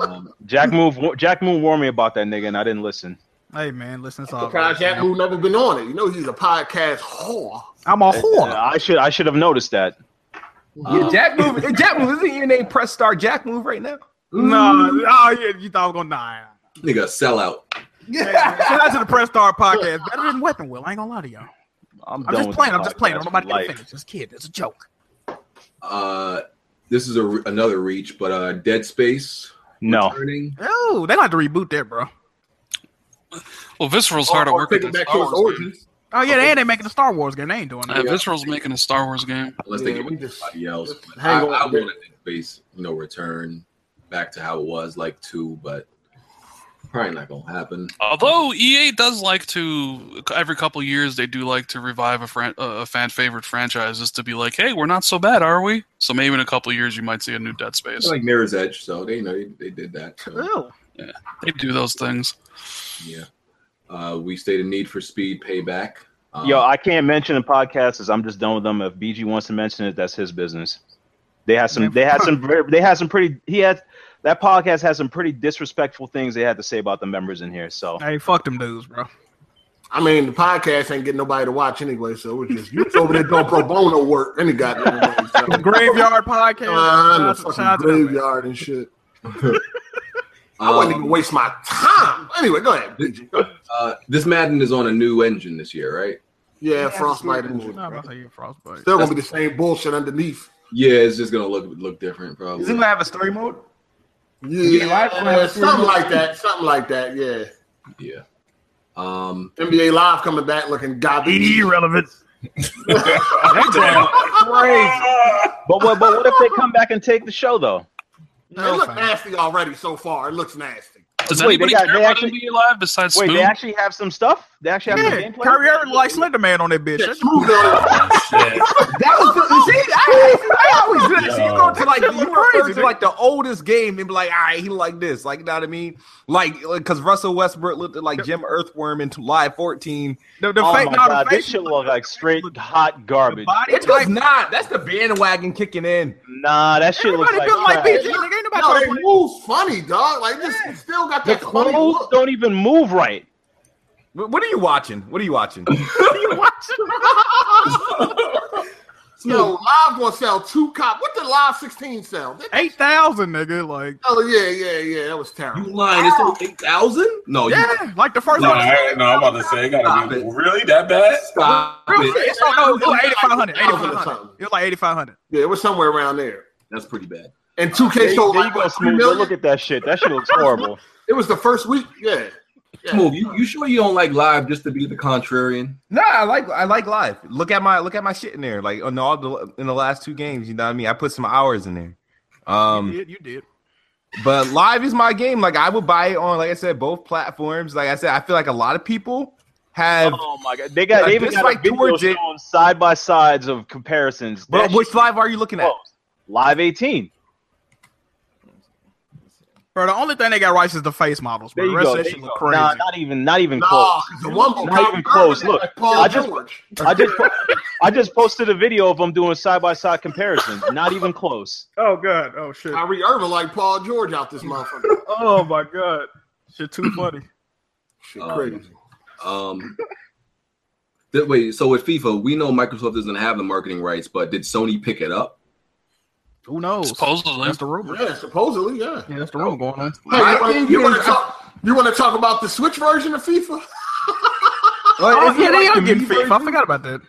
Speaker 7: Um, Jack move. Jack Moon warned me about that nigga, and I didn't listen.
Speaker 4: Hey man, listen, it's all
Speaker 5: Surprised
Speaker 4: good,
Speaker 5: Jack
Speaker 4: man.
Speaker 5: Moon never been on it. You know he's a podcast whore.
Speaker 4: I'm a whore.
Speaker 7: Uh, I should. I should have noticed that.
Speaker 10: Yeah, Jack move. Jack move. Isn't your name press star Jack move right now?
Speaker 4: No, oh yeah, you thought I was gonna die.
Speaker 1: Nigga, sell out.
Speaker 4: Shout out to the Press Star Podcast. Better than Weapon Will. I ain't gonna lie to y'all.
Speaker 7: I'm,
Speaker 4: I'm
Speaker 7: done
Speaker 4: just
Speaker 7: with
Speaker 4: playing.
Speaker 7: that
Speaker 4: I'm just playing.
Speaker 7: podcast
Speaker 4: I'm about
Speaker 7: for
Speaker 4: to get
Speaker 7: life.
Speaker 4: finished. This kid, it's a joke.
Speaker 1: Uh, this is a, re- another reach, but uh, Dead Space
Speaker 7: No,
Speaker 1: returning.
Speaker 4: Oh, they gonna have to reboot that, bro.
Speaker 2: Well, Visceral's hard at
Speaker 5: Or
Speaker 2: work
Speaker 5: take
Speaker 2: at
Speaker 5: it
Speaker 2: the
Speaker 5: back
Speaker 2: Star
Speaker 5: to its
Speaker 2: Wars game.
Speaker 5: origins.
Speaker 4: Oh yeah, they ain't making a Star Wars game. They ain't doing
Speaker 2: Yeah,
Speaker 4: that.
Speaker 2: Visceral's making a Star Wars game.
Speaker 1: Unless
Speaker 5: Yeah,
Speaker 1: they
Speaker 5: we
Speaker 1: give it
Speaker 5: just-
Speaker 1: to somebody else.
Speaker 5: just
Speaker 1: But
Speaker 5: hang
Speaker 1: I,
Speaker 5: on
Speaker 1: I
Speaker 5: with
Speaker 1: want a Dead Space, you know, return back to how it was, like two, but Probably not gonna happen.
Speaker 2: Although EA does like to every couple years they do like to revive a fran- a fan favorite franchise just to be like, hey, we're not so bad, are we? So maybe in a couple years you might see a new Dead Space.
Speaker 1: They're like Mirror's Edge, so they know they, they did that. so,
Speaker 4: Ew.
Speaker 2: Yeah, they do those things.
Speaker 1: yeah. Uh, we stated need for speed payback. Um,
Speaker 7: Yo, I can't mention the podcast as I'm just done with them. If BG wants to mention it, that's his business. They had some. They had some. ver- They had some pretty. He had that podcast had some pretty disrespectful things they had to say about the members in here. So
Speaker 4: Hey, fuck them dudes, bro.
Speaker 5: I mean, the podcast ain't getting nobody to watch anyway, so it's just you over there doing pro bono work any goddamn way. So.
Speaker 4: Graveyard podcast.
Speaker 5: Nah,
Speaker 4: Shout out
Speaker 5: the
Speaker 4: to-
Speaker 5: fucking
Speaker 4: shout out to them, man.
Speaker 5: graveyard and shit. I wouldn't even waste my time. Anyway, go ahead, BG. Go ahead.
Speaker 1: um, uh, this Madden is on a new engine this year, right?
Speaker 5: Yeah,
Speaker 12: it's
Speaker 5: frostbite
Speaker 12: still
Speaker 5: and
Speaker 12: cool.
Speaker 5: shit.
Speaker 4: Nah, I'm about to say you're frostbite.
Speaker 5: Still gonna be the same bullshit underneath.
Speaker 1: Yeah, it's just gonna look look different probably.
Speaker 12: Is it gonna have a story mode?
Speaker 5: Yeah,
Speaker 12: Live gonna have a series?
Speaker 5: something like that. Something like that. Yeah,
Speaker 1: yeah. Um,
Speaker 5: NBA Live coming back looking garbage.
Speaker 4: Irrelevant.
Speaker 7: But what, but what if they come back and take the show though?
Speaker 5: it looked nasty already so far. It looks nasty.
Speaker 2: Does
Speaker 7: Wait, they
Speaker 2: anybody
Speaker 7: got-
Speaker 2: care
Speaker 7: they
Speaker 2: about
Speaker 7: actually-
Speaker 2: NBA Live besides
Speaker 7: Wait,
Speaker 2: Spoon?
Speaker 7: they actually have some stuff. They actually have
Speaker 4: Yeah,
Speaker 7: some gameplay.
Speaker 4: Kyrie Irving like Slender Man on that bitch.
Speaker 5: Shit, smooth though.
Speaker 10: That was the you see. I, I always do that. So you go to like
Speaker 4: That shit
Speaker 10: you
Speaker 4: look
Speaker 10: refer
Speaker 4: crazy,
Speaker 10: to like the oldest game and be like, all right, he like this, like you know what I mean? Like because Russell Westbrook looked like Jim Earthworm in July 14.
Speaker 4: The, the
Speaker 7: oh
Speaker 4: fake,
Speaker 7: my
Speaker 4: no,
Speaker 7: god,
Speaker 4: the
Speaker 7: this
Speaker 4: face
Speaker 7: shit look like straight hot garbage.
Speaker 4: body
Speaker 10: It
Speaker 4: type.
Speaker 10: does not. That's the bandwagon kicking in.
Speaker 7: Nah, that shit looks
Speaker 4: Everybody
Speaker 7: like,
Speaker 4: built like
Speaker 7: crap.
Speaker 4: BG. Nigga, ain't nobody
Speaker 5: No,
Speaker 4: trying
Speaker 5: they
Speaker 4: to play-
Speaker 5: move funny, dog. Like this, it still got
Speaker 7: The
Speaker 5: that funny
Speaker 7: clothes
Speaker 5: look.
Speaker 7: don't even move right.
Speaker 10: Wh- What are you watching? What are you watching?
Speaker 5: Yo, live gonna sell two cop. What did live sixteen sell? They-
Speaker 4: Eight thousand, nigga. Like,
Speaker 5: Oh yeah, yeah, yeah. That was
Speaker 1: you
Speaker 5: terrible.
Speaker 1: lying? It's only eight thousand? No, Oh, you
Speaker 4: yeah, like the first
Speaker 6: No,
Speaker 4: one.
Speaker 6: I, no, I'm about to say it gotta be really that bad.
Speaker 1: stop it.
Speaker 4: It's not,
Speaker 7: oh,
Speaker 4: no, it was like eighty five hundred. Eighty
Speaker 5: $8,500
Speaker 4: five
Speaker 5: or
Speaker 4: hundred.
Speaker 5: something.
Speaker 4: It was like eighty five hundred.
Speaker 5: Yeah, it was somewhere around there.
Speaker 1: That's pretty bad.
Speaker 5: And 2K
Speaker 7: There,
Speaker 5: sold
Speaker 7: there you
Speaker 5: like
Speaker 7: go,
Speaker 5: what, three
Speaker 7: smooth. Go
Speaker 5: million?
Speaker 7: look at that shit. That shit looks horrible.
Speaker 5: It was the first week. Yeah. yeah.
Speaker 1: Move. You, you sure you don't like live just to be the contrarian?
Speaker 10: nah, I like I like live. Look at my look at my shit in there. Like on all the in the last two games, you know what I mean? I put some hours in there. Um,
Speaker 4: You did, you did.
Speaker 10: But live is my game. Like I would buy it on, like I said, both platforms. Like I said, I feel like a lot of people have,
Speaker 7: Oh my god, they got
Speaker 10: Yeah,
Speaker 7: they even
Speaker 10: this
Speaker 7: got
Speaker 10: like
Speaker 7: a video
Speaker 10: towards it-
Speaker 7: showing side by sides of comparisons.
Speaker 10: but
Speaker 7: That
Speaker 10: which
Speaker 7: shit
Speaker 10: live are you looking at?
Speaker 7: blows. Live 18.
Speaker 4: Bro, the only thing they got right is the face models,
Speaker 7: There
Speaker 4: bro. The
Speaker 7: you
Speaker 4: rest
Speaker 7: go.
Speaker 4: of that
Speaker 7: there
Speaker 4: shit
Speaker 7: you
Speaker 4: look
Speaker 7: go.
Speaker 4: crazy.
Speaker 7: Nah, not even not even
Speaker 5: Nah,
Speaker 7: close.
Speaker 5: 'cause the one
Speaker 7: Not even close. Look,
Speaker 5: like Paul
Speaker 7: I just-
Speaker 5: George.
Speaker 7: I just po- I just posted a video of them doing side by side comparisons. Not even close.
Speaker 4: Oh god. Oh shit.
Speaker 5: Kyrie Irving like Paul George out this motherfucker.
Speaker 4: Oh my god. Shit, too funny.
Speaker 5: Shit,
Speaker 1: Um,
Speaker 5: crazy.
Speaker 1: Um, that, wait, so with FIFA, we know Microsoft doesn't have the marketing rights, but did Sony pick it up?
Speaker 4: Who knows?
Speaker 2: Supposedly.
Speaker 4: That's the rumor.
Speaker 5: Yeah, supposedly, yeah.
Speaker 4: Yeah, that's the rumor going on.
Speaker 5: Hey,
Speaker 10: I
Speaker 5: you wanna-
Speaker 10: think
Speaker 5: you
Speaker 10: it
Speaker 5: want to
Speaker 10: is-
Speaker 5: talk? You want to talk about the Switch version of FIFA?
Speaker 10: Like,
Speaker 4: Oh,
Speaker 10: isn't
Speaker 4: yeah,
Speaker 10: it
Speaker 4: they
Speaker 10: like
Speaker 4: are
Speaker 10: the
Speaker 4: getting
Speaker 10: Mii version?
Speaker 4: FIFA. I forgot about that.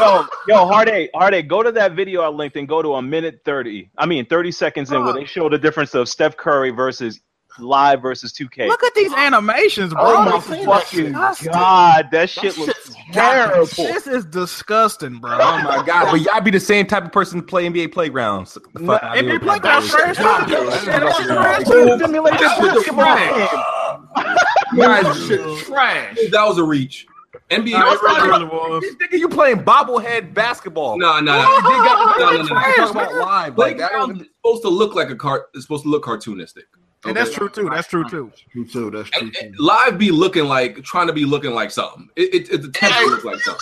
Speaker 7: Yo, yo, hard eight, hard eight. Go to that video I linked and go to a minute thirty. I mean, thirty seconds in where they show the difference of Steph Curry versus live versus two K.
Speaker 4: Look at these animations, bro.
Speaker 7: Oh
Speaker 5: Bro,
Speaker 7: my
Speaker 5: I've seen that shit.
Speaker 7: fucking god, that shit looks
Speaker 5: shit's
Speaker 7: terrible.
Speaker 4: This is disgusting, bro.
Speaker 10: Oh my god! But y'all be the same type of person to play NBA playgrounds. Get the fuck outta here
Speaker 4: NBA
Speaker 10: with that
Speaker 4: Playground
Speaker 10: bullshit.
Speaker 4: trash too. Shit,
Speaker 7: Pool simulator basketball game.
Speaker 10: You guys-
Speaker 5: That shit trash.
Speaker 1: That was a reach. NBA.
Speaker 4: Nah, it
Speaker 1: no,
Speaker 4: really was.
Speaker 10: This nigga, you playing bobblehead basketball?
Speaker 1: no,
Speaker 10: You
Speaker 1: no.
Speaker 10: did got the
Speaker 1: No, no,
Speaker 10: you
Speaker 1: no.
Speaker 10: talking about live. Like, that
Speaker 1: Playground
Speaker 10: don't,
Speaker 1: is supposed to look like a cart. It's supposed to look cartoonistic.
Speaker 4: And that's true too. That's true too.
Speaker 5: True too. That's true.
Speaker 1: And- and
Speaker 5: Too.
Speaker 1: live be looking like trying to be looking like something. It, it, it the text
Speaker 5: Hey.
Speaker 1: looks like something.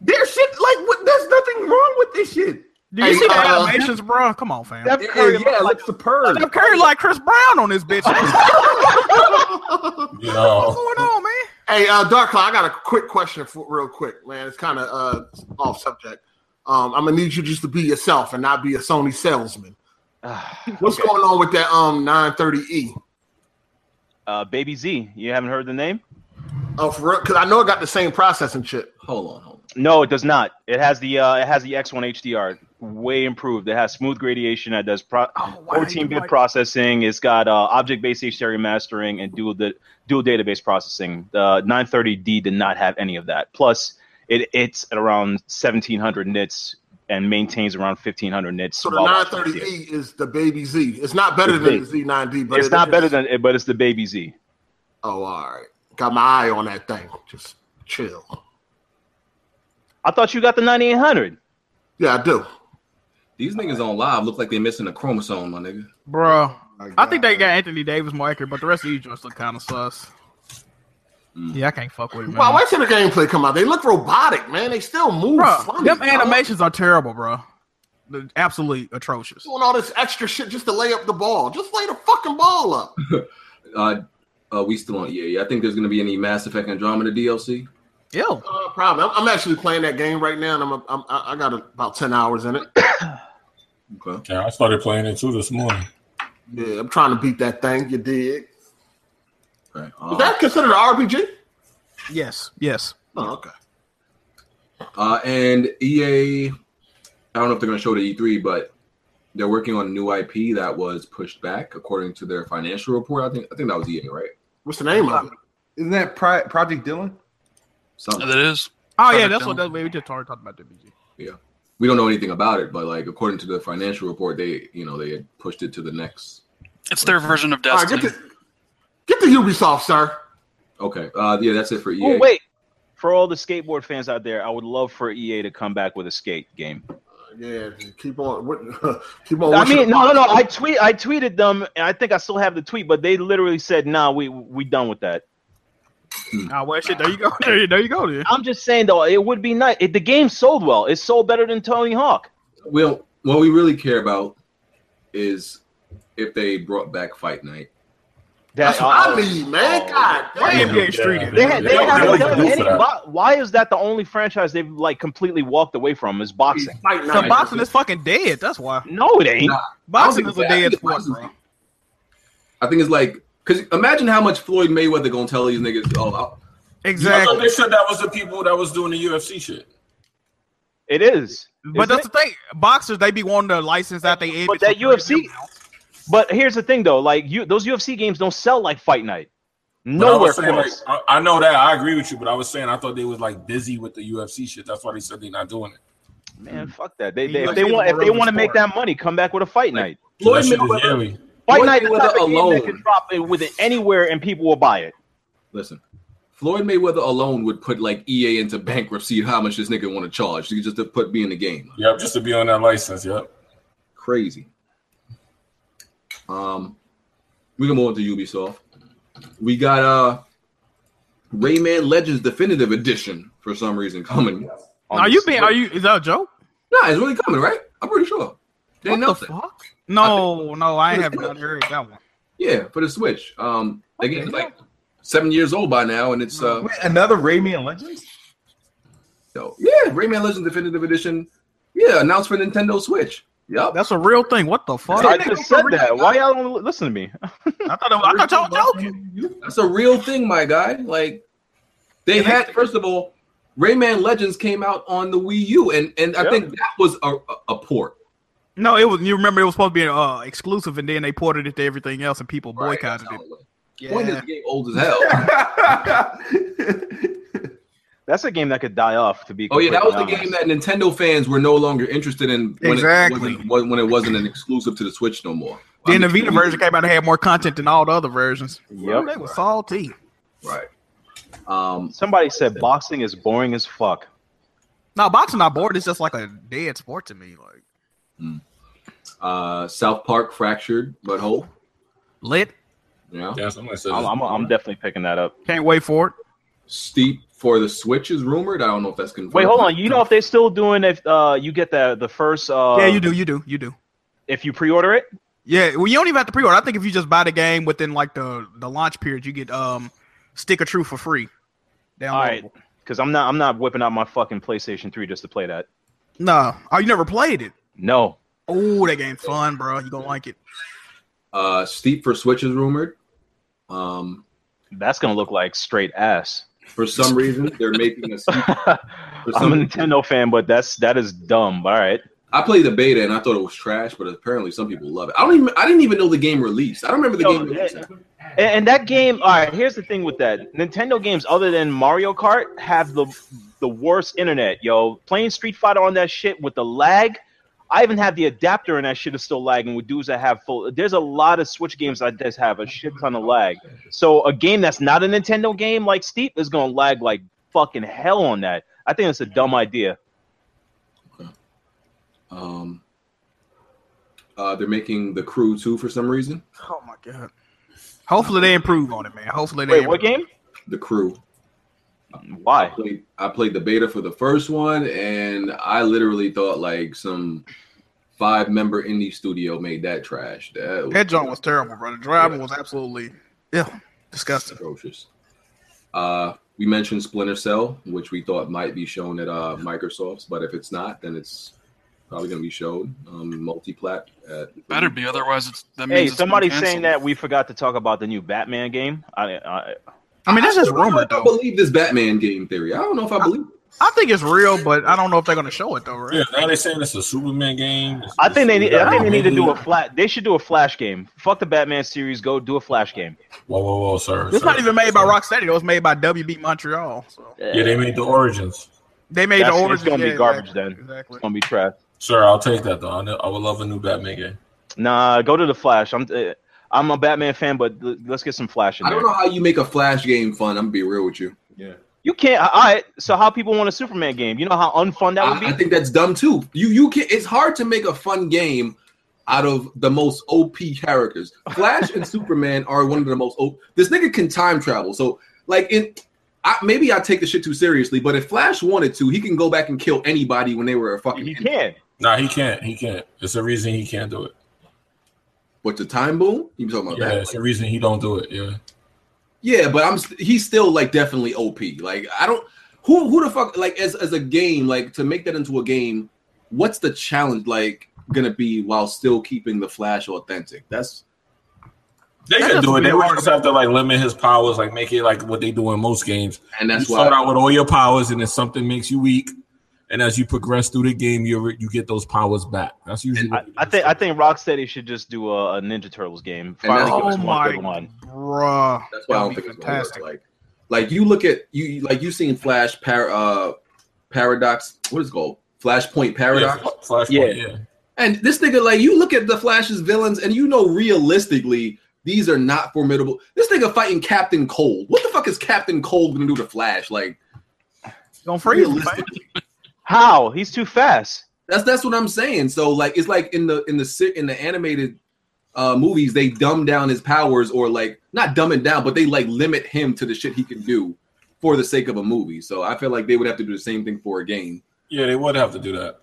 Speaker 10: their shit like what? There's nothing wrong with this shit.
Speaker 4: Do you
Speaker 5: Hey,
Speaker 4: see the
Speaker 5: uh,
Speaker 4: animations, bro? Come on, fam.
Speaker 7: Steph
Speaker 10: It-
Speaker 7: Curry
Speaker 10: it- yeah, it looks superb.
Speaker 4: Steph Curry like Chris Brown on this bitch. What's
Speaker 6: Yo,
Speaker 4: going on, man?
Speaker 5: Hey, uh, Dark Cloud, I got a quick question for real quick, man. It's kind of uh, off subject. Um, I'm gonna need you just to be yourself and not be a Sony salesman. What's going on with that um 930e?
Speaker 7: Uh, Baby Z, you haven't heard the name?
Speaker 5: Oh, for real? Because I know it got the same processing chip.
Speaker 1: Hold on, hold on.
Speaker 7: No, it does not. It has the uh, it has the X1 HDR, way improved. It has smooth gradation. It does pro-
Speaker 4: Oh, why do you
Speaker 7: 14-bit
Speaker 4: like-
Speaker 7: processing. It's got uh, object-based HDR mastering and dual da- dual database processing. The 930D did not have any of that. Plus, it it's at around 1700 nits and maintains around 1500 nits.
Speaker 5: So the E
Speaker 7: while watching
Speaker 5: 930e is the baby Z. It's not better than the Z9D,
Speaker 7: video.
Speaker 5: but
Speaker 7: It's
Speaker 5: it
Speaker 7: not
Speaker 5: is-
Speaker 7: better than it, but it's the baby Z.
Speaker 5: Oh, all right. Got my eye on that thing. Just chill.
Speaker 7: I thought you got the 9800.
Speaker 5: Yeah, I do.
Speaker 1: These niggas on live look like they're missing a chromosome, my nigga.
Speaker 4: bro. I think they got Anthony Davis more accurate, but the rest of these joints look kind of sus.
Speaker 10: Mm.
Speaker 4: Yeah, I can't fuck with it, man.
Speaker 5: Wow, wait till the gameplay come out. They look robotic, man. They still move
Speaker 4: bro,
Speaker 5: funny.
Speaker 4: them
Speaker 5: dog.
Speaker 4: animations are terrible, bro. They're absolutely atrocious.
Speaker 5: Doing all this extra shit just to lay up the ball. Just lay the fucking ball up.
Speaker 1: Uh, uh, we still on EA. I think there's gonna be any Mass Effect Andromeda DLC.
Speaker 4: Ew.
Speaker 5: Uh, problem. I'm, I'm actually playing that game right now, and I'm, I'm I I got about ten hours in it.
Speaker 1: Okay.
Speaker 6: Yeah, I started playing it too this morning.
Speaker 5: Yeah, I'm trying to beat that thing. You dig?
Speaker 1: Okay.
Speaker 5: Is
Speaker 1: Uh,
Speaker 5: that considered an RPG?
Speaker 4: Yes, yes.
Speaker 5: Oh, okay.
Speaker 1: uh, and EA, I don't know if they're gonna show it at E3, but they're working on a new IP that was pushed back according to their financial report. I think I think that was EA, right?
Speaker 5: What's the name of it?
Speaker 10: Isn't that Pro- Project Dylan?
Speaker 1: Something.
Speaker 7: Uh,
Speaker 2: That is.
Speaker 4: Oh
Speaker 2: Sorry,
Speaker 4: yeah, that's
Speaker 2: Dylan.
Speaker 4: what that we just already talked about WG.
Speaker 1: we don't know anything about it, but like according to the financial report, they you know they had pushed it to the next.
Speaker 2: It's their version of
Speaker 5: All right,
Speaker 2: Destiny.
Speaker 5: get the get the Ubisoft, sir.
Speaker 1: Okay, uh, yeah, that's it for EA.
Speaker 7: Oh wait, for all the skateboard fans out there, I would love for EA to come back with a skate game.
Speaker 5: Yeah, keep on, wi- keep on.
Speaker 7: I
Speaker 5: wishing
Speaker 7: mean, no, no,
Speaker 5: upon-
Speaker 7: no. I tweet, I tweeted them, and I think I still have the tweet, but they literally said, "Nah, we we done with that."
Speaker 4: Ah, well, shit. There you go. There you, there you go. Then.
Speaker 7: I'm just saying though, it would be nice. It, the game sold well. It sold better than Tony Hawk.
Speaker 1: We don't- what we really care about is if they brought back Fight Night.
Speaker 5: That's what I need, man. God
Speaker 4: Why
Speaker 5: damn.
Speaker 4: NBA Street?
Speaker 6: Yeah.
Speaker 4: is-
Speaker 7: They, had, uh, they
Speaker 6: Yeah,
Speaker 7: haven't
Speaker 6: what
Speaker 7: done
Speaker 6: do you do
Speaker 7: any-
Speaker 6: for that?
Speaker 7: why, why is that the only franchise they've like completely walked away from is boxing?
Speaker 5: Fight
Speaker 4: So
Speaker 5: night.
Speaker 4: boxing is fucking dead. That's why
Speaker 7: No, it ain't.
Speaker 1: Nah.
Speaker 4: boxing
Speaker 1: I
Speaker 4: is
Speaker 1: don't
Speaker 4: a
Speaker 1: think- I
Speaker 4: dead
Speaker 1: think
Speaker 4: sport,
Speaker 1: boxing's-
Speaker 4: bro.
Speaker 1: I think it's like because imagine how much Floyd Mayweather gonna tell these niggas. Oh, I'll-
Speaker 6: I thought
Speaker 4: Exactly.
Speaker 6: they said that was the people that was doing the UFC shit.
Speaker 7: It is.
Speaker 4: But
Speaker 7: Isn't
Speaker 4: that's the thing. Boxers, they be wanting to license out they image.
Speaker 7: But that UFC But here's the thing, though. Like you, those UFC games don't sell like Fight Night.
Speaker 6: But I
Speaker 7: Nowhere
Speaker 6: was saying,
Speaker 7: close.
Speaker 6: like, I, I know that. I agree with you, but I was saying I thought they was like busy with the UFC shit. That's why they said they're not doing it.
Speaker 7: Man, fuck that. They,
Speaker 4: You
Speaker 7: they,
Speaker 4: know,
Speaker 7: if they
Speaker 4: it's
Speaker 7: want, if they
Speaker 4: more of a
Speaker 7: want to make
Speaker 4: sport.
Speaker 7: that money, come back with a Fight Night.
Speaker 1: Floyd
Speaker 6: That shit is
Speaker 1: Mayweather.
Speaker 6: yearly.
Speaker 7: Fight
Speaker 1: Floyd
Speaker 7: Night is the
Speaker 1: Mayweather
Speaker 7: type of game that
Speaker 1: alone.
Speaker 7: can drop it with it anywhere and people will buy it.
Speaker 1: Listen, Floyd Mayweather alone would put like EA into bankruptcy. How much this nigga want to charge just to put me in the game?
Speaker 6: Yep, just to be on that license. Yep.
Speaker 1: crazy. Um, we can move on to Ubisoft. We got uh Rayman Legends Definitive Edition for some reason coming.
Speaker 4: Are you being? Are you? Is that a joke?
Speaker 1: Nah, it's really coming, right? I'm pretty sure. They
Speaker 4: What the
Speaker 1: announced it.
Speaker 4: fuck? No, no, I have not heard that one.
Speaker 1: Yeah, for the Switch. Um,
Speaker 4: What
Speaker 1: again,
Speaker 4: the
Speaker 1: like seven years old by now, and it's uh,
Speaker 10: Wait, another Rayman Legends?
Speaker 1: so, yeah, Rayman Legends Definitive Edition. Yeah, announced for Nintendo Switch. Yep.
Speaker 4: That's a real thing. What the fuck?
Speaker 7: I just said that. Why y'all don't listen to me?
Speaker 4: I thought, it was, I thought y'all were joking.
Speaker 1: That's a real thing, my guy. Like they had first of all, Rayman Legends came out on the Wii U, and and I
Speaker 7: Yeah.
Speaker 1: think that was a, a, a port.
Speaker 4: No, it was. You remember it was supposed to be uh, exclusive, and then they ported it to everything else, and people boycotted it.
Speaker 1: Yeah. When is
Speaker 4: Yeah.
Speaker 1: the game old as hell?
Speaker 7: That's a game that could die off. To be
Speaker 1: Oh yeah, that was the
Speaker 7: completely
Speaker 1: game
Speaker 7: honest.
Speaker 1: that Nintendo fans were no longer interested in when
Speaker 4: Exactly.
Speaker 1: it wasn't, when it wasn't an exclusive to the Switch no more.
Speaker 4: Then the
Speaker 1: I mean,
Speaker 4: Vita version came out and had more content than all the other versions.
Speaker 7: Yep.
Speaker 4: They were salty.
Speaker 1: right? Um,
Speaker 7: Somebody said boxing is boring as fuck.
Speaker 4: No, boxing not bored. It's just like a dead sport to me. Like
Speaker 1: uh, South Park fractured but whole.
Speaker 4: lit.
Speaker 1: Yeah,
Speaker 6: Yeah, somebody said
Speaker 7: I'm, I'm, I'm definitely picking that up.
Speaker 4: Can't wait for it.
Speaker 1: steep for the Switch is rumored. I don't know if that's confirmed.
Speaker 7: Wait, hold on. You know if they're still doing if uh you get the the first uh
Speaker 4: yeah, you do. You do. You do.
Speaker 7: if you pre-order it.
Speaker 4: Yeah. Well, you don't even have to pre-order. I think if you just buy the game within like the the launch period, you get um stick of truth for free. Downloadable.
Speaker 7: All right, because I'm not I'm not whipping out my fucking PlayStation 3 just to play that.
Speaker 4: No. Oh, you never played it.
Speaker 7: No,
Speaker 4: Oh, that game's fun, bro. You gonna like it.
Speaker 1: Uh, steep for Switch is rumored. Um,
Speaker 7: that's gonna look like straight ass.
Speaker 1: For some reason, they're making a. sequel. For
Speaker 7: I'm a
Speaker 1: some,
Speaker 7: Nintendo fan, but that's that is dumb. All right,
Speaker 1: I played the beta and I thought it was trash, but apparently some people love it. I don't even. I didn't even know the game released. I don't remember the
Speaker 7: Yo,
Speaker 1: game.
Speaker 7: yeah.
Speaker 1: Released.
Speaker 7: and, and that game. All right, here's the thing with that Nintendo games, other than Mario Kart, have the the worst internet. Yo, playing Street Fighter on that shit with the lag. I even have the adapter and that shit is still lagging with dudes that have full. There's a lot of Switch games that just have a shit ton of lag. So a game that's not a Nintendo game like Steep is gonna lag like fucking hell on that. I think it's a dumb idea.
Speaker 1: Um, uh, they're making the crew two for some reason.
Speaker 4: Oh my god. Hopefully they improve on it, man. Hopefully they.
Speaker 7: Wait, what game?
Speaker 1: The crew.
Speaker 7: Why?
Speaker 1: played- I played the beta for the first one, and I literally thought like some five member indie studio made that trash. That was
Speaker 4: That joint was terrible, brother. Driving was absolutely yeah, disgusting.
Speaker 1: atrocious. Uh, we mentioned Splinter Cell, which we thought might be shown at uh, Microsoft's, but if it's not, then it's probably going to be shown um, multi-plat. At,
Speaker 2: Better be, otherwise it's that means
Speaker 7: Hey,
Speaker 2: it's been
Speaker 7: somebody's saying
Speaker 2: canceled.
Speaker 7: that we forgot to talk about the new Batman game. I, I
Speaker 4: I mean, that's just rumor
Speaker 1: I
Speaker 4: though.
Speaker 1: believe this Batman game theory. I don't know if I believe.
Speaker 4: I think it's real, but I don't know if they're gonna show it though, right?
Speaker 6: Yeah, now they're saying it's a Superman game. It's-
Speaker 7: I think they need. I think they need to do a
Speaker 6: Whoa,
Speaker 7: flat. They should do a flash game. Fuck the Batman series. Go do a flash game.
Speaker 6: whoa, whoa, sir.
Speaker 4: It's
Speaker 6: sir.
Speaker 4: not even made by Rocksteady. It was made by WB Montreal. So
Speaker 6: Yeah, they made the origins.
Speaker 4: they made
Speaker 7: That's-
Speaker 4: the
Speaker 7: it's
Speaker 4: origin.
Speaker 7: gonna be
Speaker 4: yeah,
Speaker 7: garbage
Speaker 4: exactly,
Speaker 7: then.
Speaker 4: Exactly.
Speaker 7: It's gonna be trash.
Speaker 6: Sure, I'll take that though. I, know, I would love a new Batman game.
Speaker 7: Nah, go to the Flash. I'm uh, I'm a Batman fan, but l- let's get some Flash in
Speaker 1: I
Speaker 7: there.
Speaker 1: don't know how you make a Flash game fun. I'm gonna be real with you.
Speaker 7: You can't. All right. So how people want a Superman game? You know how unfun that would be.
Speaker 1: I, I think that's dumb too. You you can. It's hard to make a fun game out of the most OP characters. Flash and Superman are one of the most OP. This nigga can time travel, so like in. I, maybe I take the shit too seriously, but if Flash wanted to, he can go back and kill anybody when they were a fucking.
Speaker 7: you can't.
Speaker 6: Nah, he can't. He can't. It's a reason he can't do it.
Speaker 1: But the time boom, you talking about
Speaker 6: Yeah,
Speaker 1: that?
Speaker 6: it's a reason he don't do it. Yeah.
Speaker 1: Yeah, but I'm st- he's still like definitely OP. Like I don't who who the fuck like as as a game like to make that into a game. What's the challenge like gonna be while still keeping the Flash authentic? That's
Speaker 4: That
Speaker 6: They could
Speaker 4: doesn't
Speaker 6: do it. They
Speaker 4: mean
Speaker 6: would
Speaker 4: hard.
Speaker 6: just have to like limit his powers, like make it like what they do in most games.
Speaker 1: and that's
Speaker 6: you
Speaker 1: why
Speaker 6: start out with all your powers, and then something makes you weak. And as you progress through the game, you you get those powers back. That's usually.
Speaker 7: I,
Speaker 6: what they
Speaker 7: I
Speaker 6: do.
Speaker 7: think I think Rocksteady should just do a, a Ninja Turtles game. Finally,
Speaker 1: that's-
Speaker 7: give us
Speaker 4: Oh
Speaker 7: one
Speaker 4: my
Speaker 7: good one.
Speaker 4: bruh.
Speaker 1: that's why I don't
Speaker 4: That'd
Speaker 1: think
Speaker 4: be
Speaker 1: it's gonna work.
Speaker 4: fantastic.
Speaker 1: Like like you look at you you- like you seen Flash par uh paradox. What is it called? Flashpoint
Speaker 6: Yeah,
Speaker 1: paradox.
Speaker 6: Flashpoint.
Speaker 7: Yeah.
Speaker 6: yeah.
Speaker 1: And this nigga, like, you look at the Flash's villains, and you know realistically these are not formidable. This nigga fighting Captain Cold. What the fuck is Captain Cold gonna do to Flash? Like,
Speaker 4: Don't freeze him, man.
Speaker 1: realistically,
Speaker 7: How? He's too fast.
Speaker 1: that's that's what I'm saying. So, like, it's like in the in the si- in the animated uh movies, they dumb down his powers, or like not dumb it down, but they like limit him to the shit he can do for the sake of a movie. So, I feel like they would have to do the same thing for a game.
Speaker 6: Yeah, they would have to do that.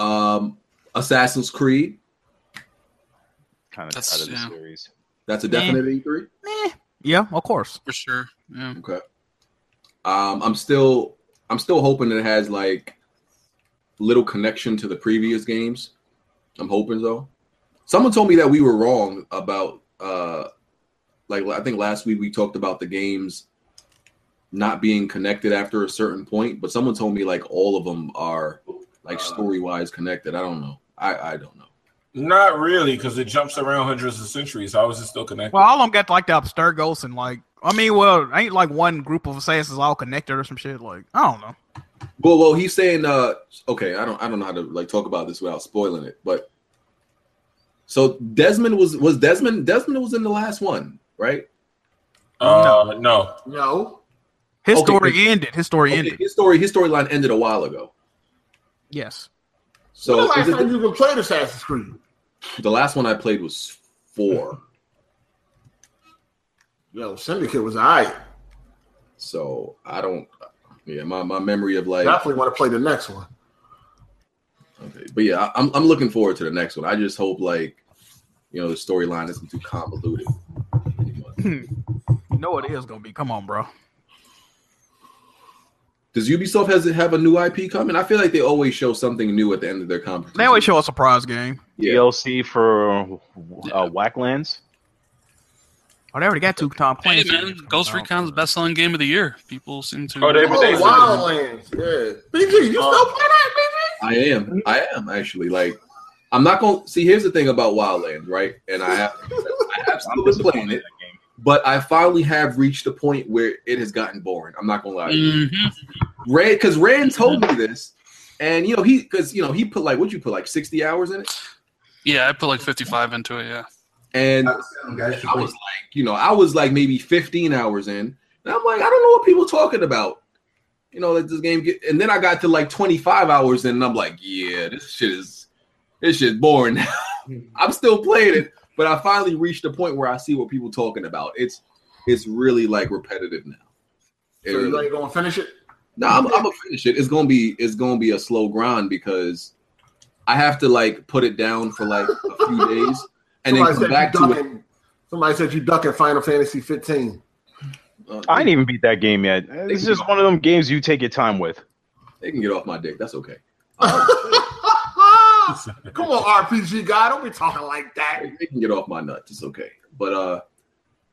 Speaker 1: Um, Assassin's Creed.
Speaker 7: Kind of
Speaker 2: That's-
Speaker 7: tired of this
Speaker 2: yeah.
Speaker 7: series.
Speaker 1: That's a definite E E3.
Speaker 4: Yeah, of course.
Speaker 2: for sure. Yeah.
Speaker 1: Um, I'm still I'm still hoping that it has like little connection to the previous games. I'm hoping though. Someone told me that we were wrong about uh like I think last week we talked about the games not being connected after a certain point, but someone told me like all of them are like story wise connected. I don't know. I I don't know.
Speaker 6: Not really, because it jumps around hundreds of centuries. How is it still connected?
Speaker 4: Well, all of them got like the Abstergos and like I mean, well, ain't like one group of assassins all connected or some shit. Like I don't know.
Speaker 1: Well, well, he's saying, uh, okay, I don't, I don't know how to like talk about this without spoiling it, but so Desmond was, was Desmond, Desmond was in the last one, right?
Speaker 6: uh, no.
Speaker 5: No.
Speaker 4: His
Speaker 1: Okay,
Speaker 4: story
Speaker 1: but-
Speaker 4: ended. His story
Speaker 1: Okay,
Speaker 4: ended.
Speaker 1: his story, his storyline ended a while ago.
Speaker 4: Yes.
Speaker 1: So
Speaker 5: When the last
Speaker 1: is it
Speaker 5: time you even played Assassin's Creed?
Speaker 1: the, the last one I played was four.
Speaker 5: Yo, Syndicate was all right.
Speaker 1: So I don't, yeah, my, my memory of like,
Speaker 5: Definitely want to play the next one.
Speaker 1: okay, but yeah, I, I'm, I'm looking forward to the next one. I just hope like, you know, the storyline isn't too convoluted.
Speaker 4: You know it is gonna be. Come on, bro.
Speaker 1: Does Ubisoft has have a new IP coming? I feel like they always show something new at the end of their conference.
Speaker 4: They always show a surprise game.
Speaker 1: Yeah.
Speaker 7: DLC for uh, Whacklands.
Speaker 4: Oh, they already got two Tom
Speaker 2: Hey
Speaker 4: Clancy.
Speaker 2: man,
Speaker 4: games
Speaker 2: Ghost
Speaker 4: coming out.
Speaker 2: Recon's best selling game of the year. People seem to
Speaker 6: Oh, they-
Speaker 5: Oh,
Speaker 6: they-
Speaker 5: Wildlands. Yeah. BG, you still play that, BG?
Speaker 1: Uh, I am. I am actually like. I'm not gonna see. Here's the thing about Wildlands, right? And I have, I have still been playing it, but I finally have reached the point
Speaker 2: Mm.
Speaker 1: where it has gotten boring. I'm not gonna lie. to you.
Speaker 2: Mhm.
Speaker 1: Rand, because Rand told me this, And you know he because you know he put like what you put like sixty hours in it,
Speaker 2: Yeah, I put like 55 into it. Yeah.
Speaker 1: and I
Speaker 5: guys.
Speaker 1: was like you know I was like maybe fifteen hours in, and I'm like I don't know what people talking about. You know that this game get, and then I got to like twenty five hours in, and I'm like yeah this shit is this shit boring.
Speaker 5: Hmm.
Speaker 1: I'm still playing it, but I finally reached a point where I see what people talking about. It's it's really like repetitive now. It
Speaker 5: So you
Speaker 1: really-
Speaker 5: like going to finish it?
Speaker 1: No, I'm, I'm gonna finish it. It's gonna be it's gonna be a slow grind because I have to like put it down for like a few days and then come
Speaker 5: said
Speaker 1: back
Speaker 5: you
Speaker 1: to it.
Speaker 5: ducking, Somebody said you ducking Final Fantasy 15.
Speaker 1: Uh,
Speaker 7: I didn't even beat that game yet. It's just one of them games you take your time with.
Speaker 1: they can get off my dick. That's okay.
Speaker 5: Come on, RPG guy, don't be talking like that.
Speaker 1: They can get off my nuts. It's okay. But uh,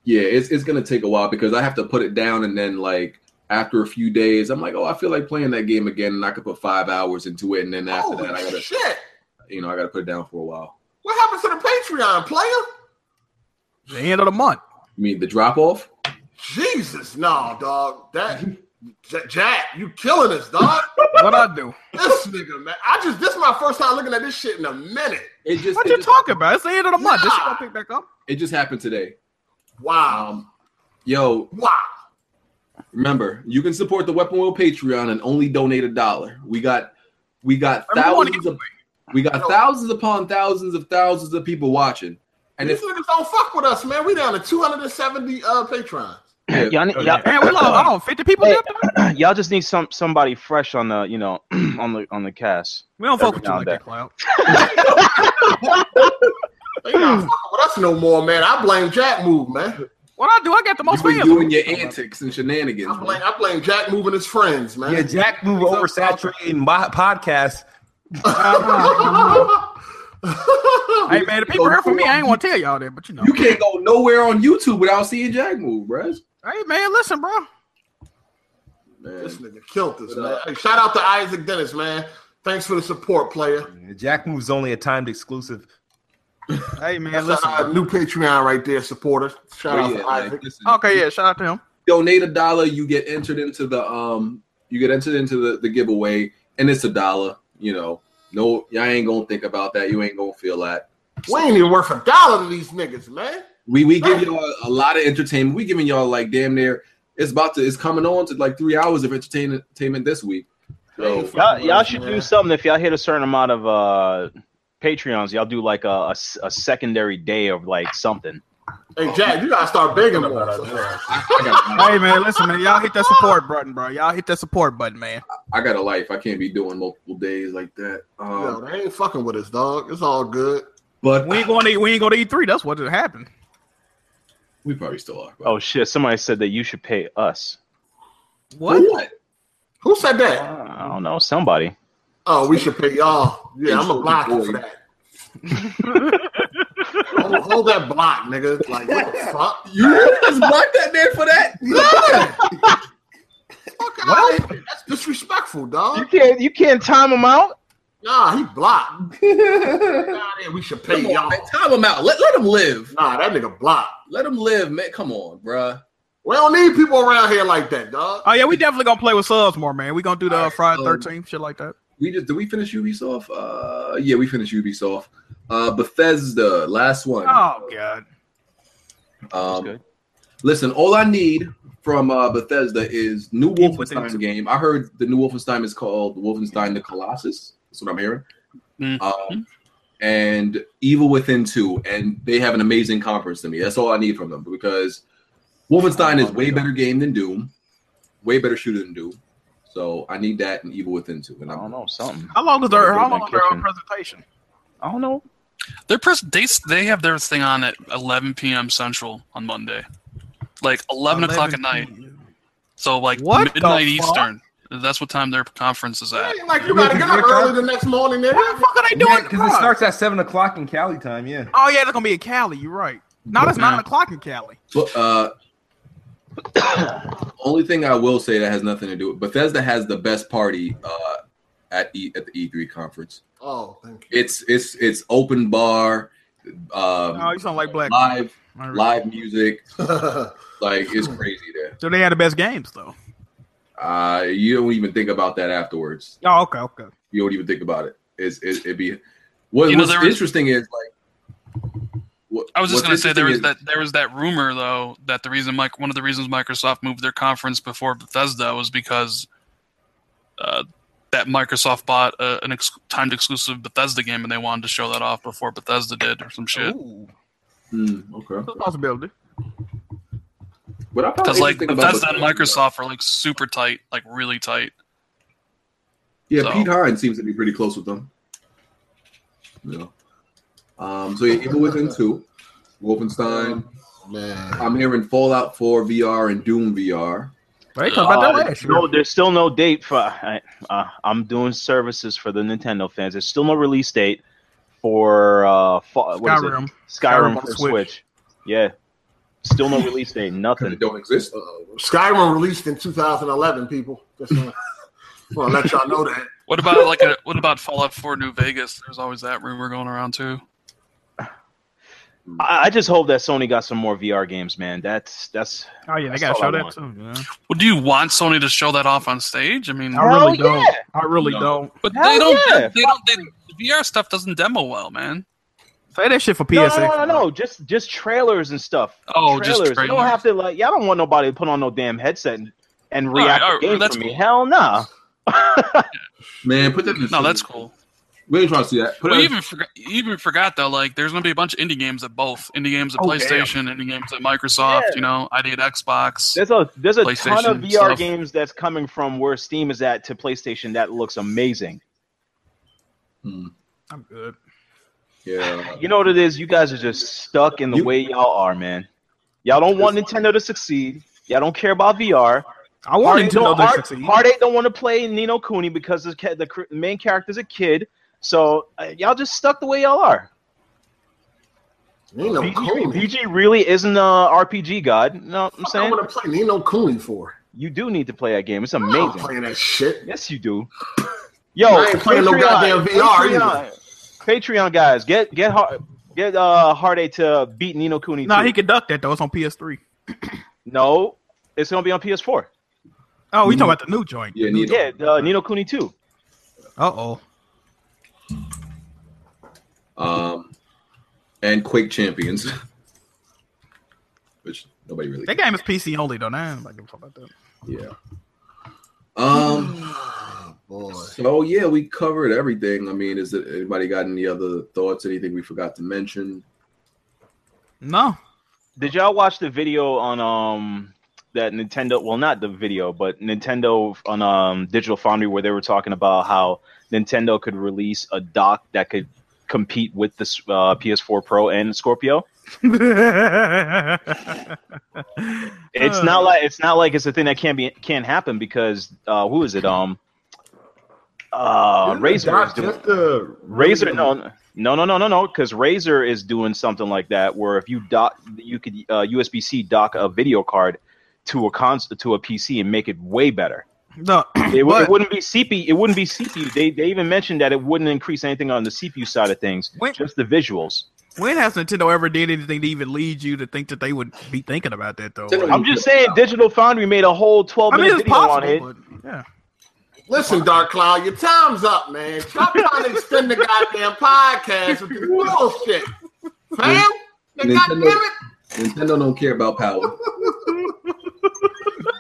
Speaker 1: yeah, it's it's gonna take a while because I have to put it down and then like after a few days, I'm like, oh, I feel like playing that game again, and I could put five hours into it, and then after
Speaker 5: Holy
Speaker 1: that, I gotta
Speaker 5: shit!
Speaker 1: you know I gotta put it down for a while.
Speaker 5: What happened to the Patreon
Speaker 4: The
Speaker 5: player?
Speaker 4: end of the month.
Speaker 1: You mean the drop off?
Speaker 5: Jesus, no, dog. That J- Jack, you killing us, dog.
Speaker 4: What I do?
Speaker 5: this nigga, man. I just this is my first time looking at this shit in a minute.
Speaker 1: It just
Speaker 4: What
Speaker 1: it
Speaker 4: you
Speaker 1: just-
Speaker 4: talking about? It's the end of the month. This shit
Speaker 5: Nah.
Speaker 4: gonna pick back up.
Speaker 1: it just happened today.
Speaker 5: Wow,
Speaker 1: Um, yo,
Speaker 5: wow.
Speaker 1: Remember, you can support the Weapon Wheel Patreon and only donate a dollar. We got we got
Speaker 4: Every morning.
Speaker 1: thousands of we got thousands upon thousands of thousands of people watching. And
Speaker 5: These
Speaker 1: if
Speaker 5: niggas don't fuck with us, man. We down to 270 uh patrons.
Speaker 1: yeah,
Speaker 7: Y'all, need- y'all-
Speaker 4: Man, we lost oh, 50 people.
Speaker 7: Hey.
Speaker 4: dipped in it?
Speaker 7: y'all just need some somebody fresh on the you know on the on the cast.
Speaker 4: We don't fuck with you
Speaker 7: Every
Speaker 4: like
Speaker 7: now and
Speaker 4: that, Cloud.
Speaker 5: They not fucking with us no more, man. I blame Jack Move, man.
Speaker 4: What I do? I got the most
Speaker 1: you've been
Speaker 4: fans.
Speaker 1: doing your antics and shenanigans,
Speaker 5: I blame
Speaker 1: man.
Speaker 5: I blame Jack Move and his friends, man.
Speaker 10: Yeah, Jack move oversaturating my podcast.
Speaker 4: Uh-huh. Hey man, the people heard from me. I ain't gonna tell y'all that, but you know.
Speaker 1: you can't go nowhere on YouTube without seeing Jack move, bruh.
Speaker 4: Hey man, listen, bro.
Speaker 1: Man,
Speaker 5: This nigga killed us, man. Hey, shout out to Isaac Dennis, man. Thanks for the support, player.
Speaker 10: Jack move's only a timed exclusive.
Speaker 4: Hey man,
Speaker 5: That's
Speaker 4: listen.
Speaker 5: our new Patreon right there, supporter. Shout
Speaker 1: but
Speaker 5: out
Speaker 1: Oh, yeah,
Speaker 5: to
Speaker 1: like,
Speaker 5: Isaac.
Speaker 1: listen,
Speaker 4: Okay, yeah, shout out to him.
Speaker 1: donate a dollar, you get entered into the um you get entered into the, the giveaway and it's a dollar, you know. No, y'all ain't gonna think about that. You ain't gonna feel that.
Speaker 5: We ain't even worth a dollar to these niggas, man.
Speaker 1: We we give y'all a lot of entertainment. We giving y'all like damn near it's about to it's coming on to like three hours of entertainment entertainment this week. So
Speaker 7: Y'all, y'all should do something if y'all hit a certain amount of uh Patreons. Y'all do like a, a s- a secondary day of like something.
Speaker 1: Oh.
Speaker 5: Hey, Jack, you gotta start begging more.
Speaker 1: I, I got,
Speaker 4: Hey man, listen, man. Y'all hit that support button, bro. Y'all hit that support button, man.
Speaker 1: I got a life. I can't be doing multiple days like that.
Speaker 5: Yo,
Speaker 1: Um,
Speaker 5: they ain't fucking with us, dog. It's all good.
Speaker 1: but
Speaker 4: We
Speaker 1: we,
Speaker 4: ain't going to eat, we ain't going to eat three. That's what happened.
Speaker 1: probably still are. bro.
Speaker 7: Oh shit! Somebody said that you should pay us.
Speaker 1: For what?
Speaker 5: Who said that?
Speaker 7: I don't know. Somebody.
Speaker 5: Oh, we should pay y'all. Yeah, I'm a
Speaker 1: Insulted
Speaker 5: block you for
Speaker 1: boy.
Speaker 5: that. hold, hold that block, nigga. Like what the fuck?
Speaker 1: You really just blocked that man for that?
Speaker 5: Fuck outta here. That's disrespectful,
Speaker 7: You
Speaker 5: dog.
Speaker 7: can't. You can't time them out.
Speaker 5: Nah, he blocked. Nah, then we should pay
Speaker 1: Come on,
Speaker 5: y'all.
Speaker 1: man. Time him out. Let, let him live.
Speaker 5: Nah, that nigga blocked.
Speaker 1: Let him live, man. Come on, bruh.
Speaker 5: We don't need people around here like that, dog.
Speaker 4: Oh yeah, we definitely gonna play with subs more, man. We gonna do the uh, Friday
Speaker 1: Alright, um,
Speaker 4: Thirteenth shit like that.
Speaker 1: We just did we finish Ubisoft? Uh yeah, we finished Ubisoft. Uh Bethesda, last one.
Speaker 4: Oh god,
Speaker 1: Um,
Speaker 7: good.
Speaker 1: Listen, all I need from uh, Bethesda is new
Speaker 4: Keep within
Speaker 1: Wolfenstein
Speaker 4: two.
Speaker 1: game. I heard the new Wolfenstein is called Wolfenstein: The Colossus. That's what I'm hearing.
Speaker 2: Mhm.
Speaker 1: Um, and Evil Within Two, and they have an amazing conference to me. That's all I need from them because Wolfenstein is way better game than Doom, way better shooter than Doom. So I need that and Evil Within Two. And
Speaker 7: I don't
Speaker 1: I'm,
Speaker 7: know. Something.
Speaker 4: how long is their how long is their
Speaker 7: Kitchen.
Speaker 4: presentation?
Speaker 7: I don't know.
Speaker 2: Their press they s- they have their thing on at 11 p.m. Central on Monday, like 11, o'clock at night. So like
Speaker 4: What the
Speaker 2: midnight
Speaker 4: fuck?
Speaker 2: Eastern. That's what time their conference is at.
Speaker 5: It ain't like you gotta get up early the next morning,
Speaker 4: What the
Speaker 5: nigga.
Speaker 4: fuck are they doing?
Speaker 10: Yeah, because it
Speaker 4: tomorrow?
Speaker 10: starts at seven o'clock in Cali time. Yeah.
Speaker 4: Oh yeah, that's gonna be in Cali. You're right. No, that's nine o'clock in Cali.
Speaker 1: But, uh, only thing I will say that has nothing to do with Bethesda has the best party uh, at e, at the E3 conference.
Speaker 5: Oh, thank you.
Speaker 1: It's it's it's open bar, um,
Speaker 4: Oh, you sound like black.
Speaker 1: live live music. Like it's crazy there.
Speaker 4: So they had the best games though.
Speaker 1: Uh, you don't even think about that afterwards.
Speaker 4: Oh okay, okay.
Speaker 1: You wouldn't even think about it. It's, it would be what,
Speaker 2: You know,
Speaker 1: what's
Speaker 2: there was-
Speaker 1: interesting is like. what-
Speaker 2: I was just
Speaker 1: what's
Speaker 2: going to say there was
Speaker 1: interesting
Speaker 2: that there was that rumor though that the reason Mike one of the reasons Microsoft moved their conference before Bethesda was because uh, that Microsoft bought a, an ex- timed exclusive Bethesda game and they wanted to show that off before Bethesda did or some shit.
Speaker 13: Ooh.
Speaker 1: is- Hmm, okay.
Speaker 4: It's a possibility.
Speaker 1: But I found
Speaker 2: Because like
Speaker 1: interesting about
Speaker 2: Bethesda and Microsoft are like super tight, like really tight.
Speaker 1: Yeah,
Speaker 2: So-
Speaker 1: Pete Hines seems to be pretty close with them. Yeah. Um, so yeah, Evil Within 2, Wolfenstein.
Speaker 5: Man,
Speaker 1: I'm hearing Fallout 4 VR and Doom VR.
Speaker 4: They talking about
Speaker 7: Uh,
Speaker 4: that last year.
Speaker 7: no, there's still no date for. I- Uh, I'm doing services for the Nintendo fans. There's still no release date for uh, fa- what is it?
Speaker 4: Skyrim.
Speaker 7: Skyrim,
Speaker 4: Skyrim on
Speaker 7: for Switch.
Speaker 4: Switch.
Speaker 7: Yeah, still no release date.
Speaker 1: 'cause It
Speaker 7: Nothing.
Speaker 1: don't exist.
Speaker 5: uh, Skyrim released in 2011. People, just want to let y'all know that.
Speaker 2: What about like a, what about Fallout 4 New Vegas? There's always that rumor going around too.
Speaker 7: I, I just hope that Sony got some more VR games, man. That's that's.
Speaker 4: Oh yeah, they
Speaker 7: That's
Speaker 4: gotta
Speaker 7: all I
Speaker 4: show that
Speaker 7: want.
Speaker 4: too. Yeah.
Speaker 2: Well, do you want Sony to show that off on stage? I mean,
Speaker 4: I really
Speaker 7: Hell
Speaker 4: don't.
Speaker 7: yeah.
Speaker 4: I really
Speaker 1: No.
Speaker 4: don't.
Speaker 2: but
Speaker 7: Hell
Speaker 2: they don't.
Speaker 7: yeah.
Speaker 2: They don't. They, the VR stuff doesn't demo well, man.
Speaker 4: Say that shit for
Speaker 7: No,
Speaker 4: PSX.
Speaker 7: no, no, no, no, just just trailers and stuff.
Speaker 2: Oh, just
Speaker 7: You don't
Speaker 2: trailers.
Speaker 7: have to like. Y'all don't want nobody to put on no damn headset and, and
Speaker 2: All right,
Speaker 7: react
Speaker 2: all
Speaker 7: to
Speaker 2: right,
Speaker 7: games
Speaker 2: that's
Speaker 7: for me.
Speaker 2: cool.
Speaker 7: Hell nah.
Speaker 1: Man, put that in the
Speaker 2: No, that's cool.
Speaker 1: We ain't trying to see that. Put
Speaker 2: We
Speaker 1: it
Speaker 2: even forgot. you Even forgot though. Like, there's gonna be a bunch of indie games at both indie games at
Speaker 4: Oh, damn.
Speaker 2: PlayStation, indie games at Microsoft.
Speaker 7: Yeah.
Speaker 2: You know, ID at Xbox.
Speaker 7: There's a there's a ton of
Speaker 2: PlayStation
Speaker 7: VR
Speaker 2: stuff.
Speaker 7: games that's coming from where Steam is at to PlayStation that looks amazing.
Speaker 4: I'm good.
Speaker 1: yeah.
Speaker 7: You know what it is? You guys are just stuck in the
Speaker 1: You-
Speaker 7: way y'all are, man. Y'all don't want Nintendo to succeed. Y'all don't care about VR.
Speaker 4: I want
Speaker 7: Heartache
Speaker 4: Nintendo
Speaker 7: don't,
Speaker 4: to
Speaker 7: Heart,
Speaker 4: succeed.
Speaker 7: Heartache don't want to play Nino Cooney because the, ca- the cr- main character's a kid. So uh, y'all just stuck the way y'all are.
Speaker 5: Nino
Speaker 7: BG,
Speaker 5: Cooney.
Speaker 7: BG really isn't a RPG god. You know what I'm
Speaker 5: I
Speaker 7: saying?
Speaker 5: want to play Nino Cooney for.
Speaker 7: You do need to play that game. It's
Speaker 5: I'm
Speaker 7: amazing.
Speaker 5: playing that shit.
Speaker 7: Yes, you do. Yo,
Speaker 5: I ain't playing no goddamn VR either.
Speaker 7: Patreon, Patreon guys, get get Har- get uh Harday to beat Nino Cooney.
Speaker 4: No,
Speaker 7: too.
Speaker 4: he can duck that though. It's on PS3.
Speaker 7: No, it's gonna be on PS4.
Speaker 4: Oh, we talking about the new joint.
Speaker 1: Yeah, Nino.
Speaker 7: Yeah, uh, Nino Cooney too.
Speaker 4: Uh oh.
Speaker 1: Um, and Quake Champions, which nobody really.
Speaker 4: That game is PC only though. Nah, I'm not gonna talk about that.
Speaker 1: Yeah. Um.
Speaker 5: Boy,
Speaker 1: So yeah, we covered everything. I mean, is it, anybody got any other thoughts? Anything we forgot to mention?
Speaker 4: No.
Speaker 7: Did y'all watch the video on um that Nintendo? Well, not the video, but Nintendo on um Digital Foundry where they were talking about how Nintendo could release a dock that could compete with the s- uh, PS4 Pro and Scorpio. It's not like it's not like it's a thing that can be can happen because uh who is it? Um uh
Speaker 13: Just
Speaker 7: Razor is
Speaker 13: adopt
Speaker 7: doing
Speaker 13: just the
Speaker 7: Razor no no no no no no because Razor is doing something like that where if you dock you could uh USB C dock a video card to a cons to a PC and make it way better.
Speaker 4: no.
Speaker 7: It, w-
Speaker 4: But-
Speaker 7: it wouldn't be CPU. It wouldn't be CPU. They they even mentioned that it wouldn't increase anything on the CPU side of things,
Speaker 4: When-
Speaker 7: just the visuals.
Speaker 4: When has Nintendo ever did anything to even lead you to think that they would be thinking about that though?
Speaker 1: Nintendo-
Speaker 7: I'm just saying, Digital Foundry made a whole 12
Speaker 4: I
Speaker 7: minute
Speaker 4: mean, it's
Speaker 7: video on it.
Speaker 4: possible. But, yeah.
Speaker 5: listen, Dark Cloud, your time's up, man. Stop trying to extend the goddamn podcast with this bullshit, fam.
Speaker 1: Nintendo-
Speaker 5: Goddamn it,
Speaker 1: Nintendo don't care about power.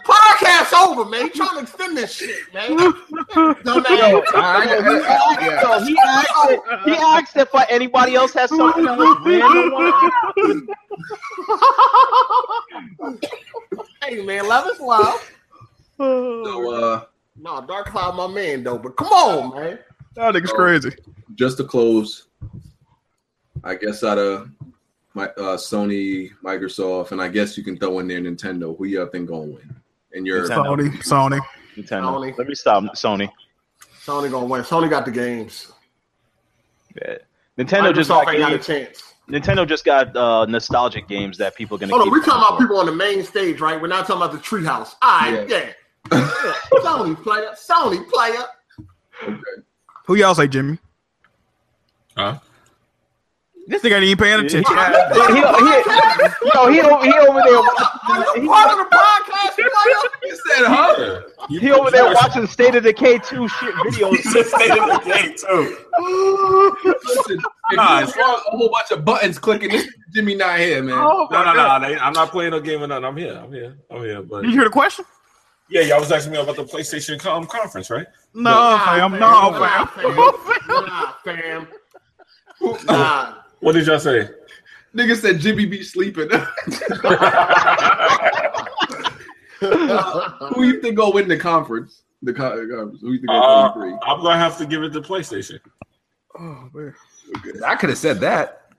Speaker 5: podcast over, man. You trying to extend this shit, man? No, no,
Speaker 7: So he asked, if- he asked if uh, anybody else has something that was random. on-
Speaker 5: hey, man, love is love.
Speaker 1: So uh,
Speaker 5: No, Dark Cloud, my man, though. But come on, man.
Speaker 4: That nigga's
Speaker 1: Oh.
Speaker 4: crazy.
Speaker 1: just to close, I guess out of my uh, Sony, Microsoft, and I guess you can throw in there Nintendo. Who y'all think gonna win? And your
Speaker 7: Nintendo.
Speaker 4: Sony, Sony.
Speaker 7: Nintendo. Let me stop, Sony.
Speaker 5: Sony gonna win. Sony got the games.
Speaker 7: Nintendo just
Speaker 5: Microsoft
Speaker 7: got
Speaker 5: ain't got a
Speaker 7: games,
Speaker 5: chance.
Speaker 7: Nintendo just got uh, nostalgic games that people are gonna.
Speaker 5: Hold on,
Speaker 7: keep
Speaker 5: we're talking about
Speaker 7: looking
Speaker 5: people on the main stage, right? We're not talking about the treehouse. All right, yeah. yeah. Sony player, Sony player.
Speaker 1: okay.
Speaker 4: Who y'all say, Jimmy?
Speaker 14: Huh?
Speaker 4: This nigga ain't even paying attention.
Speaker 7: He, he, he, yo, he, o- he over there.
Speaker 5: Are you part of the podcast, player?
Speaker 10: You said, huh?
Speaker 7: He over there watching State of Decay two shit videos.
Speaker 1: It's state of the game too.
Speaker 10: Listen,
Speaker 1: Nah, it's all- a whole bunch of buttons clicking. This Jimmy not here, man.
Speaker 10: my
Speaker 6: No, no, no. they- I'm not playing no game or nothing. I'm here. I'm here. I'm here. But
Speaker 4: Did you hear the question?
Speaker 6: yeah, y'all was asking me about the PlayStation com- conference, right?
Speaker 4: No,
Speaker 5: Nah,
Speaker 4: fam. No, fam.
Speaker 5: nah, fam. Nah, fam. Nah.
Speaker 6: What did y'all say?
Speaker 1: Nigga said Jimmy be sleeping. Who you think gonna win the conference? The co- conference. Who you think
Speaker 6: Uh,
Speaker 1: gonna win three?
Speaker 6: I'm gonna have to give it to PlayStation.
Speaker 4: Oh, man.
Speaker 10: I could have said that.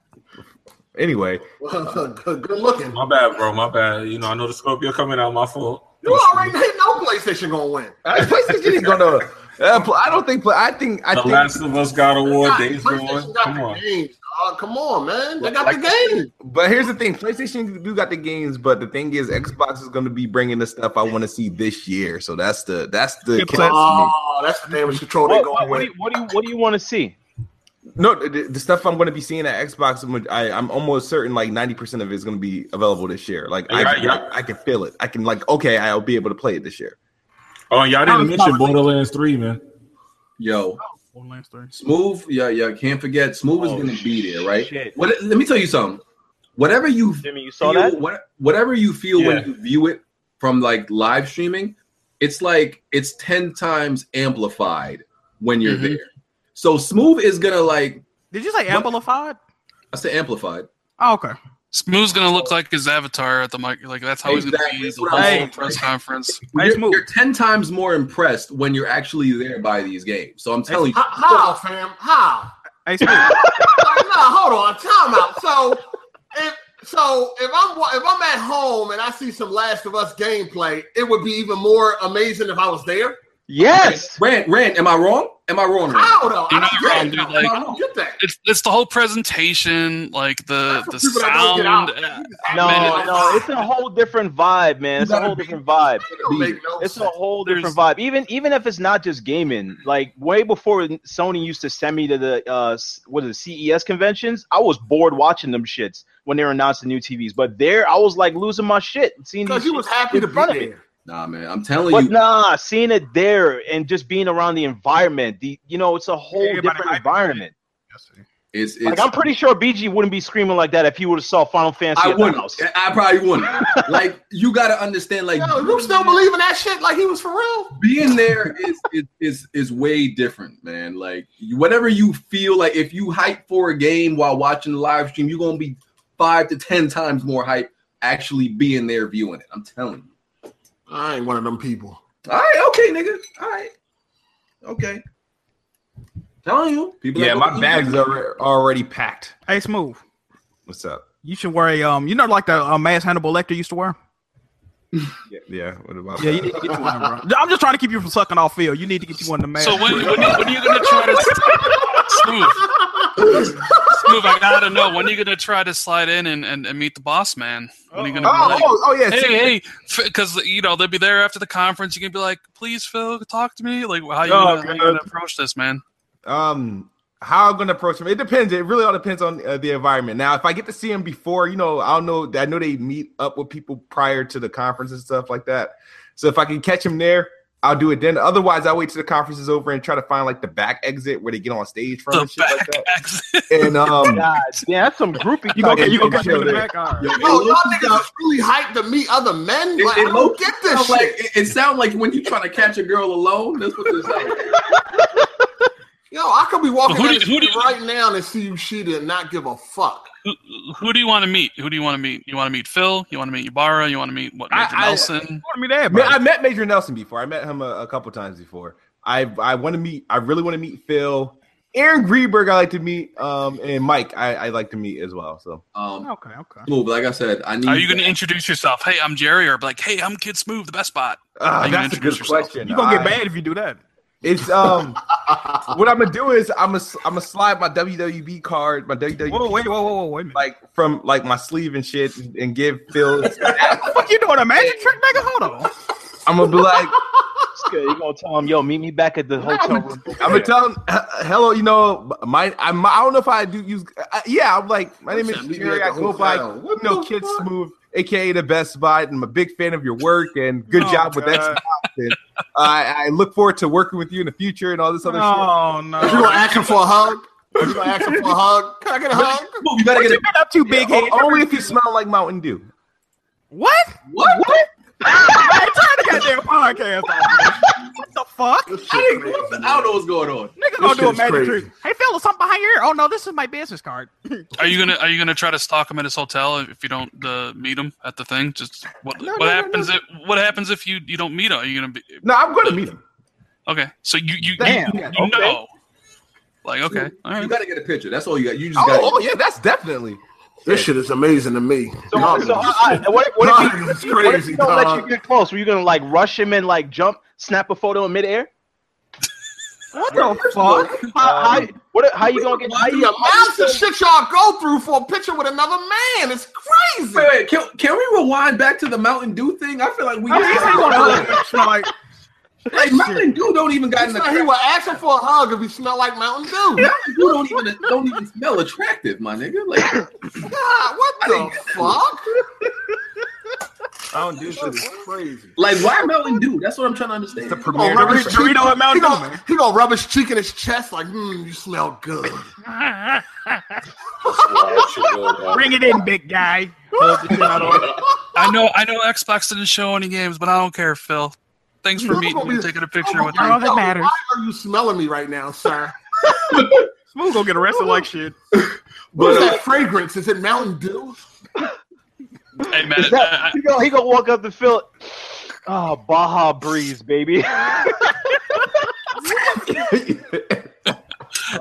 Speaker 10: Anyway,
Speaker 5: good, good looking.
Speaker 6: My bad, bro. My bad. You know, I know the Scorpio coming out. My fault.
Speaker 5: You already know PlayStation gonna win.
Speaker 10: uh, PlayStation is gonna. Uh, pl- I don't think. pl- I think. I
Speaker 6: The
Speaker 10: think.
Speaker 6: Last of Us God Award.
Speaker 5: God,
Speaker 6: Days
Speaker 5: PlayStation
Speaker 6: Gone.
Speaker 5: got
Speaker 6: Come
Speaker 5: the
Speaker 6: on.
Speaker 5: games. dog. come on, man. They got
Speaker 10: Like-
Speaker 5: the games.
Speaker 10: But here's the thing: PlayStation do got the games, but the thing is, Xbox is going to be bringing the stuff I want to see this year. So that's the that's the
Speaker 4: Yeah,
Speaker 10: catch to me.
Speaker 5: Oh, that's the damage control they
Speaker 7: What, what,
Speaker 5: going
Speaker 7: what,
Speaker 5: with.
Speaker 7: do you, what do you what do you want to see?
Speaker 10: No, the, the stuff I'm going to be seeing at Xbox, I'm- I, am almost certain like 90 percent of it is going to be available this year. Like I,
Speaker 6: Yeah, yeah.
Speaker 10: I, I can feel it. I can like okay, I'll be able to play it this year.
Speaker 6: Oh, y'all
Speaker 4: I
Speaker 6: didn't
Speaker 4: was
Speaker 6: mention
Speaker 4: probably-
Speaker 6: Borderlands Three, man.
Speaker 1: Yo,
Speaker 4: Borderlands three.
Speaker 1: Smooth, yeah, yeah, can't forget. Smooth is gonna be there, right?
Speaker 7: Oh, shit.
Speaker 1: What, let me tell you something. Whatever you
Speaker 7: Jimmy, you saw
Speaker 1: feel,
Speaker 7: that?
Speaker 1: what, whatever you feel
Speaker 6: Yeah.
Speaker 1: when you view it from like live streaming, it's like it's ten times amplified when you're
Speaker 2: Mhm.
Speaker 1: there. So Smooth is gonna like
Speaker 4: Did you say
Speaker 1: What?
Speaker 4: amplified?
Speaker 1: I said amplified.
Speaker 4: Oh, okay.
Speaker 2: Smooth's gonna look like his avatar at the mic. Like that's how
Speaker 1: Exactly.
Speaker 2: he's
Speaker 1: That's
Speaker 2: gonna
Speaker 1: what I'm
Speaker 2: be at the whole
Speaker 1: saying.
Speaker 2: press conference.
Speaker 4: Nice
Speaker 1: you're,
Speaker 4: move.
Speaker 1: you're ten times more impressed when you're actually there by these games. So I'm telling you,
Speaker 5: How, how, fam? How?
Speaker 4: Hey, Smooth.
Speaker 5: Like, nah, hold on. Time out. So, if so, if I'm wa- if I'm at home and I see some Last of Us gameplay, it would be even more amazing if I was there.
Speaker 7: Yes.
Speaker 1: Rand, Rand, am I wrong? Am I wrong? Rand?
Speaker 5: How though?
Speaker 2: You're
Speaker 5: I
Speaker 2: not
Speaker 5: don't
Speaker 2: wrong,
Speaker 5: get,
Speaker 2: dude.
Speaker 5: it.
Speaker 2: Like
Speaker 5: I don't get that.
Speaker 2: it's it's the whole presentation, like the the
Speaker 5: That's what people that don't get
Speaker 2: sound.
Speaker 5: out.
Speaker 2: uh,
Speaker 7: No,
Speaker 2: Man,
Speaker 7: no, it's a whole different vibe, man. It's a whole different vibe.
Speaker 5: It don't make no
Speaker 7: It's a
Speaker 5: sense.
Speaker 7: whole different vibe. Even even if it's not just gaming, like way before Sony used to send me to the uh s- what is it, CES conventions, I was bored watching them shits when they were announcing new TVs. But there, I was like losing my shit seeing these.
Speaker 5: Because you was happy
Speaker 7: in
Speaker 5: to be
Speaker 7: front of me.
Speaker 5: there.
Speaker 1: Nah, man, I'm telling
Speaker 7: But
Speaker 1: you.
Speaker 7: nah, seeing it there and just being around the environment, the you know, it's a whole
Speaker 4: Everybody
Speaker 7: different
Speaker 4: hyping.
Speaker 7: environment.
Speaker 1: It's, it's
Speaker 7: Like I'm pretty sure BG wouldn't be screaming like that if he would have saw Final Fantasy.
Speaker 1: I
Speaker 7: at the
Speaker 1: wouldn't.
Speaker 7: house.
Speaker 1: I probably wouldn't. like you got to understand, like
Speaker 5: Yo, you still believe in that shit? Like he was for real?
Speaker 1: being there is, is is is way different, man. Like whatever you feel, like if you hype for a game while watching the live stream, you're gonna be five to ten times more hype actually being there viewing it. I'm telling you.
Speaker 5: I ain't one of them people.
Speaker 1: All right, okay, nigga. All right, okay. Telling you, people.
Speaker 10: Yeah,
Speaker 1: that
Speaker 10: my
Speaker 1: go-
Speaker 10: bags are already packed.
Speaker 4: Hey, Smooth.
Speaker 10: What's up?
Speaker 4: You should wear a um. You know, like the um, mass Hannibal Lecter used to wear.
Speaker 10: Yeah. What about
Speaker 4: Yeah,
Speaker 10: that?
Speaker 4: you need to get you one, bro. I'm just trying to keep you from sucking off field. You need to get you one of the mass.
Speaker 2: So when when, you, when are you gonna try to smooth? Smooth, I gotta know when are you gonna try to slide in and, and, and meet the boss man. When are you gonna be
Speaker 10: Oh,
Speaker 2: like,
Speaker 10: oh, oh, yeah. see-
Speaker 2: hey, hey, because you know they'll be there after the conference. You can be like, please, Phil, talk to me. Like, how you,
Speaker 10: Oh,
Speaker 2: gonna, how you gonna
Speaker 10: God.
Speaker 2: approach this, man?
Speaker 10: um how I'm gonna approach him. It depends. It really all depends on uh, the environment. Now, if I get to see him before, you know, I don't know. I know they meet up with people prior to the conference and stuff like that. So if I can catch him there, I'll do it then. Otherwise, I'll wait till the conference is over and try to find like the back exit where they get on stage from
Speaker 2: The
Speaker 10: and shit like
Speaker 2: back
Speaker 10: that.
Speaker 2: exit.
Speaker 10: And
Speaker 7: God,
Speaker 10: um,
Speaker 7: damn, that's some groupie.
Speaker 4: you gonna
Speaker 10: Yeah,
Speaker 4: you
Speaker 10: you
Speaker 4: gonna catch
Speaker 10: can
Speaker 4: me in the
Speaker 10: chill there.
Speaker 4: back? All right.
Speaker 1: Yo, it
Speaker 5: Yo, y'all
Speaker 1: looks
Speaker 5: niggas is really hyped to meet other men. Like,
Speaker 1: it
Speaker 5: I
Speaker 1: look-
Speaker 5: don't get this
Speaker 1: like
Speaker 5: shit.
Speaker 1: it, it sound like when you trying to catch a girl alone. That's what this sound like.
Speaker 5: Yo, I could be walking
Speaker 2: Who
Speaker 5: down
Speaker 2: do-
Speaker 5: the
Speaker 2: who do
Speaker 5: street
Speaker 2: you-
Speaker 5: right now and see you cheated and not give a fuck.
Speaker 2: Who, who do you want to meet? Who do you want to meet? You want to meet Phil? You want to meet Ybarra? You want to meet what
Speaker 10: I-
Speaker 2: Major
Speaker 10: I-
Speaker 2: Nelson?
Speaker 4: You want me there, bro?
Speaker 10: man, I met Major Nelson before. I met him a, a couple times before. I I want to meet. I really want to meet Phil, Aaron Greenberg. I like to meet. Um, and Mike. I, I like to meet as well. So
Speaker 1: Um,
Speaker 4: okay, okay.
Speaker 1: move. Like I said, I need.
Speaker 2: Are you gonna introduce yourself? Hey, I'm Jerry, or be like, hey, I'm Kid Smooth, the best spot.
Speaker 10: Ah,
Speaker 2: Like,
Speaker 10: that's a
Speaker 2: introduce
Speaker 10: good
Speaker 2: yourself.
Speaker 10: question.
Speaker 4: You gonna get
Speaker 10: I-
Speaker 4: mad if you do that.
Speaker 10: It's um, what I'm gonna do is I'm gonna I'm gonna slide my WWB card, my WWB
Speaker 4: Whoa, wait, whoa, whoa, whoa, wait a minute.
Speaker 10: like from like my sleeve and shit, and give Phil.
Speaker 4: what the fuck you doing? A magic trick, nigga? Hold on.
Speaker 10: I'm gonna be like,
Speaker 7: You're gonna tell him, yo, meet me back at the hotel room.
Speaker 10: I'm gonna tell him, "Uh, hello. You know, my I, my, I don't know if I do use. Uh, yeah, I'm like my name is
Speaker 5: Said, meet me
Speaker 10: Jerry.
Speaker 5: at
Speaker 10: I
Speaker 5: the
Speaker 10: go by
Speaker 5: hotel.
Speaker 10: you know Kid Smooth, aka the Best Buy, and I'm a big fan of your work and good
Speaker 4: Oh,
Speaker 10: job with that.
Speaker 4: God.
Speaker 10: stuff. And I, I look forward to working with you in the future and all this other shit.
Speaker 4: Oh
Speaker 5: If you
Speaker 4: no.
Speaker 5: gonna ask him for a hug, if you gonna ask him for a hug, can I get a hug?
Speaker 1: You better get
Speaker 4: What
Speaker 1: a
Speaker 4: you been up to, big head?
Speaker 10: O- only if you smell like Mountain Dew.
Speaker 4: What?
Speaker 1: what?
Speaker 4: Hey, turn the goddamn podcast off. man. What the fuck?
Speaker 5: This shit
Speaker 1: I, didn't,
Speaker 5: crazy,
Speaker 1: what the- I
Speaker 5: man.
Speaker 1: don't know what's going on.
Speaker 4: Nigga gonna
Speaker 5: shit
Speaker 4: do a
Speaker 5: is
Speaker 4: magic
Speaker 5: crazy.
Speaker 4: trick. Hey, fella, something behind your ear. Oh no, this is my business card.
Speaker 2: Are you gonna Are you gonna try to stalk him at his hotel if you don't uh, meet him at the thing? Just what
Speaker 10: No,
Speaker 2: What
Speaker 10: no, no,
Speaker 2: happens if What happens if you you don't meet him? Are you gonna be
Speaker 10: No, I'm going to meet him.
Speaker 2: okay? So you you
Speaker 10: Damn.
Speaker 2: you, you know, like okay, all
Speaker 1: You
Speaker 2: right.
Speaker 1: gotta get a picture. That's all you got. You just
Speaker 10: Oh,
Speaker 1: gotta.
Speaker 10: oh yeah, that's definitely.
Speaker 5: This shit is amazing to me.
Speaker 7: So,
Speaker 5: Dog,
Speaker 7: so I, I- what, what, if he,
Speaker 5: dog, it's
Speaker 7: what if
Speaker 5: crazy,
Speaker 7: he don't let you
Speaker 5: dog.
Speaker 7: get close? Were you gonna like rush him and like jump, snap a photo in midair?
Speaker 4: What the fuck?
Speaker 7: How, how, what, how you gonna get? How
Speaker 5: Why do
Speaker 7: you,
Speaker 5: you amount the shit y'all go through for a picture with another man? It's crazy.
Speaker 1: Wait, wait, can, can we rewind back to the Mountain Dew thing? I feel like we.
Speaker 4: I mean, he said he gonna hug. him. Like,
Speaker 1: like, Mountain Dew don't even got
Speaker 5: He
Speaker 1: in
Speaker 5: said
Speaker 1: the.
Speaker 5: he would ask him for a hug if he smelled like Mountain Dew.
Speaker 1: Mountain Dew don't even don't even smell attractive, my nigga. Like,
Speaker 5: God, what the fuck?
Speaker 10: I don't do shit.
Speaker 5: Crazy.
Speaker 1: like why Mountain Dew? That's what I'm trying to understand.
Speaker 10: The
Speaker 5: He
Speaker 10: premiere.
Speaker 5: gonna rub his cheek-
Speaker 4: Dorito and
Speaker 5: he
Speaker 4: Mountain Dew,
Speaker 5: gonna,
Speaker 4: man.
Speaker 5: he gonna rub his cheek in his chest like, mm, you smell good.
Speaker 4: Bring it in, big guy. Hug the shit out of him.
Speaker 2: I know I know Xbox didn't show any games, but I don't care, Phil. Thanks for
Speaker 5: I'm
Speaker 2: meeting
Speaker 5: gonna
Speaker 2: me and
Speaker 5: be-
Speaker 2: taking a
Speaker 5: I'm
Speaker 2: picture
Speaker 5: gonna
Speaker 2: with
Speaker 5: be
Speaker 2: me.
Speaker 4: all that
Speaker 5: like, "Yo,
Speaker 4: matters."
Speaker 5: Oh Why are you smelling me right now, sir?
Speaker 4: Smooth gonna get arrested like shit.
Speaker 5: What is that fragrance? Is it Mountain Dew?
Speaker 2: Hey man,
Speaker 7: is that-
Speaker 2: I- I-
Speaker 7: he gonna he gonna walk up to Phil. Oh, Baja Breeze, baby.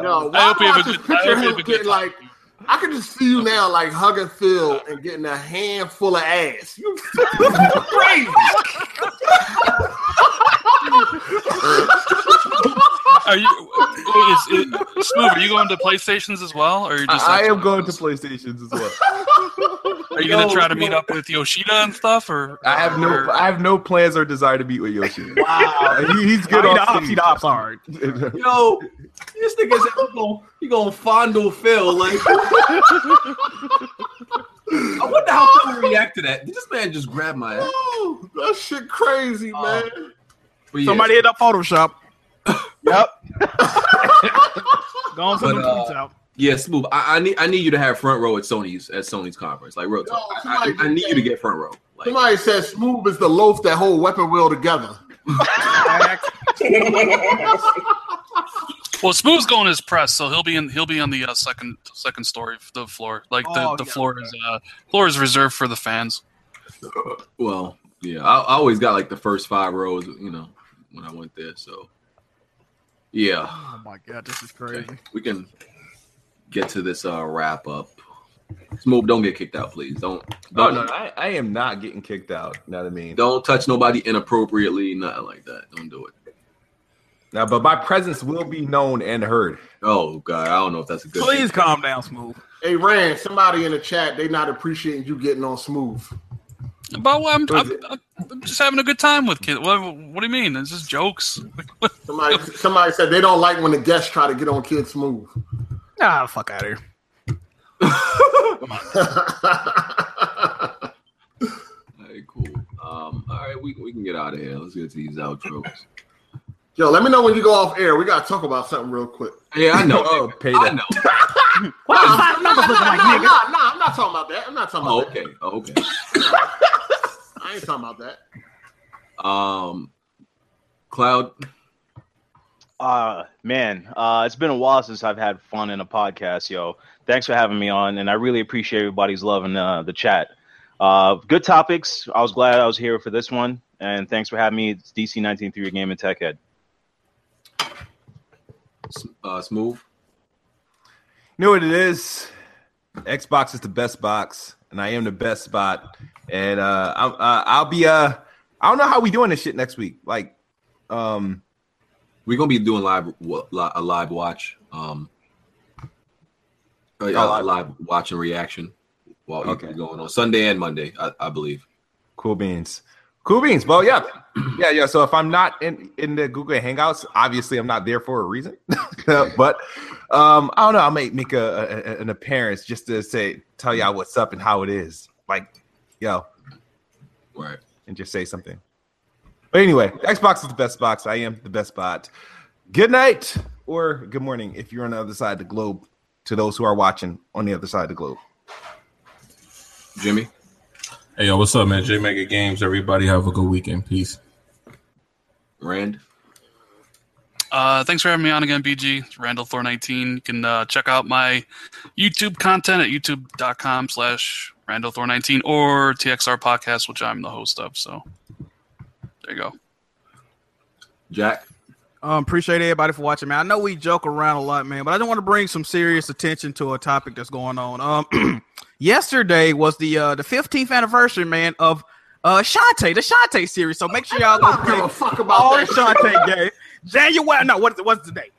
Speaker 5: No,
Speaker 2: I
Speaker 5: why
Speaker 2: hope
Speaker 5: do
Speaker 2: you have a
Speaker 5: I just
Speaker 2: good- I
Speaker 5: picture
Speaker 2: hope you
Speaker 5: him
Speaker 2: have a good
Speaker 5: getting
Speaker 2: time.
Speaker 5: like? I could just see you now, like hugging Phil and getting a handful of ass. You crazy?
Speaker 2: are you is, is, Smooth? Are you going to PlayStations as well, or are you just?
Speaker 10: I am going to PlayStations as well.
Speaker 2: Are you gonna try to meet up with Yoshida and stuff, or
Speaker 10: I have no,
Speaker 2: or-
Speaker 10: I have no plans or desire to meet with Yoshi. wow, he, he's good
Speaker 4: He
Speaker 10: on
Speaker 4: the ops, he
Speaker 10: stage.
Speaker 4: the ops, all right.
Speaker 1: Yo, this nigga said he gonna, he gonna fondle Phil. Like, I wonder how Phil would react to that. Did this man just grab my ass?
Speaker 5: Ooh, that shit crazy,
Speaker 1: Oh,
Speaker 5: man.
Speaker 1: But yeah,
Speaker 4: Somebody hit up Photoshop.
Speaker 7: yep.
Speaker 4: Go on,
Speaker 1: But, uh,
Speaker 4: send them tweets out.
Speaker 1: yeah, smooth. I, I need I need you to have front row at Sony's at Sony's conference. Like, real talk.
Speaker 5: Yo,
Speaker 1: I, I, I need you to get front row. Like,
Speaker 5: Somebody said smooth is the loaf that hold weapon wheel together.
Speaker 2: Well, Smooth's going as press, so he'll be in. He'll be on the uh, second second story, of the floor. Like the,
Speaker 4: Oh,
Speaker 2: the
Speaker 4: yeah,
Speaker 2: floor is uh, floor is reserved for the fans.
Speaker 1: well, yeah, I, I always got like the first five rows, you know, when I went there. So, yeah.
Speaker 4: Oh my god, this is crazy.
Speaker 1: Okay, we can get to this uh, wrap up. Smooth, don't get kicked out, please. Don't
Speaker 10: Oh
Speaker 1: don't
Speaker 10: no, I, I am not getting kicked out. Know what I mean?
Speaker 1: don't touch nobody inappropriately, nothing like that. Don't do it.
Speaker 10: Now, but my presence will be known and heard.
Speaker 1: Oh god, I don't know if that's a good.
Speaker 4: Please
Speaker 1: thing.
Speaker 4: calm down, Smooth.
Speaker 5: Hey Rand, somebody in the chat, they not appreciating you getting on smooth.
Speaker 2: But well, I'm,
Speaker 10: What is
Speaker 2: I'm, I'm, just having a good time with kids. What, what do you mean? It's just jokes.
Speaker 5: Somebody, somebody said they don't like when the guests try to get on kid smooth.
Speaker 4: Nah, fuck out of here.
Speaker 1: All right, cool. Um, all right, we we can get out of here. Let's get to these outros.
Speaker 5: Yo, let me know when you go off air. We gotta talk about something real quick.
Speaker 1: Yeah, I know.
Speaker 10: Oh, pay
Speaker 1: I
Speaker 10: that.
Speaker 1: know.
Speaker 4: What the
Speaker 5: Nah,
Speaker 4: five
Speaker 5: nah,
Speaker 4: numbers
Speaker 5: nah,
Speaker 4: looking like,
Speaker 5: nah,
Speaker 4: nigga?
Speaker 5: nah, nah, I'm not talking about that. I'm not talking
Speaker 1: Oh,
Speaker 5: about
Speaker 1: okay.
Speaker 5: that.
Speaker 1: Oh, okay.
Speaker 5: I ain't talking about that.
Speaker 1: Um, Cloud.
Speaker 7: Uh man, uh it's been a while since I've had fun in a podcast, yo. Thanks for having me on and I really appreciate everybody's love in uh, the chat. Uh good topics. I was glad I was here for this one and thanks for having me. It's DC 193 Game and Tech Head.
Speaker 1: Uh, smooth.
Speaker 10: You know what it is? Xbox is the best box, and I am the best spot. And uh, I'm, uh, I'll be. Uh, I don't know how we doing this shit next week. Like, um,
Speaker 1: We're gonna be doing live wa- li- a live watch. Um, uh,
Speaker 10: Oh,
Speaker 1: a live watch and reaction while
Speaker 10: Okay.
Speaker 1: okay. going on Sunday and Monday, I, I believe.
Speaker 10: cool beans, Cool beans. Well, yeah, yeah, yeah. So if I'm not in in the Google Hangouts, obviously I'm not there for a reason. but um, I don't know. I might make a, a- an appearance just to say tell y'all what's up and how it is. Like, yo,
Speaker 1: right,
Speaker 10: and just say something. But anyway, Xbox is the best box. I am the best bot. Good night or good morning if you're on the other side of the globe. To those who are watching on the other side of the globe.
Speaker 1: Jimmy.
Speaker 6: Hey, yo, what's up, man? J Mega Games. Everybody have a good weekend. Peace.
Speaker 1: Rand.
Speaker 2: Uh, thanks for having me on again, BG. It's Randall Thor 19. You can uh, check out my YouTube content at youtube.com slash Randall Thor 19 or TXR Podcast, which I'm the host of. So there you go.
Speaker 1: Jack.
Speaker 4: Um, appreciate everybody for watching, man. I know we joke around a lot, man, but I don't want to bring some serious attention to a topic that's going on. Um, yesterday was the uh the 15th anniversary, man, of uh Shantae, the Shantae series. So make sure y'all go play
Speaker 5: fuck
Speaker 4: all
Speaker 5: about
Speaker 4: the
Speaker 5: that.
Speaker 4: Shantae game. Oh, January, no, what, what's the date?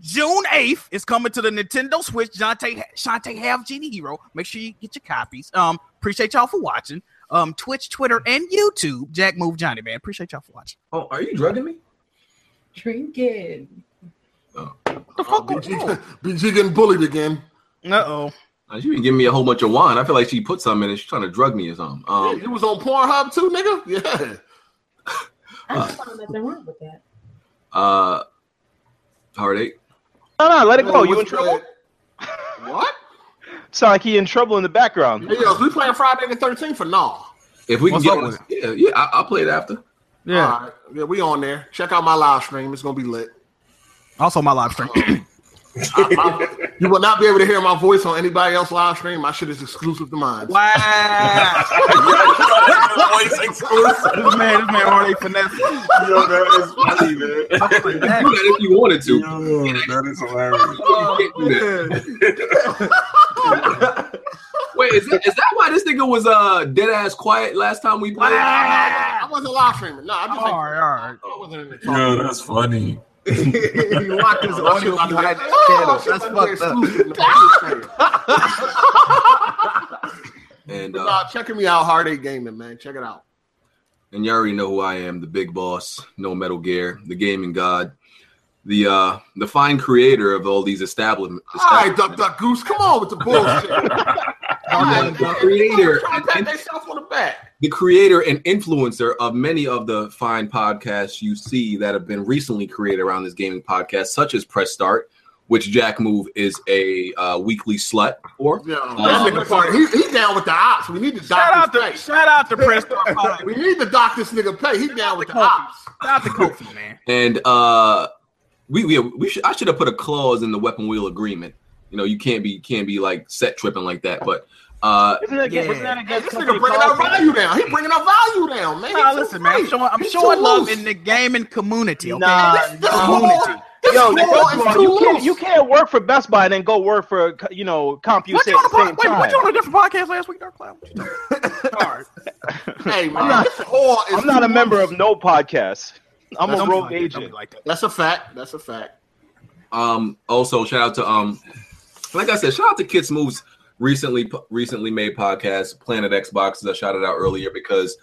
Speaker 4: June 8th is coming to the Nintendo Switch. Shantae, Shantae Have Genie Hero. Make sure you get your copies. Um, appreciate y'all for watching. Um, Twitch, Twitter, and YouTube. Jack Move Johnny, man. Appreciate y'all for watching.
Speaker 1: Oh, are you drugging me?
Speaker 15: Drinking.
Speaker 4: The
Speaker 5: Oh,
Speaker 4: fuck going
Speaker 5: BG,
Speaker 4: on?
Speaker 5: BG getting bullied again.
Speaker 4: Uh oh.
Speaker 1: Uh, She been giving me a whole bunch of wine. I feel like she put something in it. She's trying to drug me or something.
Speaker 4: Oh.
Speaker 5: Yeah,
Speaker 1: Um,
Speaker 5: you was on Pornhub too, nigga. Yeah.
Speaker 15: I don't find nothing wrong with that.
Speaker 1: uh, heartache.
Speaker 7: No, no, let it go. You in
Speaker 5: What's
Speaker 7: trouble?
Speaker 5: good? What?
Speaker 7: Sound like he in trouble in the background.
Speaker 5: Hey, yo, we playing Friday the Thirteenth for no?
Speaker 1: If we
Speaker 4: What's
Speaker 1: can
Speaker 4: up
Speaker 1: get on,
Speaker 4: with
Speaker 1: yeah, yeah, I, I'll play it after.
Speaker 4: Yeah.
Speaker 5: All right. Yeah, we on there. Check out my live stream. It's gonna be lit.
Speaker 4: Also, my live stream.
Speaker 5: I- I- you will not be able to hear my voice on anybody else live stream. My shit is exclusive to mine.
Speaker 4: wow. this man, this man already finesse.
Speaker 6: Yo, that is funny, man.
Speaker 1: You can do that if you wanted to. You
Speaker 6: that is hilarious.
Speaker 5: Oh,
Speaker 1: can't do that. Wait, is that, is that why this nigga was uh dead ass quiet last time we played?
Speaker 5: I wasn't live streaming. No, I just.
Speaker 4: All right, all right.
Speaker 5: I wasn't in the talk.
Speaker 6: Yo, that's funny.
Speaker 10: you locked his
Speaker 5: That shit
Speaker 10: audio
Speaker 5: about to be-
Speaker 10: behind that channel.
Speaker 5: Oh, shit
Speaker 10: That's
Speaker 5: about to be
Speaker 10: fucked up.
Speaker 5: exclusive. No, I'm just saying.
Speaker 1: And
Speaker 5: But
Speaker 1: uh,
Speaker 5: nah, checking me out, Heartache Gaming, man. Check it out.
Speaker 1: and you already know who I am, the big boss, no metal gear, the gaming god, the uh the fine creator of all these establishments.
Speaker 5: All right, Duck Duck Goose, come on with the bullshit. All right,
Speaker 1: the creator
Speaker 5: trying
Speaker 1: and,
Speaker 5: to pat
Speaker 1: and-
Speaker 5: themselves on the back.
Speaker 1: the creator and influencer of many of the fine podcasts you see that have been recently created around this gaming podcast, such as Press Start, which Jack Move is a uh, weekly slut for.
Speaker 5: Yeah,
Speaker 1: Uh,
Speaker 5: that nigga party. He, he down with the ops. We need to
Speaker 4: Shout out
Speaker 5: dock
Speaker 4: to
Speaker 5: this
Speaker 4: shout out to Preston.
Speaker 5: pay.
Speaker 4: Shout
Speaker 5: We need to dock this nigga pay. He down with the ops.
Speaker 4: out to Kofi, man.
Speaker 1: and uh we we, we should I should have put a clause in the weapon wheel agreement. You know, you can't be you can't be like set tripping like that. But uh
Speaker 7: Isn't that,
Speaker 4: Yeah.
Speaker 7: isn't that a
Speaker 5: Hey,
Speaker 7: good
Speaker 5: this
Speaker 7: company
Speaker 5: nigga bringing our
Speaker 7: policy?
Speaker 5: value down. He bringing our value down, man.
Speaker 4: Nah,
Speaker 5: He
Speaker 4: listen,
Speaker 5: too
Speaker 4: man. I'm
Speaker 5: right.
Speaker 4: showing, I'm
Speaker 5: He
Speaker 4: showing
Speaker 5: too
Speaker 4: love
Speaker 5: loose.
Speaker 4: in the gaming community. Okay,
Speaker 7: Nah,
Speaker 4: this, this
Speaker 7: nah.
Speaker 4: community.
Speaker 5: This
Speaker 7: Yo,
Speaker 5: wall
Speaker 7: that's
Speaker 5: is
Speaker 7: wrong.
Speaker 5: too
Speaker 7: you can't
Speaker 5: loose.
Speaker 7: you can't work for Best Buy and then go work for you know CompuServe
Speaker 4: What
Speaker 7: at
Speaker 4: you on
Speaker 7: the
Speaker 4: a
Speaker 7: same
Speaker 4: po- wait,
Speaker 7: time.
Speaker 4: what you on a different podcast last week, Dark Cloud? What you talking about? All right.
Speaker 5: Hey, man.
Speaker 7: not-
Speaker 5: this wall is
Speaker 7: I'm not a
Speaker 5: too
Speaker 7: member
Speaker 5: loose.
Speaker 7: of no podcast. I'm
Speaker 4: Don't
Speaker 7: a
Speaker 4: be
Speaker 7: rogue
Speaker 4: like that. Don't be
Speaker 7: agent.
Speaker 4: Like that.
Speaker 5: That's a fact. That's a fact.
Speaker 1: um also shout out to um like I said, shout out to Kids Moves recently recently made podcast, Planet Xbox, as I shouted out earlier, because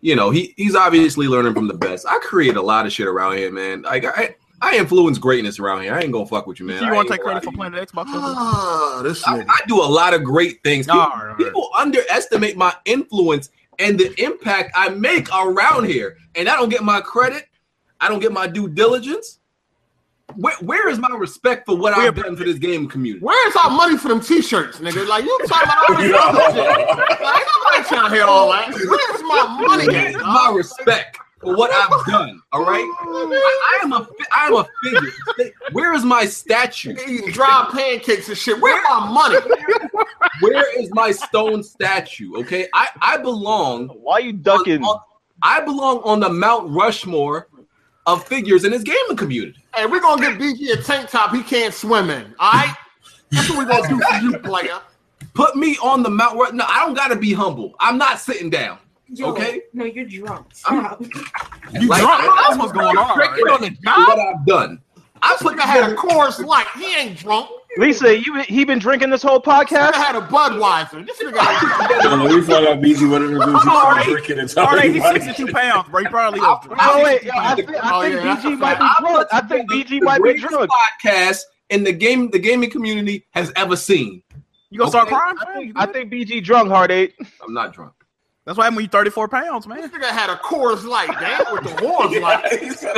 Speaker 1: you know, he he's obviously learning from the best. I create a lot of shit around here, man. Like I I influence greatness around here. I ain't gonna fuck with you, man.
Speaker 4: so you
Speaker 1: I
Speaker 4: want
Speaker 1: ain't
Speaker 4: to take
Speaker 1: gonna lie
Speaker 4: credit for
Speaker 1: to you.
Speaker 4: Planet Xbox?
Speaker 5: Ah, this
Speaker 1: I,
Speaker 5: nigga.
Speaker 1: I do a lot of great things. People,
Speaker 4: All right, all right.
Speaker 1: people underestimate my influence and the impact I make around here, and I don't get my credit. I don't get my due diligence. Where, where is my respect for what I've done for this game community?
Speaker 5: Where's our money for them t-shirts, nigga? Like you talking about all this other shit. Like, ain't nobody trying to hear all that. Where's my money
Speaker 1: Where
Speaker 5: at?
Speaker 1: is
Speaker 5: dog?
Speaker 1: my respect for what I've done? All right, I, I am a fi- I am a figure. Where is my statue?
Speaker 5: Eating dry pancakes and shit. Where's my money?
Speaker 1: Where is my stone statue? Okay, I I belong
Speaker 7: Why you ducking?
Speaker 1: on- I belong on the Mount Rushmore of figures in this gaming community.
Speaker 5: Hey, we're gonna get BG a tank top he can't swim in. All right, that's what we gonna do for you, player.
Speaker 1: Put me on the Mount Rushmore. No, I don't gotta be humble. I'm not sitting down.
Speaker 15: Yo,
Speaker 1: Okay.
Speaker 15: No, you're drunk. Stop.
Speaker 4: You
Speaker 1: Like,
Speaker 4: drunk?
Speaker 1: I-
Speaker 4: That's what's going on.
Speaker 1: Put
Speaker 4: Right?
Speaker 1: on the job that I've done. I
Speaker 5: This
Speaker 1: put
Speaker 5: nigga had a
Speaker 1: together,
Speaker 5: chorus light. He ain't drunk.
Speaker 7: Lisa, you he been drinking this whole podcast?
Speaker 5: I had a Budweiser. This
Speaker 6: No,
Speaker 5: nigga.
Speaker 6: no, we found out BG one of them dudes who
Speaker 4: Alright.
Speaker 6: started drinking and telling
Speaker 4: Alright, he's
Speaker 6: everybody.
Speaker 4: 62 pounds, bro. He probably lives.
Speaker 7: No, wait, yo, I think, I
Speaker 5: Oh,
Speaker 7: think
Speaker 5: yeah, that's
Speaker 7: BG
Speaker 5: a
Speaker 7: might
Speaker 5: fact.
Speaker 7: be drunk. I think BG might be
Speaker 1: greatest
Speaker 7: drunk.
Speaker 1: podcast in the game the gaming community has ever seen.
Speaker 4: You gonna start
Speaker 1: Okay.
Speaker 4: crying,
Speaker 7: I
Speaker 4: man? You
Speaker 7: think,
Speaker 4: good?
Speaker 7: I think BG drunk, heart eight.
Speaker 1: I'm not drunk.
Speaker 4: That's why I'm when you 34 pounds, man.
Speaker 5: This nigga had a Coors Light, man, with the Coors Light.
Speaker 6: He said,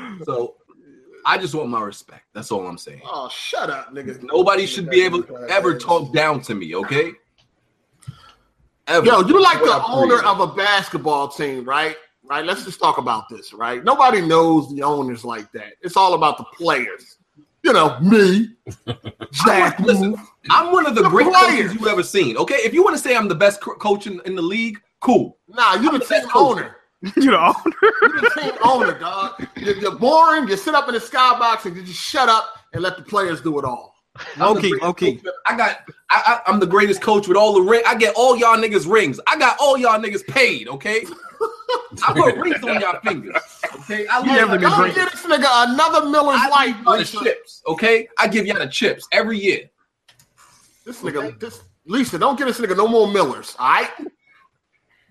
Speaker 6: "Oh,
Speaker 1: So I just want my respect. That's all I'm saying.
Speaker 5: Oh, shut up, nigga.
Speaker 1: Nobody should be able to ever talk down to me, okay? Ever.
Speaker 5: Yo, you like the
Speaker 1: What I
Speaker 5: owner
Speaker 1: breathe.
Speaker 5: of a basketball team, right? Right. Let's just talk about this, right? Nobody knows the owners like that. It's all about the players. You know, me, Jack.
Speaker 1: Listen, I'm one of the
Speaker 5: The
Speaker 1: great
Speaker 5: players.
Speaker 1: coaches you've ever seen, okay? If you want to say I'm the best co- coach in, in the league, cool.
Speaker 5: Nah, you the team owner.
Speaker 4: You know,
Speaker 5: You the team owner, dog. You're, you're boring. You sit up in the skybox and you just shut up and let the players do it all.
Speaker 1: I'm the
Speaker 4: Low-key,
Speaker 1: greatest
Speaker 4: low-key.
Speaker 1: coach. I got. I, I, I'm the greatest coach with all the ring. I get all y'all niggas rings. I got all y'all niggas paid. Okay. I put rings on y'all fingers. Okay. I
Speaker 4: You never
Speaker 1: love
Speaker 4: been
Speaker 1: y'all.
Speaker 5: Don't
Speaker 4: drinking.
Speaker 5: give this nigga another Miller's
Speaker 1: I
Speaker 5: Light.
Speaker 1: give y'all the
Speaker 5: Lisa.
Speaker 1: chips. Okay. I give y'all the chips every year.
Speaker 5: This nigga, this Lisa, don't give this nigga no more Millers, all right?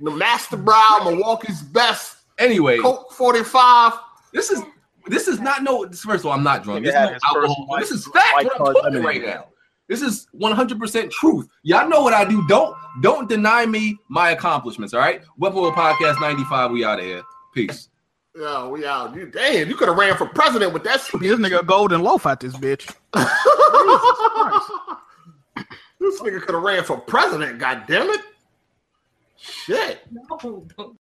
Speaker 5: The Master Brow, Milwaukee's best,
Speaker 1: Anyway,
Speaker 5: Coke 45.
Speaker 1: this is this is not no. this- First of all, I'm not drunk.
Speaker 16: Nigga
Speaker 1: This is
Speaker 16: had
Speaker 1: no
Speaker 16: his first
Speaker 1: alcohol.
Speaker 16: white-
Speaker 1: This is fact.
Speaker 16: white
Speaker 1: What I'm
Speaker 16: card
Speaker 1: talking right
Speaker 16: lemonade.
Speaker 1: now. This is 100% truth. Y'all know what I do. Don't don't deny me my accomplishments. All right. Webboy Podcast 95. We out of here. Peace.
Speaker 5: Yo, we out. You, damn, you could have ran for president with that shit.
Speaker 4: this nigga a golden loaf out this bitch.
Speaker 5: this nigga could have ran for president, God damn it. Shit.
Speaker 17: No, don't